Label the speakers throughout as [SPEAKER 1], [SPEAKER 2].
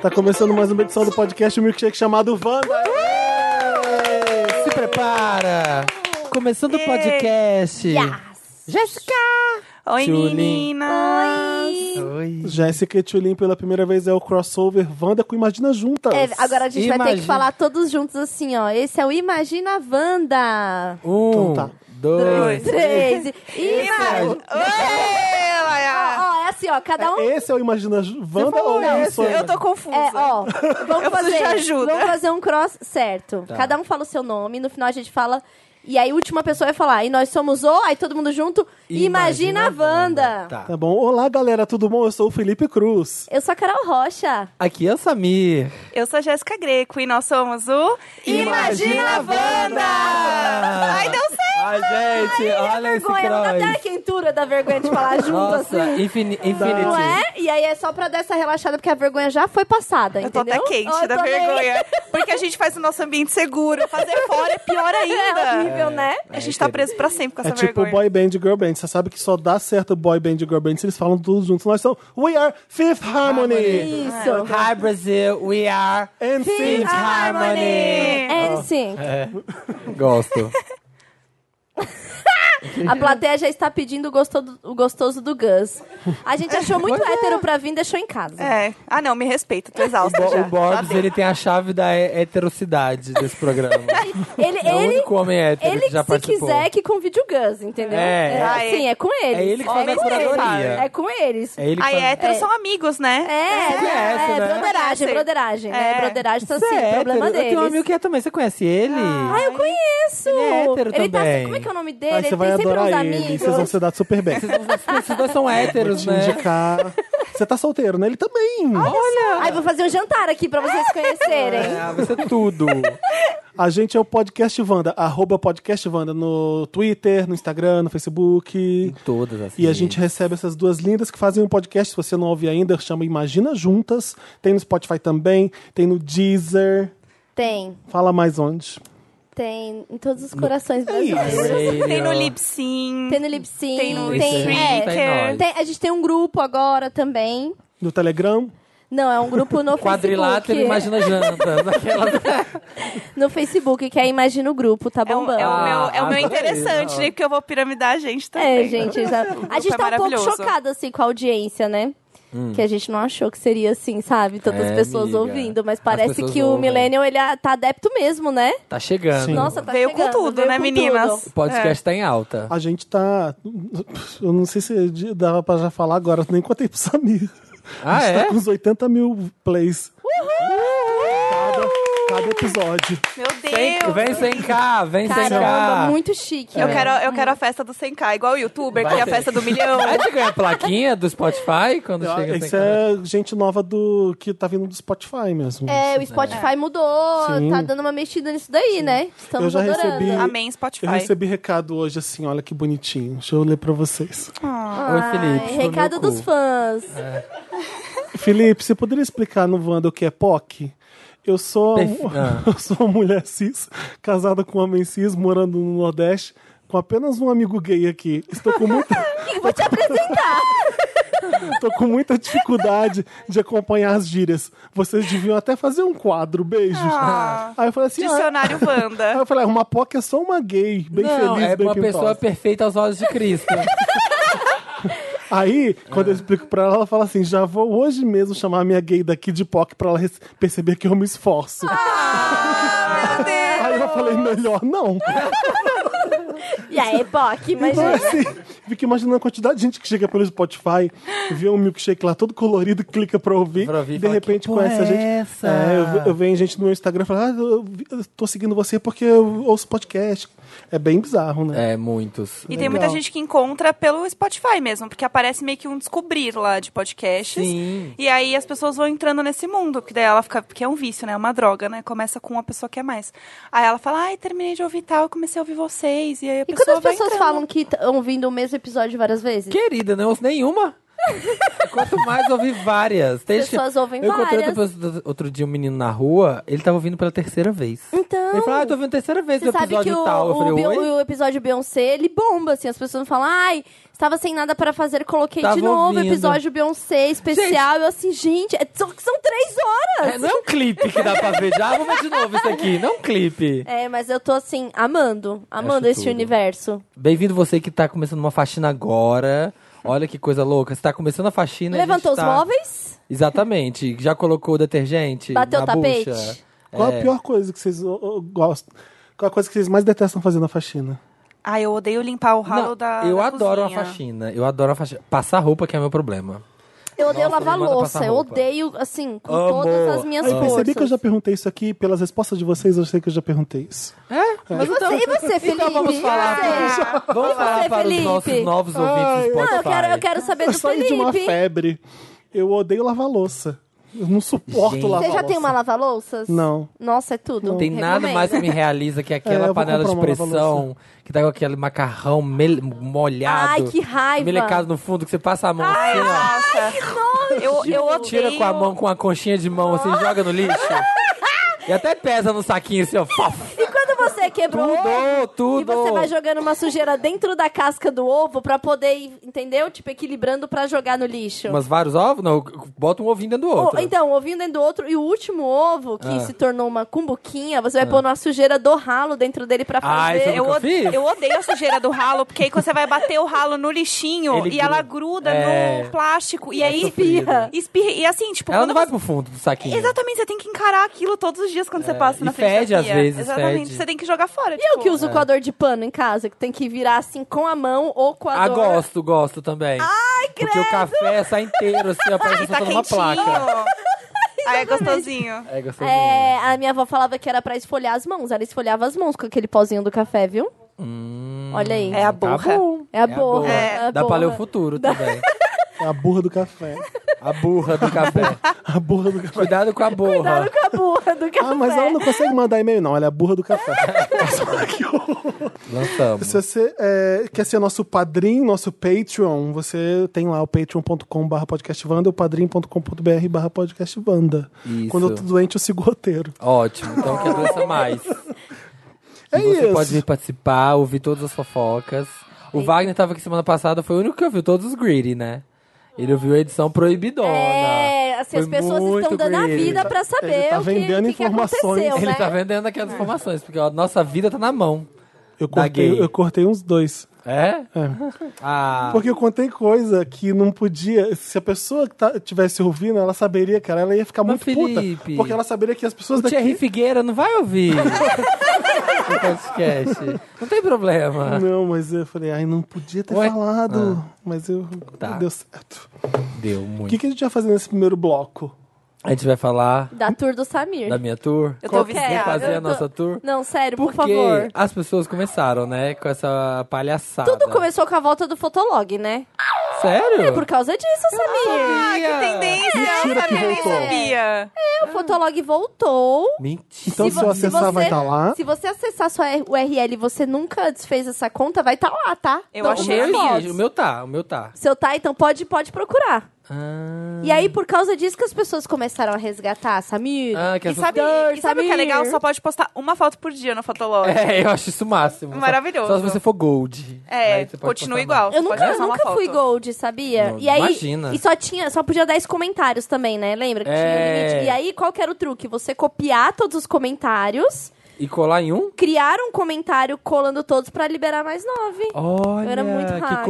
[SPEAKER 1] Tá começando mais uma edição do podcast um Milkshake chamado Wanda.
[SPEAKER 2] Se prepara! Começando o
[SPEAKER 3] Ei.
[SPEAKER 2] podcast. Jéssica!
[SPEAKER 3] Oi,
[SPEAKER 2] Julie.
[SPEAKER 3] meninas!
[SPEAKER 2] Oi.
[SPEAKER 1] Jéssica e Tulin pela primeira vez é o crossover Wanda com Imagina Juntas.
[SPEAKER 4] É, agora a gente vai ter
[SPEAKER 2] Imagina.
[SPEAKER 4] que falar todos juntos assim, ó. Esse é o Imagina Wanda.
[SPEAKER 2] Um,
[SPEAKER 1] Então tá.
[SPEAKER 2] dois.
[SPEAKER 4] Três. e-
[SPEAKER 3] Oi,
[SPEAKER 4] Ima...
[SPEAKER 3] Laia!
[SPEAKER 4] Ó, é assim, ó. Cada um.
[SPEAKER 1] É, Esse é o Imagina Ju- Wanda ou
[SPEAKER 4] não,
[SPEAKER 1] isso?
[SPEAKER 3] Eu tô confusa.
[SPEAKER 4] É, ó. Vamos
[SPEAKER 3] Eu preciso
[SPEAKER 4] fazer.
[SPEAKER 3] de ajuda.
[SPEAKER 4] Vamos fazer um cross certo. Cada um fala o seu nome, no final a gente fala. E aí, a última pessoa vai falar. E nós somos o, aí todo mundo junto. Imagina, Wanda.
[SPEAKER 1] Tá
[SPEAKER 2] Tá.
[SPEAKER 1] bom. Olá, galera, tudo bom? Eu sou o Felipe Cruz.
[SPEAKER 4] Eu sou a Carol Rocha.
[SPEAKER 2] Aqui é o Samir.
[SPEAKER 3] Eu sou a Jéssica Greco e nós somos o
[SPEAKER 2] Imagina Wanda!
[SPEAKER 3] Ai, deu certo!
[SPEAKER 2] Ai, gente, olha esse
[SPEAKER 4] vergonha, não dá até a
[SPEAKER 2] cross.
[SPEAKER 4] quentura da vergonha de falar junto
[SPEAKER 2] Nossa,
[SPEAKER 4] assim.
[SPEAKER 2] infini Infinity.
[SPEAKER 4] Não é? E aí é só pra dar essa relaxada, porque a vergonha já foi passada,
[SPEAKER 3] Eu tô
[SPEAKER 4] entendeu?
[SPEAKER 3] até quente
[SPEAKER 4] Ó, eu
[SPEAKER 3] da
[SPEAKER 4] tô bem.
[SPEAKER 3] vergonha. Porque a gente faz o nosso ambiente seguro. Fazer fora é pior
[SPEAKER 4] É
[SPEAKER 3] ainda.
[SPEAKER 4] horrível, né?
[SPEAKER 3] A gente tá preso pra sempre com
[SPEAKER 1] É
[SPEAKER 3] essa
[SPEAKER 1] tipo
[SPEAKER 3] vergonha.
[SPEAKER 1] boy band e girl band. Você sabe que só dá certo boy band e girl band se eles falam todos juntos. Nós somos We Are Fifth
[SPEAKER 3] É.
[SPEAKER 1] Harmony.
[SPEAKER 4] Isso.
[SPEAKER 2] Hi, Brasil, we are
[SPEAKER 1] And
[SPEAKER 2] in
[SPEAKER 1] Fifth
[SPEAKER 2] harmony.
[SPEAKER 4] É
[SPEAKER 3] assim.
[SPEAKER 4] sim.
[SPEAKER 2] Gosto.
[SPEAKER 4] A plateia já está pedindo o gostoso, o gostoso do Gus. A gente achou muito
[SPEAKER 2] é.
[SPEAKER 4] hétero pra vir, deixou em casa.
[SPEAKER 3] É. Ah, não, me respeita, tô exausta
[SPEAKER 2] Bo-
[SPEAKER 3] já.
[SPEAKER 2] o Borbs,
[SPEAKER 3] Tá bem.
[SPEAKER 2] ele tem a chave da he- heterocidade desse programa.
[SPEAKER 4] Ele,
[SPEAKER 2] É o
[SPEAKER 4] ele,
[SPEAKER 2] único homem hétero
[SPEAKER 4] ele
[SPEAKER 2] que já
[SPEAKER 4] se
[SPEAKER 2] participou.
[SPEAKER 4] quiser, que convide o Gus, entendeu?
[SPEAKER 2] É.
[SPEAKER 4] é
[SPEAKER 3] Ah, é.
[SPEAKER 4] sim, é com eles.
[SPEAKER 2] É ele que faz a
[SPEAKER 4] com eles.
[SPEAKER 2] curadoria.
[SPEAKER 4] É com eles.
[SPEAKER 2] É ele que
[SPEAKER 3] Aí
[SPEAKER 2] faz...
[SPEAKER 3] héteros
[SPEAKER 4] É.
[SPEAKER 3] são amigos, né?
[SPEAKER 4] É, é,
[SPEAKER 2] conhece, né?
[SPEAKER 4] broderagem,
[SPEAKER 3] Conhece.
[SPEAKER 4] broderagem. né?
[SPEAKER 3] É.
[SPEAKER 4] Broderagem tá
[SPEAKER 2] Você
[SPEAKER 4] assim,
[SPEAKER 2] é hétero?
[SPEAKER 4] problema
[SPEAKER 2] Eu
[SPEAKER 4] deles.
[SPEAKER 2] tenho um amigo que é também. Você conhece ele?
[SPEAKER 4] Ah, eu conheço!
[SPEAKER 2] Ele é hétero
[SPEAKER 4] Ele tá
[SPEAKER 2] também.
[SPEAKER 4] assim, como é que é o nome dele?
[SPEAKER 1] Aí você
[SPEAKER 4] ele
[SPEAKER 1] vai
[SPEAKER 4] tem sempre uns
[SPEAKER 1] adorar ele.
[SPEAKER 4] amigos.
[SPEAKER 1] Vocês vão se dar super bem.
[SPEAKER 2] Esses dois são
[SPEAKER 1] Vou
[SPEAKER 2] héteros,
[SPEAKER 1] te
[SPEAKER 2] né?
[SPEAKER 1] indicar. Você tá solteiro, né? Ele também.
[SPEAKER 4] Olha! Aí vou fazer um jantar aqui pra vocês se conhecerem.
[SPEAKER 2] Ah, vai ser tudo.
[SPEAKER 1] A gente é o Podcast Wanda, arroba Podcast Wanda no Twitter, no Instagram, no Facebook.
[SPEAKER 2] Todas as
[SPEAKER 1] E a gente recebe essas duas lindas que fazem um podcast. Se você não ouve ainda, chama Imagina Juntas. Tem no Spotify também, tem no Deezer.
[SPEAKER 4] Tem,
[SPEAKER 1] Fala mais onde.
[SPEAKER 4] tem em todos os corações
[SPEAKER 1] isso.
[SPEAKER 4] brasileiros.
[SPEAKER 3] Tem no Lipsim.
[SPEAKER 4] Tem no Lipsync,
[SPEAKER 3] Tem no
[SPEAKER 2] Tem,
[SPEAKER 4] é,
[SPEAKER 2] tem nós.
[SPEAKER 4] tem- a gente tem um grupo agora também.
[SPEAKER 1] No Telegram.
[SPEAKER 4] Não, é um grupo no
[SPEAKER 2] Quadrilátero
[SPEAKER 4] Facebook.
[SPEAKER 2] Imagina Jantas. Aquela...
[SPEAKER 4] No Facebook, que é Imagina o Grupo, tá
[SPEAKER 3] É o,
[SPEAKER 4] bombando.
[SPEAKER 3] é o meu, é o meu
[SPEAKER 2] adorei,
[SPEAKER 3] interessante,
[SPEAKER 2] não.
[SPEAKER 3] né? Porque eu vou piramidar a gente também.
[SPEAKER 4] É, gente, já- a gente
[SPEAKER 3] é
[SPEAKER 4] tá um pouco
[SPEAKER 3] maravilhoso.
[SPEAKER 4] chocada, assim, com a audiência, né? Que a gente não achou que seria assim, sabe? Tantas
[SPEAKER 2] Hum. É,
[SPEAKER 4] pessoas
[SPEAKER 2] amiga.
[SPEAKER 4] ouvindo, mas
[SPEAKER 2] As
[SPEAKER 4] parece
[SPEAKER 2] pessoas
[SPEAKER 4] que o
[SPEAKER 2] ouvem.
[SPEAKER 4] Millennial, ele ah, tá adepto mesmo, né?
[SPEAKER 2] Tá chegando.
[SPEAKER 1] Sim.
[SPEAKER 4] Nossa, é. tá
[SPEAKER 3] Veio com
[SPEAKER 4] chegando,
[SPEAKER 3] tudo,
[SPEAKER 4] veio
[SPEAKER 3] né,
[SPEAKER 4] com
[SPEAKER 3] meninas?
[SPEAKER 4] tudo.
[SPEAKER 2] O podcast tá em alta.
[SPEAKER 1] A gente tá. Eu não sei se dava pra já falar agora, nem contei pro Samir.
[SPEAKER 2] Ah,
[SPEAKER 1] a gente
[SPEAKER 2] é?
[SPEAKER 1] tá com uns 80 mil plays. Cada, cada episódio.
[SPEAKER 3] Meu
[SPEAKER 2] Sem-
[SPEAKER 3] Deus!
[SPEAKER 2] Vem sem cá, vem sem
[SPEAKER 4] Caramba,
[SPEAKER 2] cá.
[SPEAKER 4] muito chique.
[SPEAKER 3] Eu
[SPEAKER 4] né?
[SPEAKER 3] quero, eu quero a festa do 100k, igual o youtuber que tem a festa do milhão.
[SPEAKER 2] A gente ganha a plaquinha do Spotify quando chega sem
[SPEAKER 1] Isso
[SPEAKER 2] cá.
[SPEAKER 1] é gente nova do que tá vindo do Spotify mesmo.
[SPEAKER 4] É, o Spotify mudou,
[SPEAKER 1] Sim.
[SPEAKER 4] tá dando uma mexida nisso daí, né? Estamos
[SPEAKER 1] Eu já
[SPEAKER 4] adorando.
[SPEAKER 1] recebi-
[SPEAKER 3] Amém,
[SPEAKER 1] Eu
[SPEAKER 3] Spotify.
[SPEAKER 1] recebi recado hoje assim, olha que bonitinho. Deixa eu ler pra vocês.
[SPEAKER 2] Oi, Felipe.
[SPEAKER 4] Ai,
[SPEAKER 2] sou
[SPEAKER 4] É, recado
[SPEAKER 2] meu cu.
[SPEAKER 4] dos fãs.
[SPEAKER 1] Felipe, você poderia explicar no Wanda o que é POC? Eu sou, um-
[SPEAKER 2] Perfe- Ah.
[SPEAKER 1] eu sou uma mulher cis, casada com um homem cis, morando no Nordeste, com apenas um amigo gay aqui. Estou com muita,
[SPEAKER 4] Vou te apresentar.
[SPEAKER 1] estou com muita dificuldade de acompanhar as gírias. Vocês deviam até fazer um quadro, beijos.
[SPEAKER 3] Ah.
[SPEAKER 1] Aí eu falei assim, ah,
[SPEAKER 3] Dicionário
[SPEAKER 1] aí
[SPEAKER 3] Wanda.
[SPEAKER 1] eu falei, ah, uma POC é só uma gay, bem
[SPEAKER 2] Não,
[SPEAKER 1] feliz,
[SPEAKER 2] é
[SPEAKER 1] bem
[SPEAKER 2] uma
[SPEAKER 1] pintosa.
[SPEAKER 2] pessoa perfeita aos olhos de Cristo.
[SPEAKER 1] Aí, quando eu explico pra ela, ela fala assim: já vou hoje mesmo chamar a minha gay daqui de POC pra ela rece- perceber que eu me esforço. Aí eu falei: melhor não.
[SPEAKER 4] E aí, é Bock,
[SPEAKER 1] Então,
[SPEAKER 4] imagina.
[SPEAKER 1] assim, fico imaginando a quantidade de gente que chega pelo Spotify, vê um milkshake lá todo colorido, clica pra ouvir,
[SPEAKER 2] Pra ouvir e
[SPEAKER 1] de
[SPEAKER 2] fala,
[SPEAKER 1] repente
[SPEAKER 2] "Que porra
[SPEAKER 1] conhece a
[SPEAKER 2] é
[SPEAKER 1] gente.
[SPEAKER 2] essa?"
[SPEAKER 1] É, eu, ve- eu vejo gente no meu Instagram e fala: ah, eu, eu tô seguindo você porque eu ouço podcast. É bem bizarro, né?
[SPEAKER 2] é, muitos.
[SPEAKER 3] E
[SPEAKER 1] Legal.
[SPEAKER 3] tem muita gente que encontra pelo Spotify mesmo, porque aparece meio que um descobrir lá de podcasts.
[SPEAKER 2] Sim.
[SPEAKER 3] E aí as pessoas vão entrando nesse mundo, porque daí ela fica. Porque é um vício, né? É uma droga, né? Começa com uma pessoa que é mais. Aí ela fala, ai, terminei de ouvir tal, comecei a ouvir vocês. E aí a
[SPEAKER 4] E quando
[SPEAKER 3] pessoa
[SPEAKER 4] as
[SPEAKER 3] vai
[SPEAKER 4] pessoas
[SPEAKER 3] entrando.
[SPEAKER 4] falam que estão ouvindo o mesmo episódio várias vezes?
[SPEAKER 2] Querida, não ouço nenhuma. Quanto mais ouvi várias. Tem
[SPEAKER 4] As
[SPEAKER 2] gente que-
[SPEAKER 4] pessoas ouvem
[SPEAKER 2] eu encontrei
[SPEAKER 4] várias.
[SPEAKER 2] outra pessoa- outro dia um menino na rua, ele tava ouvindo pela terceira vez.
[SPEAKER 4] Então.
[SPEAKER 2] Ele falou, ah, eu tô ouvindo a terceira vez
[SPEAKER 4] Você
[SPEAKER 2] o
[SPEAKER 4] sabe
[SPEAKER 2] episódio
[SPEAKER 4] que o,
[SPEAKER 2] tal. Eu falei,
[SPEAKER 4] o, Be-
[SPEAKER 2] oi?
[SPEAKER 4] o episódio Beyoncé, ele bomba, assim. As pessoas não falam, ai, estava sem nada para fazer, coloquei
[SPEAKER 2] Tava
[SPEAKER 4] de novo o
[SPEAKER 2] ouvindo.
[SPEAKER 4] episódio Beyoncé especial. Eu assim, gente, é- são, são três horas!
[SPEAKER 2] É, não é um clipe que dá pra ver já. Ah, Vamos ver de novo isso aqui. Não é um clipe.
[SPEAKER 4] É, mas eu tô assim, amando, amando
[SPEAKER 2] Acho
[SPEAKER 4] esse
[SPEAKER 2] tudo.
[SPEAKER 4] universo.
[SPEAKER 2] Bem-vindo você que tá começando uma faxina agora. Olha que coisa louca. Você tá começando a faxina. e a gente
[SPEAKER 4] Levantou os
[SPEAKER 2] tá-
[SPEAKER 4] móveis?
[SPEAKER 2] Exatamente. Já colocou o detergente
[SPEAKER 4] Bateu
[SPEAKER 2] na
[SPEAKER 4] o tapete?
[SPEAKER 2] bucha.
[SPEAKER 1] Qual
[SPEAKER 2] É.
[SPEAKER 1] a pior coisa que vocês ô, ô, gostam? Qual a coisa que vocês mais detestam fazer na faxina?
[SPEAKER 3] Ah, eu odeio limpar o ralo
[SPEAKER 2] Não,
[SPEAKER 3] da.
[SPEAKER 2] eu
[SPEAKER 3] da
[SPEAKER 2] adoro
[SPEAKER 3] cozinha.
[SPEAKER 2] a faxina. Eu adoro a faxina. Passar roupa que é meu problema.
[SPEAKER 4] Eu odeio
[SPEAKER 2] Nossa,
[SPEAKER 4] lavar
[SPEAKER 2] me manda
[SPEAKER 4] louça.
[SPEAKER 2] passar
[SPEAKER 4] Eu
[SPEAKER 2] roupa.
[SPEAKER 4] odeio, assim, com
[SPEAKER 2] Amo.
[SPEAKER 4] todas as minhas
[SPEAKER 1] Ah, eu
[SPEAKER 4] forças.
[SPEAKER 1] percebi que eu já perguntei isso aqui, pelas respostas de vocês, eu sei que eu já perguntei isso.
[SPEAKER 4] E você, e você, Felipe?
[SPEAKER 2] Então vamos falar,
[SPEAKER 4] E você?
[SPEAKER 2] Vamos falar para os
[SPEAKER 4] Felipe?
[SPEAKER 2] nossos novos
[SPEAKER 1] Ai,
[SPEAKER 2] ouvintes do
[SPEAKER 4] Não,
[SPEAKER 2] Spotify.
[SPEAKER 4] eu quero, eu quero saber
[SPEAKER 1] Eu
[SPEAKER 4] do
[SPEAKER 1] saí de uma
[SPEAKER 4] Felipe.
[SPEAKER 1] febre. Eu odeio lavar louça. Eu não suporto
[SPEAKER 2] Gente.
[SPEAKER 1] lavar
[SPEAKER 4] Você já
[SPEAKER 1] louça.
[SPEAKER 4] tem uma lava-louças?
[SPEAKER 1] Não.
[SPEAKER 4] Nossa, é tudo.
[SPEAKER 2] Não tem nada
[SPEAKER 4] Recomendo.
[SPEAKER 2] mais que me realiza que
[SPEAKER 1] É, eu
[SPEAKER 2] aquela
[SPEAKER 1] vou
[SPEAKER 2] panela de
[SPEAKER 1] comprar uma
[SPEAKER 2] pressão que tá com aquele macarrão mel- molhado.
[SPEAKER 4] Ai, que raiva.
[SPEAKER 2] Melecado no fundo, que você passa a mão assim, ó.
[SPEAKER 3] Nossa, eu, eu odeio.
[SPEAKER 2] Tira com a mão, com a conchinha de mão, assim, joga no lixo. E até pesa no saquinho, assim, ó. Fof.
[SPEAKER 4] E quando você quebrou o ovo,
[SPEAKER 2] Tudo,
[SPEAKER 4] e você
[SPEAKER 2] tudo.
[SPEAKER 4] vai jogando uma sujeira dentro da casca do ovo pra poder, ir, entendeu? Tipo, equilibrando pra jogar no lixo.
[SPEAKER 2] Mas vários ovos? Não, bota um ovinho dentro do
[SPEAKER 4] O-
[SPEAKER 2] outro.
[SPEAKER 4] então, ouvindo dentro do outro, e o último ovo, que
[SPEAKER 2] Ah.
[SPEAKER 4] se tornou uma cumbuquinha, você vai pôr uma sujeira do ralo dentro dele pra
[SPEAKER 2] Ah,
[SPEAKER 4] fazer.
[SPEAKER 2] isso
[SPEAKER 3] Eu
[SPEAKER 2] Nunca
[SPEAKER 3] odeio,
[SPEAKER 2] fiz?
[SPEAKER 3] eu odeio a sujeira do ralo, porque aí quando você vai bater o ralo no lixinho
[SPEAKER 2] Ele
[SPEAKER 3] e ela
[SPEAKER 2] gruda.
[SPEAKER 3] gruda
[SPEAKER 2] É.
[SPEAKER 3] no plástico e aí
[SPEAKER 4] espirra.
[SPEAKER 3] espirra. E assim, tipo,
[SPEAKER 2] Ela
[SPEAKER 3] quando
[SPEAKER 2] não vai
[SPEAKER 3] você-
[SPEAKER 2] pro fundo do saquinho.
[SPEAKER 3] Exatamente, você tem que encarar aquilo todos os dias quando você passa
[SPEAKER 2] e
[SPEAKER 3] na frente
[SPEAKER 2] fede,
[SPEAKER 3] da
[SPEAKER 2] às
[SPEAKER 3] pia.
[SPEAKER 2] vezes,
[SPEAKER 3] Exatamente,
[SPEAKER 2] fede.
[SPEAKER 3] você tem que jogar fora. tipo,
[SPEAKER 4] E eu que
[SPEAKER 2] É.
[SPEAKER 4] uso o coador de pano em casa, que tem que virar assim com a mão ou com a
[SPEAKER 2] Ah,
[SPEAKER 4] dor.
[SPEAKER 2] gosto, gosto também. Ai, Porque o café sai inteiro, assim, ó, parece
[SPEAKER 3] Aí
[SPEAKER 2] que
[SPEAKER 3] tá
[SPEAKER 2] tá numa
[SPEAKER 3] quentinho.
[SPEAKER 2] placa.
[SPEAKER 3] Aí é gostosinho.
[SPEAKER 2] É, gostosinho.
[SPEAKER 4] É, a minha avó falava que era pra esfolhar as mãos. Ela esfolhava as mãos com aquele pozinho do café, viu? Olha aí.
[SPEAKER 3] É a
[SPEAKER 2] Tá
[SPEAKER 3] borra.
[SPEAKER 2] bom.
[SPEAKER 4] É a borra. É a
[SPEAKER 2] Dá pra
[SPEAKER 4] borra.
[SPEAKER 2] ler o futuro também.
[SPEAKER 1] É a burra do café.
[SPEAKER 2] A burra do café.
[SPEAKER 1] A burra do café.
[SPEAKER 2] Cuidado com a burra.
[SPEAKER 4] Cuidado com a burra do café.
[SPEAKER 1] Ah, mas ela não consegue mandar e-mail, não. Ela é a burra do café.
[SPEAKER 2] Lançamos.
[SPEAKER 1] Se você é, quer ser nosso padrinho, nosso Patreon, você tem lá o patreon.com.br podcastvanda e o padrim.com.br barra podcastvanda.
[SPEAKER 2] Isso.
[SPEAKER 1] Quando eu tô doente, eu sigo o roteiro.
[SPEAKER 2] Ótimo, então que doença mais.
[SPEAKER 1] É
[SPEAKER 2] E você
[SPEAKER 1] isso.
[SPEAKER 2] pode vir participar, ouvir todas as fofocas. O Wagner tava aqui semana passada, foi o único que ouviu todos os greedy, né? Ele ouviu a edição proibidona.
[SPEAKER 4] É, assim, as
[SPEAKER 2] Foi
[SPEAKER 4] pessoas estão
[SPEAKER 2] muito
[SPEAKER 4] dando a
[SPEAKER 2] greedy.
[SPEAKER 4] vida pra saber
[SPEAKER 1] tá
[SPEAKER 4] o que,
[SPEAKER 1] vendendo
[SPEAKER 4] o que que
[SPEAKER 1] informações.
[SPEAKER 4] aconteceu,
[SPEAKER 2] Ele
[SPEAKER 4] né?
[SPEAKER 2] tá vendendo aquelas informações, porque a nossa vida tá na mão.
[SPEAKER 1] Eu
[SPEAKER 2] Da
[SPEAKER 1] cortei,
[SPEAKER 2] gay.
[SPEAKER 1] eu cortei uns dois.
[SPEAKER 2] É? Ah,
[SPEAKER 1] Porque eu contei coisa que não podia. Se a pessoa que tá- tivesse ouvindo, ela saberia, cara. Ela ia ficar muito
[SPEAKER 2] Mas,
[SPEAKER 1] puta.
[SPEAKER 2] Felipe,
[SPEAKER 1] Porque ela saberia que as pessoas
[SPEAKER 2] o é Thierry
[SPEAKER 1] daqui.
[SPEAKER 2] Figueira não vai ouvir o podcast. Não tem problema.
[SPEAKER 1] Não, mas eu falei, ai, não podia ter
[SPEAKER 2] Ué?
[SPEAKER 1] falado. Mas eu.
[SPEAKER 2] Tá.
[SPEAKER 1] Deu certo.
[SPEAKER 2] Deu
[SPEAKER 1] O
[SPEAKER 2] muito.
[SPEAKER 1] que, que a gente vai fazer nesse primeiro bloco?
[SPEAKER 2] A gente vai falar
[SPEAKER 4] Da tour do Samir.
[SPEAKER 2] da minha tour.
[SPEAKER 3] Eu
[SPEAKER 4] Qual
[SPEAKER 3] tô
[SPEAKER 4] que é?
[SPEAKER 2] Vem
[SPEAKER 3] viciada.
[SPEAKER 2] fazer
[SPEAKER 4] Eu
[SPEAKER 2] a
[SPEAKER 4] tô-
[SPEAKER 2] nossa tour.
[SPEAKER 4] Não, sério, por
[SPEAKER 2] Porque
[SPEAKER 4] favor.
[SPEAKER 2] as pessoas começaram, né, com essa palhaçada.
[SPEAKER 4] Tudo começou com a volta do Fotolog, né?
[SPEAKER 2] Ah. Sério?
[SPEAKER 4] Por causa disso, Samir.
[SPEAKER 3] Ah, que tendência! eu
[SPEAKER 1] Mentira que
[SPEAKER 3] sabia, nem
[SPEAKER 1] voltou.
[SPEAKER 3] sabia.
[SPEAKER 4] O Fotolog voltou.
[SPEAKER 2] Mentira.
[SPEAKER 1] Então, se,
[SPEAKER 4] vo-
[SPEAKER 1] eu acessar,
[SPEAKER 4] você-
[SPEAKER 1] vai estar lá.
[SPEAKER 4] Se você acessar sua URL e você nunca desfez essa conta, vai estar lá, tá?
[SPEAKER 3] Eu
[SPEAKER 4] Então,
[SPEAKER 2] o
[SPEAKER 3] achei
[SPEAKER 2] meu,
[SPEAKER 4] não
[SPEAKER 2] ia,
[SPEAKER 4] pode.
[SPEAKER 2] o meu tá, o meu tá.
[SPEAKER 4] Seu tá, então pode, pode procurar.
[SPEAKER 2] Ah,
[SPEAKER 4] E aí, por causa disso que as pessoas começaram a resgatar, Samir.
[SPEAKER 2] ah, que
[SPEAKER 3] E
[SPEAKER 2] essa-
[SPEAKER 3] sabe,
[SPEAKER 4] Dor,
[SPEAKER 3] e sabe o que é
[SPEAKER 4] Samir.
[SPEAKER 3] legal? Só pode postar uma foto por dia no Fotolog.
[SPEAKER 2] É, eu acho isso o máximo. Só-
[SPEAKER 3] Maravilhoso.
[SPEAKER 2] Só, se você for gold.
[SPEAKER 3] É,
[SPEAKER 2] Aí você Ah, então pode
[SPEAKER 3] continua
[SPEAKER 2] postar
[SPEAKER 3] igual.
[SPEAKER 2] mais.
[SPEAKER 3] você
[SPEAKER 4] Eu
[SPEAKER 3] pode
[SPEAKER 4] nunca, eu
[SPEAKER 3] postar uma
[SPEAKER 4] nunca fui
[SPEAKER 3] foto.
[SPEAKER 4] gold, sabia?
[SPEAKER 2] Não,
[SPEAKER 4] e aí,
[SPEAKER 2] imagina.
[SPEAKER 4] E só tinha, só podia dar esses comentários também, né? Lembra que tinha
[SPEAKER 2] É.
[SPEAKER 4] limite? E aí, qual que era o truque? Você copiar todos os comentários,
[SPEAKER 2] E colar em um?
[SPEAKER 4] criar um comentário colando todos pra liberar mais nove.
[SPEAKER 2] Olha,
[SPEAKER 4] eu era muito
[SPEAKER 2] que
[SPEAKER 4] hacker.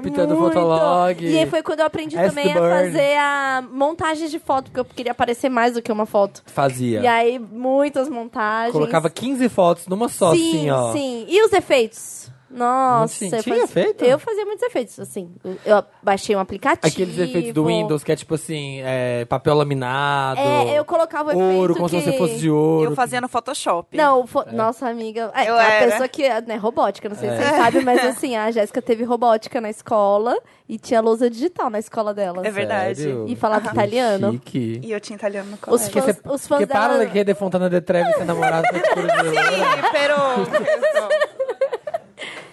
[SPEAKER 2] corrupta do
[SPEAKER 4] muito.
[SPEAKER 2] Fotolog.
[SPEAKER 4] E aí foi quando eu aprendi
[SPEAKER 2] Ask
[SPEAKER 4] também
[SPEAKER 2] the
[SPEAKER 4] a
[SPEAKER 2] bird.
[SPEAKER 4] fazer a montagem de foto, porque eu queria aparecer mais do que uma foto.
[SPEAKER 2] Fazia.
[SPEAKER 4] E aí, muitas montagens.
[SPEAKER 2] Colocava 15 fotos numa só, assim,
[SPEAKER 4] sim,
[SPEAKER 2] ó.
[SPEAKER 4] Sim, E os efeitos? Nossa,
[SPEAKER 2] Não tinha-
[SPEAKER 4] eu
[SPEAKER 2] tinha
[SPEAKER 4] fazia-
[SPEAKER 2] efeito?
[SPEAKER 4] Eu fazia muitos efeitos, assim. Eu baixei um aplicativo.
[SPEAKER 2] Aqueles efeitos do Windows, que é tipo assim, é, papel laminado.
[SPEAKER 4] É, eu colocava o
[SPEAKER 2] Ouro,
[SPEAKER 4] efeito
[SPEAKER 2] como se
[SPEAKER 4] que-
[SPEAKER 2] você fosse de ouro.
[SPEAKER 3] Eu fazia no Photoshop.
[SPEAKER 4] Não, fo- nossa amiga. É,
[SPEAKER 3] Eu
[SPEAKER 4] a
[SPEAKER 3] era.
[SPEAKER 4] pessoa que é né, robótica, não sei se você sabe, mas assim, a Jéssica teve robótica na escola e tinha lousa digital na escola dela.
[SPEAKER 3] É verdade.
[SPEAKER 2] Sério?
[SPEAKER 4] E falava
[SPEAKER 2] Que
[SPEAKER 4] italiano.
[SPEAKER 2] Chique.
[SPEAKER 3] E eu tinha italiano no
[SPEAKER 4] Os
[SPEAKER 3] colégio.
[SPEAKER 2] Porque
[SPEAKER 4] fãs,
[SPEAKER 2] cê-
[SPEAKER 4] os fãs
[SPEAKER 2] Porque para
[SPEAKER 4] dela.
[SPEAKER 2] de querer de Fontana de Trevi ser namorado com esse brasileiro.
[SPEAKER 3] Ih, pero-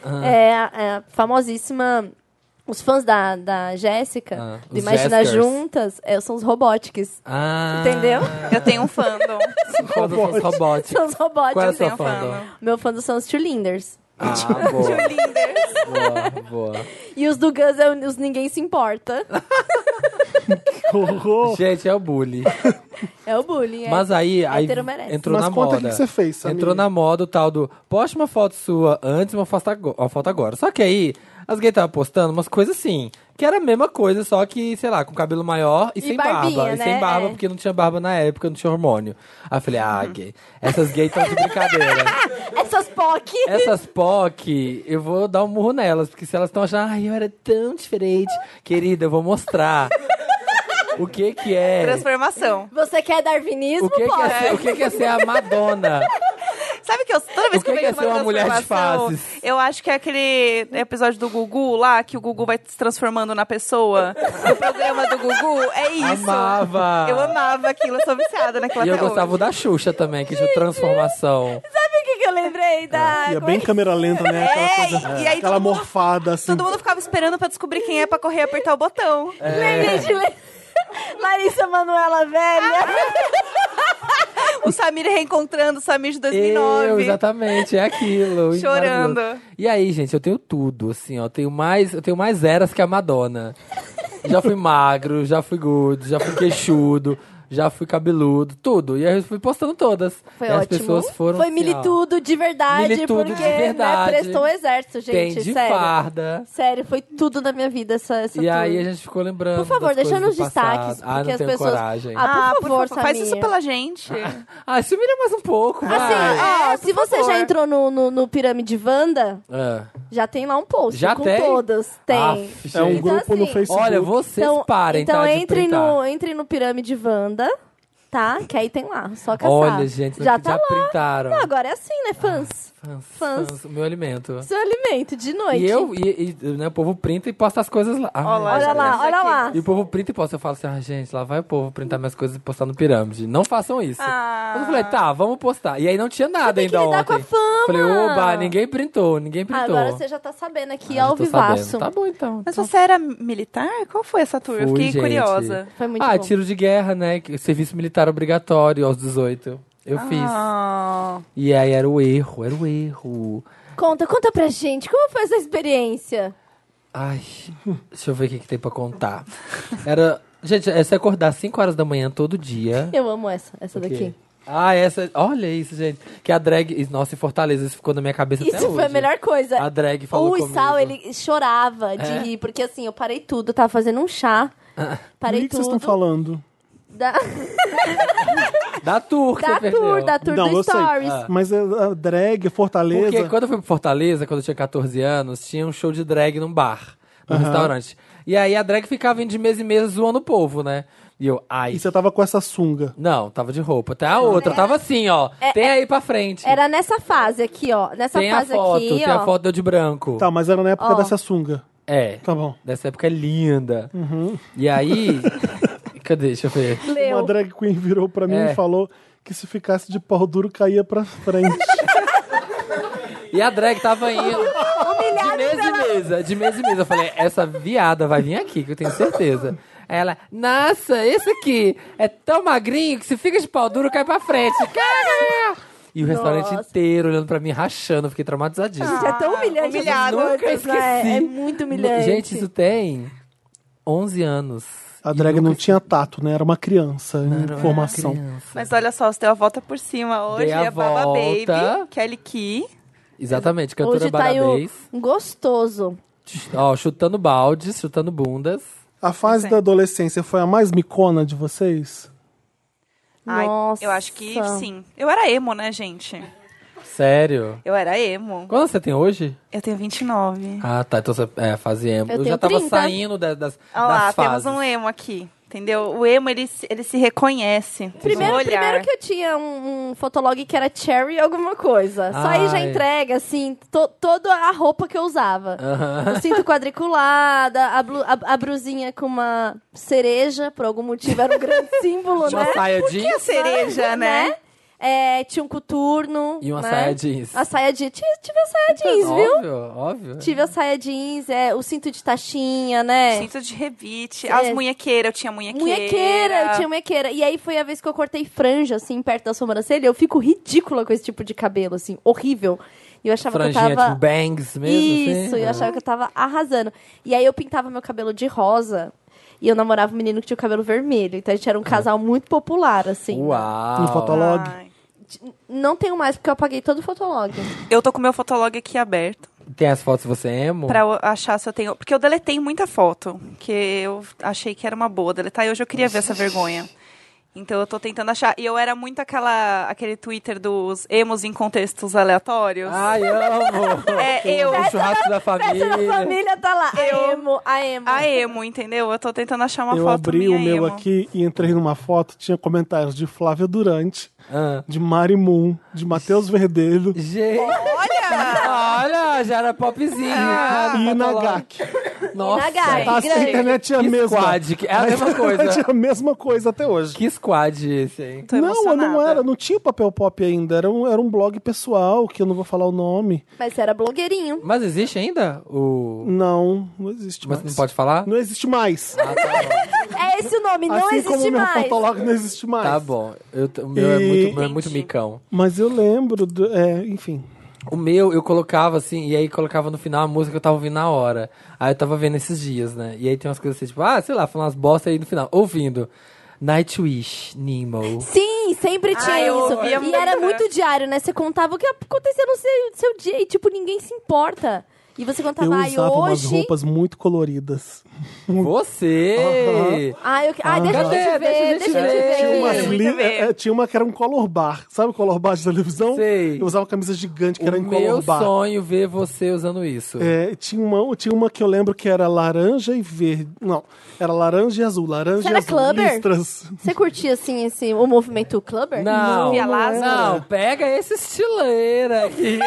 [SPEAKER 2] Ah.
[SPEAKER 4] É, a- é a famosíssima Os fãs da, da Jéssica,
[SPEAKER 2] Ah,
[SPEAKER 4] do
[SPEAKER 2] os
[SPEAKER 4] Imagina
[SPEAKER 2] Jeskers.
[SPEAKER 4] Juntas, é, são os Robotics.
[SPEAKER 2] Ah,
[SPEAKER 4] Entendeu?
[SPEAKER 3] Eu tenho um fandom.
[SPEAKER 2] Quando for os robóticos.
[SPEAKER 4] São os Robotics.
[SPEAKER 2] Qual é a
[SPEAKER 3] tenho um
[SPEAKER 2] sua fandom?
[SPEAKER 4] Meu fã são os Cheerleaders.
[SPEAKER 2] Ah, boa. boa, boa.
[SPEAKER 4] E os do Guns é os Ninguém Se Importa.
[SPEAKER 1] Que horror.
[SPEAKER 2] Gente, é o bullying.
[SPEAKER 4] É o bullying. é.
[SPEAKER 2] Mas aí, aí
[SPEAKER 4] Hétero merece.
[SPEAKER 2] entrou
[SPEAKER 1] Mas
[SPEAKER 2] na
[SPEAKER 1] conta o
[SPEAKER 2] moda.
[SPEAKER 1] que que você fez, Samir.
[SPEAKER 2] Entrou na moda o tal do poste uma foto sua antes uma foto agora. Uma foto agora. Só que aí, as gays estavam postando umas coisas assim. Que era a mesma coisa, só que, sei lá, com cabelo maior e,
[SPEAKER 4] E
[SPEAKER 2] sem
[SPEAKER 4] barbinha,
[SPEAKER 2] barba. E
[SPEAKER 4] né?
[SPEAKER 2] sem barba,
[SPEAKER 4] É.
[SPEAKER 2] porque não tinha barba na época, não tinha hormônio. Aí eu falei, ah, gay, essas gays estão de brincadeira.
[SPEAKER 4] Ah, Essas POC.
[SPEAKER 2] Essas POC, eu vou dar um murro nelas, porque se elas estão achando, ai, eu era tão diferente, querida, eu vou mostrar. o que que é.
[SPEAKER 3] Transformação.
[SPEAKER 4] Você quer darwinismo?
[SPEAKER 2] O que que
[SPEAKER 4] Pode.
[SPEAKER 2] é, ser, o que que é ser a Madonna?
[SPEAKER 3] Sabe que eu, toda vez
[SPEAKER 2] O
[SPEAKER 3] que, eu
[SPEAKER 2] que que é
[SPEAKER 3] vejo
[SPEAKER 2] ser uma mulher de
[SPEAKER 3] transformação,
[SPEAKER 2] fases?
[SPEAKER 3] eu acho que é aquele episódio do Gugu lá, que o Gugu vai se transformando na pessoa. o programa do Gugu, é isso.
[SPEAKER 2] Amava.
[SPEAKER 3] Eu amava aquilo, eu sou viciada naquela
[SPEAKER 2] E eu
[SPEAKER 3] até hoje.
[SPEAKER 2] gostava da Xuxa também, que de transformação.
[SPEAKER 4] Sabe o que, que eu lembrei da...
[SPEAKER 1] E é
[SPEAKER 4] como é
[SPEAKER 1] bem
[SPEAKER 4] que-
[SPEAKER 1] câmera lenta, né? Aquela,
[SPEAKER 3] É,
[SPEAKER 1] coisa-
[SPEAKER 3] e aí
[SPEAKER 1] aquela
[SPEAKER 3] todo mundo-
[SPEAKER 1] morfada, assim.
[SPEAKER 3] Todo mundo ficava esperando pra descobrir quem é pra correr e apertar o botão.
[SPEAKER 4] Lembrei de... Le- Larissa Manuela
[SPEAKER 3] Ah.
[SPEAKER 4] Velha.
[SPEAKER 3] O Samir reencontrando o Samir de 2009.
[SPEAKER 2] Eu, exatamente, é aquilo.
[SPEAKER 3] Chorando.
[SPEAKER 2] Maravilhoso. E aí, gente, eu tenho tudo, assim, ó. Eu tenho mais, eu tenho mais eras que a Madonna. já fui magro, já fui gordo, já fui queixudo, já fui cabeludo, tudo. E aí eu fui postando todas.
[SPEAKER 4] Foi
[SPEAKER 2] e as
[SPEAKER 4] ótimo.
[SPEAKER 2] pessoas foram.
[SPEAKER 4] Foi
[SPEAKER 2] assim, ó,
[SPEAKER 4] militudo de verdade,
[SPEAKER 2] Militudo de
[SPEAKER 4] porque
[SPEAKER 2] verdade.
[SPEAKER 4] Né, prestou o exército,
[SPEAKER 2] Tem
[SPEAKER 4] gente.
[SPEAKER 2] de
[SPEAKER 4] sério.
[SPEAKER 2] farda.
[SPEAKER 4] Sério, foi tudo na minha vida essa, essa
[SPEAKER 2] E aí
[SPEAKER 4] turma.
[SPEAKER 2] a gente ficou lembrando.
[SPEAKER 4] Por favor,
[SPEAKER 2] das
[SPEAKER 4] deixa
[SPEAKER 2] coisas
[SPEAKER 4] nos
[SPEAKER 2] do passado.
[SPEAKER 4] destaques,
[SPEAKER 2] Ah,
[SPEAKER 4] porque
[SPEAKER 2] não
[SPEAKER 4] as
[SPEAKER 2] tenho
[SPEAKER 4] pessoas-
[SPEAKER 2] coragem. Ah,
[SPEAKER 4] Ah,
[SPEAKER 3] Ah,
[SPEAKER 4] por favor,
[SPEAKER 3] faz
[SPEAKER 4] Samir.
[SPEAKER 3] isso pela gente.
[SPEAKER 2] se humilha mais um pouco, vai.
[SPEAKER 4] Assim,
[SPEAKER 3] Ah,
[SPEAKER 4] é,
[SPEAKER 3] é,
[SPEAKER 4] se
[SPEAKER 3] por
[SPEAKER 4] você
[SPEAKER 3] favor.
[SPEAKER 4] já entrou no, no, no Pirâmide Wanda,
[SPEAKER 2] Ah.
[SPEAKER 4] já tem lá um post
[SPEAKER 2] Já
[SPEAKER 4] com
[SPEAKER 2] tem?
[SPEAKER 4] todas. Tem.
[SPEAKER 2] Aff,
[SPEAKER 1] É um
[SPEAKER 2] gente.
[SPEAKER 1] grupo no
[SPEAKER 4] assim,
[SPEAKER 1] Facebook.
[SPEAKER 2] Olha, vocês parem,
[SPEAKER 4] então
[SPEAKER 2] tá, de
[SPEAKER 4] entre,
[SPEAKER 2] printar.
[SPEAKER 4] no, entre no Pirâmide Wanda, tá? Que aí tem lá, só caçar.
[SPEAKER 2] Olha, gente,
[SPEAKER 4] já
[SPEAKER 2] já,
[SPEAKER 4] tá lá.
[SPEAKER 2] printaram.
[SPEAKER 4] Não, agora é assim, né, fãs?
[SPEAKER 2] Fãs,
[SPEAKER 4] Fãs.
[SPEAKER 2] fãs, meu alimento.
[SPEAKER 4] Seu alimento, de noite.
[SPEAKER 2] E eu, e, e, né, o povo printa e posta as coisas lá. Ai,
[SPEAKER 3] Olha
[SPEAKER 4] Olha
[SPEAKER 2] gente.
[SPEAKER 4] lá,
[SPEAKER 3] Essa
[SPEAKER 4] olha
[SPEAKER 3] aqui.
[SPEAKER 4] lá.
[SPEAKER 2] E o povo printa e posta. Eu falo assim, ah, gente, lá vai o povo printar minhas coisas e postar no pirâmide. Não façam isso.
[SPEAKER 3] Ah.
[SPEAKER 2] Eu falei, tá, vamos postar. E aí não tinha nada
[SPEAKER 4] tem que
[SPEAKER 2] ainda
[SPEAKER 4] lidar
[SPEAKER 2] ontem.
[SPEAKER 4] com a fama.
[SPEAKER 2] Falei, oba, ninguém printou, ninguém
[SPEAKER 4] Ah,
[SPEAKER 2] printou.
[SPEAKER 4] agora você já tá sabendo aqui,
[SPEAKER 2] Ah,
[SPEAKER 4] ao
[SPEAKER 2] já tô sabendo.
[SPEAKER 4] vivaço.
[SPEAKER 2] Tá bom, então.
[SPEAKER 3] Mas você era militar? Qual foi essa turma? Eu
[SPEAKER 2] Fui,
[SPEAKER 3] fiquei
[SPEAKER 2] gente.
[SPEAKER 3] curiosa.
[SPEAKER 4] Foi muito
[SPEAKER 2] ah,
[SPEAKER 4] bom.
[SPEAKER 2] tiro de guerra, né? que- Serviço militar obrigatório aos 18. Eu fiz.
[SPEAKER 3] Ah.
[SPEAKER 2] E aí era o erro, era o erro.
[SPEAKER 4] Conta, conta pra gente, como foi essa experiência?
[SPEAKER 2] Ai, deixa eu ver o que, que tem pra contar. Era. Gente, é se acordar às 5 horas da manhã todo dia.
[SPEAKER 4] Eu amo essa, essa daqui.
[SPEAKER 2] Ah, essa. Olha isso, gente. Que a drag. Nossa, em Fortaleza, isso ficou na minha cabeça até
[SPEAKER 4] Isso
[SPEAKER 2] hoje. Ah,
[SPEAKER 4] foi a melhor coisa.
[SPEAKER 2] A drag falou
[SPEAKER 4] O
[SPEAKER 2] comigo.
[SPEAKER 4] Isal, ele chorava de
[SPEAKER 2] É?
[SPEAKER 4] rir, porque assim, eu parei tudo, eu tava fazendo um chá.
[SPEAKER 1] Do
[SPEAKER 4] Parei
[SPEAKER 1] que que vocês
[SPEAKER 4] tudo.
[SPEAKER 1] estão falando?
[SPEAKER 4] Da,
[SPEAKER 2] Da tour que
[SPEAKER 4] da
[SPEAKER 2] você perdeu.
[SPEAKER 4] tour, da tour
[SPEAKER 1] Não,
[SPEAKER 4] do
[SPEAKER 1] eu sei.
[SPEAKER 4] Stories.
[SPEAKER 2] Ah.
[SPEAKER 1] Mas a a drag, Fortaleza...
[SPEAKER 2] Porque quando eu fui pra Fortaleza, quando eu tinha 14 anos, tinha um show de drag num bar, num restaurante. E aí a drag ficava indo de mês em mês zoando o povo, né? E eu, ai.
[SPEAKER 1] E você tava com essa sunga.
[SPEAKER 2] Não, tava de roupa. Até a outra,
[SPEAKER 4] é.
[SPEAKER 2] tava assim, ó. tem aí pra frente.
[SPEAKER 4] Era nessa fase aqui, ó. Nessa
[SPEAKER 2] tem a
[SPEAKER 4] fase
[SPEAKER 2] foto,
[SPEAKER 4] aqui,
[SPEAKER 2] tem
[SPEAKER 4] ó.
[SPEAKER 2] a foto deu de branco.
[SPEAKER 1] Tá, mas era na época
[SPEAKER 4] Ó.
[SPEAKER 1] dessa sunga.
[SPEAKER 2] É.
[SPEAKER 1] Tá bom.
[SPEAKER 2] Dessa época linda. E aí. Cadê? Deixa eu ver.
[SPEAKER 4] Leu.
[SPEAKER 1] Uma drag queen virou pra mim
[SPEAKER 2] É.
[SPEAKER 1] e falou que se ficasse de pau duro, caía pra frente.
[SPEAKER 2] E a drag tava indo. De mesa em mesa, de mesa em mesa. Eu falei, essa viada vai vir aqui, que eu tenho certeza. Aí Ela, nossa, esse aqui é tão magrinho que se fica de pau duro, cai pra frente. E o restaurante
[SPEAKER 4] Nossa.
[SPEAKER 2] inteiro olhando pra mim, rachando, eu fiquei traumatizadíssimo.
[SPEAKER 4] Gente, é tão humilhante.
[SPEAKER 3] humilhado.
[SPEAKER 4] essas
[SPEAKER 2] Nunca
[SPEAKER 4] coisas,
[SPEAKER 2] esqueci.
[SPEAKER 4] né? É muito humilhante.
[SPEAKER 2] Gente, isso tem 11 anos.
[SPEAKER 1] A
[SPEAKER 2] E
[SPEAKER 1] drag
[SPEAKER 2] nunca
[SPEAKER 1] não tinha tato, né? Era uma criança em
[SPEAKER 2] era
[SPEAKER 1] formação.
[SPEAKER 2] criança.
[SPEAKER 3] Mas olha só, você deu a volta por cima hoje.
[SPEAKER 2] Dei a
[SPEAKER 3] é Baba
[SPEAKER 2] volta.
[SPEAKER 3] Baby, Kelly Key.
[SPEAKER 2] Exatamente, cantora
[SPEAKER 4] Hoje tá aí
[SPEAKER 2] Barabéis.
[SPEAKER 4] o gostoso.
[SPEAKER 2] Ó, chutando baldes, chutando bundas.
[SPEAKER 1] A fase
[SPEAKER 3] Sim.
[SPEAKER 1] da adolescência foi a mais micona de vocês?
[SPEAKER 3] Ai,
[SPEAKER 4] Nossa.
[SPEAKER 3] eu acho que sim. Eu era emo, né, gente?
[SPEAKER 2] Sério.
[SPEAKER 3] Eu era emo.
[SPEAKER 2] Quantos você tem hoje?
[SPEAKER 3] Eu tenho 29.
[SPEAKER 2] Ah, tá. Então você é, fazia emo.
[SPEAKER 4] Eu
[SPEAKER 2] Eu, já
[SPEAKER 4] tenho
[SPEAKER 2] tava
[SPEAKER 4] 30.
[SPEAKER 2] saindo da- das, Ah, das,
[SPEAKER 3] Olha lá,
[SPEAKER 2] fases.
[SPEAKER 3] temos um emo aqui. Entendeu? O emo, ele, se- ele se reconhece.
[SPEAKER 4] Primeiro,
[SPEAKER 3] no olhar.
[SPEAKER 4] primeiro que eu tinha um, um fotolog que era cherry alguma coisa. Só aí já
[SPEAKER 2] Ai. Ah.
[SPEAKER 4] entrega, assim, to- toda a roupa que eu usava.
[SPEAKER 2] Aham.
[SPEAKER 4] O cinto quadriculada, a, blu- a- a blusinha com uma cereja, por algum motivo era um grande símbolo,
[SPEAKER 2] Uma
[SPEAKER 4] né?
[SPEAKER 2] saia
[SPEAKER 3] E a
[SPEAKER 2] jeans.
[SPEAKER 3] cereja, né?
[SPEAKER 4] É, é, tinha um coturno.
[SPEAKER 2] E uma
[SPEAKER 4] né?
[SPEAKER 2] saia jeans.
[SPEAKER 4] A saia jeans. Tive, tive a saia jeans, viu?
[SPEAKER 2] Óbvio, óbvio.
[SPEAKER 4] Tive a saia jeans, é, o cinto de taxinha, né?
[SPEAKER 3] Cinto de rebite. As munhequeiras, eu tinha munhequeira.
[SPEAKER 4] É. Munhequeira, eu tinha munhequeira. E aí foi a vez que eu cortei franja, assim, perto da sobrancelha. Eu fico ridícula com esse tipo de cabelo, assim, horrível. E eu achava que
[SPEAKER 2] Franjinha
[SPEAKER 4] eu tava.
[SPEAKER 2] tipo bangs mesmo, assim.
[SPEAKER 4] Isso, eu
[SPEAKER 2] Ah.
[SPEAKER 4] achava que eu tava arrasando. E aí eu pintava meu cabelo de rosa. E eu namorava um menino que tinha o cabelo vermelho. Então a gente era um casal muito popular, assim.
[SPEAKER 2] Uau.
[SPEAKER 1] No Fotolog.
[SPEAKER 3] Ai.
[SPEAKER 4] Não tenho mais, porque eu apaguei todo o fotolog.
[SPEAKER 3] Eu tô com meu fotolog aqui aberto.
[SPEAKER 2] Tem as fotos de você é emo?
[SPEAKER 3] Pra eu achar se eu tenho. Porque eu deletei muita foto. Que eu achei que era uma boa deletar. E hoje eu queria ver essa vergonha. Então eu tô tentando achar. E eu era muito aquela, aquele Twitter dos emos em contextos aleatórios.
[SPEAKER 1] Ah.
[SPEAKER 2] Ai, amo.
[SPEAKER 3] É, eu-
[SPEAKER 2] O churrasco da família.
[SPEAKER 4] Essa da família tá lá. A emo, a emo.
[SPEAKER 3] A emo, entendeu? Eu tô tentando achar uma
[SPEAKER 1] eu
[SPEAKER 3] foto
[SPEAKER 1] abri
[SPEAKER 3] minha
[SPEAKER 1] o meu
[SPEAKER 3] emo.
[SPEAKER 1] aqui e entrei numa foto, tinha comentários de Flávia Durante,
[SPEAKER 2] Ah.
[SPEAKER 1] de Mari Moon, de Matheus Verdelho
[SPEAKER 2] Gente. Olha! Olha, já era popzinho. cara,
[SPEAKER 1] e
[SPEAKER 2] tá lá.
[SPEAKER 1] Nagak.
[SPEAKER 2] Nossa.
[SPEAKER 4] Nagak.
[SPEAKER 1] Nossa, a
[SPEAKER 4] grande.
[SPEAKER 1] internet é a
[SPEAKER 2] Que
[SPEAKER 1] mesma.
[SPEAKER 2] squad, que é a mesma
[SPEAKER 1] internet
[SPEAKER 2] coisa.
[SPEAKER 1] é a mesma coisa até hoje.
[SPEAKER 2] Que squad esse, hein?
[SPEAKER 3] Tô
[SPEAKER 1] não, eu não
[SPEAKER 3] emocionada.
[SPEAKER 1] era, não tinha o papel pop ainda, era um, era um blog pessoal, que eu não vou falar o nome.
[SPEAKER 4] Mas você era blogueirinho.
[SPEAKER 2] Mas existe ainda o...
[SPEAKER 1] Não, não existe
[SPEAKER 2] Mas
[SPEAKER 1] mais.
[SPEAKER 2] não pode falar?
[SPEAKER 1] Não existe mais.
[SPEAKER 4] É esse o nome, Ah. não
[SPEAKER 1] assim como
[SPEAKER 4] existe
[SPEAKER 1] o meu
[SPEAKER 4] mais.
[SPEAKER 1] fotolog não existe mais.
[SPEAKER 2] Tá bom. Eu, t- o meu é
[SPEAKER 1] E-
[SPEAKER 2] muito, o meu é muito
[SPEAKER 3] Entendi.
[SPEAKER 2] micão.
[SPEAKER 1] Mas eu lembro, do- é, enfim.
[SPEAKER 2] O meu, eu colocava assim, e aí colocava no final a música que eu tava ouvindo na hora. Aí eu tava vendo esses dias, né? E aí tem umas coisas assim, tipo, ah, sei lá, falando umas bosta aí no final. Ouvindo. Nightwish, Nemo.
[SPEAKER 4] Sim, sempre tinha
[SPEAKER 3] Ah, eu
[SPEAKER 4] isso.
[SPEAKER 3] ouvia
[SPEAKER 4] E
[SPEAKER 3] muito,
[SPEAKER 4] era
[SPEAKER 3] né?
[SPEAKER 4] muito diário, né? Você contava o que acontecia no seu, seu dia e, tipo, ninguém se importa. E você
[SPEAKER 1] eu
[SPEAKER 4] contava, ai,
[SPEAKER 1] usava umas
[SPEAKER 4] Tá, hoje.
[SPEAKER 1] roupas muito coloridas.
[SPEAKER 2] Você!
[SPEAKER 4] Ai, Ah, eu... ai, deixa eu
[SPEAKER 2] Cadê?
[SPEAKER 4] te ver,
[SPEAKER 2] Deixa eu te
[SPEAKER 4] deixa, eu te
[SPEAKER 2] ver.
[SPEAKER 4] ver.
[SPEAKER 1] Ah, Tinha umas
[SPEAKER 3] Muito
[SPEAKER 1] li-
[SPEAKER 3] bem.
[SPEAKER 1] é, tinha uma que era um color bar. Sabe o color bar de televisão?
[SPEAKER 2] Sei.
[SPEAKER 1] Eu usava uma camisa gigante que era
[SPEAKER 2] o
[SPEAKER 1] em color
[SPEAKER 2] meu
[SPEAKER 1] bar.
[SPEAKER 2] sonho ver você usando isso.
[SPEAKER 1] É, tinha, uma, tinha uma que eu lembro que era laranja e verde. Não, era laranja e azul. Laranja
[SPEAKER 4] Será
[SPEAKER 1] e azul.
[SPEAKER 4] clubber?
[SPEAKER 1] Listras.
[SPEAKER 4] Você curtia, assim, esse, o movimento clubber?
[SPEAKER 2] Não, é,
[SPEAKER 3] Via
[SPEAKER 2] não,
[SPEAKER 3] Lázaro?
[SPEAKER 2] pega esse estileira aqui.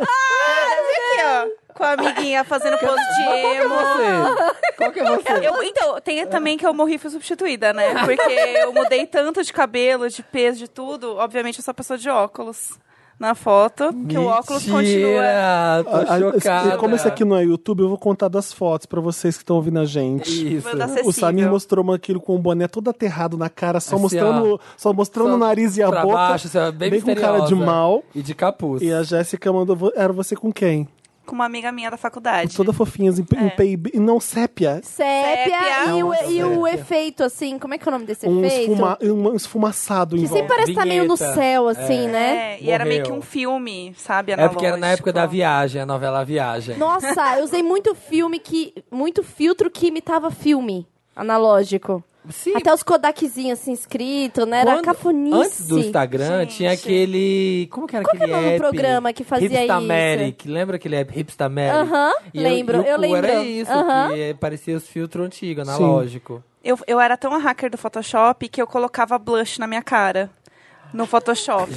[SPEAKER 3] Ah, Aqui, ó. Com a amiguinha fazendo pose de
[SPEAKER 1] é
[SPEAKER 3] emo.
[SPEAKER 2] você? Qual que é você?
[SPEAKER 3] Eu, então, tem também que eu morri e fui substituída, né? Porque eu mudei tanto de cabelo, de peso, de tudo. Obviamente, eu sou uma pessoa de óculos na foto. Que o óculos continua.
[SPEAKER 2] Mentira,
[SPEAKER 1] Ah,
[SPEAKER 2] Tô chocada.
[SPEAKER 1] ah, Como esse aqui não é YouTube, eu vou contar das fotos pra vocês que estão ouvindo a gente.
[SPEAKER 2] Isso.
[SPEAKER 3] Meu Deus,
[SPEAKER 1] O
[SPEAKER 3] acessível.
[SPEAKER 1] Samir mostrou uma- aquilo com o boné todo aterrado na cara, só
[SPEAKER 2] Assim,
[SPEAKER 1] mostrando, só mostrando
[SPEAKER 2] Só
[SPEAKER 1] o nariz e a
[SPEAKER 2] pra
[SPEAKER 1] boca.
[SPEAKER 2] baixo, assim, ó, bem,
[SPEAKER 1] bem com cara de
[SPEAKER 2] misteriosa.
[SPEAKER 1] mal.
[SPEAKER 2] E de capuz.
[SPEAKER 1] E a Jéssica mandou. "Vo- Era você com quem?
[SPEAKER 3] Com uma amiga minha da faculdade.
[SPEAKER 1] Toda fofinha, em, em PIB. E não sépia.
[SPEAKER 4] Sépia e, o,
[SPEAKER 1] Não,
[SPEAKER 4] e o
[SPEAKER 1] sépia.
[SPEAKER 4] efeito, assim, como é que é o nome desse
[SPEAKER 1] Um,
[SPEAKER 4] efeito?
[SPEAKER 1] esfuma, um esfumaçado em
[SPEAKER 4] Que sempre
[SPEAKER 1] volta.
[SPEAKER 4] parece estar meio no
[SPEAKER 2] Vinheta.
[SPEAKER 4] céu, assim, né?
[SPEAKER 3] É, e era meio que
[SPEAKER 2] Morreu.
[SPEAKER 3] um filme, sabe?
[SPEAKER 2] É porque era na
[SPEAKER 3] analógico.
[SPEAKER 2] época da viagem, a novela A Viagem.
[SPEAKER 4] Tá Nossa, eu usei muito filme que. Muito filtro que imitava filme analógico.
[SPEAKER 2] Sim,
[SPEAKER 4] Até os Kodakzinhos assim, escrito, né? Era
[SPEAKER 2] quando-
[SPEAKER 4] cafonice.
[SPEAKER 2] Antes do Instagram,
[SPEAKER 3] Gente.
[SPEAKER 2] tinha aquele... Como que era
[SPEAKER 4] Qual que
[SPEAKER 2] aquele
[SPEAKER 4] era o nome do
[SPEAKER 2] app?
[SPEAKER 4] programa que fazia isso?
[SPEAKER 2] Hipstameric. Lembra aquele app Hipstameric?
[SPEAKER 4] Aham,
[SPEAKER 2] E
[SPEAKER 4] lembro,
[SPEAKER 2] e o
[SPEAKER 4] eu
[SPEAKER 2] cu
[SPEAKER 4] lembro.
[SPEAKER 2] Era isso,
[SPEAKER 4] Aham.
[SPEAKER 2] que é, parecia os filtros antigos, analógico.
[SPEAKER 3] Eu, eu era tão a hacker do Photoshop que eu colocava blush na minha cara. No Photoshop.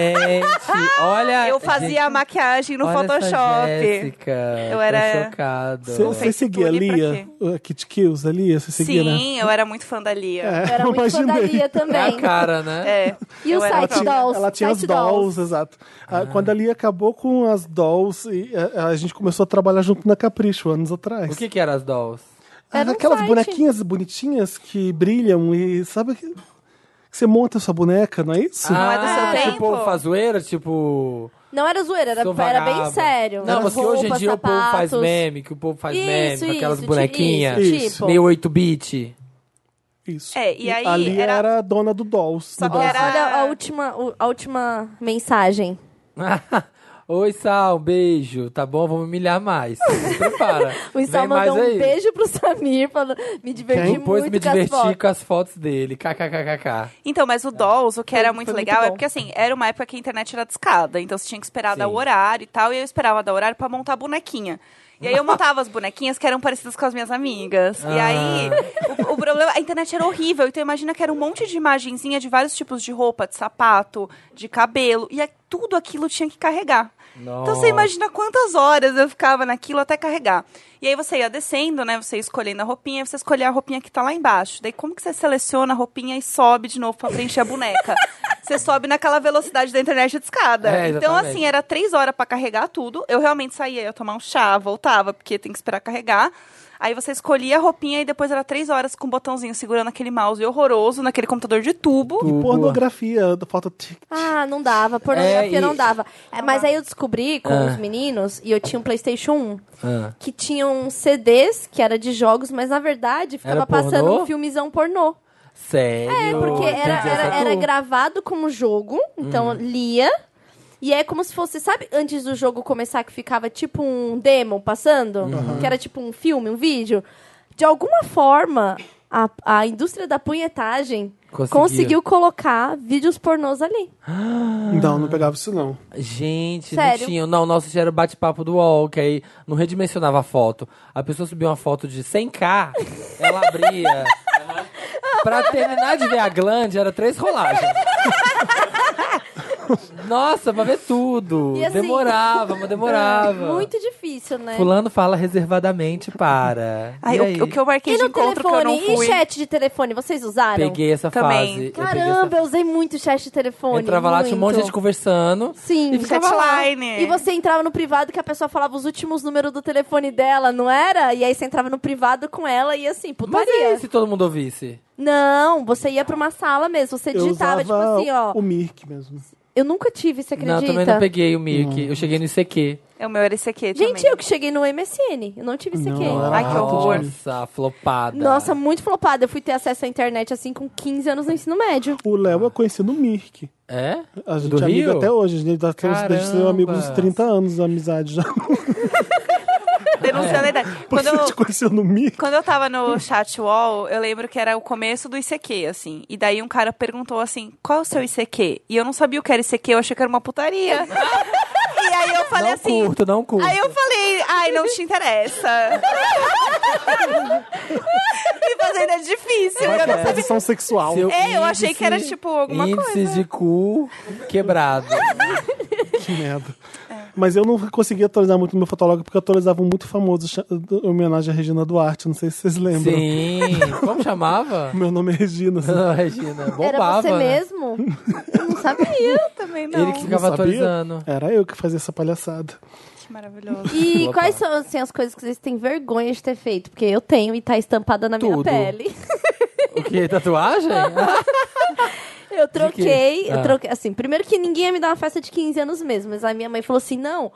[SPEAKER 2] Gente, olha...
[SPEAKER 3] Eu fazia a maquiagem no
[SPEAKER 2] Olha Essa
[SPEAKER 3] Photoshop.
[SPEAKER 2] Jéssica,
[SPEAKER 3] Eu
[SPEAKER 2] tô
[SPEAKER 3] era-
[SPEAKER 2] chocada.
[SPEAKER 1] Você- Você
[SPEAKER 3] Sei que
[SPEAKER 1] seguia a
[SPEAKER 3] tudo e pra
[SPEAKER 1] Lia? A Kit Kills, a Lia? Você seguia, né? É,
[SPEAKER 3] Sim, eu era muito fã da Lia.
[SPEAKER 4] Eu era muito
[SPEAKER 1] imaginei.
[SPEAKER 4] fodaria
[SPEAKER 2] É
[SPEAKER 4] também.
[SPEAKER 2] a cara, né?
[SPEAKER 3] É.
[SPEAKER 4] E
[SPEAKER 3] eu
[SPEAKER 4] o
[SPEAKER 3] era
[SPEAKER 1] Ela
[SPEAKER 4] site
[SPEAKER 3] fã.
[SPEAKER 1] tinha,
[SPEAKER 4] dolls,
[SPEAKER 1] ela tinha as
[SPEAKER 4] site
[SPEAKER 1] dolls,
[SPEAKER 4] dolls.
[SPEAKER 1] exato. Ah, Quando a Lia acabou com as dolls, e, eh, a, gente começou a trabalhar junto na Capricho, anos atrás.
[SPEAKER 2] O que que era as dolls?
[SPEAKER 1] Ah,
[SPEAKER 4] Era um
[SPEAKER 1] aquelas
[SPEAKER 4] site.
[SPEAKER 1] bonequinhas bonitinhas que brilham e sabe que que você monta a sua boneca, não é isso?
[SPEAKER 3] é do seu
[SPEAKER 2] tipo,
[SPEAKER 3] tempo?
[SPEAKER 2] Tipo, fazoeira, tipo...
[SPEAKER 4] Não era zoeira, era,
[SPEAKER 2] sou
[SPEAKER 4] era bem
[SPEAKER 2] vagaba.
[SPEAKER 4] sério.
[SPEAKER 2] Não,
[SPEAKER 4] Era
[SPEAKER 2] mas que hoje em
[SPEAKER 4] roupa,
[SPEAKER 2] dia o povo faz
[SPEAKER 4] sapatos.
[SPEAKER 2] meme, que o povo faz
[SPEAKER 4] Isso,
[SPEAKER 2] meme com aquelas
[SPEAKER 4] isso,
[SPEAKER 2] bonequinhas.
[SPEAKER 4] tipo,
[SPEAKER 1] Isso.
[SPEAKER 4] tipo.
[SPEAKER 2] Meio 8-bit.
[SPEAKER 1] Isso.
[SPEAKER 3] É, e aí
[SPEAKER 1] a Lia
[SPEAKER 3] era-
[SPEAKER 1] era... a dona do dolls.
[SPEAKER 3] Só
[SPEAKER 1] do
[SPEAKER 3] que
[SPEAKER 1] dolls.
[SPEAKER 3] era-
[SPEAKER 4] Olha a última, o- a última mensagem.
[SPEAKER 2] Oi, Sal, beijo. Tá bom? Vamos humilhar mais. Se prepara.
[SPEAKER 4] O Sal
[SPEAKER 2] Vem mais é
[SPEAKER 4] mandou um
[SPEAKER 2] aí.
[SPEAKER 4] beijo pro Samir, falando, me diverti
[SPEAKER 2] Depois me
[SPEAKER 4] muito com as
[SPEAKER 2] diverti
[SPEAKER 4] fotos.
[SPEAKER 2] com as fotos dele. KKKKK.
[SPEAKER 3] Então, mas o Dolls, o que era muito
[SPEAKER 4] É. foi muito
[SPEAKER 3] legal é
[SPEAKER 4] bom.
[SPEAKER 3] porque, assim, era uma época que a internet era discada. Então, você tinha que esperar dar o
[SPEAKER 2] Sim.
[SPEAKER 3] horário e tal. E eu esperava dar o horário pra montar a bonequinha. E aí, eu montava as bonequinhas que eram parecidas com as minhas amigas. E
[SPEAKER 2] Ah.
[SPEAKER 3] aí, o, o problema... A internet era horrível. Então, imagina que era um monte de imagenzinha de vários tipos de roupa, de sapato, de cabelo. E é- tudo aquilo tinha que carregar. Então você imagina quantas horas eu ficava naquilo até carregar. E aí você ia descendo, né? Você ia escolhendo a roupinha, você escolhia a roupinha que tá lá embaixo. Daí como que você seleciona a roupinha e sobe de novo pra preencher a boneca? você sobe naquela velocidade da internet de escada.
[SPEAKER 2] É,
[SPEAKER 3] então,
[SPEAKER 2] exatamente.
[SPEAKER 3] assim, era três horas pra carregar tudo. Eu realmente saía, ia tomar um chá, voltava, porque tem que esperar carregar. Aí você escolhia a roupinha e depois era três horas com o botãozinho segurando aquele mouse horroroso naquele computador de tubo.
[SPEAKER 1] E pornografia, falta tic.
[SPEAKER 4] Ah, não dava. Pornografia
[SPEAKER 2] É, e-
[SPEAKER 4] não dava. É, mas aí eu descobri com os meninos, e eu tinha um Playstation 1,
[SPEAKER 2] Ah.
[SPEAKER 4] que tinham CDs, que era de jogos, mas na verdade ficava
[SPEAKER 2] Era pornô?
[SPEAKER 4] passando um filmezão pornô.
[SPEAKER 2] Sério?
[SPEAKER 4] É, porque era,
[SPEAKER 2] Entendi essa
[SPEAKER 4] era, era
[SPEAKER 2] turma.
[SPEAKER 4] gravado como jogo, então
[SPEAKER 2] Uhum.
[SPEAKER 4] lia. E é como se fosse, sabe, antes do jogo começar que ficava tipo um demo passando?
[SPEAKER 2] Uhum.
[SPEAKER 4] Que era tipo um filme, um vídeo? De alguma forma, a, a indústria da punhetagem
[SPEAKER 2] Conseguia.
[SPEAKER 4] conseguiu colocar vídeos pornôs ali.
[SPEAKER 2] Ah.
[SPEAKER 1] Não, não pegava isso não.
[SPEAKER 2] Gente,
[SPEAKER 4] Sério?
[SPEAKER 2] não tinha. Não, o nosso já era o bate-papo do UOL, que aí não redimensionava a foto. A pessoa subia uma foto de 100k, ela abria. pra terminar de ver a glande, era três rolagens. Nossa, pra ver tudo.
[SPEAKER 4] E assim-
[SPEAKER 2] demorava, mas demorava.
[SPEAKER 4] Muito difícil, né?
[SPEAKER 2] Fulano fala reservadamente para.
[SPEAKER 3] Aí,
[SPEAKER 2] E
[SPEAKER 3] o-
[SPEAKER 2] aí?
[SPEAKER 3] O, que eu marquei
[SPEAKER 4] E
[SPEAKER 3] de
[SPEAKER 4] no
[SPEAKER 3] encontro que eu não
[SPEAKER 4] telefone?
[SPEAKER 3] fui.
[SPEAKER 4] E chat de telefone? Vocês usaram?
[SPEAKER 2] Peguei essa
[SPEAKER 3] Também.
[SPEAKER 2] fase. eu peguei essa
[SPEAKER 4] Caramba, eu usei muito chat de telefone.
[SPEAKER 2] Entrava lá, tinha um monte de
[SPEAKER 4] muito.
[SPEAKER 2] gente conversando.
[SPEAKER 4] Sim,
[SPEAKER 2] E ficava
[SPEAKER 3] Chatline.
[SPEAKER 4] E você entrava no privado que a pessoa falava os últimos números do telefone dela, não era? E aí você entrava no privado com ela e
[SPEAKER 2] Mas é.
[SPEAKER 4] assim,
[SPEAKER 2] e
[SPEAKER 4] putaria.
[SPEAKER 2] aí, se todo mundo ouvisse?
[SPEAKER 4] Não, você ia pra uma sala mesmo, você
[SPEAKER 1] Eu usava
[SPEAKER 4] digitava, tipo assim, ó.
[SPEAKER 1] o Mirk mesmo.
[SPEAKER 4] Eu nunca tive, você
[SPEAKER 2] Não,
[SPEAKER 4] acredita?
[SPEAKER 2] eu também não peguei o Mirk. Eu cheguei no ICQ.
[SPEAKER 3] É o meu era esse aqui
[SPEAKER 4] Gente,
[SPEAKER 3] também.
[SPEAKER 4] eu que cheguei no MSN, eu não tive isso aqui.
[SPEAKER 1] Não, era
[SPEAKER 3] Ai, que horror.
[SPEAKER 2] Nossa, flopada.
[SPEAKER 4] Nossa, muito flopada. Eu fui ter acesso à internet assim com 15 anos no ensino médio.
[SPEAKER 1] O Léo eu conheci no Mirk.
[SPEAKER 2] É?
[SPEAKER 1] A gente
[SPEAKER 2] Do
[SPEAKER 1] é amigo
[SPEAKER 2] Rio?
[SPEAKER 1] até hoje. A gente tá a gente é
[SPEAKER 2] Caramba.
[SPEAKER 1] amigo dos 30 anos de amizade já.
[SPEAKER 2] É.
[SPEAKER 3] Denunciando a idade. Quando
[SPEAKER 1] Porque a gente
[SPEAKER 3] eu,
[SPEAKER 1] conheceu no Mirk.
[SPEAKER 3] quando eu tava no chat wall, eu lembro que era o começo do ICQ, assim. E daí um cara perguntou assim, qual é o seu ICQ? E eu não sabia o que era ICQ, eu achei que era uma putaria. e aí eu falei
[SPEAKER 2] não
[SPEAKER 3] assim...
[SPEAKER 2] curto, não curto.
[SPEAKER 3] Aí eu falei, ai, não te interessa. e fazendo é difícil. eu
[SPEAKER 2] é.
[SPEAKER 3] não sabia.
[SPEAKER 1] Posição sexual.
[SPEAKER 2] Seu
[SPEAKER 3] É, eu achei que era, tipo, alguma
[SPEAKER 2] índices
[SPEAKER 3] coisa.
[SPEAKER 2] de cu quebrado.
[SPEAKER 1] Que merda.
[SPEAKER 2] É.
[SPEAKER 1] Mas eu não conseguia atualizar muito no meu fotólogo porque eu atualizava um muito famoso cha- em homenagem à Regina Duarte. Não sei se vocês lembram.
[SPEAKER 2] Sim. Como chamava?
[SPEAKER 1] Meu nome é Regina. assim.
[SPEAKER 2] Não, Regina, bombava.
[SPEAKER 4] era você
[SPEAKER 2] né?
[SPEAKER 4] mesmo? Eu não sabia.
[SPEAKER 3] Também não.
[SPEAKER 2] Ele que ficava
[SPEAKER 1] Não sabia?
[SPEAKER 2] atualizando.
[SPEAKER 1] Era eu que fazia essa palhaçada.
[SPEAKER 3] Que maravilhoso.
[SPEAKER 4] E
[SPEAKER 2] Opa.
[SPEAKER 4] quais são assim, as coisas que vocês têm vergonha de ter feito? Porque eu tenho e tá estampada na minha
[SPEAKER 2] Tudo.
[SPEAKER 4] pele.
[SPEAKER 2] O quê? Tatuagem?
[SPEAKER 4] Eu troquei,
[SPEAKER 2] quê?
[SPEAKER 4] eu
[SPEAKER 2] Ah.
[SPEAKER 4] troquei. Assim, primeiro que ninguém ia me dar uma festa de 15 anos mesmo, mas a minha mãe falou assim: não.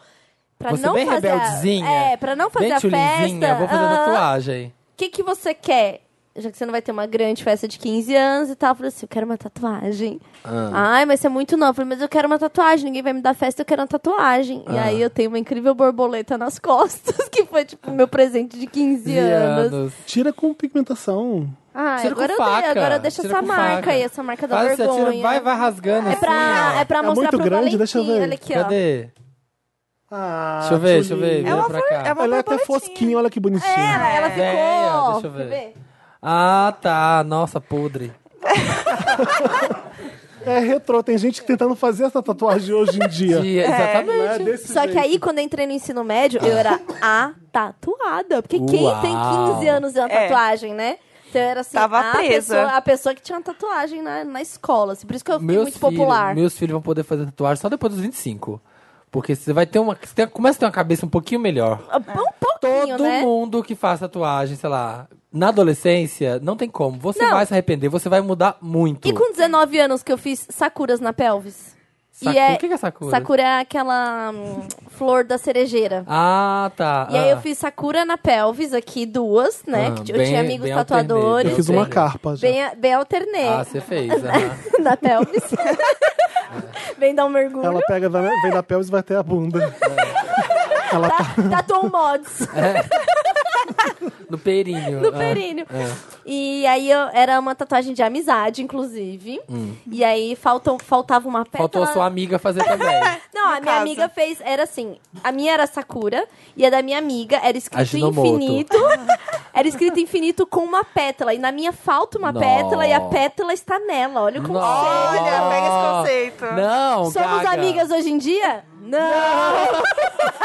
[SPEAKER 4] Pra
[SPEAKER 2] Você
[SPEAKER 4] não
[SPEAKER 2] bem
[SPEAKER 4] fazer a-
[SPEAKER 2] rebeldezinha,
[SPEAKER 4] É, pra não fazer
[SPEAKER 2] Bem
[SPEAKER 4] a festa.
[SPEAKER 2] tchulinzinha, vou fazer
[SPEAKER 4] ah,
[SPEAKER 2] tatuagem.
[SPEAKER 4] O que, que você quer? Já que você não vai ter uma grande festa de 15 anos e tal. Eu falei assim: eu quero uma tatuagem.
[SPEAKER 2] Ah.
[SPEAKER 4] Ai, mas você é muito nova. Eu falei, mas eu quero uma tatuagem. Ninguém vai me dar festa, eu quero uma tatuagem. E
[SPEAKER 2] Ah.
[SPEAKER 4] aí eu tenho uma incrível borboleta nas costas, que foi tipo meu presente de 15 anos.
[SPEAKER 1] Tira com pigmentação.
[SPEAKER 4] Ah,
[SPEAKER 2] Tira com
[SPEAKER 4] agora eu,
[SPEAKER 2] faca,
[SPEAKER 4] dei, agora eu deixo
[SPEAKER 2] tira
[SPEAKER 4] essa
[SPEAKER 2] com
[SPEAKER 4] marca
[SPEAKER 2] faca.
[SPEAKER 4] aí, essa marca da
[SPEAKER 2] Faz, você
[SPEAKER 4] vergonha.
[SPEAKER 2] atira, vai, vai rasgando
[SPEAKER 4] É
[SPEAKER 2] assim.
[SPEAKER 4] pra, é pra mostrar
[SPEAKER 1] muito
[SPEAKER 4] pro
[SPEAKER 1] grande,
[SPEAKER 4] Valentim.
[SPEAKER 1] deixa eu ver.
[SPEAKER 4] Olha aqui,
[SPEAKER 2] ó.
[SPEAKER 4] ó.
[SPEAKER 2] Cadê?
[SPEAKER 1] Ah,
[SPEAKER 2] Deixa eu ver, deixa eu É, ver.
[SPEAKER 1] Ela,
[SPEAKER 2] Vira
[SPEAKER 3] uma
[SPEAKER 2] pra cá.
[SPEAKER 3] flor- é uma-
[SPEAKER 1] é até
[SPEAKER 3] borboletinha.
[SPEAKER 1] fosquinha, olha que bonitinha.
[SPEAKER 4] Ela, ela ficou.
[SPEAKER 2] Velha,
[SPEAKER 4] ó,
[SPEAKER 2] deixa eu
[SPEAKER 4] quer
[SPEAKER 2] ver. Ah, tá. Nossa, podre.
[SPEAKER 1] É retrô, tem gente tentando fazer essa tatuagem hoje em dia.
[SPEAKER 2] Dia, Exatamente.
[SPEAKER 1] Não é desse
[SPEAKER 4] Só que
[SPEAKER 1] jeito.
[SPEAKER 4] aí, quando eu entrei no ensino médio, eu era a tatuada. Porque quem
[SPEAKER 2] Uau.
[SPEAKER 4] tem 15 anos e uma
[SPEAKER 3] É.
[SPEAKER 4] tatuagem, né? Então eu era assim,
[SPEAKER 3] Tava
[SPEAKER 4] a,
[SPEAKER 3] presa.
[SPEAKER 4] Pessoa, a pessoa que tinha uma tatuagem na, na escola. Assim, por isso que eu fiquei
[SPEAKER 2] meus
[SPEAKER 4] muito popular.
[SPEAKER 2] Filhos, meus filhos vão poder fazer tatuagem só depois dos 25. Porque você vai ter uma. Você tem- começa a ter uma cabeça um pouquinho melhor.
[SPEAKER 4] Um pouquinho,
[SPEAKER 2] Todo
[SPEAKER 4] né?
[SPEAKER 2] mundo que faz tatuagem, sei lá, na adolescência, não tem como. Você
[SPEAKER 4] Não.
[SPEAKER 2] vai se arrepender, você vai mudar muito.
[SPEAKER 4] E com 19 anos que eu fiz sakuras na pelvis.
[SPEAKER 2] Saku-
[SPEAKER 4] E é-
[SPEAKER 2] O que que é sakura?
[SPEAKER 4] Sakura é aquela hum, flor da cerejeira.
[SPEAKER 2] Ah, tá.
[SPEAKER 4] E aí
[SPEAKER 2] Ah.
[SPEAKER 4] eu fiz Sakura na pelvis aqui, duas, né?
[SPEAKER 2] Ah,
[SPEAKER 4] que eu
[SPEAKER 2] bem-
[SPEAKER 4] tinha amigos
[SPEAKER 2] bem
[SPEAKER 4] tatuadores.
[SPEAKER 2] alternei,
[SPEAKER 1] Eu fiz
[SPEAKER 2] Entendi.
[SPEAKER 1] uma carpa já.
[SPEAKER 4] Bem, bem alternei.
[SPEAKER 2] Ah, você fez. aham.
[SPEAKER 4] na pelvis. Vem dar um mergulho.
[SPEAKER 1] Ela pega, vai- vem da pelvis e vai até a bunda. Ela tá
[SPEAKER 4] Tá- Tatuou um mods
[SPEAKER 2] É, No perinho.
[SPEAKER 4] no
[SPEAKER 2] ah.
[SPEAKER 4] períneo. E aí eu, era uma tatuagem de amizade, inclusive. E aí faltou, faltava uma pétala.
[SPEAKER 2] Hum. Faltou a sua amiga fazer também.
[SPEAKER 4] Não, a
[SPEAKER 3] No
[SPEAKER 4] minha
[SPEAKER 3] caso.
[SPEAKER 4] amiga fez. Era assim: a minha era Sakura e a da minha amiga era escrito
[SPEAKER 2] Ajinomoto.
[SPEAKER 4] infinito. era escrito infinito com uma pétala. E na minha falta uma
[SPEAKER 2] Nó.
[SPEAKER 4] pétala e a pétala está nela. Olha o conceito.
[SPEAKER 2] Nossa. Né?
[SPEAKER 3] Olha, pega esse conceito.
[SPEAKER 2] Não,
[SPEAKER 4] Somos
[SPEAKER 2] Gaga.
[SPEAKER 4] amigas hoje em dia? Não!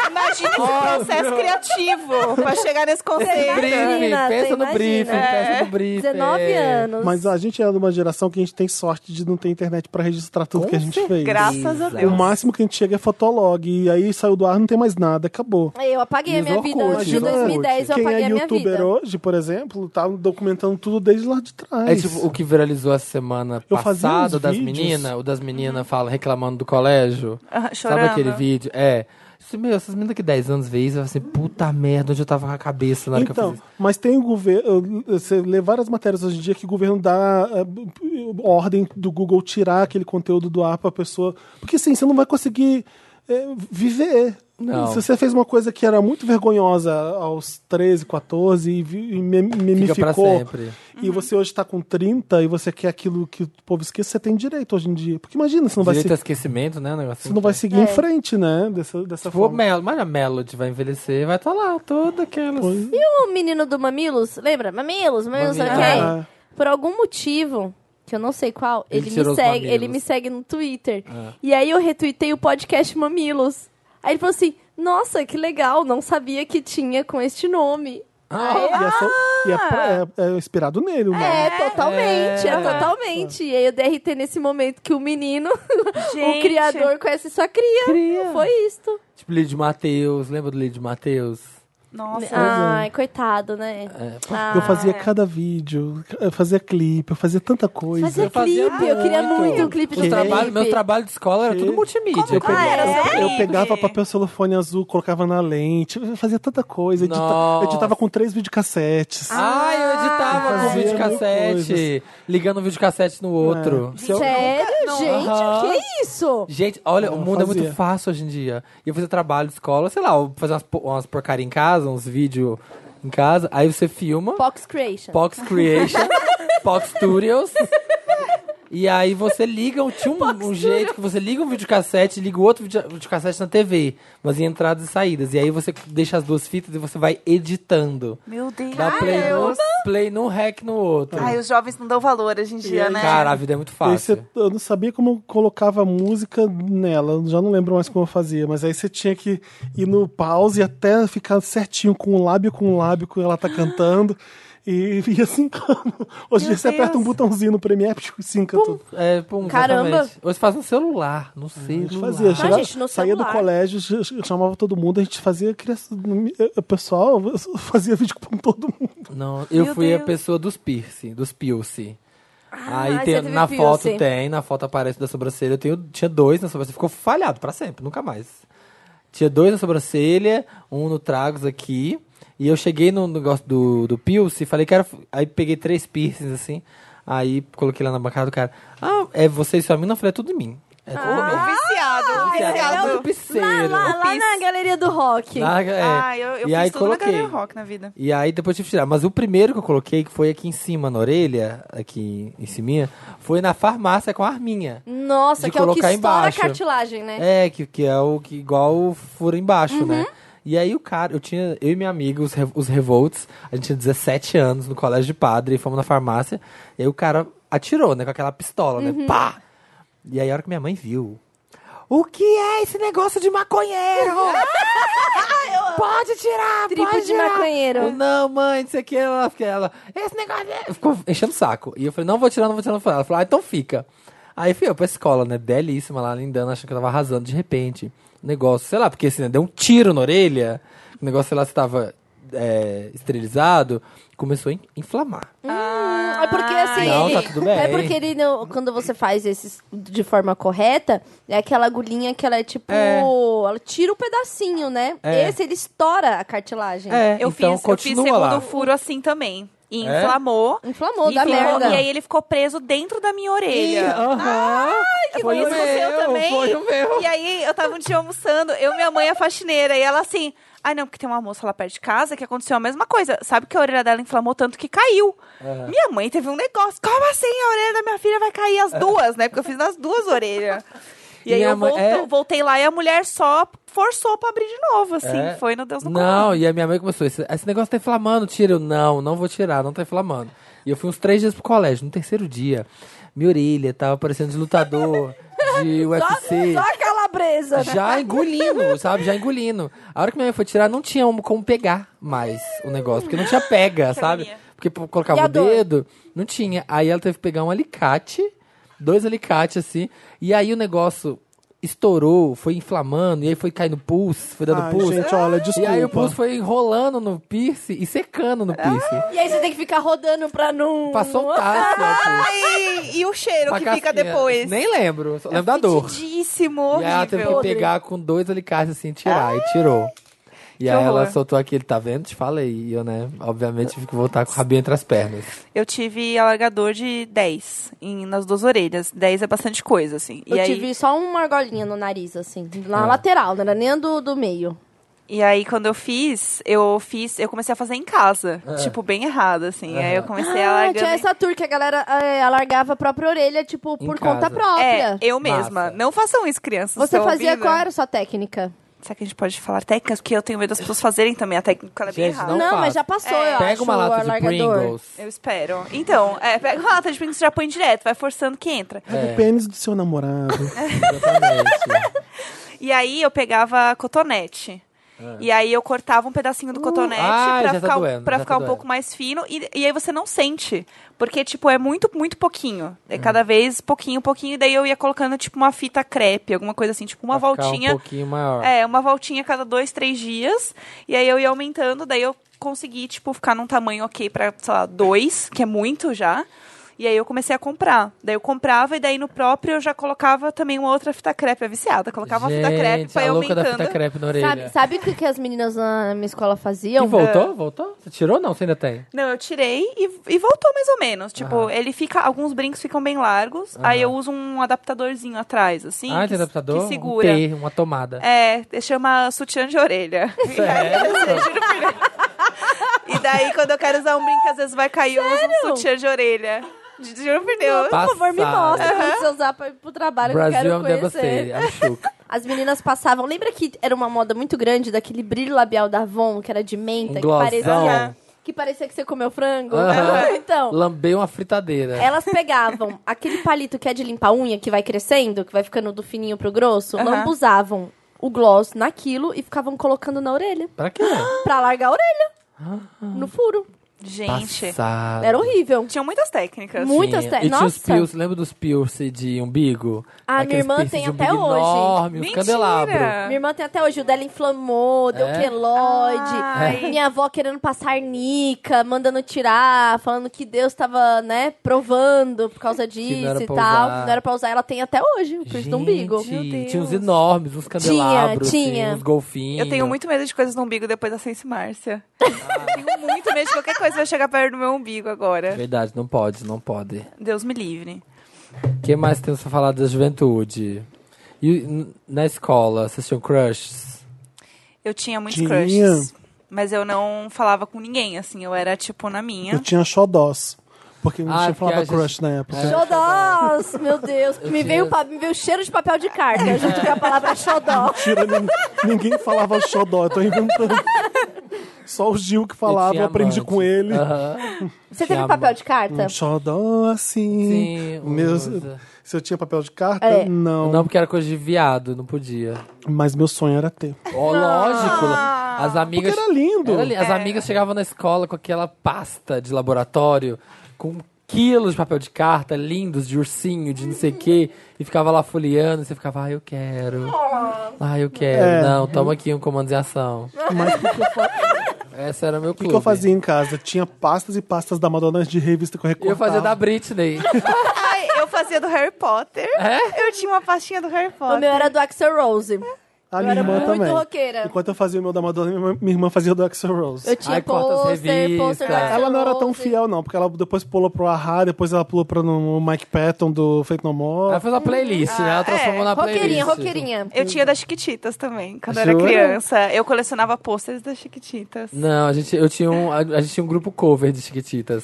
[SPEAKER 3] Imagina esse processo criativo pra chegar nesse conceito.
[SPEAKER 2] briefing,
[SPEAKER 4] né? imagina,
[SPEAKER 2] pensa
[SPEAKER 4] você
[SPEAKER 2] no briefing,
[SPEAKER 4] imagina.
[SPEAKER 2] pensa no briefing.
[SPEAKER 4] 19 anos.
[SPEAKER 1] Mas a gente é de uma geração que a gente tem sorte de não ter internet pra registrar tudo que a gente fez.
[SPEAKER 3] Graças a Deus.
[SPEAKER 1] O máximo que a gente chega é fotolog. E aí saiu do ar, não tem mais nada, acabou.
[SPEAKER 4] Eu apaguei a
[SPEAKER 2] E os
[SPEAKER 4] minha vida.
[SPEAKER 2] Orkut,
[SPEAKER 4] Antes de
[SPEAKER 2] né?
[SPEAKER 4] 2010 eu
[SPEAKER 1] Quem
[SPEAKER 4] apaguei
[SPEAKER 1] é
[SPEAKER 4] a minha
[SPEAKER 1] youtuber
[SPEAKER 4] vida.
[SPEAKER 1] hoje, por exemplo, tá documentando tudo desde lá de trás.
[SPEAKER 2] É tipo o que viralizou a semana
[SPEAKER 1] Eu fazia
[SPEAKER 2] passada
[SPEAKER 1] uns
[SPEAKER 2] das
[SPEAKER 1] vídeos. Uhum.
[SPEAKER 2] meninas, o das meninas fala reclamando do colégio.
[SPEAKER 3] Ah,
[SPEAKER 2] Sabe
[SPEAKER 3] chorando.
[SPEAKER 2] aquele vídeo? É. Isso, Meu, essas meninas que 10 anos veem, isso, eu falo assim, puta merda, onde eu tava com a cabeça na hora que eu
[SPEAKER 1] Então,
[SPEAKER 2] fiz isso.
[SPEAKER 1] mas tem o governo. Você lê várias matérias hoje em dia que o governo dá eh, b- b- ordem do Google tirar aquele conteúdo do ar pra pessoa. Porque assim, você não vai conseguir eh, viver.
[SPEAKER 2] Não.
[SPEAKER 1] Se você fez uma coisa que era muito vergonhosa aos 13, 14 e, vi- e me-
[SPEAKER 2] Fica pra
[SPEAKER 1] memificou.
[SPEAKER 2] sempre.
[SPEAKER 4] Uhum.
[SPEAKER 1] E você hoje tá com 30 e você quer aquilo que o povo esqueça, você tem direito hoje em dia. Porque imagina, você não vai,
[SPEAKER 2] Direito a
[SPEAKER 1] se,
[SPEAKER 2] esquecimento, né? o negócio
[SPEAKER 1] você não vai
[SPEAKER 2] assim.
[SPEAKER 1] seguir em
[SPEAKER 4] É.
[SPEAKER 1] frente, né? Dessa, dessa
[SPEAKER 2] Pô,
[SPEAKER 1] forma.
[SPEAKER 2] Mel, mas a Melody vai envelhecer, vai estar lá, toda aquela.
[SPEAKER 1] Pois-
[SPEAKER 4] E o menino do Mamilos, lembra? Mamilos, Mamilos,
[SPEAKER 2] Mamilos.
[SPEAKER 4] ok?
[SPEAKER 1] Ah.
[SPEAKER 4] Por algum motivo, que eu não sei qual,
[SPEAKER 2] Ele
[SPEAKER 4] ele,
[SPEAKER 2] tirou
[SPEAKER 4] me
[SPEAKER 2] os
[SPEAKER 4] segue, ele
[SPEAKER 2] mamilos. É.
[SPEAKER 4] me segue no Twitter. E aí eu retuitei o podcast Mamilos. Aí ele falou assim: "Nossa, que legal, não sabia que tinha com este nome".
[SPEAKER 1] E, é só- e é
[SPEAKER 3] ah!
[SPEAKER 1] pra- é- é inspirado nele, né?
[SPEAKER 4] É, totalmente, é, totalmente. E aí eu DRT nesse momento que o menino, o
[SPEAKER 3] Gente.
[SPEAKER 4] criador conhece sua cria.
[SPEAKER 2] Cria.
[SPEAKER 4] Foi isto.
[SPEAKER 2] Tipo, Lid Matheus, lembra do Lid Matheus?
[SPEAKER 3] Nossa.
[SPEAKER 2] é.
[SPEAKER 4] Ai, coitado, né? Ah.
[SPEAKER 3] tá.
[SPEAKER 1] Eu fazia cada vídeo, eu fazia clipe, eu fazia tanta coisa.
[SPEAKER 4] Fazia
[SPEAKER 2] Eu fazia
[SPEAKER 4] clipe, eu queria muito um clipe
[SPEAKER 2] Os
[SPEAKER 4] do
[SPEAKER 2] trabalhos-
[SPEAKER 4] Felipe.
[SPEAKER 2] Meu trabalho de escola era
[SPEAKER 1] Que-
[SPEAKER 2] tudo multimídia.
[SPEAKER 1] Eu,
[SPEAKER 3] Ah,
[SPEAKER 1] pe-
[SPEAKER 3] era só
[SPEAKER 1] eu
[SPEAKER 3] clipe.
[SPEAKER 1] pegava papel celofone azul, colocava na lente, eu fazia tanta coisa. Edita,
[SPEAKER 2] Nossa.
[SPEAKER 1] eu editava com três videocassetes.
[SPEAKER 2] Ah, eu editava
[SPEAKER 1] Ah,
[SPEAKER 2] com
[SPEAKER 1] fazia
[SPEAKER 2] vídeo
[SPEAKER 1] mil
[SPEAKER 2] cassete, ligando um vídeo cassete no outro.
[SPEAKER 1] É.
[SPEAKER 4] Sério,
[SPEAKER 3] Não.
[SPEAKER 4] gente, o
[SPEAKER 2] Aham.
[SPEAKER 4] que é isso?
[SPEAKER 2] Gente, olha,
[SPEAKER 1] Ah,
[SPEAKER 2] o mundo é
[SPEAKER 1] fazia.
[SPEAKER 2] muito fácil hoje em dia. E eu fazia trabalho de escola, sei lá, eu fazia umas, po- umas porcaria em casa, uns vídeos em casa, aí você filma,
[SPEAKER 4] Fox Creation.
[SPEAKER 2] Pox Creation, Pox Studios. E aí você liga, um- tinha um, um jeito que você liga um videocassete e liga o outro vídeo videocassete na TV, mas em entradas e saídas. E aí você deixa as duas fitas e você vai editando.
[SPEAKER 3] Meu Deus.
[SPEAKER 2] Dá play num, play num hack no outro.
[SPEAKER 3] Ai, os jovens não dão valor hoje em dia, né?
[SPEAKER 2] Cara, a vida é muito
[SPEAKER 1] E aí
[SPEAKER 2] fácil.
[SPEAKER 1] você- eu não sabia como eu colocava música nela, eu já não lembro mais como eu fazia, mas aí você tinha que ir no pause até ficar certinho com o lábio com o lábio que ela tá cantando. E ia sincando. Hoje em dia
[SPEAKER 3] Meu
[SPEAKER 1] você aperta um
[SPEAKER 3] Deus.
[SPEAKER 1] botãozinho no Premiere e sinca tudo.
[SPEAKER 2] É, pum,
[SPEAKER 4] Caramba.
[SPEAKER 2] exatamente. Ou você faz no celular, no
[SPEAKER 1] A gente
[SPEAKER 2] celular.
[SPEAKER 1] fazia, chegava,
[SPEAKER 4] gente, no
[SPEAKER 1] saía do
[SPEAKER 4] celular.
[SPEAKER 1] colégio, ch- ch- chamava todo mundo, a gente fazia criança, o pessoal fazia vídeo com todo mundo.
[SPEAKER 2] Não, eu
[SPEAKER 3] Meu
[SPEAKER 2] fui a
[SPEAKER 3] Deus.
[SPEAKER 2] pessoa dos piercing, dos pilce.
[SPEAKER 4] Ah, você
[SPEAKER 2] Aí tem,
[SPEAKER 4] teve
[SPEAKER 2] na
[SPEAKER 4] piercing.
[SPEAKER 2] foto tem, na foto aparece da sobrancelha. Eu tenho, tinha dois na sobrancelha, ficou falhado pra sempre, nunca mais. Tinha dois na sobrancelha, um no tragos aqui. E eu cheguei no negócio do, do piercing, falei que era. Aí peguei três piercings assim. Aí coloquei lá na bancada do cara. Ah, é você e sua mina? Eu falei, é tudo em mim. É tudo em
[SPEAKER 4] Ah,
[SPEAKER 2] mim. Viciado,
[SPEAKER 3] Viciado, viciado.
[SPEAKER 4] Lá,
[SPEAKER 2] piseiro.
[SPEAKER 4] lá, lá
[SPEAKER 3] Eu
[SPEAKER 4] na
[SPEAKER 3] fiz.
[SPEAKER 4] galeria do rock.
[SPEAKER 2] Ah, é.
[SPEAKER 3] Ah, eu, eu
[SPEAKER 2] e
[SPEAKER 3] fiz
[SPEAKER 2] aí
[SPEAKER 3] tudo
[SPEAKER 2] coloquei.
[SPEAKER 3] na Galera Rock na vida.
[SPEAKER 2] E aí depois tive que tirar. Mas o primeiro que eu coloquei, que foi aqui em cima, na orelha, aqui em cima, foi na farmácia com a arminha.
[SPEAKER 3] Né?
[SPEAKER 4] Nossa,
[SPEAKER 2] De
[SPEAKER 4] que é o que
[SPEAKER 2] colocar
[SPEAKER 4] estoura
[SPEAKER 2] embaixo.
[SPEAKER 4] a cartilagem, né?
[SPEAKER 2] É, que, que é o que igual fura embaixo,
[SPEAKER 3] Uhum.
[SPEAKER 2] né? E aí o cara, eu tinha, eu e minha amiga, os, Re- os Revolts, a gente tinha 17 anos no colégio de padre, fomos na farmácia, e aí o cara atirou, né, com aquela pistola,
[SPEAKER 3] Uhum.
[SPEAKER 2] né? Pá! E aí a hora que minha mãe viu. O que é esse negócio de maconheiro? pode tirar,
[SPEAKER 4] Triplo
[SPEAKER 2] pode
[SPEAKER 4] de
[SPEAKER 2] tirar.
[SPEAKER 4] maconheiro.
[SPEAKER 2] Eu, não, mãe, isso aqui, ela, ela, esse negócio é... Ficou enchendo o saco. E eu falei, não vou tirar, não vou tirar. Não vou tirar. Ela falou, ah, então fica. Aí fui eu pra escola, né, belíssima lá, lindando, achando que eu tava arrasando de repente. O negócio, sei lá, porque assim, né, deu um tiro na orelha, o negócio, sei lá, se tava é, esterilizado, começou a in- inflamar.
[SPEAKER 4] Hum, é porque assim.
[SPEAKER 2] Não, tá
[SPEAKER 4] ele-
[SPEAKER 2] tudo bem.
[SPEAKER 4] É porque ele não- quando você faz esses de forma correta, é aquela agulhinha que ela é tipo.
[SPEAKER 2] É.
[SPEAKER 4] Ela tira um pedacinho, né?
[SPEAKER 2] É.
[SPEAKER 4] Esse ele estoura a cartilagem.
[SPEAKER 2] É,
[SPEAKER 3] Eu
[SPEAKER 2] então
[SPEAKER 3] fiz, eu fiz
[SPEAKER 2] continua
[SPEAKER 3] segundo
[SPEAKER 2] lá.
[SPEAKER 3] furo assim também. E
[SPEAKER 2] É?
[SPEAKER 3] inflamou.
[SPEAKER 4] Inflamou,
[SPEAKER 3] e,
[SPEAKER 4] dá
[SPEAKER 3] ficou-
[SPEAKER 4] merda.
[SPEAKER 3] e aí ele ficou preso dentro da minha
[SPEAKER 2] Ih,
[SPEAKER 3] orelha.
[SPEAKER 2] Aham, foi o
[SPEAKER 3] Isso aconteceu
[SPEAKER 2] meu,
[SPEAKER 3] também.
[SPEAKER 2] foi o meu.
[SPEAKER 3] E aí eu tava um dia almoçando, eu e minha mãe é faxineira, e ela assim. Ai, não, porque tem uma moça lá perto de casa que aconteceu a mesma coisa. Sabe que a orelha dela inflamou tanto que caiu. Minha mãe teve um negócio. Como assim a orelha da minha filha vai cair as duas, né? Porque eu fiz nas duas orelhas. E,
[SPEAKER 2] E
[SPEAKER 3] aí
[SPEAKER 2] minha
[SPEAKER 3] eu
[SPEAKER 2] mãe-
[SPEAKER 3] voltou-
[SPEAKER 2] é.
[SPEAKER 3] voltei lá e a mulher só forçou pra abrir de novo, assim.
[SPEAKER 2] É.
[SPEAKER 3] Foi no Deus no
[SPEAKER 2] Não, e a minha mãe começou, esse, esse negócio tá inflamando, tira. Eu, não, não vou tirar, não tá inflamando. E eu fui uns três dias pro colégio. No terceiro dia, minha orelha tava parecendo de lutador, de
[SPEAKER 4] Só,
[SPEAKER 2] UFC.
[SPEAKER 4] só aquela
[SPEAKER 5] calabresa. né?
[SPEAKER 2] Já engolindo, sabe? Já engolindo. A hora que minha mãe foi tirar, não tinha um como pegar mais o negócio, porque não tinha pega, sabe?
[SPEAKER 3] agonia.
[SPEAKER 2] Porque pô, colocava
[SPEAKER 4] E a
[SPEAKER 2] o
[SPEAKER 4] dor?
[SPEAKER 2] dedo, não tinha. Aí ela teve que pegar um alicate, dois alicates assim, e aí o negócio estourou, foi inflamando, e aí foi caindo pulso, foi dando
[SPEAKER 1] Ai,
[SPEAKER 2] pulso.
[SPEAKER 1] gente, olha,
[SPEAKER 2] e aí o
[SPEAKER 1] desculpa.
[SPEAKER 2] pulso foi enrolando no piercing e secando no piercing.
[SPEAKER 3] Ah,
[SPEAKER 4] E aí você tem que ficar rodando pra não.
[SPEAKER 2] Pra
[SPEAKER 4] não...
[SPEAKER 2] soltar. assim, ó, pulso.
[SPEAKER 3] Ai, e o cheiro
[SPEAKER 2] Pra
[SPEAKER 3] que fica
[SPEAKER 2] casquinha.
[SPEAKER 3] depois?
[SPEAKER 2] Nem lembro, só lembro da dor.
[SPEAKER 3] Fedidíssimo,
[SPEAKER 2] E aí ela teve um que
[SPEAKER 3] horrível. Ah,
[SPEAKER 2] pegar com dois alicates assim, tirar, e tirou. E aí
[SPEAKER 3] horror.
[SPEAKER 2] ela soltou aquele, tá vendo? Te falei. E eu, né, obviamente, tive que voltar com o rabinho entre as pernas.
[SPEAKER 3] Eu tive alargador de 10 em- nas duas orelhas. 10 é bastante coisa, assim.
[SPEAKER 4] Eu
[SPEAKER 3] e, aí,
[SPEAKER 4] tive só uma argolinha no nariz, assim. Na
[SPEAKER 2] Ah.
[SPEAKER 4] lateral, não era nem a do, do meio.
[SPEAKER 3] e aí, quando eu fiz, eu fiz, eu comecei a fazer em casa.
[SPEAKER 2] É.
[SPEAKER 3] Tipo, bem errado, assim. Aí eu comecei a
[SPEAKER 4] Ah,
[SPEAKER 3] alargar.
[SPEAKER 4] tinha essa tour que a galera é, alargava a própria orelha, tipo,
[SPEAKER 2] Em
[SPEAKER 4] por
[SPEAKER 2] casa.
[SPEAKER 4] conta própria.
[SPEAKER 3] É, eu mesma.
[SPEAKER 2] Massa.
[SPEAKER 3] Não façam isso, crianças.
[SPEAKER 4] Você
[SPEAKER 3] estão
[SPEAKER 4] fazia
[SPEAKER 3] ouvindo?
[SPEAKER 4] qual era a sua técnica?
[SPEAKER 3] Será que a gente pode falar técnicas? Porque eu tenho medo das pessoas fazerem também a técnica. Ela é bem
[SPEAKER 2] Gente,
[SPEAKER 3] errada.
[SPEAKER 2] Não
[SPEAKER 4] Não,
[SPEAKER 2] faço.
[SPEAKER 4] mas já passou,
[SPEAKER 3] É.
[SPEAKER 4] eu
[SPEAKER 2] Pega
[SPEAKER 4] acho,
[SPEAKER 2] uma
[SPEAKER 4] o
[SPEAKER 2] lata de
[SPEAKER 4] alargador.
[SPEAKER 2] Pringles.
[SPEAKER 3] Eu espero. Então, é, pega uma lata de pinto e já põe direto. Vai forçando que entra.
[SPEAKER 2] É.
[SPEAKER 1] O pênis do seu namorado.
[SPEAKER 2] Exatamente.
[SPEAKER 3] E aí eu pegava cotonete. E aí eu cortava um pedacinho do cotonete
[SPEAKER 2] É. Ah,
[SPEAKER 3] pra
[SPEAKER 2] já tá
[SPEAKER 3] ficar, um-
[SPEAKER 2] doendo,
[SPEAKER 3] pra
[SPEAKER 2] já
[SPEAKER 3] ficar
[SPEAKER 2] tá
[SPEAKER 3] um
[SPEAKER 2] doendo.
[SPEAKER 3] pouco mais fino. E, e aí você não sente. Porque, tipo, é muito, muito pouquinho. É
[SPEAKER 2] Hum.
[SPEAKER 3] cada vez pouquinho, pouquinho. E daí eu ia colocando, tipo, uma fita crepe, alguma coisa assim, tipo, uma
[SPEAKER 2] Pra ficar
[SPEAKER 3] voltinha.
[SPEAKER 2] um pouquinho maior.
[SPEAKER 3] É, uma voltinha a cada dois, três dias. E aí eu ia aumentando, daí eu consegui, tipo, ficar num tamanho ok pra, sei lá, dois, que é muito já. E aí eu comecei a comprar. Daí eu comprava e daí no próprio eu já colocava também uma outra fita crepe. É viciada, colocava
[SPEAKER 2] Gente,
[SPEAKER 3] uma fita crepe pra
[SPEAKER 2] a
[SPEAKER 3] ir
[SPEAKER 2] louca da
[SPEAKER 3] aumentando.
[SPEAKER 2] fita crepe na
[SPEAKER 4] Sabe,
[SPEAKER 2] orelha.
[SPEAKER 4] sabe um- o que, que as meninas na minha escola
[SPEAKER 2] E
[SPEAKER 4] faziam?
[SPEAKER 2] voltou? Voltou? Você tirou ou não? Você ainda tem?
[SPEAKER 3] Não, eu tirei e, e voltou mais ou menos. Tipo,
[SPEAKER 2] Aham.
[SPEAKER 3] ele fica. Alguns brincos ficam bem largos.
[SPEAKER 2] Aham.
[SPEAKER 3] Aí eu uso um adaptadorzinho atrás, assim.
[SPEAKER 2] ah,
[SPEAKER 3] que,
[SPEAKER 2] tem adaptador?
[SPEAKER 3] que
[SPEAKER 2] Um
[SPEAKER 3] segura.
[SPEAKER 2] T, uma tomada.
[SPEAKER 3] É, chama sutiã de orelha.
[SPEAKER 2] Sério?
[SPEAKER 3] E daí, quando eu quero usar um brinco, às vezes vai cair, eu uso um sutiã de orelha. Juro por Deus.
[SPEAKER 4] Por favor, me
[SPEAKER 2] Passada.
[SPEAKER 4] mostra pra você usar pra, pro trabalho que
[SPEAKER 2] Brasil, é um
[SPEAKER 4] eu
[SPEAKER 2] I'm
[SPEAKER 4] quero conhecer.
[SPEAKER 2] devastated. I'm shook.
[SPEAKER 4] As meninas passavam. Lembra que era uma moda muito grande dadaquele brilho labial da Avon, que era de menta,
[SPEAKER 2] Um
[SPEAKER 4] que parecia,
[SPEAKER 2] glossão.
[SPEAKER 4] que parecia que você comeu frango?
[SPEAKER 2] Aham.
[SPEAKER 4] Então,
[SPEAKER 2] Lambei uma fritadeira.
[SPEAKER 4] elas pegavam aquele palito que é de limpar unha, que vai crescendo, que vai ficando do fininho pro grosso,
[SPEAKER 3] Aham.
[SPEAKER 4] lambuzavam o gloss naquilo e ficavam colocando na orelha.
[SPEAKER 2] Pra quê?
[SPEAKER 4] Pra largar a orelha. No furo.
[SPEAKER 3] Gente,
[SPEAKER 2] Passado.
[SPEAKER 4] Era horrível.
[SPEAKER 3] tinha muitas técnicas.
[SPEAKER 4] Muito. Muitas
[SPEAKER 2] Tinha.
[SPEAKER 4] te-
[SPEAKER 2] E tinha os
[SPEAKER 4] Nossa.
[SPEAKER 2] piercing, lembra dos piercing de umbigo?
[SPEAKER 4] Ah, minha
[SPEAKER 2] Aqueles
[SPEAKER 4] irmã
[SPEAKER 2] piercing
[SPEAKER 4] tem
[SPEAKER 2] de
[SPEAKER 4] até
[SPEAKER 2] umbigo
[SPEAKER 4] hoje.
[SPEAKER 2] Enorme, os
[SPEAKER 3] Mentira!
[SPEAKER 2] candelabros.
[SPEAKER 4] Minha irmã tem até hoje, o dela inflamou, deu
[SPEAKER 2] É?
[SPEAKER 4] queloide.
[SPEAKER 3] Ai.
[SPEAKER 4] Minha avó querendo passar nica, mandando tirar, falando que Deus tava, né, provando por causa disso
[SPEAKER 2] era
[SPEAKER 4] e
[SPEAKER 2] pra
[SPEAKER 4] tal.
[SPEAKER 2] usar.
[SPEAKER 4] Não era pra usar, ela tem até hoje, o piercing do umbigo.
[SPEAKER 2] Gente,
[SPEAKER 3] Meu Deus.
[SPEAKER 2] Tinha uns enormes, uns candelabros,
[SPEAKER 4] tinha.
[SPEAKER 2] Assim, uns golfinhos.
[SPEAKER 3] Eu tenho muito medo de coisas no umbigo depois da Sense Márcia. Eu tenho muito medo de qualquer coisa que vai chegar perto do meu umbigo agora.
[SPEAKER 2] Verdade, não pode, não pode.
[SPEAKER 3] Deus me livre.
[SPEAKER 2] O que mais temos pra falar da juventude? E n- na escola, vocês tinham crushes?
[SPEAKER 3] Eu tinha muitos
[SPEAKER 1] Tinha.
[SPEAKER 3] crushes. Mas eu não falava com ninguém, assim. Eu era, tipo, na minha.
[SPEAKER 1] Eu tinha xodós. Porque não
[SPEAKER 2] Ah,
[SPEAKER 1] tinha
[SPEAKER 2] porque
[SPEAKER 1] falava
[SPEAKER 2] a gente-
[SPEAKER 1] crush na época.
[SPEAKER 4] Xodós! Meu Deus, me
[SPEAKER 2] tinha-
[SPEAKER 4] veio, pa- me veio cheiro de papel de carta junto com a palavra xodó.
[SPEAKER 1] Mentira, nin- ninguém falava xodó, eu tô inventando. Só o Gil que falava, eu,
[SPEAKER 2] tinha
[SPEAKER 1] aprendi
[SPEAKER 2] amante.
[SPEAKER 1] com ele.
[SPEAKER 2] Aham.
[SPEAKER 4] Você
[SPEAKER 2] Tinha
[SPEAKER 4] teve papel de carta?
[SPEAKER 1] Um xodó assim.
[SPEAKER 2] Sim,
[SPEAKER 1] Meus-
[SPEAKER 2] usa.
[SPEAKER 1] se eu tinha papel de carta,
[SPEAKER 4] É.
[SPEAKER 1] não.
[SPEAKER 2] Não, porque era coisa de viado, não podia.
[SPEAKER 1] Mas meu sonho era ter.
[SPEAKER 2] Ó, lógico. As amigas.
[SPEAKER 1] Porque era lindo.
[SPEAKER 2] Era li-
[SPEAKER 4] É.
[SPEAKER 2] As amigas chegavam na escola com aquela pasta de laboratório, com quilos de papel de carta, lindos, de ursinho, de não sei o quê, e ficava lá folheando, e você ficava, ah, eu quero. Ah, eu quero.
[SPEAKER 1] É.
[SPEAKER 2] Não, toma aqui um comando de ação.
[SPEAKER 1] Mas o que, que eu, fa-
[SPEAKER 2] Essa era o meu
[SPEAKER 1] o que
[SPEAKER 2] clube.
[SPEAKER 1] que eu fazia em casa? Tinha pastas e pastas da Madonna de revista que eu
[SPEAKER 2] Eu
[SPEAKER 1] recortava.
[SPEAKER 2] fazia da Britney.
[SPEAKER 3] Ai, eu fazia do Harry Potter. Eu tinha uma pastinha do Harry
[SPEAKER 4] O
[SPEAKER 3] Potter.
[SPEAKER 4] meu era do Axel Rose.
[SPEAKER 1] A
[SPEAKER 4] Eu
[SPEAKER 1] minha
[SPEAKER 4] era
[SPEAKER 1] irmã
[SPEAKER 4] muito
[SPEAKER 1] também.
[SPEAKER 4] roqueira.
[SPEAKER 1] Enquanto eu fazia o meu da Madonna, minha irmã- minha irmã fazia o do Axel Rose.
[SPEAKER 4] Eu tinha
[SPEAKER 2] Aí corta as
[SPEAKER 4] pôster, pôster do
[SPEAKER 2] revistas.
[SPEAKER 4] Axl
[SPEAKER 1] Ela não era tão
[SPEAKER 4] Rose.
[SPEAKER 1] fiel, não, porque ela depois pulou pro Ahá, depois ela pulou pro no Mike Patton do Fate No More.
[SPEAKER 2] Ela fez uma playlist, né? Ela transformou
[SPEAKER 3] é.
[SPEAKER 2] na playlist.
[SPEAKER 4] Ah, Roqueirinha, roqueirinha.
[SPEAKER 3] Eu tinha das Chiquititas também, quando eu era
[SPEAKER 2] Jura?
[SPEAKER 3] criança. Eu colecionava pôsteres das Chiquititas.
[SPEAKER 2] Não, a gente, eu tinha um, a, a gente tinha um grupo cover de Chiquititas.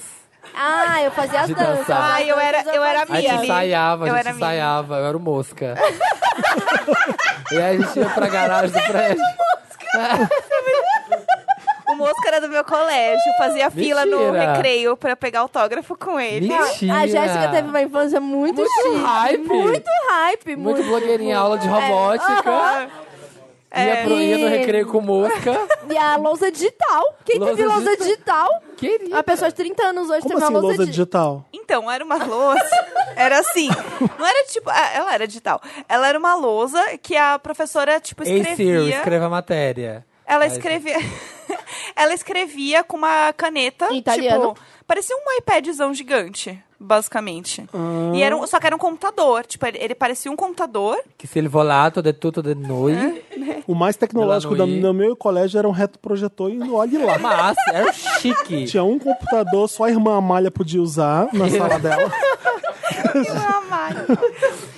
[SPEAKER 4] Ah, eu fazia as
[SPEAKER 2] De
[SPEAKER 4] danças.
[SPEAKER 2] dançar.
[SPEAKER 4] as
[SPEAKER 3] Ai, eu era-
[SPEAKER 4] danças
[SPEAKER 3] eu era
[SPEAKER 2] A
[SPEAKER 4] fazia.
[SPEAKER 2] gente
[SPEAKER 3] Millie.
[SPEAKER 2] ensaiava,
[SPEAKER 3] Eu
[SPEAKER 2] a
[SPEAKER 3] era
[SPEAKER 2] gente
[SPEAKER 3] Millie.
[SPEAKER 2] ensaiava, eu era o Mosca. e aí a gente ia pra garagem do prédio.
[SPEAKER 3] O o Mosca era do meu colégio. Fazia fila no
[SPEAKER 2] Mentira.
[SPEAKER 3] recreio pra pegar autógrafo com ele.
[SPEAKER 2] Mentira.
[SPEAKER 4] A Jéssica teve uma infância muito,
[SPEAKER 2] Muito
[SPEAKER 4] chique.
[SPEAKER 2] hype.
[SPEAKER 4] Muito hype.
[SPEAKER 2] Muito blogueirinha, aula de
[SPEAKER 3] É.
[SPEAKER 2] robótica. Ia, pro, ia no
[SPEAKER 4] E-
[SPEAKER 2] recreio com mosca.
[SPEAKER 4] E a lousa digital. Quem
[SPEAKER 2] Lousa
[SPEAKER 4] teve lousa digital?
[SPEAKER 2] Querida.
[SPEAKER 4] Uma pessoa de 30 anos hoje
[SPEAKER 1] Como
[SPEAKER 4] teve
[SPEAKER 1] assim,
[SPEAKER 4] uma lousa,
[SPEAKER 1] lousa
[SPEAKER 4] digital.
[SPEAKER 1] digital?
[SPEAKER 3] Então, era uma lousa. Era assim. Não era tipo. ah, Ela era digital. Ela era uma lousa que a professora, tipo,
[SPEAKER 2] Ei, Siri,
[SPEAKER 3] escrevia.
[SPEAKER 2] escreva a matéria.
[SPEAKER 3] Ela
[SPEAKER 2] Ai,
[SPEAKER 3] escrevia. Ela escrevia com uma caneta.
[SPEAKER 4] Em italiano?
[SPEAKER 3] Tipo, parecia um iPadzão gigante, basicamente. E era um- só que era um computador. Tipo, ele, ele parecia um computador.
[SPEAKER 2] Que se ele volato de tudo de noi.
[SPEAKER 1] O mais tecnológico
[SPEAKER 2] Ela
[SPEAKER 1] do
[SPEAKER 2] não ia.
[SPEAKER 1] no meu colégio era um retroprojetor e olhe lá.
[SPEAKER 2] Mas assim, era chique.
[SPEAKER 1] Tinha um computador, só a irmã Amália podia usar na sala dela.
[SPEAKER 3] E uma malha.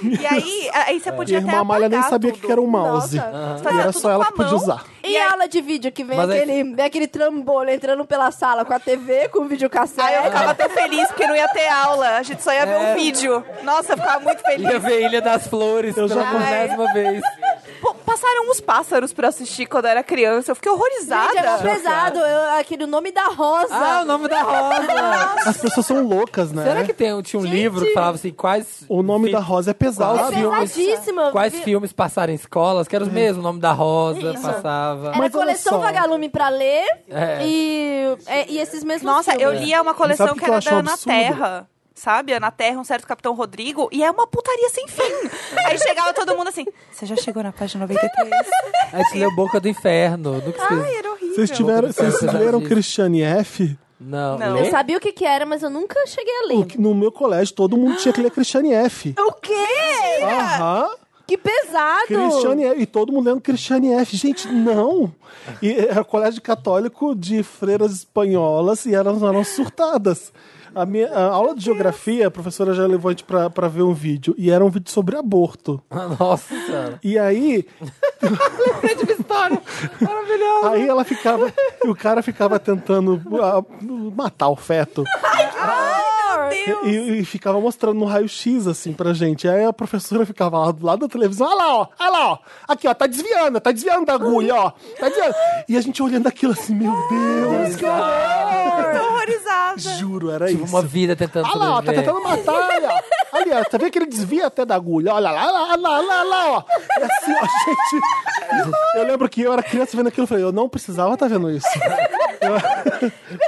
[SPEAKER 3] E aí, aí você
[SPEAKER 1] É. E a
[SPEAKER 3] podia até
[SPEAKER 1] irmã Amália nem
[SPEAKER 3] apagar
[SPEAKER 1] sabia o
[SPEAKER 3] tudo.
[SPEAKER 1] que era um mouse.
[SPEAKER 4] Nossa.
[SPEAKER 1] E
[SPEAKER 3] Fazia
[SPEAKER 1] era
[SPEAKER 3] tudo
[SPEAKER 1] só ela
[SPEAKER 3] com a
[SPEAKER 1] que podia
[SPEAKER 3] mão.
[SPEAKER 1] usar.
[SPEAKER 4] E, aula de vídeo, que vem
[SPEAKER 2] Mas aí-
[SPEAKER 4] aquele, vem aquele trambolho entrando pela sala com a TV, com o videocassete.
[SPEAKER 1] É.
[SPEAKER 3] Aí eu ficava tão feliz porque não ia ter aula. A gente só ia ver um vídeo. Nossa, eu ficava muito feliz.
[SPEAKER 2] Ia ver Ilha das Flores
[SPEAKER 1] um Eu
[SPEAKER 2] pela
[SPEAKER 1] já-
[SPEAKER 2] décima vez.
[SPEAKER 3] Pô, passaram uns pássaros pra eu assistir quando eu era criança. Eu fiquei horrorizada.
[SPEAKER 4] Gente, é mó pesado. Eu, aquele o nome da Rosa.
[SPEAKER 2] Ah, o nome da Rosa.
[SPEAKER 1] As pessoas são loucas, né?
[SPEAKER 2] Será que tem, tinha um livro que falava assim, quais...
[SPEAKER 1] O nome
[SPEAKER 2] fi-
[SPEAKER 1] da Rosa é pesado.
[SPEAKER 4] é
[SPEAKER 2] Quase.
[SPEAKER 4] pesadíssimo.
[SPEAKER 2] Quais
[SPEAKER 4] Vi-
[SPEAKER 2] filmes passaram em escolas? Que era os mesmos, o nome da Rosa,
[SPEAKER 4] Isso.
[SPEAKER 2] passava.
[SPEAKER 4] Era
[SPEAKER 1] Mas olha
[SPEAKER 4] coleção
[SPEAKER 1] só.
[SPEAKER 4] vagalume pra ler
[SPEAKER 2] É.
[SPEAKER 4] e, é, e esses mesmos
[SPEAKER 3] Nossa, eu
[SPEAKER 4] filmes.
[SPEAKER 3] lia uma coleção
[SPEAKER 1] Sabe o que
[SPEAKER 3] que
[SPEAKER 1] eu
[SPEAKER 3] era
[SPEAKER 1] acho
[SPEAKER 3] da
[SPEAKER 1] um
[SPEAKER 3] Ana
[SPEAKER 1] absurdo?
[SPEAKER 3] Terra. Sabe? Ana Terra, um certo Capitão Rodrigo. E é uma putaria sem fim. Aí chegava todo mundo assim, você já chegou na página 93?
[SPEAKER 2] A gente leu Boca do Inferno. Nunca esqueci.
[SPEAKER 3] Ai, era horrível.
[SPEAKER 1] Vocês tiveram, vocês
[SPEAKER 2] Apesar
[SPEAKER 1] leram
[SPEAKER 2] disso.
[SPEAKER 1] Christiane F?
[SPEAKER 2] Não,
[SPEAKER 3] Não.
[SPEAKER 2] lê?
[SPEAKER 4] Eu sabia o que que era, mas eu nunca cheguei a
[SPEAKER 1] O
[SPEAKER 4] ler.
[SPEAKER 1] que- No meu colégio, todo mundo tinha que ler Christiane F.
[SPEAKER 4] O quê?
[SPEAKER 1] Aham.
[SPEAKER 4] Que pesado!
[SPEAKER 1] Ah, Cristiane F. E todo mundo lendo Cristiane F. Gente, não! E era colégio católico de freiras espanholas e elas eram surtadas. A, minha, a aula de geografia, a professora já levou a gente pra, pra ver um vídeo. E era um vídeo sobre aborto.
[SPEAKER 2] Nossa senhora.
[SPEAKER 1] E aí,
[SPEAKER 2] História maravilhosa.
[SPEAKER 1] aí ela ficava. E o cara ficava tentando ah, matar o feto. E, e ficava mostrando no raio-x, assim, pra gente. Aí a professora ficava lá do lado da televisão, olha lá, ó, olha lá, ó. Aqui, ó, tá desviando, tá desviando da agulha, ó. Tá desviando. E a gente olhando aquilo assim, meu Deus,
[SPEAKER 3] Eu tô horrorizada.
[SPEAKER 1] juro, era isso.
[SPEAKER 2] Uma vida tentando
[SPEAKER 1] Olha lá, ó, tá
[SPEAKER 2] sobreviver.
[SPEAKER 1] tentando matar, olha. ó. Ali, ó, tá vendo que ele desvia até da agulha? Olha lá, olha lá, olha lá, olha lá, ó. E assim, ó, gente. Eu lembro que eu era criança vendo aquilo, eu falei, eu não precisava estar vendo isso.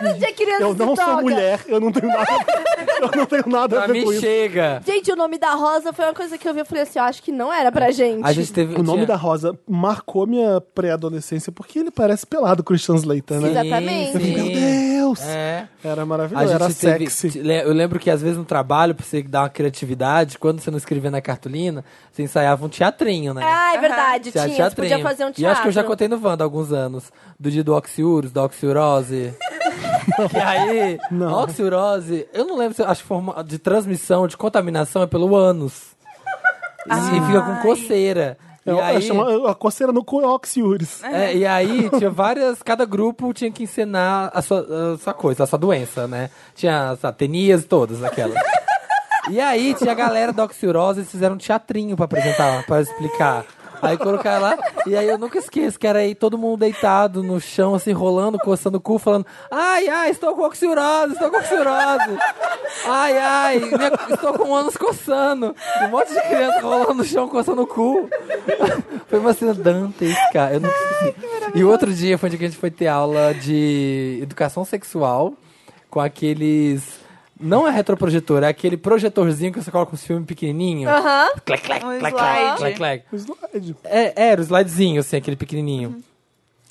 [SPEAKER 4] Onde é a criança
[SPEAKER 1] Eu
[SPEAKER 4] se
[SPEAKER 1] não sou
[SPEAKER 4] toca?
[SPEAKER 1] mulher, eu não tenho nada. Eu não tenho nada a
[SPEAKER 2] Pra
[SPEAKER 1] ver com
[SPEAKER 2] mim
[SPEAKER 1] isso.
[SPEAKER 2] chega.
[SPEAKER 4] Gente, o nome da Rosa foi uma coisa que eu vi. Eu falei assim, eu acho que não era pra gente.
[SPEAKER 2] A gente teve
[SPEAKER 1] O nome
[SPEAKER 2] tinha-
[SPEAKER 1] da Rosa marcou minha pré-adolescência porque ele parece pelado, Christian Slater, né?
[SPEAKER 4] Sim, Exatamente.
[SPEAKER 1] Eu
[SPEAKER 2] Sim.
[SPEAKER 1] falei, Meu Deus!
[SPEAKER 2] É.
[SPEAKER 1] Era
[SPEAKER 2] A
[SPEAKER 1] maravilhoso,
[SPEAKER 2] gente
[SPEAKER 1] era
[SPEAKER 2] teve-
[SPEAKER 1] sexy.
[SPEAKER 2] te- le- Eu lembro que às vezes no trabalho, pra você dar uma criatividade, quando você não escrevia na cartolina, você ensaiava um teatrinho, né?
[SPEAKER 4] Ah, é verdade,
[SPEAKER 2] Tinha
[SPEAKER 4] tinha. Você podia fazer um teatro.
[SPEAKER 2] E acho que eu já contei no Wanda há alguns anos. Do dia do oxiurus, da oxiurose. que aí,
[SPEAKER 1] Não.
[SPEAKER 2] oxiurose, eu não lembro se acho que forma de transmissão, de contaminação é pelo ânus. E,
[SPEAKER 4] Ah.
[SPEAKER 2] e fica com coceira. E
[SPEAKER 1] Eu- É eu
[SPEAKER 2] aí,
[SPEAKER 1] chamo- eu- a coceira no cu é oxiúris.
[SPEAKER 2] é, e aí tinha várias. Cada grupo tinha que ensinar a sua, a sua coisa, a sua doença, né? Tinha as atenias todas aquelas. E aí tinha a galera da Oxiurose, eles fizeram um teatrinho pra apresentar, pra explicar. Aí colocaram lá, e aí eu nunca esqueço que era aí todo mundo deitado no chão, assim, rolando, coçando o cu, falando: ai, ai, estou com oxiurose, estou com oxiurose. Ai, ai, minha- estou com anos coçando. E um monte de criança rolando no chão, coçando o cu. Foi uma cena dantesca, eu nunca esqueci. E outro dia foi o dia que a gente foi ter aula de educação sexual com aqueles. Não é retroprojetor, é aquele projetorzinho que você coloca os filmes pequenininho.
[SPEAKER 4] Aham.
[SPEAKER 2] Clac, clac,
[SPEAKER 3] Um
[SPEAKER 2] clac,
[SPEAKER 3] slide.
[SPEAKER 2] clac, clac, clac.
[SPEAKER 1] Slide.
[SPEAKER 2] É, era o slidezinho, assim, aquele pequenininho.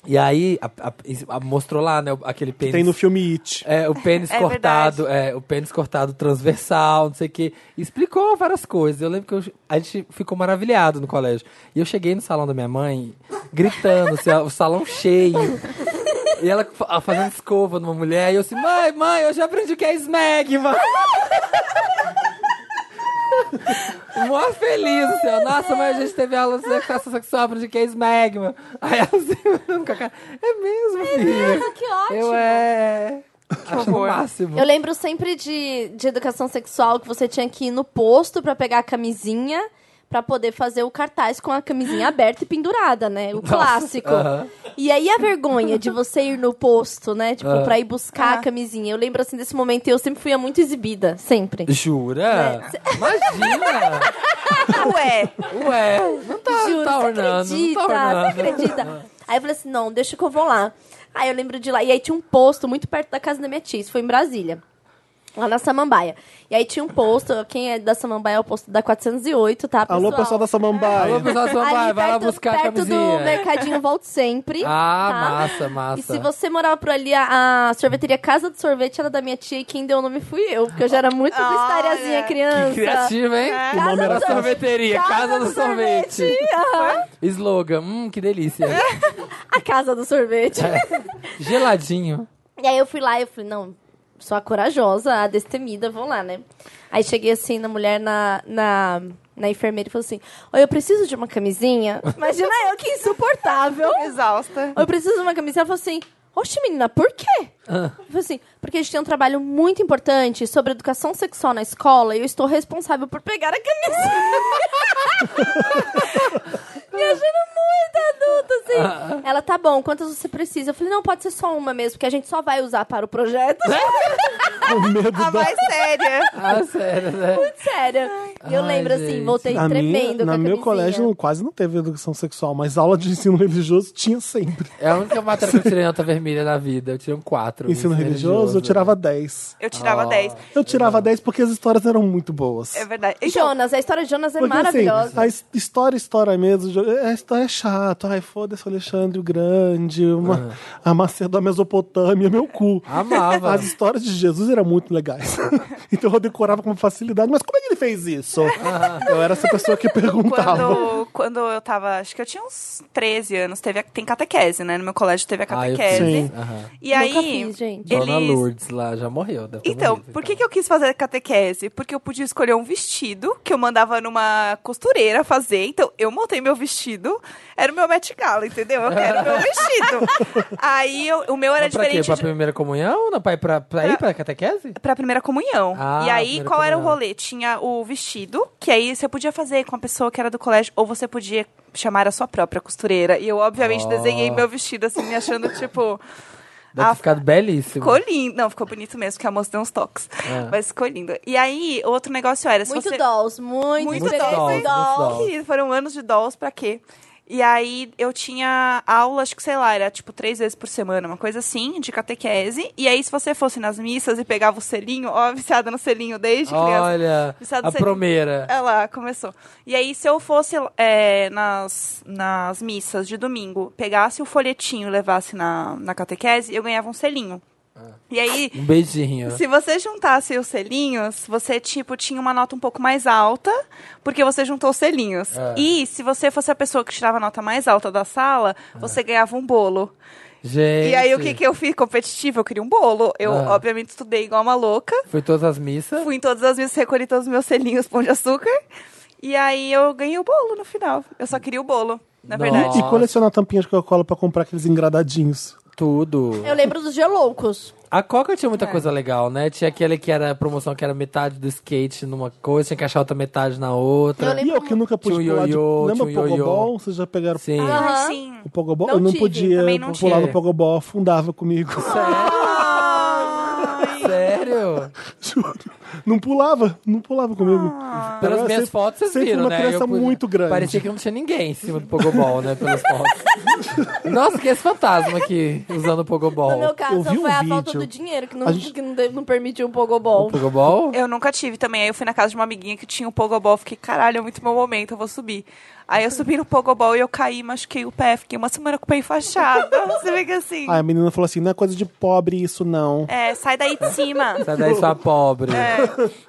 [SPEAKER 2] E aí, a- a- a- mostrou lá, né, o- aquele pênis.
[SPEAKER 1] Tem no filme It.
[SPEAKER 2] É, o pênis
[SPEAKER 3] É
[SPEAKER 2] cortado, é, o pênis cortado transversal, não sei o quê. Explicou várias coisas. Eu lembro que eu- a gente ficou maravilhado no colégio. E eu cheguei no salão da minha mãe, gritando, assim, ó, o salão cheio. E ela fa- fazendo escova numa mulher. E eu assim, mãe, mãe, eu já aprendi o que é esmegma. Mó feliz, assim, ó. Nossa, mas a gente teve aula de educação sexual, aprendi o que é esmegma. Aí ela assim, olhando com a cara, é mesmo, filha?
[SPEAKER 4] Ah, Que ótimo.
[SPEAKER 2] Eu
[SPEAKER 4] Eu,
[SPEAKER 2] é. Acho o
[SPEAKER 3] horror.
[SPEAKER 2] máximo.
[SPEAKER 4] lembro sempre de, de educação sexual que você tinha que ir no posto pra pegar a camisinha. pra poder fazer o cartaz com a camisinha aberta e pendurada, né? O clássico.
[SPEAKER 2] aham.
[SPEAKER 4] E aí a vergonha de você ir no posto, né? Tipo,
[SPEAKER 2] Aham.
[SPEAKER 4] pra ir buscar a
[SPEAKER 3] Ah.
[SPEAKER 4] camisinha. Eu lembro assim desse momento e eu sempre fui a muito exibida. Sempre.
[SPEAKER 2] Jura? Imagina!
[SPEAKER 3] Ué,
[SPEAKER 2] Ué, não tá,
[SPEAKER 4] Juro,
[SPEAKER 2] tá
[SPEAKER 4] você
[SPEAKER 2] ornando. Não
[SPEAKER 4] acredita?
[SPEAKER 2] tá ornando.
[SPEAKER 4] Você acredita? Aí eu falei assim, não, deixa que eu vou lá. Aí eu lembro de lá, e aí tinha um posto muito perto da casa da minha tia, isso foi em Brasília. Lá na Samambaia. E aí tinha um posto, quem é da Samambaia é o posto da 408, tá, pessoal?
[SPEAKER 1] Alô, pessoal da Samambaia.
[SPEAKER 2] Alô, pessoal, só
[SPEAKER 4] Ali
[SPEAKER 2] vai, vai lá
[SPEAKER 4] perto-
[SPEAKER 2] buscar a
[SPEAKER 4] Perto
[SPEAKER 2] camisinha.
[SPEAKER 4] do mercadinho Volto Sempre.
[SPEAKER 2] Ah,
[SPEAKER 4] tá?
[SPEAKER 2] massa, massa.
[SPEAKER 4] E se você morava por ali, a, a sorveteria Casa do Sorvete era da minha tia e quem deu o nome fui eu, porque eu já era muito
[SPEAKER 3] Olha.
[SPEAKER 4] bestariazinha criança.
[SPEAKER 2] Criativo, hein?
[SPEAKER 1] O nome
[SPEAKER 2] Era
[SPEAKER 1] era
[SPEAKER 2] sorveteria, casa do sorvete.
[SPEAKER 4] Aham.
[SPEAKER 2] Slogan, hum, que delícia.
[SPEAKER 4] A casa do sorvete.
[SPEAKER 2] Geladinho.
[SPEAKER 4] E aí eu fui lá e eu falei, não, sou a corajosa, a destemida, vou lá, né? Aí cheguei assim na mulher, na, na, na enfermeira e falei assim, oi, eu preciso de uma camisinha. Imagina eu, que insuportável.
[SPEAKER 3] exausta.
[SPEAKER 4] Eu preciso de uma camisinha. Ela falou assim, oxe menina, por quê?
[SPEAKER 2] Ah.
[SPEAKER 4] Eu falei assim, porque a gente tem um trabalho muito importante sobre educação sexual na escola e eu estou responsável por pegar a camisinha. Me achando muito adulta, assim. Ela, tá bom, quantas você precisa? Eu falei, não, pode ser só uma mesmo, porque a gente só vai usar para o projeto.
[SPEAKER 1] Com medo
[SPEAKER 3] A
[SPEAKER 1] da...
[SPEAKER 3] mais séria.
[SPEAKER 2] Ah, sério, né?
[SPEAKER 4] Sério. E eu
[SPEAKER 2] Ai,
[SPEAKER 4] lembro, assim,
[SPEAKER 2] gente.
[SPEAKER 4] voltei
[SPEAKER 1] Na minha,
[SPEAKER 4] tremendo com a
[SPEAKER 1] na meu
[SPEAKER 4] camisinha.
[SPEAKER 1] colégio não- quase não teve educação sexual, mas aula de ensino religioso tinha sempre.
[SPEAKER 2] É a única matéria que eu tirei nota vermelha na vida. Eu tirei um 4.
[SPEAKER 1] Ensino, religioso, eu tirava 10.
[SPEAKER 3] Eu tirava
[SPEAKER 1] Oh.
[SPEAKER 3] 10.
[SPEAKER 1] Eu tirava 10 porque as histórias eram muito boas.
[SPEAKER 3] É verdade. Então,
[SPEAKER 4] Jonas, a história de Jonas é
[SPEAKER 1] Porque,
[SPEAKER 4] maravilhosa.
[SPEAKER 1] Assim, a his- história, história mesmo. jo- é- A história é chata. Ai, foda-se o Alexandre o Grande, uma, a Macedo da Mesopotâmia, meu cu.
[SPEAKER 2] Amava.
[SPEAKER 1] As histórias de Jesus eram muito legais. então eu decorava com facilidade. Mas como é que ele fez isso? Eu era essa pessoa que
[SPEAKER 2] Tá
[SPEAKER 1] perguntava.
[SPEAKER 3] quando, quando eu tava. Acho que eu tinha uns 13 anos, teve a- tem catequese, né? No meu colégio teve a
[SPEAKER 2] Ah, eu
[SPEAKER 3] catequese.
[SPEAKER 1] Sim.
[SPEAKER 2] Aham.
[SPEAKER 3] e aí.
[SPEAKER 4] Nunca fiz, gente.
[SPEAKER 2] Dona
[SPEAKER 3] eles-
[SPEAKER 2] Lourdes lá já morreu. deve ter
[SPEAKER 3] Então,
[SPEAKER 2] morrido,
[SPEAKER 3] por que, que eu quis fazer catequese? Porque eu podia escolher um vestido que eu mandava numa costureira fazer. Então, eu montei meu vestido. Era o meu Met Gala, entendeu? Eu quero meu vestido. Aí, eu- o meu era
[SPEAKER 2] Mas pra quê?
[SPEAKER 3] diferente.
[SPEAKER 2] Pra
[SPEAKER 3] de-
[SPEAKER 2] primeira comunhão? Não, pra, ir pra, pra ir pra catequese?
[SPEAKER 3] Pra primeira comunhão.
[SPEAKER 2] Ah,
[SPEAKER 3] e aí,
[SPEAKER 2] primeira
[SPEAKER 3] qual era o
[SPEAKER 2] comunhão.
[SPEAKER 3] rolê? Tinha o vestido, que aí você podia fazer com a pessoa que era do colégio, ou você podia chamar a sua própria costureira. E eu, obviamente,
[SPEAKER 2] Ó.
[SPEAKER 3] desenhei meu vestido, assim, me achando, tipo...
[SPEAKER 2] Deve
[SPEAKER 3] a-
[SPEAKER 2] ter ficado belíssimo.
[SPEAKER 3] Ficou lindo. Não, ficou bonito mesmo, porque a moça deu uns toques.
[SPEAKER 2] É.
[SPEAKER 3] Mas ficou lindo. E aí, outro negócio era... Se
[SPEAKER 4] Muito
[SPEAKER 3] você...
[SPEAKER 4] dolls, muito,
[SPEAKER 3] Muito
[SPEAKER 4] muito
[SPEAKER 3] dolls,
[SPEAKER 4] dolls.
[SPEAKER 3] muito Que foram anos de dolls, pra quê? E aí, eu tinha aula, acho que, sei lá, era tipo três vezes por semana, uma coisa assim, de catequese. E aí, se você fosse nas missas e pegava o selinho, ó, viciada no selinho desde criança.
[SPEAKER 2] Olha,
[SPEAKER 3] Viciado
[SPEAKER 2] a
[SPEAKER 3] sem-
[SPEAKER 2] promeira.
[SPEAKER 3] Ela começou. E aí, se eu fosse é, nas, nas missas de domingo, pegasse o folhetinho e levasse na, na catequese, eu ganhava um selinho. E aí,
[SPEAKER 2] Um beijinho.
[SPEAKER 3] se você juntasse os selinhos, você, tipo, tinha uma nota um pouco mais alta, porque você juntou os selinhos.
[SPEAKER 2] É.
[SPEAKER 3] E se você fosse a pessoa que tirava a nota mais alta da sala,
[SPEAKER 2] É.
[SPEAKER 3] você ganhava um bolo.
[SPEAKER 2] Gente.
[SPEAKER 3] E aí, o que, que eu fiz competitivo? Eu queria um bolo. Eu,
[SPEAKER 2] Ah.
[SPEAKER 3] obviamente, estudei igual uma louca.
[SPEAKER 2] Foi todas as missas.
[SPEAKER 3] Fui em todas as minhas, recolhi todos os meus selinhos pão de açúcar. E aí eu ganhei o bolo no final. Eu só queria o bolo, na
[SPEAKER 2] Nossa.
[SPEAKER 3] verdade.
[SPEAKER 1] Né? E, e colecionar tampinhas de Coca-Cola pra comprar aqueles engradadinhos.
[SPEAKER 2] Tudo.
[SPEAKER 4] Eu lembro dos geloucos.
[SPEAKER 2] A Coca tinha
[SPEAKER 3] É.
[SPEAKER 2] muita coisa legal, né? Tinha aquele que era promoção que era metade do skate numa coisa, tinha que achar outra metade na outra.
[SPEAKER 4] Eu lembro
[SPEAKER 1] E eu que nunca pude
[SPEAKER 2] Tinha o
[SPEAKER 1] pular
[SPEAKER 2] ioiô,
[SPEAKER 1] de... Lembra
[SPEAKER 2] tinha o ioiô.
[SPEAKER 1] Pogobol? Vocês já pegaram
[SPEAKER 2] Sim.
[SPEAKER 4] Ah.
[SPEAKER 3] Ai,
[SPEAKER 4] Aham.
[SPEAKER 3] sim.
[SPEAKER 1] o Pogobol?
[SPEAKER 4] Não
[SPEAKER 1] eu não
[SPEAKER 4] tive,
[SPEAKER 1] podia
[SPEAKER 3] também não
[SPEAKER 1] pular
[SPEAKER 2] tive.
[SPEAKER 1] no Pogobol, afundava comigo.
[SPEAKER 2] Sério?
[SPEAKER 1] Juro. Não pulava, não pulava comigo. Eu
[SPEAKER 2] Pelas
[SPEAKER 1] era
[SPEAKER 2] minhas
[SPEAKER 1] sempre-
[SPEAKER 2] fotos, vocês
[SPEAKER 1] sempre
[SPEAKER 2] viram,
[SPEAKER 1] uma
[SPEAKER 2] né?
[SPEAKER 1] criança
[SPEAKER 2] Eu pus-
[SPEAKER 1] muito grande.
[SPEAKER 2] Parecia que não tinha ninguém em cima do Pogobol, né? Pelas fotos. Nossa, que esse fantasma aqui, usando o Pogobol.
[SPEAKER 4] No meu
[SPEAKER 1] eu
[SPEAKER 4] caso,
[SPEAKER 1] vi um
[SPEAKER 4] foi a
[SPEAKER 1] vídeo.
[SPEAKER 4] falta do dinheiro que
[SPEAKER 1] A
[SPEAKER 4] não,
[SPEAKER 1] gente-
[SPEAKER 4] que não, deu- não permitiu um
[SPEAKER 2] O
[SPEAKER 4] pogobol.
[SPEAKER 2] Pogobol?
[SPEAKER 3] Eu nunca tive também. Aí eu fui na casa de uma amiguinha que tinha um pogobol. Fiquei, caralho, é muito meu momento, eu vou subir. Aí eu subi no pogobol e eu caí, machuquei o pé. Fiquei uma semana com o pé enfaixado. Você fica assim...
[SPEAKER 1] Aí a menina falou assim: não é coisa de pobre isso, não.
[SPEAKER 3] É, sai daí de cima.
[SPEAKER 2] Sai
[SPEAKER 4] Tipo,
[SPEAKER 2] daí, sua pobre.
[SPEAKER 4] é.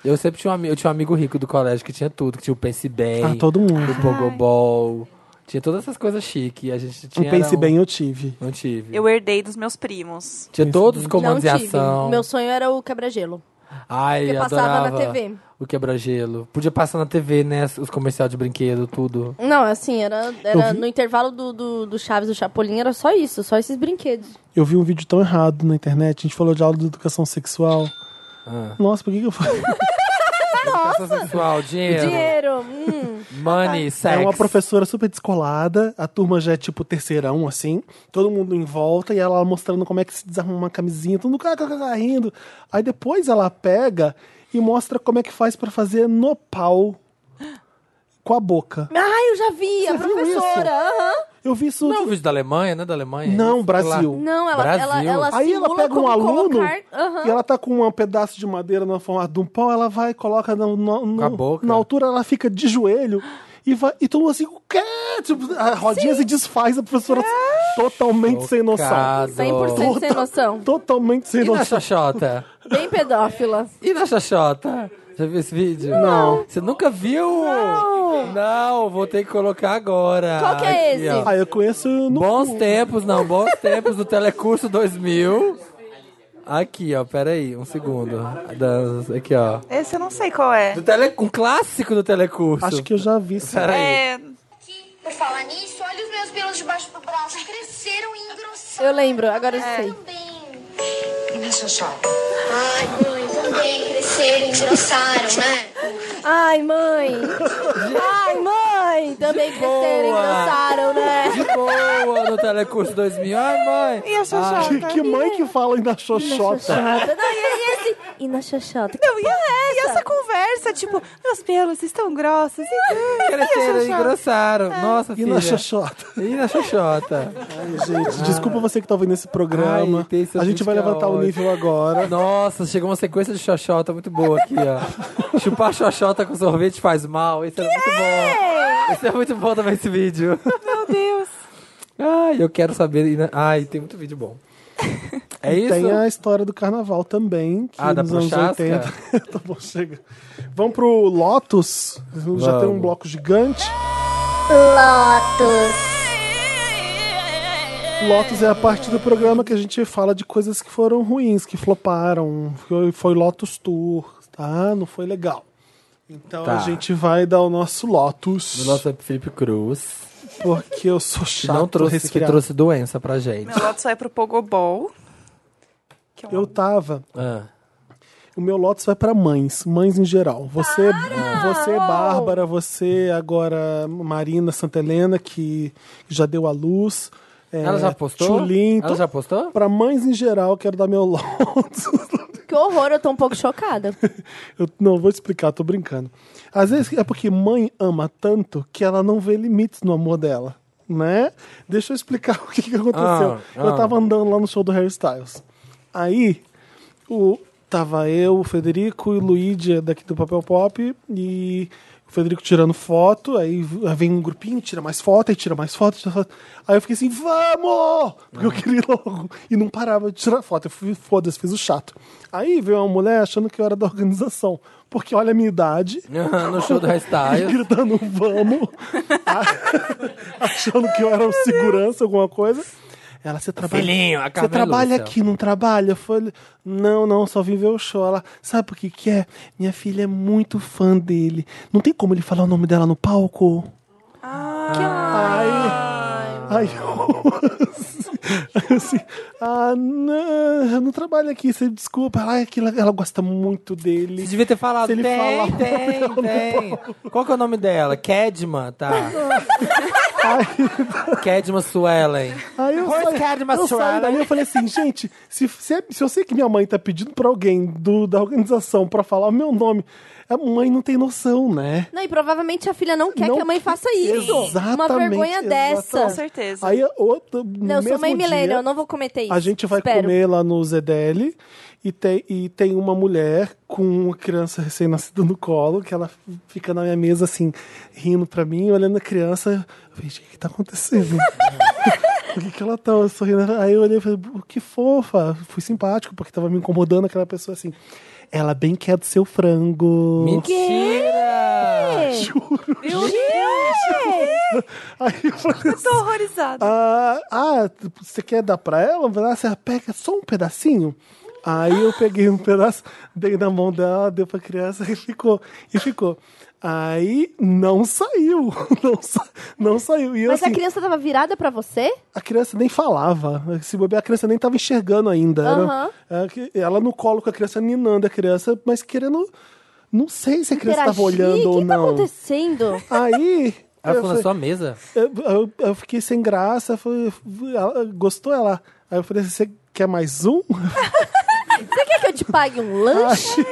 [SPEAKER 2] Eu sempre tinha um, ami- eu tinha um amigo rico do colégio que tinha tudo, que tinha o Pense Bem,
[SPEAKER 1] Ah, todo mundo.
[SPEAKER 2] É. o Pogobol, tinha todas essas coisas chique. e A gente tinha.
[SPEAKER 1] o
[SPEAKER 2] era
[SPEAKER 1] Pense
[SPEAKER 2] um-
[SPEAKER 1] Bem eu tive.
[SPEAKER 2] Não tive.
[SPEAKER 3] Eu herdei dos meus primos.
[SPEAKER 2] Tinha todos os
[SPEAKER 4] Não
[SPEAKER 2] comandos de
[SPEAKER 4] tive.
[SPEAKER 2] ação.
[SPEAKER 4] Meu sonho era o quebra-gelo.
[SPEAKER 2] Ai,
[SPEAKER 4] que
[SPEAKER 2] eu
[SPEAKER 4] passava na
[SPEAKER 2] adorava
[SPEAKER 4] TV.
[SPEAKER 2] O quebra-gelo. Podia passar na TV, né? Os comercial de brinquedo, tudo.
[SPEAKER 4] Não, assim, era, era
[SPEAKER 1] vi-
[SPEAKER 4] no intervalo do, do, do Chaves, do Chapolin, era só isso, só esses brinquedos.
[SPEAKER 1] Eu vi um vídeo tão errado na internet. A gente falou de aula de educação sexual. Nossa, por que, que eu falei?
[SPEAKER 4] Tá,
[SPEAKER 2] Educação Ah. sexual, dinheiro.
[SPEAKER 4] Dinheiro, hum.
[SPEAKER 2] Money, sex.
[SPEAKER 1] É uma professora super descolada, a turma já é tipo terceirão, assim, todo mundo em volta e ela mostrando como é que se desarma uma camisinha, todo mundo cá, cá, cá, cá, rindo. Aí depois ela pega e mostra como é que faz pra fazer no pau com a boca.
[SPEAKER 4] Ai, eu já vi, a
[SPEAKER 1] Você viu
[SPEAKER 4] professora. aham.
[SPEAKER 1] Eu vi isso.
[SPEAKER 2] Não, o vídeo da Alemanha, né? Da Alemanha.
[SPEAKER 1] Não, Brasil.
[SPEAKER 4] Não, ela, ela,
[SPEAKER 2] Brasil.
[SPEAKER 4] ela
[SPEAKER 1] Aí ela
[SPEAKER 4] simula
[SPEAKER 1] pega um
[SPEAKER 4] como
[SPEAKER 1] aluno
[SPEAKER 4] colocar- aham.
[SPEAKER 1] e ela tá com um pedaço de madeira na forma de um pau, ela vai, coloca no, no- no-
[SPEAKER 2] Com a boca.
[SPEAKER 1] na altura, ela fica de joelho e vai. E todo mundo assim, o quê? Tipo, a rodinha se desfaz, a professora totalmente sem noção.
[SPEAKER 2] Chocado.
[SPEAKER 4] 100% sem noção.
[SPEAKER 1] Totalmente sem
[SPEAKER 2] E na
[SPEAKER 1] noção.
[SPEAKER 2] Xoxota?
[SPEAKER 4] Bem pedófila.
[SPEAKER 2] E na Xoxota? Já viu esse vídeo?
[SPEAKER 1] Não.
[SPEAKER 2] Você nunca viu? Não. vou ter que colocar agora.
[SPEAKER 4] Qual que é esse?
[SPEAKER 2] ó.
[SPEAKER 1] Ah, eu conheço no.
[SPEAKER 2] Bons tempos, não, bons tempos do Telecurso 2000. Aqui, ó, peraí, um segundo. A dança, Aqui, ó.
[SPEAKER 3] Esse eu não sei qual é.
[SPEAKER 2] Do tele... Um clássico do Telecurso.
[SPEAKER 1] Acho que eu já vi. sim.
[SPEAKER 2] Peraí.
[SPEAKER 3] É,
[SPEAKER 5] aqui. Por falar nisso, olha os meus pelos debaixo do braço. Cresceram e engrossaram. É.
[SPEAKER 4] Eu lembro, agora eu sei.
[SPEAKER 5] Também. E na xoxota? Ai, mãe, também cresceram e engrossaram, né?
[SPEAKER 4] Ai, mãe. Ai, mãe. Também cresceram,
[SPEAKER 2] boa.
[SPEAKER 4] engraçaram, né?
[SPEAKER 2] De boa no Telecurso 2000. Ai, mãe.
[SPEAKER 3] e a Xoxota?
[SPEAKER 1] Que, que mãe que fala ainda xoxota?
[SPEAKER 4] Xoxota. Não, e, e esse... E na xoxota?
[SPEAKER 3] Não, e, e essa conversa, tipo, meus pelos estão grossos. e-
[SPEAKER 2] Cresceram
[SPEAKER 3] e a
[SPEAKER 2] e
[SPEAKER 3] Xoxota?
[SPEAKER 2] engrossaram. Nossa,
[SPEAKER 1] E
[SPEAKER 2] filha.
[SPEAKER 1] na xoxota?
[SPEAKER 2] E na Xoxota.
[SPEAKER 1] Gente, desculpa você que tá ouvindo esse programa.
[SPEAKER 2] Ai, tem esse
[SPEAKER 1] a gente vai
[SPEAKER 2] vídeo que é
[SPEAKER 1] levantar o
[SPEAKER 2] ótimo.
[SPEAKER 1] nível agora.
[SPEAKER 2] Nossa, chegou uma sequência de xoxota muito boa aqui, ó. Chupar xoxota com sorvete faz mal. Isso é muito bom. Isso é muito bom também, esse vídeo.
[SPEAKER 3] Meu Deus.
[SPEAKER 2] Ai, eu quero saber. e na- Ai, tem muito vídeo bom. É isso?
[SPEAKER 1] Tem a história do carnaval também, que
[SPEAKER 2] Ah, da
[SPEAKER 1] nos anos
[SPEAKER 2] Prochasca?
[SPEAKER 1] 80. tá bom, chega. Vamos pro Lotus. Já tem um
[SPEAKER 2] Vamos.
[SPEAKER 1] bloco gigante. Lotus. Lotus é a parte do programa que a gente fala de coisas que foram ruins, que floparam. Foi, foi Lotus Tour, tá? Não foi legal. Então a
[SPEAKER 2] Tá.
[SPEAKER 1] gente vai dar o nosso Lotus.
[SPEAKER 2] Do nosso Felipe Cruz.
[SPEAKER 1] Porque eu sou
[SPEAKER 2] Que
[SPEAKER 1] chato.
[SPEAKER 2] não trouxe, que
[SPEAKER 1] resfriado.
[SPEAKER 2] trouxe doença pra gente.
[SPEAKER 3] Meu lote só é pro Pogobol. Que é um-
[SPEAKER 1] Eu tava.
[SPEAKER 2] Ah.
[SPEAKER 1] O meu Lotus vai pra mães, mães em geral. Você, você Bárbara, você agora Marina Santa Helena, que já deu a luz. é,
[SPEAKER 2] Ela já postou?
[SPEAKER 1] Tchulin,
[SPEAKER 2] Ela
[SPEAKER 1] to-
[SPEAKER 2] já postou?
[SPEAKER 1] Pra mães em geral, quero dar meu Lotus.
[SPEAKER 4] Que horror, eu tô um pouco chocada.
[SPEAKER 1] Eu não vou te explicar, tô brincando. Às vezes é porque mãe ama tanto que ela não vê limites no amor dela, né? Deixa eu explicar o que, que aconteceu.
[SPEAKER 2] Ah, ah.
[SPEAKER 1] Eu tava andando lá no show do Harry Styles. Aí, o, tava eu, o Federico e o Luigi daqui do Papel Pop e o Federico tirando foto, aí vem um grupinho, tira mais foto, aí tira mais foto, tira foto. Aí eu fiquei assim, vamos! Porque eu queria ir logo. E não parava de tirar foto. Eu fui, foda-se, fiz o chato. Aí veio uma mulher achando que eu era da organização. Porque olha a minha idade,
[SPEAKER 2] no show do
[SPEAKER 1] e
[SPEAKER 2] Hairstyle.
[SPEAKER 1] gritando tá vamos, a- achando que eu era um segurança, alguma coisa. Ela, você trabalha,
[SPEAKER 2] Filhinho, a
[SPEAKER 1] você
[SPEAKER 2] Carmen
[SPEAKER 1] trabalha
[SPEAKER 2] Lúcia."
[SPEAKER 1] aqui, não trabalha? Eu falei, não, não, só vim ver o show. Ela, sabe por que que é? Minha filha é muito fã dele. Não tem como ele falar o nome dela no palco? Ah, ai, ai, eu, assim, ah, não, eu não trabalho aqui, você desculpa. Ela, "Ai, aquilo- ela gosta muito dele.
[SPEAKER 2] Você devia ter falado.
[SPEAKER 1] Se ele
[SPEAKER 2] tem,
[SPEAKER 1] falar,
[SPEAKER 2] tem, tem. Qual que é o nome dela? Kedma, tá. Kedma Suellen.
[SPEAKER 1] Aí eu
[SPEAKER 2] Horse
[SPEAKER 1] saí,
[SPEAKER 2] Cat
[SPEAKER 1] eu saí
[SPEAKER 2] Mastrada.
[SPEAKER 1] daí eu falei assim, gente, se, se, é, se eu sei que minha mãe tá pedindo pra alguém do, da organização pra falar o meu nome, a mãe não tem noção, né?
[SPEAKER 4] Não, e provavelmente a filha não quer
[SPEAKER 1] Não
[SPEAKER 4] que a mãe
[SPEAKER 1] que-
[SPEAKER 4] faça isso. Uma
[SPEAKER 1] Exatamente,
[SPEAKER 4] vergonha dessa.
[SPEAKER 3] Com certeza.
[SPEAKER 1] Aí outra,
[SPEAKER 4] Não, eu
[SPEAKER 1] mesmo
[SPEAKER 4] sou mãe
[SPEAKER 1] dia,
[SPEAKER 4] milênio, eu não vou cometer isso.
[SPEAKER 1] A gente vai
[SPEAKER 4] Espero.
[SPEAKER 1] comer lá no Zedeli e tem, e tem uma mulher com uma criança recém-nascida no colo, que ela fica na minha mesa assim, rindo pra mim, olhando a criança. Eu falei, gente, o que tá acontecendo? Por que, que ela tá sorrindo? Aí eu olhei e falei, "Bu, que fofa. Fui simpático, porque tava me incomodando aquela pessoa assim. Ela bem quer do seu frango.
[SPEAKER 2] Mentira!
[SPEAKER 3] Meu Deus!
[SPEAKER 1] Aí eu falei,
[SPEAKER 3] Tô horrorizada.
[SPEAKER 1] Ah, ah, você quer dar pra ela? Ah, Você pega só um pedacinho? Aí eu peguei um pedaço, dei na mão dela, deu pra criança e ficou. E ficou. Aí não saiu. Não, sa- não saiu. E eu,
[SPEAKER 4] Mas a
[SPEAKER 1] assim,
[SPEAKER 4] criança tava virada pra você?
[SPEAKER 1] a criança nem falava. Se bobear, a criança nem tava enxergando ainda. Era- é,
[SPEAKER 4] Aham.
[SPEAKER 1] era que- ela no colo com a criança, ninando a criança, mas querendo Não sei se a criança tava
[SPEAKER 4] Interagir?
[SPEAKER 1] olhando
[SPEAKER 4] O
[SPEAKER 1] ou
[SPEAKER 4] que tá
[SPEAKER 1] não.
[SPEAKER 4] acontecendo?
[SPEAKER 1] Aí.
[SPEAKER 2] Ela assim,
[SPEAKER 1] eu
[SPEAKER 2] ficou na
[SPEAKER 1] falei-
[SPEAKER 2] sua mesa?
[SPEAKER 1] eu, eu- eu fiquei sem graça, falei, ela gostou ela. Aí eu falei, assim, você quer mais um?
[SPEAKER 4] Você quer que eu te pague um lanche?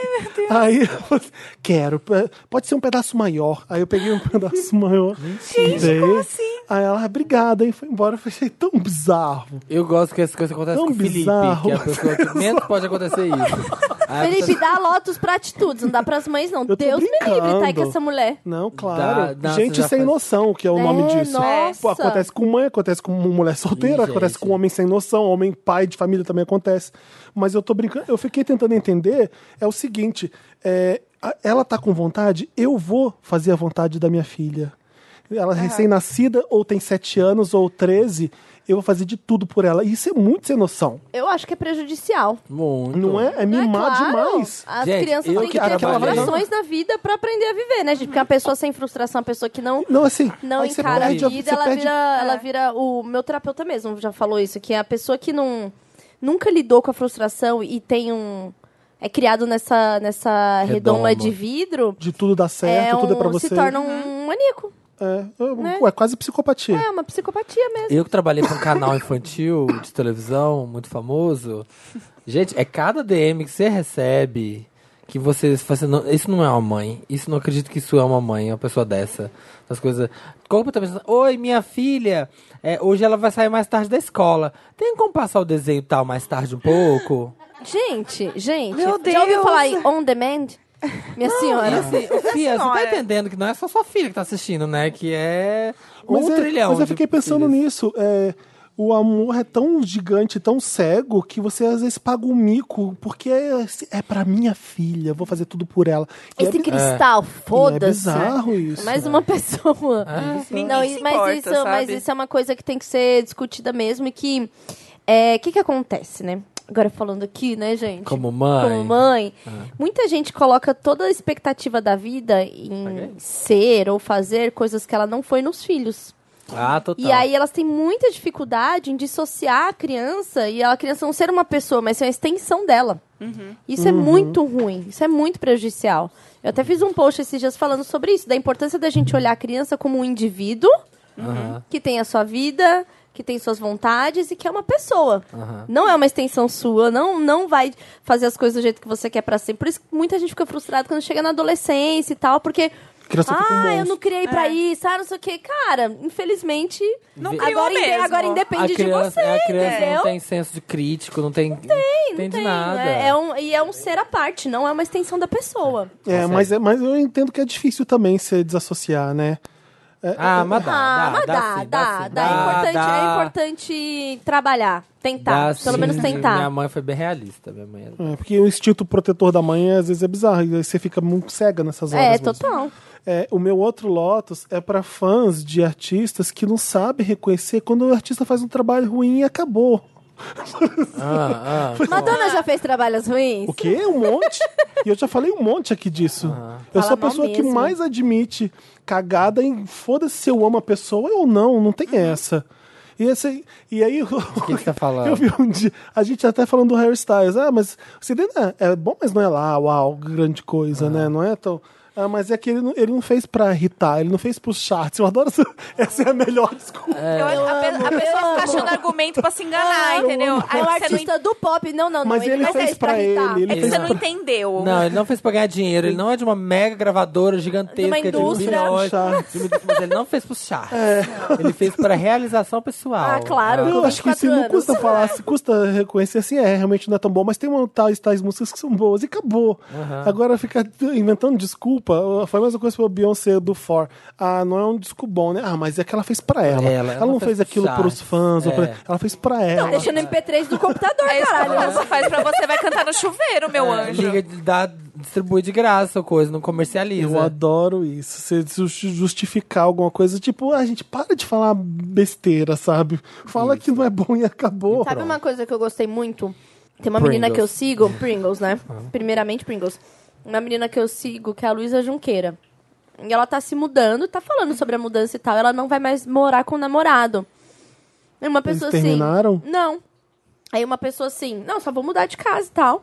[SPEAKER 1] Aí eu falei, quero, p- pode ser um pedaço maior. Aí eu peguei um pedaço maior. Gente,
[SPEAKER 3] como assim?
[SPEAKER 1] Aí ela, "Ah, obrigada, hein? Foi embora, eu achei tão bizarro.
[SPEAKER 2] Eu gosto que essas coisas acontecem
[SPEAKER 1] Tão
[SPEAKER 2] com o Felipe,
[SPEAKER 1] bizarro.
[SPEAKER 2] que é a pessoa que menos pode acontecer isso. Aí a
[SPEAKER 4] Felipe,
[SPEAKER 2] pessoa-
[SPEAKER 4] dá lotus pra atitudes, não dá pras mães, não.
[SPEAKER 1] Ah, tô
[SPEAKER 4] Deus me livre, tá aí
[SPEAKER 1] brincando.
[SPEAKER 4] com essa mulher.
[SPEAKER 1] Não, claro.
[SPEAKER 2] Dá- dá, você
[SPEAKER 1] gente
[SPEAKER 2] já
[SPEAKER 1] sem
[SPEAKER 2] faz.
[SPEAKER 1] noção, que é o nome
[SPEAKER 4] É,
[SPEAKER 1] disso.
[SPEAKER 4] nossa.
[SPEAKER 1] Pô, acontece com mãe, acontece com mulher solteira,
[SPEAKER 2] Ih,
[SPEAKER 1] acontece
[SPEAKER 2] gente.
[SPEAKER 1] com um homem sem noção, homem pai de família também acontece. Mas eu tô brincando, eu fiquei tentando entender, é o seguinte, é, a- ela tá com vontade, eu vou fazer a vontade da minha filha. Ela é recém-nascida, ou tem 7 anos, ou 13, eu vou fazer de tudo por ela. Isso é muito sem noção.
[SPEAKER 4] Eu acho que é prejudicial.
[SPEAKER 2] Muito.
[SPEAKER 1] Não é? É
[SPEAKER 4] Não é
[SPEAKER 1] mimar
[SPEAKER 4] claro?
[SPEAKER 1] demais.
[SPEAKER 4] As
[SPEAKER 2] Gente,
[SPEAKER 4] crianças
[SPEAKER 2] eu
[SPEAKER 4] têm que
[SPEAKER 2] que
[SPEAKER 4] ter
[SPEAKER 2] trabalhei-
[SPEAKER 4] frustrações na vida pra aprender a viver, né, gente? Porque uma pessoa sem frustração, uma pessoa que não
[SPEAKER 1] Não, assim,
[SPEAKER 4] não
[SPEAKER 1] aí você
[SPEAKER 4] encara a
[SPEAKER 1] perde, a-
[SPEAKER 4] vida,
[SPEAKER 1] você
[SPEAKER 4] ela,
[SPEAKER 1] perde É.
[SPEAKER 4] vira, ela vira. O meu terapeuta mesmo já falou isso, que é a pessoa que não, nunca lidou com a frustração e tem um. É criado nessa, nessa redoma,
[SPEAKER 2] Redoma.
[SPEAKER 4] de vidro.
[SPEAKER 1] de tudo dar certo,
[SPEAKER 4] é um,
[SPEAKER 1] tudo é pra você. Uhum.
[SPEAKER 4] Se torna um maníaco.
[SPEAKER 1] É,
[SPEAKER 4] Né?
[SPEAKER 1] ué, quase psicopatia.
[SPEAKER 4] É uma psicopatia mesmo.
[SPEAKER 2] Eu que trabalhei pra um canal infantil de televisão muito famoso. Gente, é cada DM que você recebe que você, você não, isso não é uma mãe. Isso não acredito que isso é uma mãe, uma pessoa dessa. As coisas completamente. Oi, minha filha, é, hoje ela vai sair mais tarde da escola. Tem como passar o desenho tal mais tarde um pouco?
[SPEAKER 4] Gente, gente.
[SPEAKER 3] Meu
[SPEAKER 4] Já ouviu
[SPEAKER 3] Deus.
[SPEAKER 4] falar em on demand? Minha
[SPEAKER 2] E
[SPEAKER 1] é.
[SPEAKER 4] senhora.
[SPEAKER 2] assim, ô, Fia, você tá
[SPEAKER 3] senhora.
[SPEAKER 2] entendendo que não é só sua filha que tá assistindo, né? Que é um
[SPEAKER 1] é-
[SPEAKER 2] trilhão.
[SPEAKER 1] Mas eu
[SPEAKER 2] de
[SPEAKER 1] fiquei pensando
[SPEAKER 2] filhas.
[SPEAKER 1] nisso. é, o amor é tão gigante, tão cego, que você às vezes paga um mico, porque é, é pra minha filha, eu vou fazer tudo por ela. E é
[SPEAKER 4] Esse
[SPEAKER 1] bi-
[SPEAKER 4] cristal,
[SPEAKER 1] e é
[SPEAKER 4] foda-se.
[SPEAKER 1] bizarro isso.
[SPEAKER 4] Mais
[SPEAKER 2] né?
[SPEAKER 4] uma pessoa.
[SPEAKER 2] Ah, É.
[SPEAKER 3] Ninguém
[SPEAKER 4] Não,
[SPEAKER 3] se
[SPEAKER 4] mas,
[SPEAKER 3] importa,
[SPEAKER 4] isso,
[SPEAKER 3] sabe?
[SPEAKER 4] mas isso é uma coisa que tem que ser discutida mesmo e que... O que que acontece, né? Agora falando aqui, né, gente?
[SPEAKER 2] Como mãe. Ah.
[SPEAKER 4] Como mãe. Muita gente coloca toda a expectativa da vida em ser ou fazer coisas que ela não foi nos filhos.
[SPEAKER 2] Ah, total.
[SPEAKER 4] E aí elas têm muita dificuldade em dissociar a criança e ela- a criança não ser uma pessoa, mas ser uma extensão dela. Isso
[SPEAKER 1] Uhum.
[SPEAKER 4] é muito ruim, isso é muito prejudicial. Eu até fiz um post esses dias falando sobre isso, da importância da gente olhar a criança como um indivíduo
[SPEAKER 2] Aham,
[SPEAKER 4] que tem a sua vida, que tem suas vontades e que é uma pessoa.
[SPEAKER 2] aham.
[SPEAKER 4] Não é uma extensão sua, não, não vai fazer as coisas do jeito que você quer pra sempre. Por isso que muita gente fica frustrada quando chega na adolescência e tal, porque.
[SPEAKER 1] A criança fica um
[SPEAKER 4] Ah, eu
[SPEAKER 1] monstro.
[SPEAKER 4] não criei pra isso, ah, não sei o quê. Cara, infelizmente.
[SPEAKER 3] Não
[SPEAKER 2] Vê-
[SPEAKER 3] criou
[SPEAKER 4] agora, inde-
[SPEAKER 3] mesmo.
[SPEAKER 4] agora independe
[SPEAKER 2] a criança, é,
[SPEAKER 4] de você,
[SPEAKER 2] a criança
[SPEAKER 4] entendeu?
[SPEAKER 2] não tem senso de crítico, não tem. Não tem, de
[SPEAKER 4] Tem,
[SPEAKER 2] nada.
[SPEAKER 4] É, é um, e é um ser à parte, não é uma extensão da pessoa.
[SPEAKER 1] É, mas, é- mas eu entendo que é difícil também se desassociar, né?
[SPEAKER 2] Ah, mas dá.
[SPEAKER 4] ah, mas
[SPEAKER 2] dá,
[SPEAKER 4] dá,
[SPEAKER 2] sim,
[SPEAKER 4] dá,
[SPEAKER 2] sim,
[SPEAKER 4] dá. É importante, é importante trabalhar, tentar,
[SPEAKER 2] dá
[SPEAKER 4] pelo
[SPEAKER 2] sim.
[SPEAKER 4] menos
[SPEAKER 2] Minha
[SPEAKER 4] tentar.
[SPEAKER 2] mãe foi bem realista. Minha mãe.
[SPEAKER 1] É, porque o instinto protetor da mãe às vezes é bizarro, e aí você fica muito cega nessas horas.
[SPEAKER 4] É,
[SPEAKER 1] mesmo.
[SPEAKER 4] total.
[SPEAKER 1] É, o meu outro Lotus é pra fãs de artistas que não sabem reconhecer quando o artista faz um trabalho ruim e acabou.
[SPEAKER 2] Ah, ah.
[SPEAKER 4] Madonna já fez trabalhos ruins?
[SPEAKER 1] O quê? Um monte? e eu já falei um monte aqui disso.
[SPEAKER 2] Ah.
[SPEAKER 1] Eu sou a
[SPEAKER 4] Fala mal
[SPEAKER 1] pessoa que
[SPEAKER 4] mesmo.
[SPEAKER 1] mais admite cagada em foda-se se eu amo a pessoa ou não, não tem
[SPEAKER 4] Uhum.
[SPEAKER 1] essa. E, esse, e aí.
[SPEAKER 2] O que você tá falando?
[SPEAKER 1] Eu vi um dia. A gente até falando do Harry Styles. Ah, mas o CD não é, é bom, mas não é lá, uau, grande coisa, né? Não é tão. Ah, mas é que ele não, ele não fez pra irritar, ele não fez pros charts. Eu adoro essa, essa é a melhor desculpa.
[SPEAKER 3] Eu acho- a, pe- a pessoa
[SPEAKER 4] eu
[SPEAKER 3] fica
[SPEAKER 4] amo.
[SPEAKER 3] achando argumento pra se
[SPEAKER 1] Ah,
[SPEAKER 3] enganar, entendeu?
[SPEAKER 4] É
[SPEAKER 3] Aí você
[SPEAKER 4] o
[SPEAKER 3] não,
[SPEAKER 4] artista do pop. Não, não, não.
[SPEAKER 1] Mas ele
[SPEAKER 4] não
[SPEAKER 1] fez pra
[SPEAKER 4] irritar.
[SPEAKER 1] ele, ele
[SPEAKER 3] é que
[SPEAKER 1] fez
[SPEAKER 3] você não entendeu.
[SPEAKER 2] Não, ele não fez pra ganhar dinheiro. Ele não é de uma mega gravadora
[SPEAKER 4] De uma
[SPEAKER 2] gigantesca, de
[SPEAKER 4] indústria. É.
[SPEAKER 2] milhões.
[SPEAKER 1] Charts.
[SPEAKER 2] de milhões, Mas ele não fez pro charts. Ele fez pra realização pessoal.
[SPEAKER 4] Ah, claro.
[SPEAKER 1] Eu
[SPEAKER 4] com
[SPEAKER 1] acho que se
[SPEAKER 4] 24
[SPEAKER 1] não custa
[SPEAKER 4] anos.
[SPEAKER 1] falar, se custa reconhecer assim, é, realmente não é tão bom, mas tem uma, tais, tais músicas que são boas e acabou. Agora fica inventando desculpa, foi a mesma coisa pro Beyoncé do For. Ah, não é um disco bom, né? Ah, mas é que ela fez pra ela.
[SPEAKER 2] Ela,
[SPEAKER 1] Ela,
[SPEAKER 2] ela
[SPEAKER 1] não
[SPEAKER 2] fez
[SPEAKER 1] fez, aquilo
[SPEAKER 2] pro
[SPEAKER 1] pros fãs, ou
[SPEAKER 2] é.
[SPEAKER 1] pra- ela fez pra ela.
[SPEAKER 4] Deixa no MP3 do computador,
[SPEAKER 3] É isso que
[SPEAKER 4] caralho.
[SPEAKER 3] a pessoa faz pra você, vai cantar no chuveiro,
[SPEAKER 1] É,
[SPEAKER 3] meu anjo.
[SPEAKER 2] Ah. Liga, de- dá, distribui de graça ou coisa, não comercializa.
[SPEAKER 1] Eu adoro isso. Você ju- justificar alguma coisa, tipo, a gente para de falar besteira, sabe? Fala que não é bom e acabou.
[SPEAKER 4] Sabe uma coisa que eu gostei muito? Tem uma
[SPEAKER 2] Pringles.
[SPEAKER 4] menina que eu sigo, Pringles, né?
[SPEAKER 1] Ah.
[SPEAKER 4] Primeiramente Pringles. Uma menina que eu sigo, que é a Luísa Junqueira. E ela tá se mudando, tá falando sobre a mudança e tal. Ela não vai mais morar com o namorado. E uma
[SPEAKER 1] Eles
[SPEAKER 4] pessoa assim.
[SPEAKER 1] terminaram?
[SPEAKER 4] Não. Aí uma pessoa assim, não, só vou mudar de casa e tal.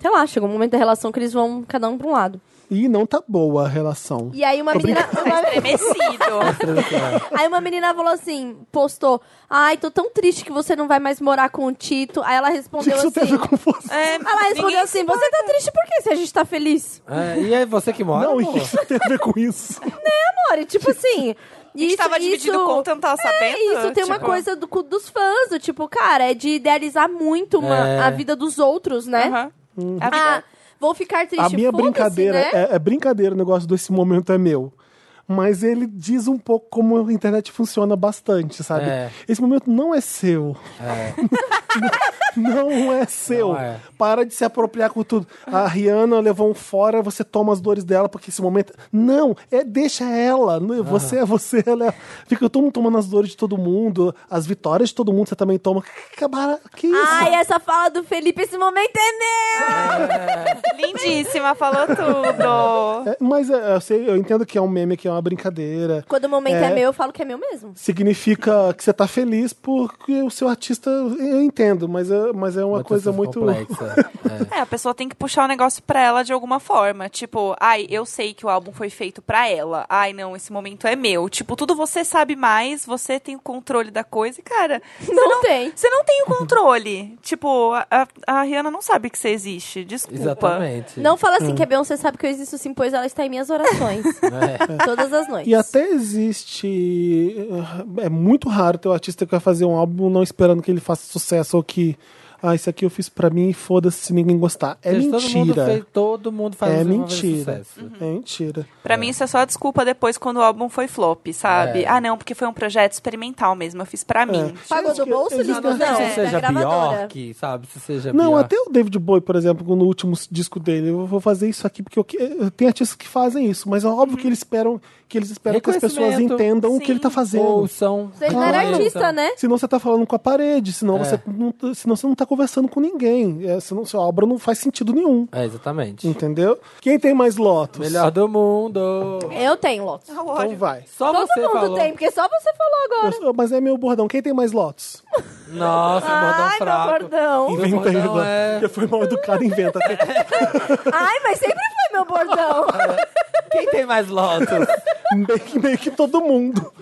[SPEAKER 4] Sei lá, chegou um momento da relação que eles vão cada um pra um lado.
[SPEAKER 1] E não tá boa a relação.
[SPEAKER 4] E é aí uma
[SPEAKER 1] Tô
[SPEAKER 4] menina.
[SPEAKER 3] Tá estremecido.
[SPEAKER 4] Aí uma menina falou assim, postou, ai, tô tão triste que você não vai mais morar com o Tito. Aí ela
[SPEAKER 1] O que
[SPEAKER 4] respondeu
[SPEAKER 1] isso tem a
[SPEAKER 4] assim.
[SPEAKER 1] ver com você? tá
[SPEAKER 3] É,
[SPEAKER 4] Ela respondeu
[SPEAKER 3] ninguém
[SPEAKER 4] assim, você tá triste por quê se a gente tá feliz?
[SPEAKER 2] É, e é você que mora?
[SPEAKER 1] não, e o
[SPEAKER 2] amor?
[SPEAKER 1] que isso tem a ver com isso?
[SPEAKER 4] Amor, e tipo assim.
[SPEAKER 3] A
[SPEAKER 4] Isso,
[SPEAKER 3] gente tava dividido
[SPEAKER 4] isso,
[SPEAKER 3] conta, não tava sabendo.
[SPEAKER 4] É isso, tem uma
[SPEAKER 3] tipo,
[SPEAKER 4] coisa do, dos fãs, do tipo, cara, é de idealizar muito uma-
[SPEAKER 2] É.
[SPEAKER 4] a vida dos outros, né?
[SPEAKER 3] Aham. A vida-
[SPEAKER 4] Ah, vou ficar triste.
[SPEAKER 1] A minha
[SPEAKER 4] foda-se,
[SPEAKER 1] brincadeira
[SPEAKER 4] né?
[SPEAKER 1] é, é brincadeira, o negócio desse momento é meu. Mas ele diz um pouco como a internet funciona bastante, sabe?
[SPEAKER 2] É.
[SPEAKER 1] Esse momento não é seu. não é seu.
[SPEAKER 2] Não é.
[SPEAKER 1] Para de se apropriar com tudo. A Rihanna levou um fora, você toma as dores dela, porque esse momento. Não, é deixa ela. Não é Você é você, ela é... Fica todo mundo tomando as dores de todo mundo, as vitórias de todo mundo você também toma. Que, cabara- que isso?
[SPEAKER 4] Ai, essa fala do Felipe, esse momento é meu!
[SPEAKER 3] Lindíssima, falou tudo.
[SPEAKER 1] É, mas é, eu, sei- eu entendo que é um meme, que é uma brincadeira.
[SPEAKER 4] Quando o momento é.
[SPEAKER 1] É.
[SPEAKER 4] meu, eu falo que é meu mesmo.
[SPEAKER 1] significa que você tá feliz porque o seu artista, eu entendo, mas é, mas é uma coisa
[SPEAKER 2] situação
[SPEAKER 1] muito.
[SPEAKER 2] complexa. É.
[SPEAKER 3] É, a pessoa tem que puxar o negócio pra ela de alguma forma. Tipo, ai, eu sei que o álbum foi feito pra ela. Ai, não, esse momento é meu. Tipo, tudo você sabe mais, você tem o controle da coisa. E, cara, você
[SPEAKER 4] Não tem.
[SPEAKER 3] Você não tem o controle. tipo, a, a, a Rihanna não sabe que você existe. Desculpa.
[SPEAKER 2] Exatamente.
[SPEAKER 4] Não fala assim que a Beyoncé sabe que eu existo sim, pois ela está em minhas orações.
[SPEAKER 2] É.
[SPEAKER 4] todas as noites.
[SPEAKER 1] E até existe. É muito raro ter um artista que vai fazer um álbum não esperando que ele faça sucesso ou que. Ah, isso aqui eu fiz pra mim e foda-se se ninguém gostar. É
[SPEAKER 2] Gente, Todo mundo,
[SPEAKER 1] mentira.
[SPEAKER 2] fez, todo mundo faz
[SPEAKER 1] É
[SPEAKER 2] um
[SPEAKER 1] mentira.
[SPEAKER 2] sucesso.
[SPEAKER 4] Uhum.
[SPEAKER 1] É mentira.
[SPEAKER 3] Pra mim, isso é só a desculpa depois quando o álbum foi flop, sabe?
[SPEAKER 2] É.
[SPEAKER 3] Ah, não, porque foi um projeto experimental mesmo. Eu fiz pra mim.
[SPEAKER 4] Pagou do
[SPEAKER 1] Gente,
[SPEAKER 4] bolso,
[SPEAKER 1] existe-
[SPEAKER 4] Lino? Não,
[SPEAKER 2] se
[SPEAKER 4] é,
[SPEAKER 2] seja
[SPEAKER 4] da gravadora.
[SPEAKER 2] Bjork, sabe? Se seja
[SPEAKER 1] Não,
[SPEAKER 2] Bjork.
[SPEAKER 1] até o David Bowie, por exemplo, no último disco dele, eu vou fazer isso aqui porque eu que- tem artistas que fazem isso, mas é óbvio que eles esperam que eles esperam que as pessoas
[SPEAKER 2] Uhum. Reconhecimento.
[SPEAKER 1] entendam o que
[SPEAKER 3] Sim.
[SPEAKER 1] ele tá fazendo.
[SPEAKER 2] Ouçam.
[SPEAKER 4] Você não era
[SPEAKER 2] conheçam.
[SPEAKER 4] artista, né?
[SPEAKER 1] Senão você tá falando com a parede, senão,
[SPEAKER 2] É.
[SPEAKER 1] você, não, senão você não tá conversando com ninguém. É, senão sua obra não faz sentido nenhum.
[SPEAKER 2] É, exatamente.
[SPEAKER 1] Entendeu? Quem tem mais lotos?
[SPEAKER 2] Melhor do mundo.
[SPEAKER 4] Eu tenho, Lotus.
[SPEAKER 3] Ah, ódio.
[SPEAKER 1] Então vai.
[SPEAKER 2] Só
[SPEAKER 4] Todo
[SPEAKER 2] você
[SPEAKER 4] mundo
[SPEAKER 2] falou.
[SPEAKER 4] tem, porque só você falou
[SPEAKER 1] Eu
[SPEAKER 4] agora.
[SPEAKER 1] sou- mas é meu bordão. Quem tem mais lotos?
[SPEAKER 2] Nossa, um bordão
[SPEAKER 4] Ai, meu
[SPEAKER 2] fraco.
[SPEAKER 4] bordão.
[SPEAKER 2] Meu
[SPEAKER 1] Inventa
[SPEAKER 2] bordão
[SPEAKER 1] Ivan.
[SPEAKER 2] é-
[SPEAKER 1] Porque foi mal educado, inventa.
[SPEAKER 4] Ai, mas sempre foi meu bordão.
[SPEAKER 2] Quem tem mais lotos?
[SPEAKER 1] meio, que, meio que todo mundo.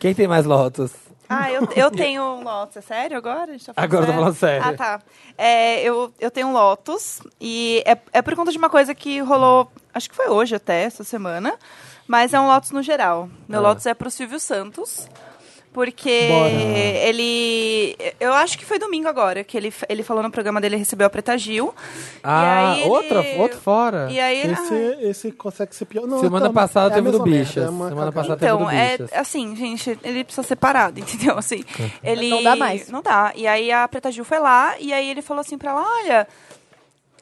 [SPEAKER 2] Quem tem mais lotos?
[SPEAKER 3] Ah, eu, eu tenho um Lotus. É sério agora? A gente tá falando
[SPEAKER 2] Agora eu tô falando sério.
[SPEAKER 3] Ah, tá. É, eu, eu tenho um Lotus e é, é por conta de uma coisa que rolou, acho que foi hoje até, essa semana. Mas é um Lotus no geral. Meu
[SPEAKER 2] Ah.
[SPEAKER 3] Lotus é pro Silvio Santos. Porque
[SPEAKER 1] Bora.
[SPEAKER 3] ele. Eu acho que foi domingo agora, que ele, ele falou no programa dele recebeu a Preta Gil. E
[SPEAKER 2] Ah,
[SPEAKER 3] aí ele-
[SPEAKER 2] outra, outro fora.
[SPEAKER 3] E aí ele.
[SPEAKER 1] Esse,
[SPEAKER 3] ai,
[SPEAKER 1] esse consegue ser pior. Não,
[SPEAKER 2] Semana
[SPEAKER 1] tá-
[SPEAKER 2] passada
[SPEAKER 1] é a
[SPEAKER 2] teve do
[SPEAKER 1] mesma
[SPEAKER 2] Bichas.
[SPEAKER 1] merda, é uma cagada.
[SPEAKER 2] Semana passada teve do
[SPEAKER 3] Então, é
[SPEAKER 2] Bichas.
[SPEAKER 3] assim, gente, ele precisa ser parado, entendeu? Assim, ele
[SPEAKER 4] Não dá mais.
[SPEAKER 3] Não dá. E aí a Preta Gil foi lá e aí ele falou assim pra ela: "Olha,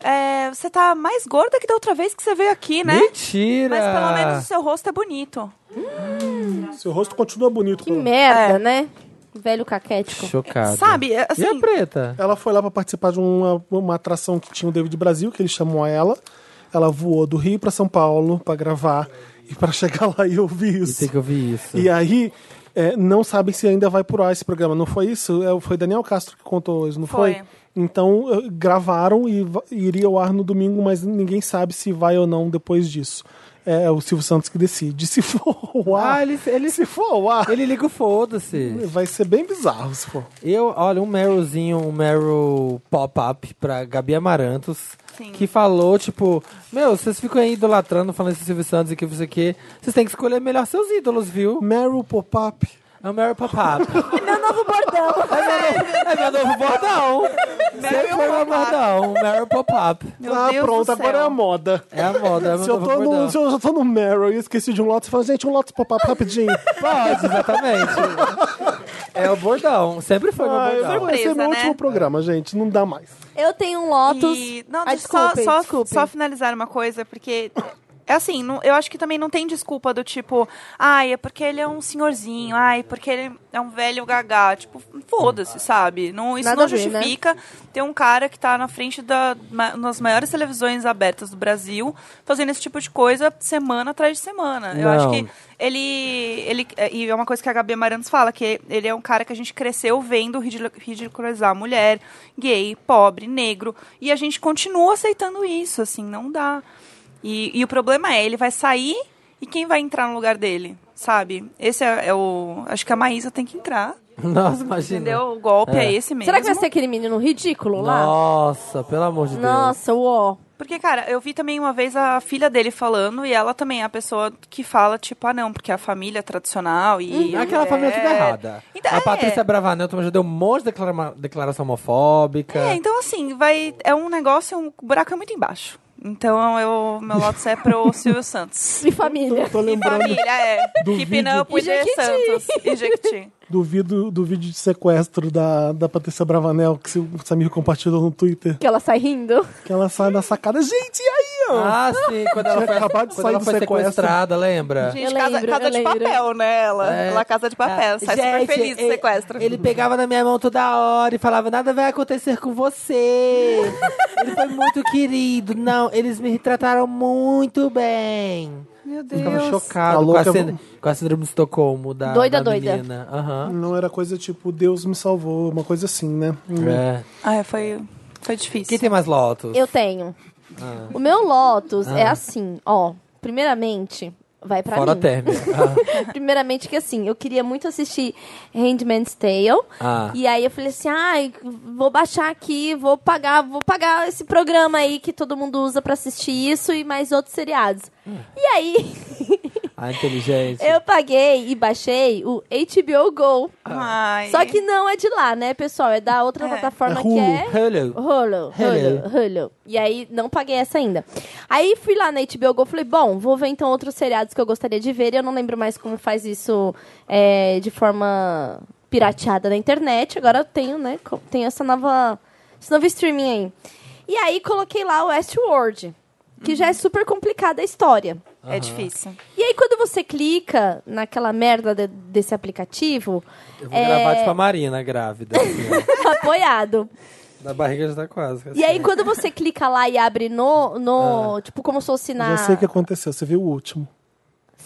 [SPEAKER 3] é, você tá mais gorda que da outra vez que você veio aqui, né?
[SPEAKER 2] Mentira!
[SPEAKER 3] Mas pelo menos o seu rosto é bonito."
[SPEAKER 1] Seu rosto continua bonito.
[SPEAKER 4] Que
[SPEAKER 1] pelo-
[SPEAKER 4] merda, né? Velho caquético.
[SPEAKER 2] Chocado.
[SPEAKER 3] Sabe? É, Assim,
[SPEAKER 2] E a preta?
[SPEAKER 1] Ela foi lá pra participar de uma, uma atração que tinha o David Brasil, que ele chamou ela. Ela voou do Rio pra São Paulo pra gravar e pra chegar lá e ouvir
[SPEAKER 2] E
[SPEAKER 1] isso.
[SPEAKER 2] tem que ouvir isso.
[SPEAKER 1] E aí, é, não sabem se ainda vai pro ar esse programa. Não foi isso? É, foi Daniel Castro que contou hoje, não foi?
[SPEAKER 3] Foi.
[SPEAKER 1] Então, eh, gravaram e va- e iria ao ar no domingo, mas ninguém sabe se vai ou não depois disso. É o Silvio Santos que decide. Se for ao ar,
[SPEAKER 2] Ah, ele, ele,
[SPEAKER 1] se for ao ar,
[SPEAKER 2] ele liga o foda-se.
[SPEAKER 1] vai ser bem bizarro se for.
[SPEAKER 2] Eu, olha, um Merylzinho, um Meryl pop-up pra Gabi Amarantos,
[SPEAKER 3] Sim.
[SPEAKER 2] que falou, tipo, meu, vocês ficam aí idolatrando, falando esse Silvio Santos e que você que vocês têm que escolher melhor seus ídolos, viu?
[SPEAKER 1] Meryl Pop-Up.
[SPEAKER 2] É um Meryl pop-up.
[SPEAKER 4] É Meu novo bordão.
[SPEAKER 2] é, meu novo, é meu novo bordão. Sempre foi meu
[SPEAKER 3] pop-up.
[SPEAKER 2] bordão, um Meryl pop-up.
[SPEAKER 3] Meu
[SPEAKER 1] ah,
[SPEAKER 3] Deus
[SPEAKER 1] pronto,
[SPEAKER 3] do
[SPEAKER 1] agora é
[SPEAKER 3] céu.
[SPEAKER 1] a moda.
[SPEAKER 2] É a moda, é meu
[SPEAKER 1] Se eu,
[SPEAKER 2] novo
[SPEAKER 1] tô
[SPEAKER 2] bordão.
[SPEAKER 1] no, se eu já tô no Meryl e esqueci de um Lotus, você fala, gente, um Lotus pop-up rapidinho.
[SPEAKER 2] Pode, exatamente. é o bordão, sempre foi
[SPEAKER 1] Ah,
[SPEAKER 2] meu bordão.
[SPEAKER 1] esse é
[SPEAKER 3] Surpresa,
[SPEAKER 1] meu
[SPEAKER 3] né?
[SPEAKER 1] último programa, gente. Não dá mais.
[SPEAKER 4] Eu tenho um Lotus.
[SPEAKER 3] E- Não,
[SPEAKER 4] Ai,
[SPEAKER 3] deixa só-
[SPEAKER 4] desculpem,
[SPEAKER 3] só,
[SPEAKER 4] desculpem.
[SPEAKER 3] só finalizar uma coisa, porque. É assim, não- eu acho que também não tem desculpa do tipo, ai, é porque ele é um senhorzinho, ai, porque ele é um velho gagá. Tipo, foda-se, sabe? Não, isso
[SPEAKER 4] Nada a
[SPEAKER 3] não
[SPEAKER 4] ver, né?
[SPEAKER 3] justifica ter um cara que tá na frente da, ma- nas maiores televisões abertas do Brasil fazendo esse tipo de coisa semana atrás de semana. Eu acho
[SPEAKER 2] Não.
[SPEAKER 3] que ele, ele. é, E é uma coisa que a Gabi Amarantos fala, que ele é um cara que a gente cresceu vendo ridicu- ridiculizar a mulher, gay, pobre, negro. E a gente continua aceitando isso, assim, não dá. E, e o problema é, ele vai sair e quem vai entrar no lugar dele, sabe? Esse é, é o. Acho que a Maísa tem que entrar.
[SPEAKER 2] Nossa, imagina.
[SPEAKER 3] Entendeu? O golpe é, esse mesmo.
[SPEAKER 4] Será que vai ser aquele menino ridículo lá?
[SPEAKER 2] Nossa, pelo amor de Deus.
[SPEAKER 4] Nossa, uó.
[SPEAKER 3] Porque, cara, eu vi também uma vez a filha dele falando, e ela também é a pessoa que fala, tipo, ah, não, porque a família é tradicional e. é. a
[SPEAKER 2] Uhum. é Aquela
[SPEAKER 3] mulher-
[SPEAKER 2] família tudo errada.
[SPEAKER 3] Então,
[SPEAKER 2] a
[SPEAKER 3] é.
[SPEAKER 2] Patrícia Bravanel também já deu um monte de declara- declaração homofóbica.
[SPEAKER 3] É, então assim, vai. É um negócio, um o buraco é muito embaixo. Então eu, meu Lotus é pro Silvio Santos.
[SPEAKER 4] E família.
[SPEAKER 1] Tô lembrando
[SPEAKER 3] Família, é.
[SPEAKER 1] Do
[SPEAKER 3] Keeping up
[SPEAKER 1] vídeo.
[SPEAKER 3] with the
[SPEAKER 4] Jequiti.
[SPEAKER 3] Santos. E Jequiti.
[SPEAKER 1] do vídeo, do vídeo de sequestro da, da Patrícia Bravanel que o Samir compartilhou no Twitter.
[SPEAKER 4] Que ela sai rindo.
[SPEAKER 1] Que ela sai da sacada. Gente, e aí,
[SPEAKER 3] então.
[SPEAKER 1] ó?
[SPEAKER 2] Ah, sim, quando ela
[SPEAKER 1] Tinha
[SPEAKER 2] foi,
[SPEAKER 1] acabado de
[SPEAKER 2] quando
[SPEAKER 1] sair
[SPEAKER 2] ela
[SPEAKER 1] do
[SPEAKER 2] foi
[SPEAKER 1] sequestro.
[SPEAKER 2] sequestrada, lembra?
[SPEAKER 3] Gente,
[SPEAKER 4] Eu
[SPEAKER 3] casa,
[SPEAKER 4] lembro,
[SPEAKER 3] casa
[SPEAKER 4] eu
[SPEAKER 3] de
[SPEAKER 4] lembro.
[SPEAKER 3] papel, né? Ela,
[SPEAKER 2] É.
[SPEAKER 3] ela casa de papel. Sai super
[SPEAKER 2] Gente,
[SPEAKER 3] feliz do
[SPEAKER 2] ele-
[SPEAKER 3] sequestro.
[SPEAKER 2] Ele pegava na minha mão toda hora e falava: Nada vai acontecer com você. ele foi muito querido. Não, eles me retrataram muito bem.
[SPEAKER 3] Meu Deus.
[SPEAKER 2] Ficava chocado
[SPEAKER 1] A Tá
[SPEAKER 2] com,
[SPEAKER 1] louca-
[SPEAKER 2] a sínd- com a síndrome de Estocolmo da,
[SPEAKER 4] Doida,
[SPEAKER 2] da
[SPEAKER 4] doida.
[SPEAKER 2] menina. Aham.
[SPEAKER 1] Não era coisa tipo, Deus me salvou, uma coisa assim, né?
[SPEAKER 3] Hum.
[SPEAKER 2] É.
[SPEAKER 3] Ai, Ah, foi, foi difícil.
[SPEAKER 2] Quem tem mais lotos?
[SPEAKER 4] Eu tenho.
[SPEAKER 2] Ah.
[SPEAKER 4] O meu Lotus é assim, ó. Primeiramente, vai pra
[SPEAKER 2] Fora
[SPEAKER 4] mim.
[SPEAKER 2] término. Ah,
[SPEAKER 4] Primeiramente que assim, eu queria muito assistir Handmaid's Tale.
[SPEAKER 2] Ah.
[SPEAKER 4] E aí eu falei assim, ai, vou baixar aqui, vou pagar, vou pagar esse programa aí que todo mundo usa pra assistir isso e mais outros seriados. E aí,
[SPEAKER 2] ah, inteligente.
[SPEAKER 4] eu paguei e baixei o HBO Go.
[SPEAKER 3] Ai.
[SPEAKER 4] Só que não é de lá, né, pessoal? É da outra
[SPEAKER 3] É.
[SPEAKER 4] plataforma
[SPEAKER 1] É
[SPEAKER 4] que
[SPEAKER 1] Hulu.
[SPEAKER 4] é...
[SPEAKER 2] Hello.
[SPEAKER 4] Hulu, Hulu, Hulu. E aí, não paguei essa ainda. Aí, fui lá na HBO Go, falei, bom, vou ver então outros seriados que eu gostaria de ver. E eu não lembro mais como faz isso é, de forma pirateada na internet. Agora eu tenho, né, co- tenho essa nova, esse novo streaming aí. E aí, coloquei lá o Westworld, que já é super complicada a história.
[SPEAKER 3] É difícil.
[SPEAKER 4] E aí, quando você clica naquela merda de- desse aplicativo,
[SPEAKER 2] Eu vou
[SPEAKER 4] é,
[SPEAKER 2] gravar tipo a Marina, grávida. assim,
[SPEAKER 4] apoiado.
[SPEAKER 2] ó. da barriga já tá quase.
[SPEAKER 4] E aí, quando você clica lá e abre no. no Tipo, como se fosse
[SPEAKER 3] Tá.
[SPEAKER 4] na.
[SPEAKER 1] Ah. Já sei o que aconteceu, você viu o último.